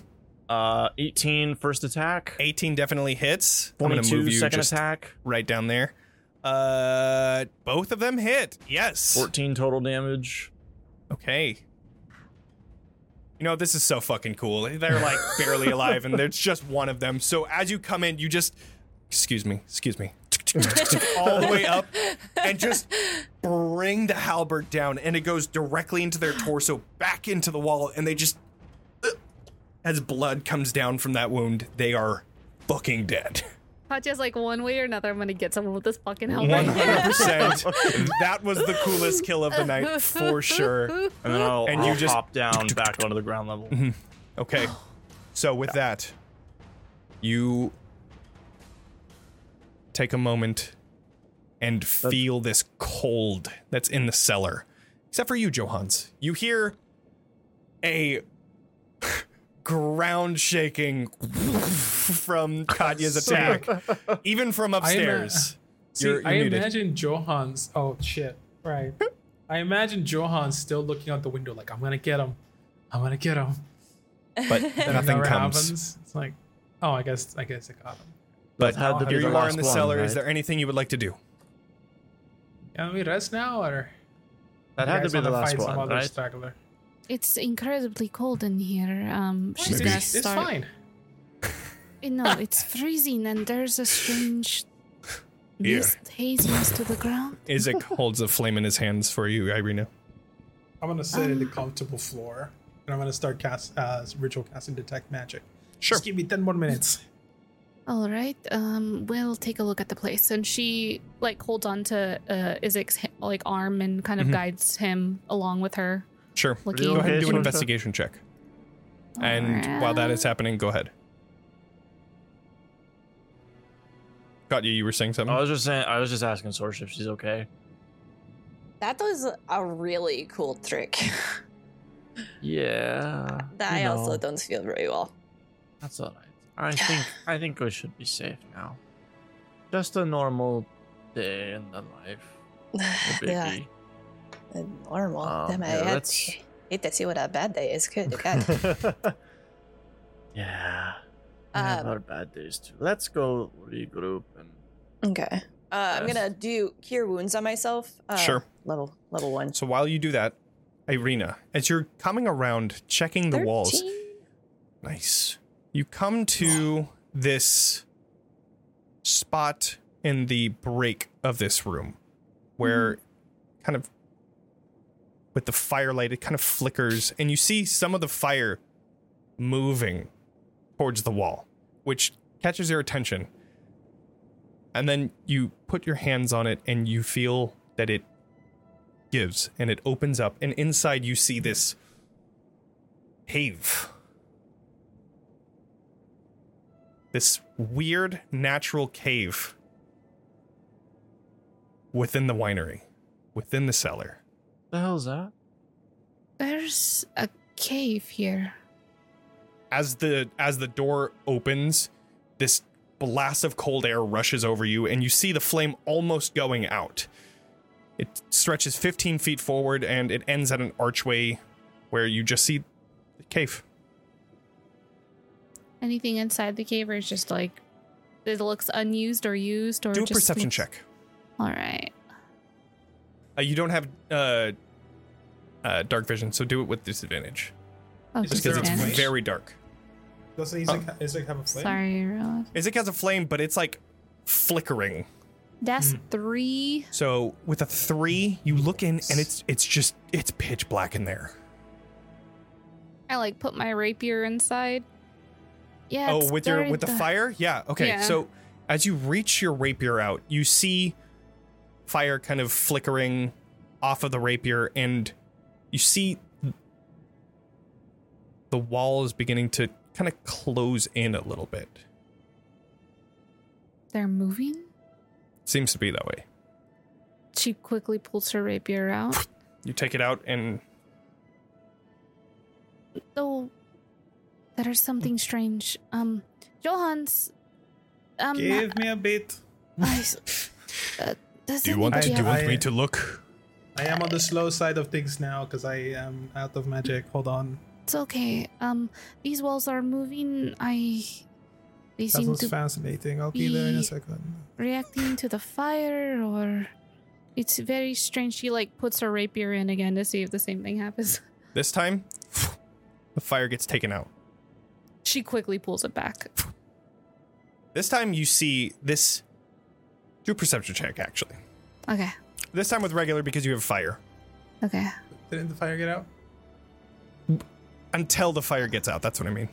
Speaker 8: Uh, 18 first attack,
Speaker 1: 18 definitely hits. I'm gonna
Speaker 8: 22
Speaker 1: move you
Speaker 8: second
Speaker 1: just
Speaker 8: attack,
Speaker 1: right down there. Uh, both of them hit. Yes.
Speaker 8: 14 total damage.
Speaker 1: Okay. You know, this is so fucking cool. They're like barely alive, and there's just one of them. So as you come in, you just, excuse me, excuse me, all the way up, and just bring the halberd down, and it goes directly into their torso, back into the wall, and they just, as blood comes down from that wound, they are fucking dead.
Speaker 4: Katya's like, one way or another, I'm gonna get someone with this fucking helmet.
Speaker 1: 100%. that was the coolest kill of the night for sure.
Speaker 8: And then I'll,
Speaker 1: And
Speaker 8: I'll
Speaker 1: you just- Mm-hmm.
Speaker 8: hop down back onto the ground level.
Speaker 1: Okay. So with that, you take a moment and feel this cold that's in the cellar. Except for you, Johans. You hear a ground shaking from Katya's attack, even from upstairs.
Speaker 3: See,
Speaker 1: You're- you're
Speaker 3: I
Speaker 1: muted.
Speaker 3: imagine Johan's. Oh shit! Right. I imagine Johan's still looking out the window, like I'm gonna get him. I'm gonna get him.
Speaker 1: But
Speaker 3: That
Speaker 1: nothing
Speaker 3: never
Speaker 1: comes.
Speaker 3: happens. It's like, oh, I guess, I guess I got him.
Speaker 1: But
Speaker 8: had to be
Speaker 1: here
Speaker 8: the
Speaker 1: you are
Speaker 8: last
Speaker 1: in the
Speaker 8: one,
Speaker 1: cellar.
Speaker 8: right?
Speaker 1: Is there anything you would like to do?
Speaker 3: Can we rest now, or
Speaker 8: That had to
Speaker 3: guys
Speaker 8: be the
Speaker 3: wanna
Speaker 8: last
Speaker 3: fight some
Speaker 8: one,
Speaker 3: other
Speaker 8: right?
Speaker 3: straggler?
Speaker 2: It's incredibly cold in here. Um, she's
Speaker 1: Maybe.
Speaker 2: gonna
Speaker 3: It's
Speaker 2: start.
Speaker 3: fine.
Speaker 4: Eh,
Speaker 2: Uh, No, it's freezing, and there's a strange mist, haze mist to the ground.
Speaker 1: Isaac holds a flame in his hands for you, Irina.
Speaker 3: I'm gonna
Speaker 2: Ah.
Speaker 3: sit in the comfortable floor, and I'm gonna start cast uh, ritual casting detect magic.
Speaker 1: Sure.
Speaker 3: Just give me ten more minutes.
Speaker 2: All right. Um, we'll take a look at the
Speaker 4: place and she like holds on to uh Isaac's ha- like arm and kind
Speaker 1: Mm-hmm.
Speaker 4: of guides him along with her.
Speaker 1: Sure.
Speaker 4: Looking-
Speaker 1: Go ahead and
Speaker 8: Okay,
Speaker 1: do an
Speaker 8: Sonia.
Speaker 1: investigation check. And while that is happening, go ahead. Got you. You were saying something.
Speaker 8: I was just saying, I was just asking Sorsh if she's okay.
Speaker 5: That was a really cool trick
Speaker 8: Yeah.
Speaker 5: that I also don't feel very well.
Speaker 8: That's all right. I think I think we should be safe now. Just a normal day in the life. of
Speaker 5: Yeah.
Speaker 8: Vicky.
Speaker 5: Uh, Normal.
Speaker 8: Um,
Speaker 5: Damn, I
Speaker 8: yeah,
Speaker 5: had
Speaker 8: that's-
Speaker 5: hate to see what a bad day is. Good God.
Speaker 8: yeah. We have
Speaker 5: Um,
Speaker 8: our bad days too. Let's go regroup and
Speaker 5: Okay. Uh, I'm
Speaker 8: Yes.
Speaker 5: gonna do cure wounds on myself. Uh,
Speaker 1: Sure.
Speaker 5: Level level one.
Speaker 1: so while you do that, Irina, as you're coming around checking the walls,
Speaker 5: 13?
Speaker 1: Nice. You come to this spot in the break of this room where kind of with the firelight it kind of flickers and you see some of the fire moving towards the wall which catches your attention and then you put your hands on it and you feel that it gives and it opens up and inside you see this cave this weird natural cave within the winery, within the cellar.
Speaker 8: the hell's that?
Speaker 2: There's a cave here.
Speaker 1: As the as the door opens, this blast of cold air rushes over you, and you see the flame almost going out. It stretches 15 feet forward, and it ends at an archway where you just see the cave.
Speaker 4: Anything inside the cave or it's just like it looks unused or used or
Speaker 1: Do a
Speaker 4: just
Speaker 1: perception
Speaker 4: looks-
Speaker 1: check.
Speaker 4: All right.
Speaker 1: Uh, you don't have uh, uh, dark vision, so do it with disadvantage
Speaker 4: Oh,
Speaker 3: Is
Speaker 1: just
Speaker 3: there
Speaker 1: because it's
Speaker 3: a flame?
Speaker 4: disadvantage.
Speaker 1: very dark.
Speaker 3: Doesn't Isaac, Isaac have a flame?
Speaker 4: Sorry, I realized.
Speaker 1: Isaac has a flame, but it's like flickering.
Speaker 4: That's
Speaker 1: Hmm.
Speaker 4: three.
Speaker 1: So with a three, you look in and it's it's just it's pitch black in there.
Speaker 4: I like put my rapier inside.
Speaker 2: Yeah.
Speaker 1: oh,
Speaker 2: it's
Speaker 1: with your
Speaker 2: very
Speaker 1: with the
Speaker 2: dark.
Speaker 1: fire? Yeah. Okay.
Speaker 4: Yeah.
Speaker 1: So as you reach your rapier out, you see fire kind of flickering off of the rapier, and you see the wall is beginning to kind of close in a little bit.
Speaker 4: They're moving.
Speaker 1: Seems to be that way.
Speaker 4: She quickly pulls her rapier out.
Speaker 1: You take it out and
Speaker 2: Though there is something strange. Um, Johans. Um,
Speaker 3: Give me a bit.
Speaker 2: I s- uh, does anybody
Speaker 3: to do
Speaker 2: have-
Speaker 3: it? me to
Speaker 1: look?
Speaker 3: I am on the slow side of things now because I am out of magic. Hold on.
Speaker 2: It's okay. Um, these walls are moving. I. They
Speaker 3: That
Speaker 2: seem
Speaker 3: was
Speaker 2: to
Speaker 3: fascinating. I'll be there in a
Speaker 2: be-
Speaker 3: second.
Speaker 2: reacting to the fire or it's very strange she like puts her rapier in again to see if the same thing happens
Speaker 1: This time, the fire gets taken out.
Speaker 4: She quickly pulls it back.
Speaker 1: This time you see this. Do a perception check, actually.
Speaker 2: okay
Speaker 1: This time with regular because you have fire.
Speaker 2: okay
Speaker 3: Didn't the fire get out?
Speaker 1: Until the fire gets out, that's what I mean.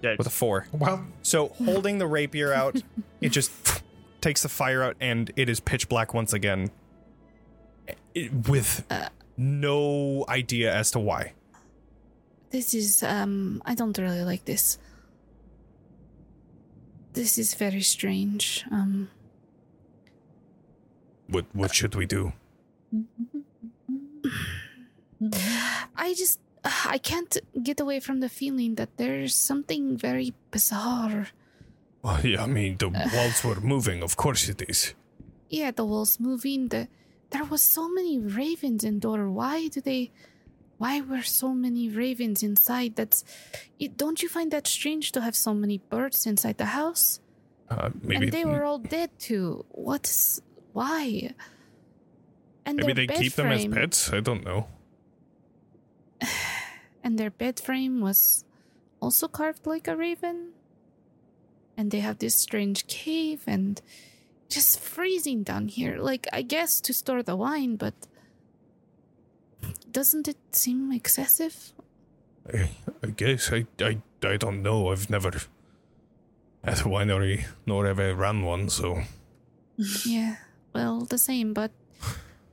Speaker 2: Dead.
Speaker 1: with a four.
Speaker 3: Well,
Speaker 1: So holding the rapier out, it just takes the fire out, and it is pitch black once again, It- with no idea as to why.
Speaker 4: This is, um, I don't really like this. This is very strange. Um,
Speaker 1: What what should we do?
Speaker 4: I just, I can't get away from the feeling that there's something very bizarre.
Speaker 11: Well, yeah, I mean, the walls were moving. Of course it is.
Speaker 4: Yeah, the walls moving. The there was so many ravens indoor. Why do they? Why were so many ravens inside? That's. It, don't you find that strange to have so many birds inside the house?
Speaker 11: Uh, maybe
Speaker 4: and they were all dead too. What's why? And
Speaker 11: maybe
Speaker 4: their
Speaker 11: they keep
Speaker 4: bed
Speaker 11: them as
Speaker 4: frame-
Speaker 11: pets. I don't know.
Speaker 4: And their bed frame was also carved like a raven. And they have this strange cave and just freezing down here. Like I guess to store the wine, but doesn't it seem excessive?
Speaker 11: I, I guess I, I I don't know. I've never at a winery nor ever run one, so
Speaker 4: Yeah, well, the same, but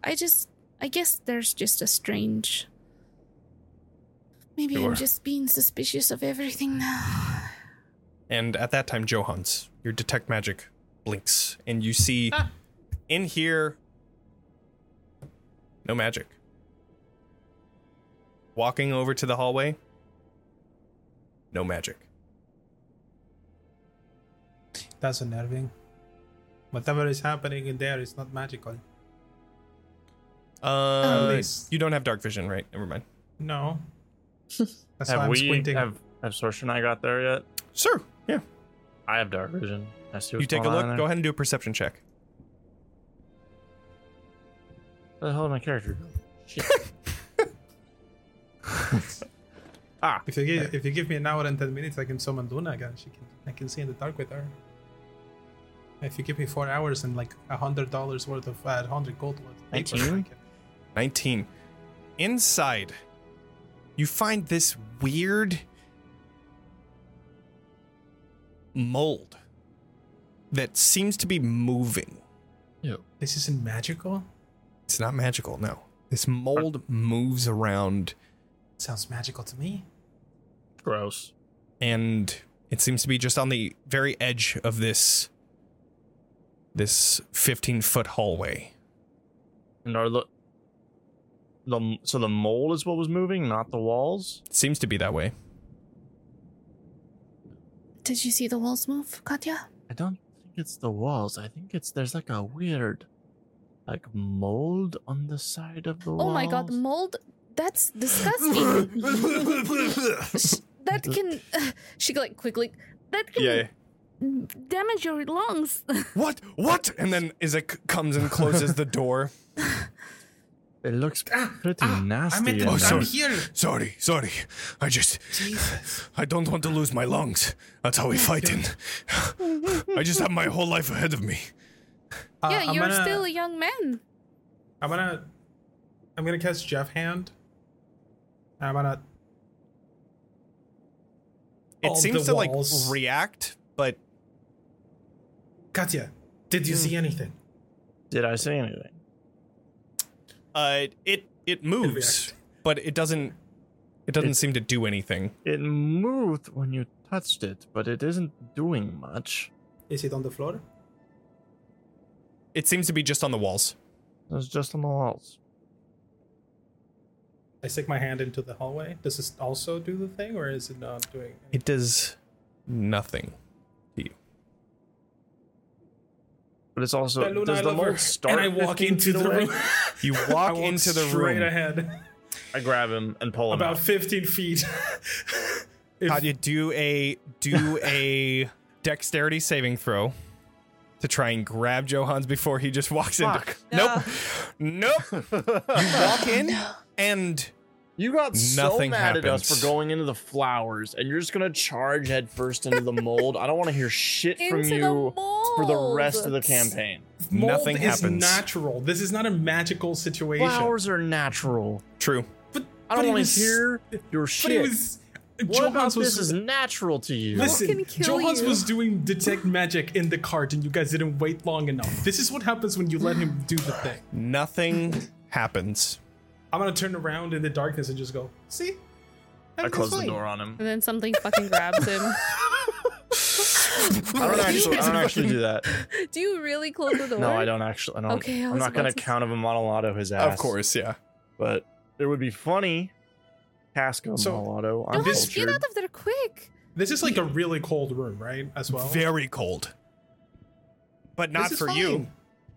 Speaker 4: I just, I guess there's just a strange. Maybe
Speaker 11: Sure.
Speaker 4: I'm just being suspicious of everything now.
Speaker 1: And at that time, Johans, your detect magic blinks, and you see in here no magic. Walking over to the hallway, no magic.
Speaker 3: that's unnerving. Whatever is happening in there is not magical.
Speaker 1: Uh,
Speaker 3: least-
Speaker 1: you don't have dark vision, right? Never mind.
Speaker 3: No. That's why
Speaker 2: Have
Speaker 3: I'm
Speaker 2: we
Speaker 3: squinting.
Speaker 2: have have Sorcerer and I got there yet?
Speaker 1: Sure. Yeah.
Speaker 2: I have dark vision. I see what's
Speaker 1: you take a
Speaker 2: going on
Speaker 1: look.
Speaker 2: in there.
Speaker 1: Go ahead and do a perception check.
Speaker 2: Where the hell did my character go? Shit. ah,
Speaker 3: If you give if you give me an hour and ten minutes, I can summon Luna again. She can I can see in the dark with her. If you give me four hours and like a hundred dollars worth of uh, hundred gold worth, of papers, I
Speaker 2: 19?
Speaker 3: can-
Speaker 1: 19. Inside, you find this weird mold that seems to be moving.
Speaker 3: This isn't magical.
Speaker 1: It's not magical, no. This mold moves around
Speaker 3: Sounds magical to me.
Speaker 2: gross.
Speaker 1: and it seems to be just on the very edge of this this 15 foot hallway.
Speaker 2: And are the the so the mold is what was moving, not the walls.
Speaker 1: seems to be that way.
Speaker 4: Did you see the walls move, Katya?
Speaker 2: I don't think it's the walls. I think it's there's like a weird, like mold on the side of the
Speaker 8: Oh my god, mold? That's disgusting. Sh- that can. she like quickly. That can damage your lungs.
Speaker 1: What? What? And then Isaac comes and closes the door.
Speaker 2: It looks
Speaker 3: Ah,
Speaker 2: pretty nasty.
Speaker 3: I'm, at the,
Speaker 2: in
Speaker 3: I'm
Speaker 2: there.
Speaker 11: sorry.
Speaker 3: here.
Speaker 11: sorry, sorry. I just I don't want to lose my lungs. That's how we fight in. I just have my whole life ahead of me.
Speaker 3: Uh,
Speaker 8: yeah,
Speaker 3: I'm
Speaker 8: you're
Speaker 3: gonna-
Speaker 8: still a young man.
Speaker 3: I'm gonna. I'm gonna cast Jeff Hand. I'm gonna.
Speaker 1: It
Speaker 3: All
Speaker 1: seems
Speaker 3: the
Speaker 1: to like
Speaker 3: walls.
Speaker 1: react, but
Speaker 3: Katya, did you see anything?
Speaker 2: Did I say anything?
Speaker 1: uh, it it moves, but it doesn't it doesn't seem to do anything.
Speaker 2: It moved when you touched it, but it isn't doing much.
Speaker 3: Is it on the floor?
Speaker 1: It seems to be just on the walls.
Speaker 2: It's just on the walls.
Speaker 3: I stick my hand into the hallway. Does this also do the thing, or is it not doing?
Speaker 1: It does nothing.
Speaker 2: But it's also
Speaker 3: Luna, I
Speaker 2: does the
Speaker 3: love her.
Speaker 2: mold start?
Speaker 3: and I walk
Speaker 2: 15
Speaker 3: into
Speaker 2: feet
Speaker 3: the
Speaker 2: away?
Speaker 3: room.
Speaker 1: You
Speaker 3: I
Speaker 1: walk
Speaker 3: walk
Speaker 1: into the
Speaker 3: straight
Speaker 1: room.
Speaker 3: ahead,
Speaker 2: I grab him and pull him
Speaker 3: about
Speaker 2: out.
Speaker 3: fifteen feet. If-
Speaker 1: How do you do a do a dexterity saving throw to try and grab Johans before he just walks
Speaker 2: Fuck.
Speaker 1: into? Nope, nope. you walk in and
Speaker 2: You got so
Speaker 1: Nothing
Speaker 2: mad at us
Speaker 1: happens.
Speaker 2: for going into the flowers, and you're just gonna charge headfirst into the mold. I don't want to hear shit from
Speaker 8: Into the
Speaker 2: you for the rest of the
Speaker 8: mold.
Speaker 2: campaign.
Speaker 3: Mold
Speaker 1: nothing
Speaker 3: is
Speaker 1: happens.
Speaker 3: natural. This is not a magical situation.
Speaker 2: Flowers are natural.
Speaker 1: True.
Speaker 3: But,
Speaker 2: I
Speaker 3: but
Speaker 2: don't
Speaker 3: it
Speaker 2: want
Speaker 3: was-
Speaker 2: to hear your
Speaker 3: But it
Speaker 2: shit.
Speaker 3: was
Speaker 8: What about this is natural to you?
Speaker 3: Listen,
Speaker 4: can kill
Speaker 3: Johans
Speaker 4: you?
Speaker 3: was doing detect magic in the cart, and you guys didn't wait long enough. This is what happens when you let him do the thing.
Speaker 1: Nothing happens.
Speaker 3: I'm gonna turn around in the darkness and just go. See,
Speaker 8: I closed
Speaker 3: fine.
Speaker 8: the door on him.
Speaker 4: And then something fucking grabs him.
Speaker 8: I don't actually. I don't actually do that.
Speaker 4: Do you really close the door?
Speaker 8: No, I don't actually. I don't.
Speaker 4: Okay, I
Speaker 8: I'm
Speaker 4: was
Speaker 8: not
Speaker 4: about
Speaker 8: gonna
Speaker 4: to
Speaker 8: count of a monoloto his ass.
Speaker 1: Of course, yeah.
Speaker 8: but it would be funny. Casco
Speaker 3: So,
Speaker 8: monoloto. I'm
Speaker 4: Don't
Speaker 8: cultured.
Speaker 4: get out of there quick.
Speaker 3: this is like a really cold room, right? As well,
Speaker 1: Very cold. But
Speaker 3: This
Speaker 1: not
Speaker 3: is
Speaker 1: for
Speaker 3: fine.
Speaker 1: you.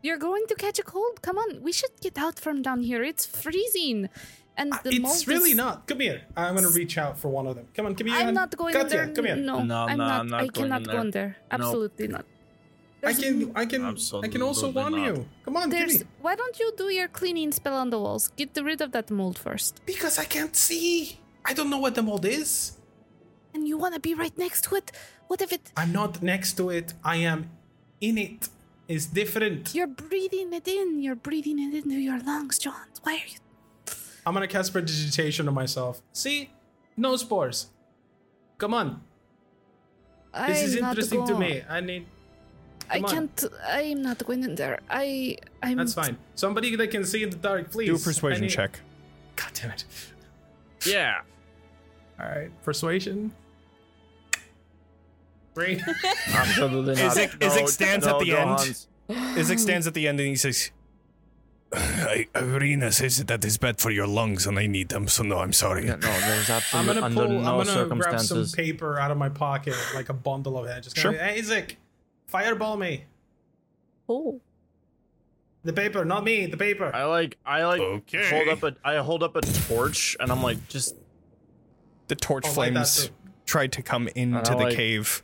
Speaker 4: You're going to catch a cold. Come on, we should get out from down here. It's freezing, and the mold
Speaker 3: Uh, It's really
Speaker 4: is...
Speaker 3: not. Come here. I'm gonna reach out for one of them. Come on, come here.
Speaker 4: I'm not going in
Speaker 3: Katya,
Speaker 4: there.
Speaker 3: Come here.
Speaker 4: No,
Speaker 8: No, I'm
Speaker 4: I'm
Speaker 8: not-
Speaker 4: not.
Speaker 8: I'm not
Speaker 4: I
Speaker 8: going in
Speaker 4: cannot
Speaker 8: there.
Speaker 4: go in there.
Speaker 8: Nope.
Speaker 4: Absolutely not.
Speaker 3: I can. I can. I can also
Speaker 8: Absolutely
Speaker 3: warn
Speaker 8: not.
Speaker 3: you. Come on, give
Speaker 4: There's.
Speaker 3: me.
Speaker 4: Why don't you do your cleaning spell on the walls? Get rid of that mold first.
Speaker 3: Because I can't see. I don't know what the mold is.
Speaker 4: And you want to be right next to it. What if it?
Speaker 3: I'm not next to it. I am in it. It's different.
Speaker 4: You're breathing it in. You're breathing it into your lungs, John. Why are you?
Speaker 3: I'm gonna cast prestidigitation on myself. See, no spores. Come on. This
Speaker 4: I'm
Speaker 3: is
Speaker 4: not
Speaker 3: interesting to
Speaker 4: go-
Speaker 3: me. I need.
Speaker 4: I
Speaker 3: Come on.
Speaker 4: can't. I'm not going in there. I. I'm.
Speaker 3: That's fine. Somebody that can see in the dark, please.
Speaker 1: Do a
Speaker 3: I
Speaker 1: persuasion
Speaker 3: need-
Speaker 1: check.
Speaker 3: God damn it.
Speaker 8: Yeah.
Speaker 3: All right, persuasion. Three.
Speaker 8: Absolutely not.
Speaker 1: Isaac- Isaac
Speaker 8: No,
Speaker 1: stands
Speaker 8: no,
Speaker 1: at the end.
Speaker 8: Johan's-
Speaker 1: Isaac stands at the end and he says,
Speaker 11: I, Irina says that is bad for your lungs and I need them, so no, I'm sorry.
Speaker 8: Yeah, no, there's
Speaker 3: I'm
Speaker 8: absolutely
Speaker 3: gonna
Speaker 8: under
Speaker 3: pull.
Speaker 8: no
Speaker 3: I'm gonna grab some
Speaker 8: circumstances.
Speaker 3: paper out of my pocket, like a bundle of it. Just
Speaker 1: Sure.
Speaker 3: gonna, be, hey, Isaac, fireball me.
Speaker 4: Oh.
Speaker 3: The paper, not me. The paper.
Speaker 8: I like. I like.
Speaker 11: Okay.
Speaker 8: Hold up a. I hold up a torch and I'm like, just
Speaker 1: the torch
Speaker 3: Oh, like that
Speaker 1: flames
Speaker 3: too.
Speaker 1: tried to come into the
Speaker 8: Uh, like-
Speaker 1: cave,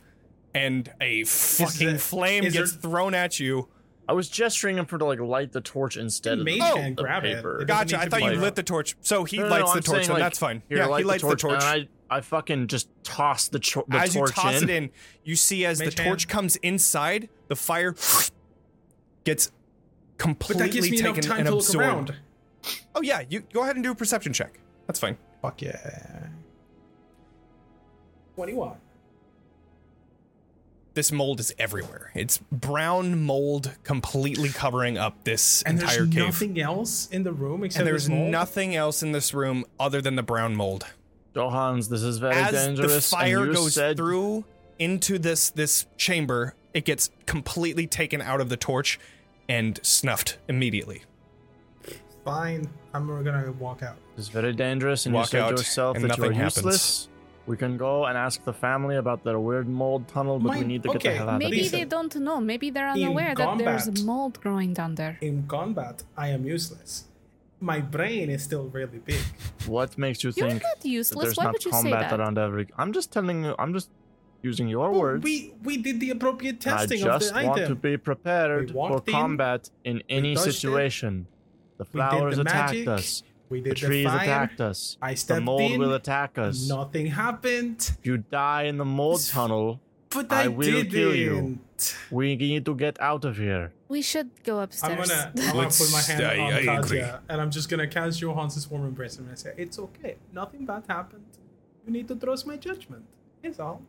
Speaker 1: and a fucking
Speaker 3: there-
Speaker 1: flame
Speaker 3: is
Speaker 1: gets
Speaker 3: there-
Speaker 1: thrown at you.
Speaker 8: I was gesturing him for to like light the torch instead of
Speaker 3: Mage
Speaker 8: the,
Speaker 3: hand,
Speaker 8: the
Speaker 3: grab it.
Speaker 8: paper.
Speaker 3: It doesn't
Speaker 1: Gotcha.
Speaker 3: need
Speaker 1: I
Speaker 3: to
Speaker 1: thought
Speaker 3: be
Speaker 1: you
Speaker 3: like-
Speaker 1: lit the torch. So he
Speaker 8: No, no, no,
Speaker 1: lights
Speaker 8: I'm
Speaker 1: the torch,
Speaker 8: saying,
Speaker 1: then
Speaker 8: like,
Speaker 1: that's fine.
Speaker 8: here,
Speaker 1: yeah,
Speaker 8: light
Speaker 1: he lights the torch.
Speaker 8: And I, I fucking just toss the, cho- the
Speaker 1: as you
Speaker 8: torch
Speaker 1: toss it in, you see as
Speaker 3: Mage
Speaker 1: the torch
Speaker 3: hand.
Speaker 1: comes inside, the fire gets
Speaker 3: But
Speaker 1: completely
Speaker 3: that gives me enough
Speaker 1: taken
Speaker 3: time
Speaker 1: and
Speaker 3: to look
Speaker 1: absorbed.
Speaker 3: around.
Speaker 1: Oh yeah, you go ahead and do a perception check. That's fine.
Speaker 3: Fuck yeah. 21.
Speaker 1: This mold is everywhere. It's brown mold completely covering up this
Speaker 3: And
Speaker 1: entire
Speaker 3: there's
Speaker 1: cave.
Speaker 3: nothing else in the room except
Speaker 1: and there's
Speaker 3: this mold?
Speaker 1: nothing else in this room other than the brown mold.
Speaker 8: Johans, this is very
Speaker 1: As
Speaker 8: dangerous.
Speaker 1: the
Speaker 8: and
Speaker 1: fire
Speaker 8: you
Speaker 1: goes
Speaker 8: said-
Speaker 1: through into this this chamber, it gets completely taken out of the torch and snuffed immediately.
Speaker 3: Fine. I'm gonna walk out.
Speaker 8: It's very dangerous, and
Speaker 1: Walk
Speaker 8: you said
Speaker 1: out,
Speaker 8: yourself
Speaker 1: and
Speaker 8: that you are
Speaker 1: nothing happens.
Speaker 8: useless. We can go and ask the family about their weird mold tunnel, but we
Speaker 3: Mine-
Speaker 8: need to get
Speaker 3: okay,
Speaker 8: the hell out
Speaker 4: Maybe
Speaker 8: of
Speaker 3: Lisa,
Speaker 8: here.
Speaker 4: they don't know. Maybe they're
Speaker 3: in
Speaker 4: unaware that
Speaker 3: combat-
Speaker 4: there's mold growing down there.
Speaker 3: In combat, I am useless. My brain is still really big.
Speaker 8: What makes you
Speaker 4: You're
Speaker 8: think
Speaker 4: not
Speaker 8: that
Speaker 4: useless.
Speaker 8: there's
Speaker 4: Why
Speaker 8: not
Speaker 4: would you say
Speaker 8: combat
Speaker 4: that?
Speaker 8: around every? I'm just telling you. I'm just using your words.
Speaker 3: We we did the appropriate
Speaker 8: I
Speaker 3: testing of
Speaker 8: just
Speaker 3: the
Speaker 8: want
Speaker 3: item.
Speaker 8: to be prepared
Speaker 3: We
Speaker 8: for
Speaker 3: walked in,
Speaker 8: combat in any
Speaker 3: touched it,
Speaker 8: situation. The
Speaker 3: we did
Speaker 8: flowers
Speaker 3: the
Speaker 8: attacked
Speaker 3: magic,
Speaker 8: us.
Speaker 3: We
Speaker 8: The
Speaker 3: did the,
Speaker 8: trees
Speaker 3: fire.
Speaker 8: attacked us.
Speaker 3: I
Speaker 8: The
Speaker 3: stepped
Speaker 8: mold
Speaker 3: in.
Speaker 8: will attack us.
Speaker 3: Nothing happened.
Speaker 8: If you die in the mold tunnel,
Speaker 3: But I,
Speaker 8: I will
Speaker 3: didn't.
Speaker 8: kill you. we need to get out of here.
Speaker 4: We should go
Speaker 3: I'm
Speaker 4: upstairs.
Speaker 3: gonna, I'm gonna put my
Speaker 11: Let's-
Speaker 3: hand
Speaker 11: I-
Speaker 3: on
Speaker 11: I
Speaker 3: Katya,
Speaker 11: agree.
Speaker 3: and I'm just gonna cast Johan's warm embrace. I'm gonna say, "It's okay. Nothing bad happened. You need to trust my judgment. It's all.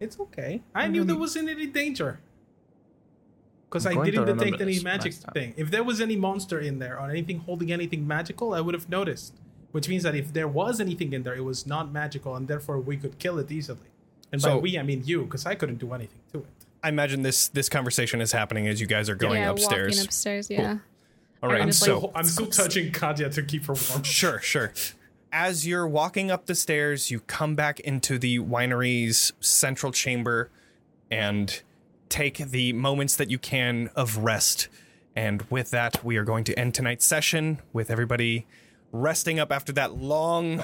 Speaker 3: It's okay.
Speaker 8: Mm-hmm.
Speaker 3: I knew there wasn't any danger because
Speaker 8: I'm
Speaker 3: I
Speaker 8: going to
Speaker 3: didn't
Speaker 8: remember
Speaker 3: detect any
Speaker 8: this
Speaker 3: magic
Speaker 8: next time.
Speaker 3: thing. If there was any monster in there or anything holding anything magical, I would have noticed. Which means that if there was anything in there, it was not magical, and therefore we could kill it easily. And by
Speaker 1: So-
Speaker 3: we, I mean you, because I couldn't do anything to it.
Speaker 1: I imagine this this conversation is happening as you guys are going
Speaker 4: yeah,
Speaker 1: upstairs.
Speaker 4: walking upstairs. Yeah.
Speaker 1: All right,
Speaker 4: I'm
Speaker 3: I'm
Speaker 4: just
Speaker 1: so
Speaker 11: Oh.
Speaker 3: still, I'm still touching Katya to keep her warm.
Speaker 1: Sure, sure. As you're walking up the stairs, you come back into the winery's central chamber and take the moments that you can of rest. And with that, we are going to end tonight's session with everybody resting up after that long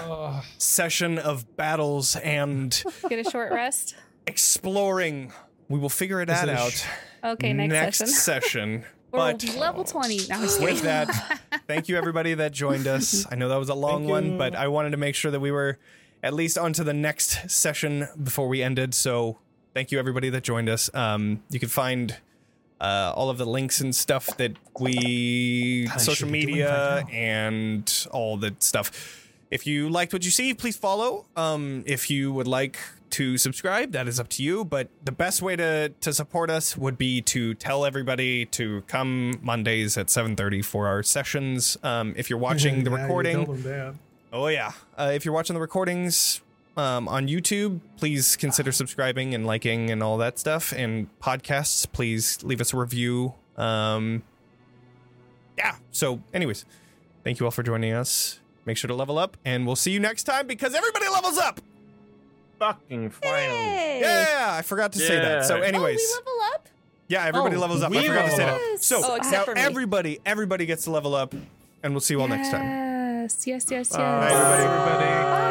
Speaker 1: session of battles and
Speaker 4: Get a short rest.
Speaker 1: exploring. We will figure it that
Speaker 3: it a
Speaker 1: out
Speaker 3: sh-
Speaker 4: Okay, next, session.
Speaker 1: session.
Speaker 4: We're
Speaker 1: but
Speaker 4: level twenty. Now I'm just kidding.
Speaker 1: with that, thank you everybody that joined us. I know that was a long one, but I wanted to make sure that we were at least on to the next session before we ended. So thank you everybody that joined us. Um, you can find uh, all of the links and stuff that we
Speaker 3: I
Speaker 1: social
Speaker 3: should be doing
Speaker 1: media
Speaker 3: right now.
Speaker 1: and all the stuff If you liked what you see, please follow. Um, if you would like to subscribe, that is up to you. But the best way to to support us would be to tell everybody to come Mondays at 7:30 for our sessions. Um, if you're watching the
Speaker 3: Yeah, you
Speaker 1: recording,
Speaker 3: told him that.
Speaker 1: Oh yeah. Uh, if you're watching the recordings um, on YouTube, please consider subscribing and liking and all that stuff. And podcasts, please leave us a review. Um, yeah. So, anyways, thank you all for joining us. Make sure to level up, and we'll see you next time because everybody levels up.
Speaker 8: Fucking finally.
Speaker 1: Yeah, I forgot to say that. So,
Speaker 8: Yeah. Oh, we
Speaker 1: anyways,
Speaker 4: level up?
Speaker 1: yeah, everybody
Speaker 3: Oh,
Speaker 1: levels up.
Speaker 3: we
Speaker 1: I forgot to
Speaker 3: level
Speaker 1: say
Speaker 3: up.
Speaker 1: that. So
Speaker 5: Oh,
Speaker 1: now
Speaker 5: except for me.
Speaker 1: everybody, everybody gets to level up, and we'll see you all next time.
Speaker 4: Yes, yes, yes, yes.
Speaker 8: Bye.
Speaker 3: Bye, everybody.